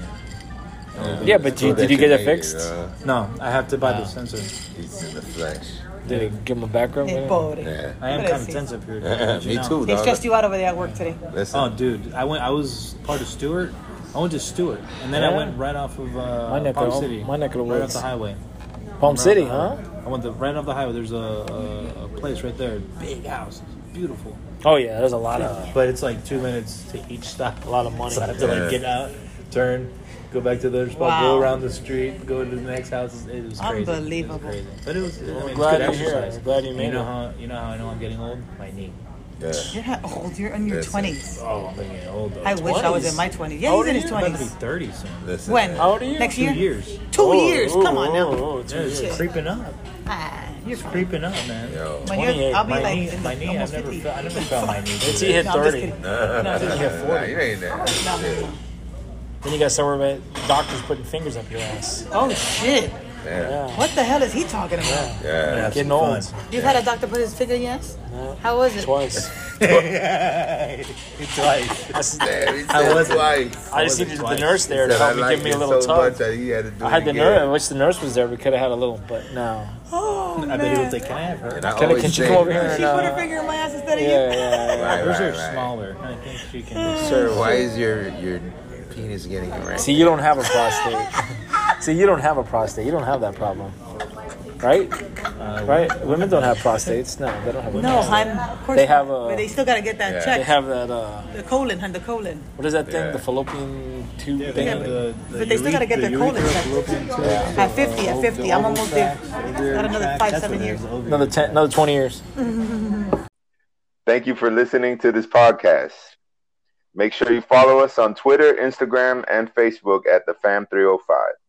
[SPEAKER 2] Yeah, but you,
[SPEAKER 4] So
[SPEAKER 2] did you
[SPEAKER 4] that
[SPEAKER 2] get it
[SPEAKER 4] made
[SPEAKER 2] fixed?
[SPEAKER 4] uh,
[SPEAKER 9] No, I have to buy the sensor.
[SPEAKER 4] He's in the flesh.
[SPEAKER 2] Did it give him a background?
[SPEAKER 3] Hey,
[SPEAKER 2] Yeah.
[SPEAKER 3] pobre.
[SPEAKER 4] Yeah.
[SPEAKER 9] I am
[SPEAKER 3] But I
[SPEAKER 9] kind of
[SPEAKER 3] see.
[SPEAKER 9] tense up here. but you
[SPEAKER 4] Me
[SPEAKER 9] know.
[SPEAKER 4] too,
[SPEAKER 3] They
[SPEAKER 4] dog.
[SPEAKER 3] stressed you out over there at work today.
[SPEAKER 4] Listen,
[SPEAKER 9] Oh, dude, I went. I was part of Stewart. I went to Stewart, and then I
[SPEAKER 2] Yeah.
[SPEAKER 9] went right off of uh,
[SPEAKER 2] My neck
[SPEAKER 9] Palm
[SPEAKER 2] of-
[SPEAKER 9] City,
[SPEAKER 2] my neck of the
[SPEAKER 9] right off
[SPEAKER 2] woods.
[SPEAKER 9] the highway.
[SPEAKER 2] Palm
[SPEAKER 9] Right
[SPEAKER 2] City,
[SPEAKER 9] off the
[SPEAKER 2] huh?
[SPEAKER 9] highway. I went the, right off the highway. There's a, a, a place right there, big house, It's beautiful.
[SPEAKER 2] Oh yeah, there's a lot of
[SPEAKER 9] Uh, but it's like two minutes to each stop.
[SPEAKER 2] a lot of money.
[SPEAKER 9] So I have to like get out, turn, go back to the other
[SPEAKER 3] Wow.
[SPEAKER 9] spot, go around the street, go to the next house. It was crazy. It was
[SPEAKER 3] Unbelievable.
[SPEAKER 9] crazy. But it was. I mean, it's
[SPEAKER 2] glad
[SPEAKER 9] good
[SPEAKER 2] you're here.
[SPEAKER 9] exercise.
[SPEAKER 2] I'm glad you
[SPEAKER 9] And
[SPEAKER 2] made
[SPEAKER 9] you know
[SPEAKER 2] it.
[SPEAKER 9] how you know how I know I'm getting old? My knee.
[SPEAKER 4] yeah.
[SPEAKER 3] You're not old. You're in your
[SPEAKER 4] Yes.
[SPEAKER 3] twenties.
[SPEAKER 9] Oh, I'm getting old. Though.
[SPEAKER 3] I wish I was
[SPEAKER 2] 20s?
[SPEAKER 3] in my twenties.
[SPEAKER 2] How
[SPEAKER 3] Yeah,
[SPEAKER 2] old
[SPEAKER 3] he's in
[SPEAKER 2] are
[SPEAKER 3] his
[SPEAKER 2] you?
[SPEAKER 9] I'm about to be
[SPEAKER 3] twenties.
[SPEAKER 9] 30 soon.
[SPEAKER 4] Listen,
[SPEAKER 3] When?
[SPEAKER 4] man.
[SPEAKER 2] How old are you?
[SPEAKER 3] Next
[SPEAKER 9] Two
[SPEAKER 3] year?
[SPEAKER 9] years.
[SPEAKER 3] Two
[SPEAKER 2] Oh,
[SPEAKER 3] years.
[SPEAKER 2] oh,
[SPEAKER 3] Come on now.
[SPEAKER 2] oh, oh, two
[SPEAKER 9] Yeah,
[SPEAKER 2] years.
[SPEAKER 9] it's creeping up.
[SPEAKER 3] Ah, you're
[SPEAKER 9] It's
[SPEAKER 3] fine.
[SPEAKER 9] creeping up, man.
[SPEAKER 4] Yo. [laughs]
[SPEAKER 3] When you're, I'll be
[SPEAKER 9] my
[SPEAKER 3] like
[SPEAKER 9] knee,
[SPEAKER 3] in the,
[SPEAKER 9] my knee. I
[SPEAKER 3] almost
[SPEAKER 9] never,
[SPEAKER 3] 50.
[SPEAKER 9] felt, I never felt my knee.
[SPEAKER 2] Once he hit
[SPEAKER 3] No, I'm just
[SPEAKER 2] 30,
[SPEAKER 3] kidding.
[SPEAKER 4] Nah, you ain't there.
[SPEAKER 2] then you got somewhere where doctors putting fingers up your ass.
[SPEAKER 3] Oh shit!
[SPEAKER 4] Yeah.
[SPEAKER 2] Yeah.
[SPEAKER 3] What the hell is he talking about?
[SPEAKER 4] Yeah.
[SPEAKER 9] Have some
[SPEAKER 2] Getting old.
[SPEAKER 9] fun.
[SPEAKER 3] You've had a doctor put his finger in your ass?
[SPEAKER 2] No.
[SPEAKER 3] How was it?
[SPEAKER 2] Twice.
[SPEAKER 9] it's like
[SPEAKER 4] [laughs]
[SPEAKER 2] I, s-
[SPEAKER 4] Damn, he
[SPEAKER 9] I
[SPEAKER 4] said
[SPEAKER 9] wasn't.
[SPEAKER 4] twice.
[SPEAKER 2] I just
[SPEAKER 9] Twice.
[SPEAKER 2] needed the nurse there to
[SPEAKER 4] Said, I
[SPEAKER 2] help me
[SPEAKER 4] like
[SPEAKER 2] give me
[SPEAKER 4] it
[SPEAKER 2] a little
[SPEAKER 4] so
[SPEAKER 2] tug.
[SPEAKER 4] much that he had to do
[SPEAKER 2] I had
[SPEAKER 4] it
[SPEAKER 2] the
[SPEAKER 4] again.
[SPEAKER 2] nurse. I wish the nurse was there. We could have had a little, but no.
[SPEAKER 3] Oh
[SPEAKER 9] I bet he was like, "Can I have her?"
[SPEAKER 4] And I
[SPEAKER 2] Can I-
[SPEAKER 4] always
[SPEAKER 2] can she
[SPEAKER 4] say,
[SPEAKER 2] come over
[SPEAKER 4] like,
[SPEAKER 2] here
[SPEAKER 3] She
[SPEAKER 2] No.
[SPEAKER 3] put her finger in my ass instead of
[SPEAKER 2] Yeah,
[SPEAKER 3] [laughs] you.
[SPEAKER 2] yeah, yeah.
[SPEAKER 4] Right,
[SPEAKER 9] Hers
[SPEAKER 4] right,
[SPEAKER 9] are
[SPEAKER 4] right.
[SPEAKER 9] smaller. I think she can.
[SPEAKER 4] Sir, why is your your penis getting erect?
[SPEAKER 2] See, you don't have a prostate. See, you don't have a prostate. You don't have that problem, right?
[SPEAKER 9] Uh,
[SPEAKER 2] Right? Women don't have prostates. No, they don't have. A
[SPEAKER 3] No,
[SPEAKER 2] prostate.
[SPEAKER 3] I'm of course.
[SPEAKER 2] They have
[SPEAKER 3] not,
[SPEAKER 2] a-
[SPEAKER 3] but they still gotta get that
[SPEAKER 4] Yeah.
[SPEAKER 2] They
[SPEAKER 3] checked.
[SPEAKER 2] have that. Uh,
[SPEAKER 3] the colon, hun, the colon.
[SPEAKER 2] what is that thing?
[SPEAKER 4] Yeah.
[SPEAKER 2] The fallopian tube
[SPEAKER 9] Yeah,
[SPEAKER 2] thing.
[SPEAKER 9] they have the, the
[SPEAKER 3] But they still gotta get their
[SPEAKER 9] ure- the
[SPEAKER 3] colon
[SPEAKER 9] urethra
[SPEAKER 3] checked.
[SPEAKER 9] fallopian tube,
[SPEAKER 3] At 50, at
[SPEAKER 9] the
[SPEAKER 3] 50, I'm
[SPEAKER 9] oval
[SPEAKER 3] almost there.
[SPEAKER 9] sac,
[SPEAKER 3] Got
[SPEAKER 9] ovarian
[SPEAKER 3] another
[SPEAKER 9] sac,
[SPEAKER 3] five,
[SPEAKER 9] that's
[SPEAKER 3] seven
[SPEAKER 9] what it
[SPEAKER 3] years.
[SPEAKER 9] is, ovarian
[SPEAKER 2] Another ten.
[SPEAKER 9] sac.
[SPEAKER 2] Another twenty years.
[SPEAKER 4] Thank you for listening to this podcast. Make sure you follow us on Twitter, Instagram, and Facebook at the Fam305.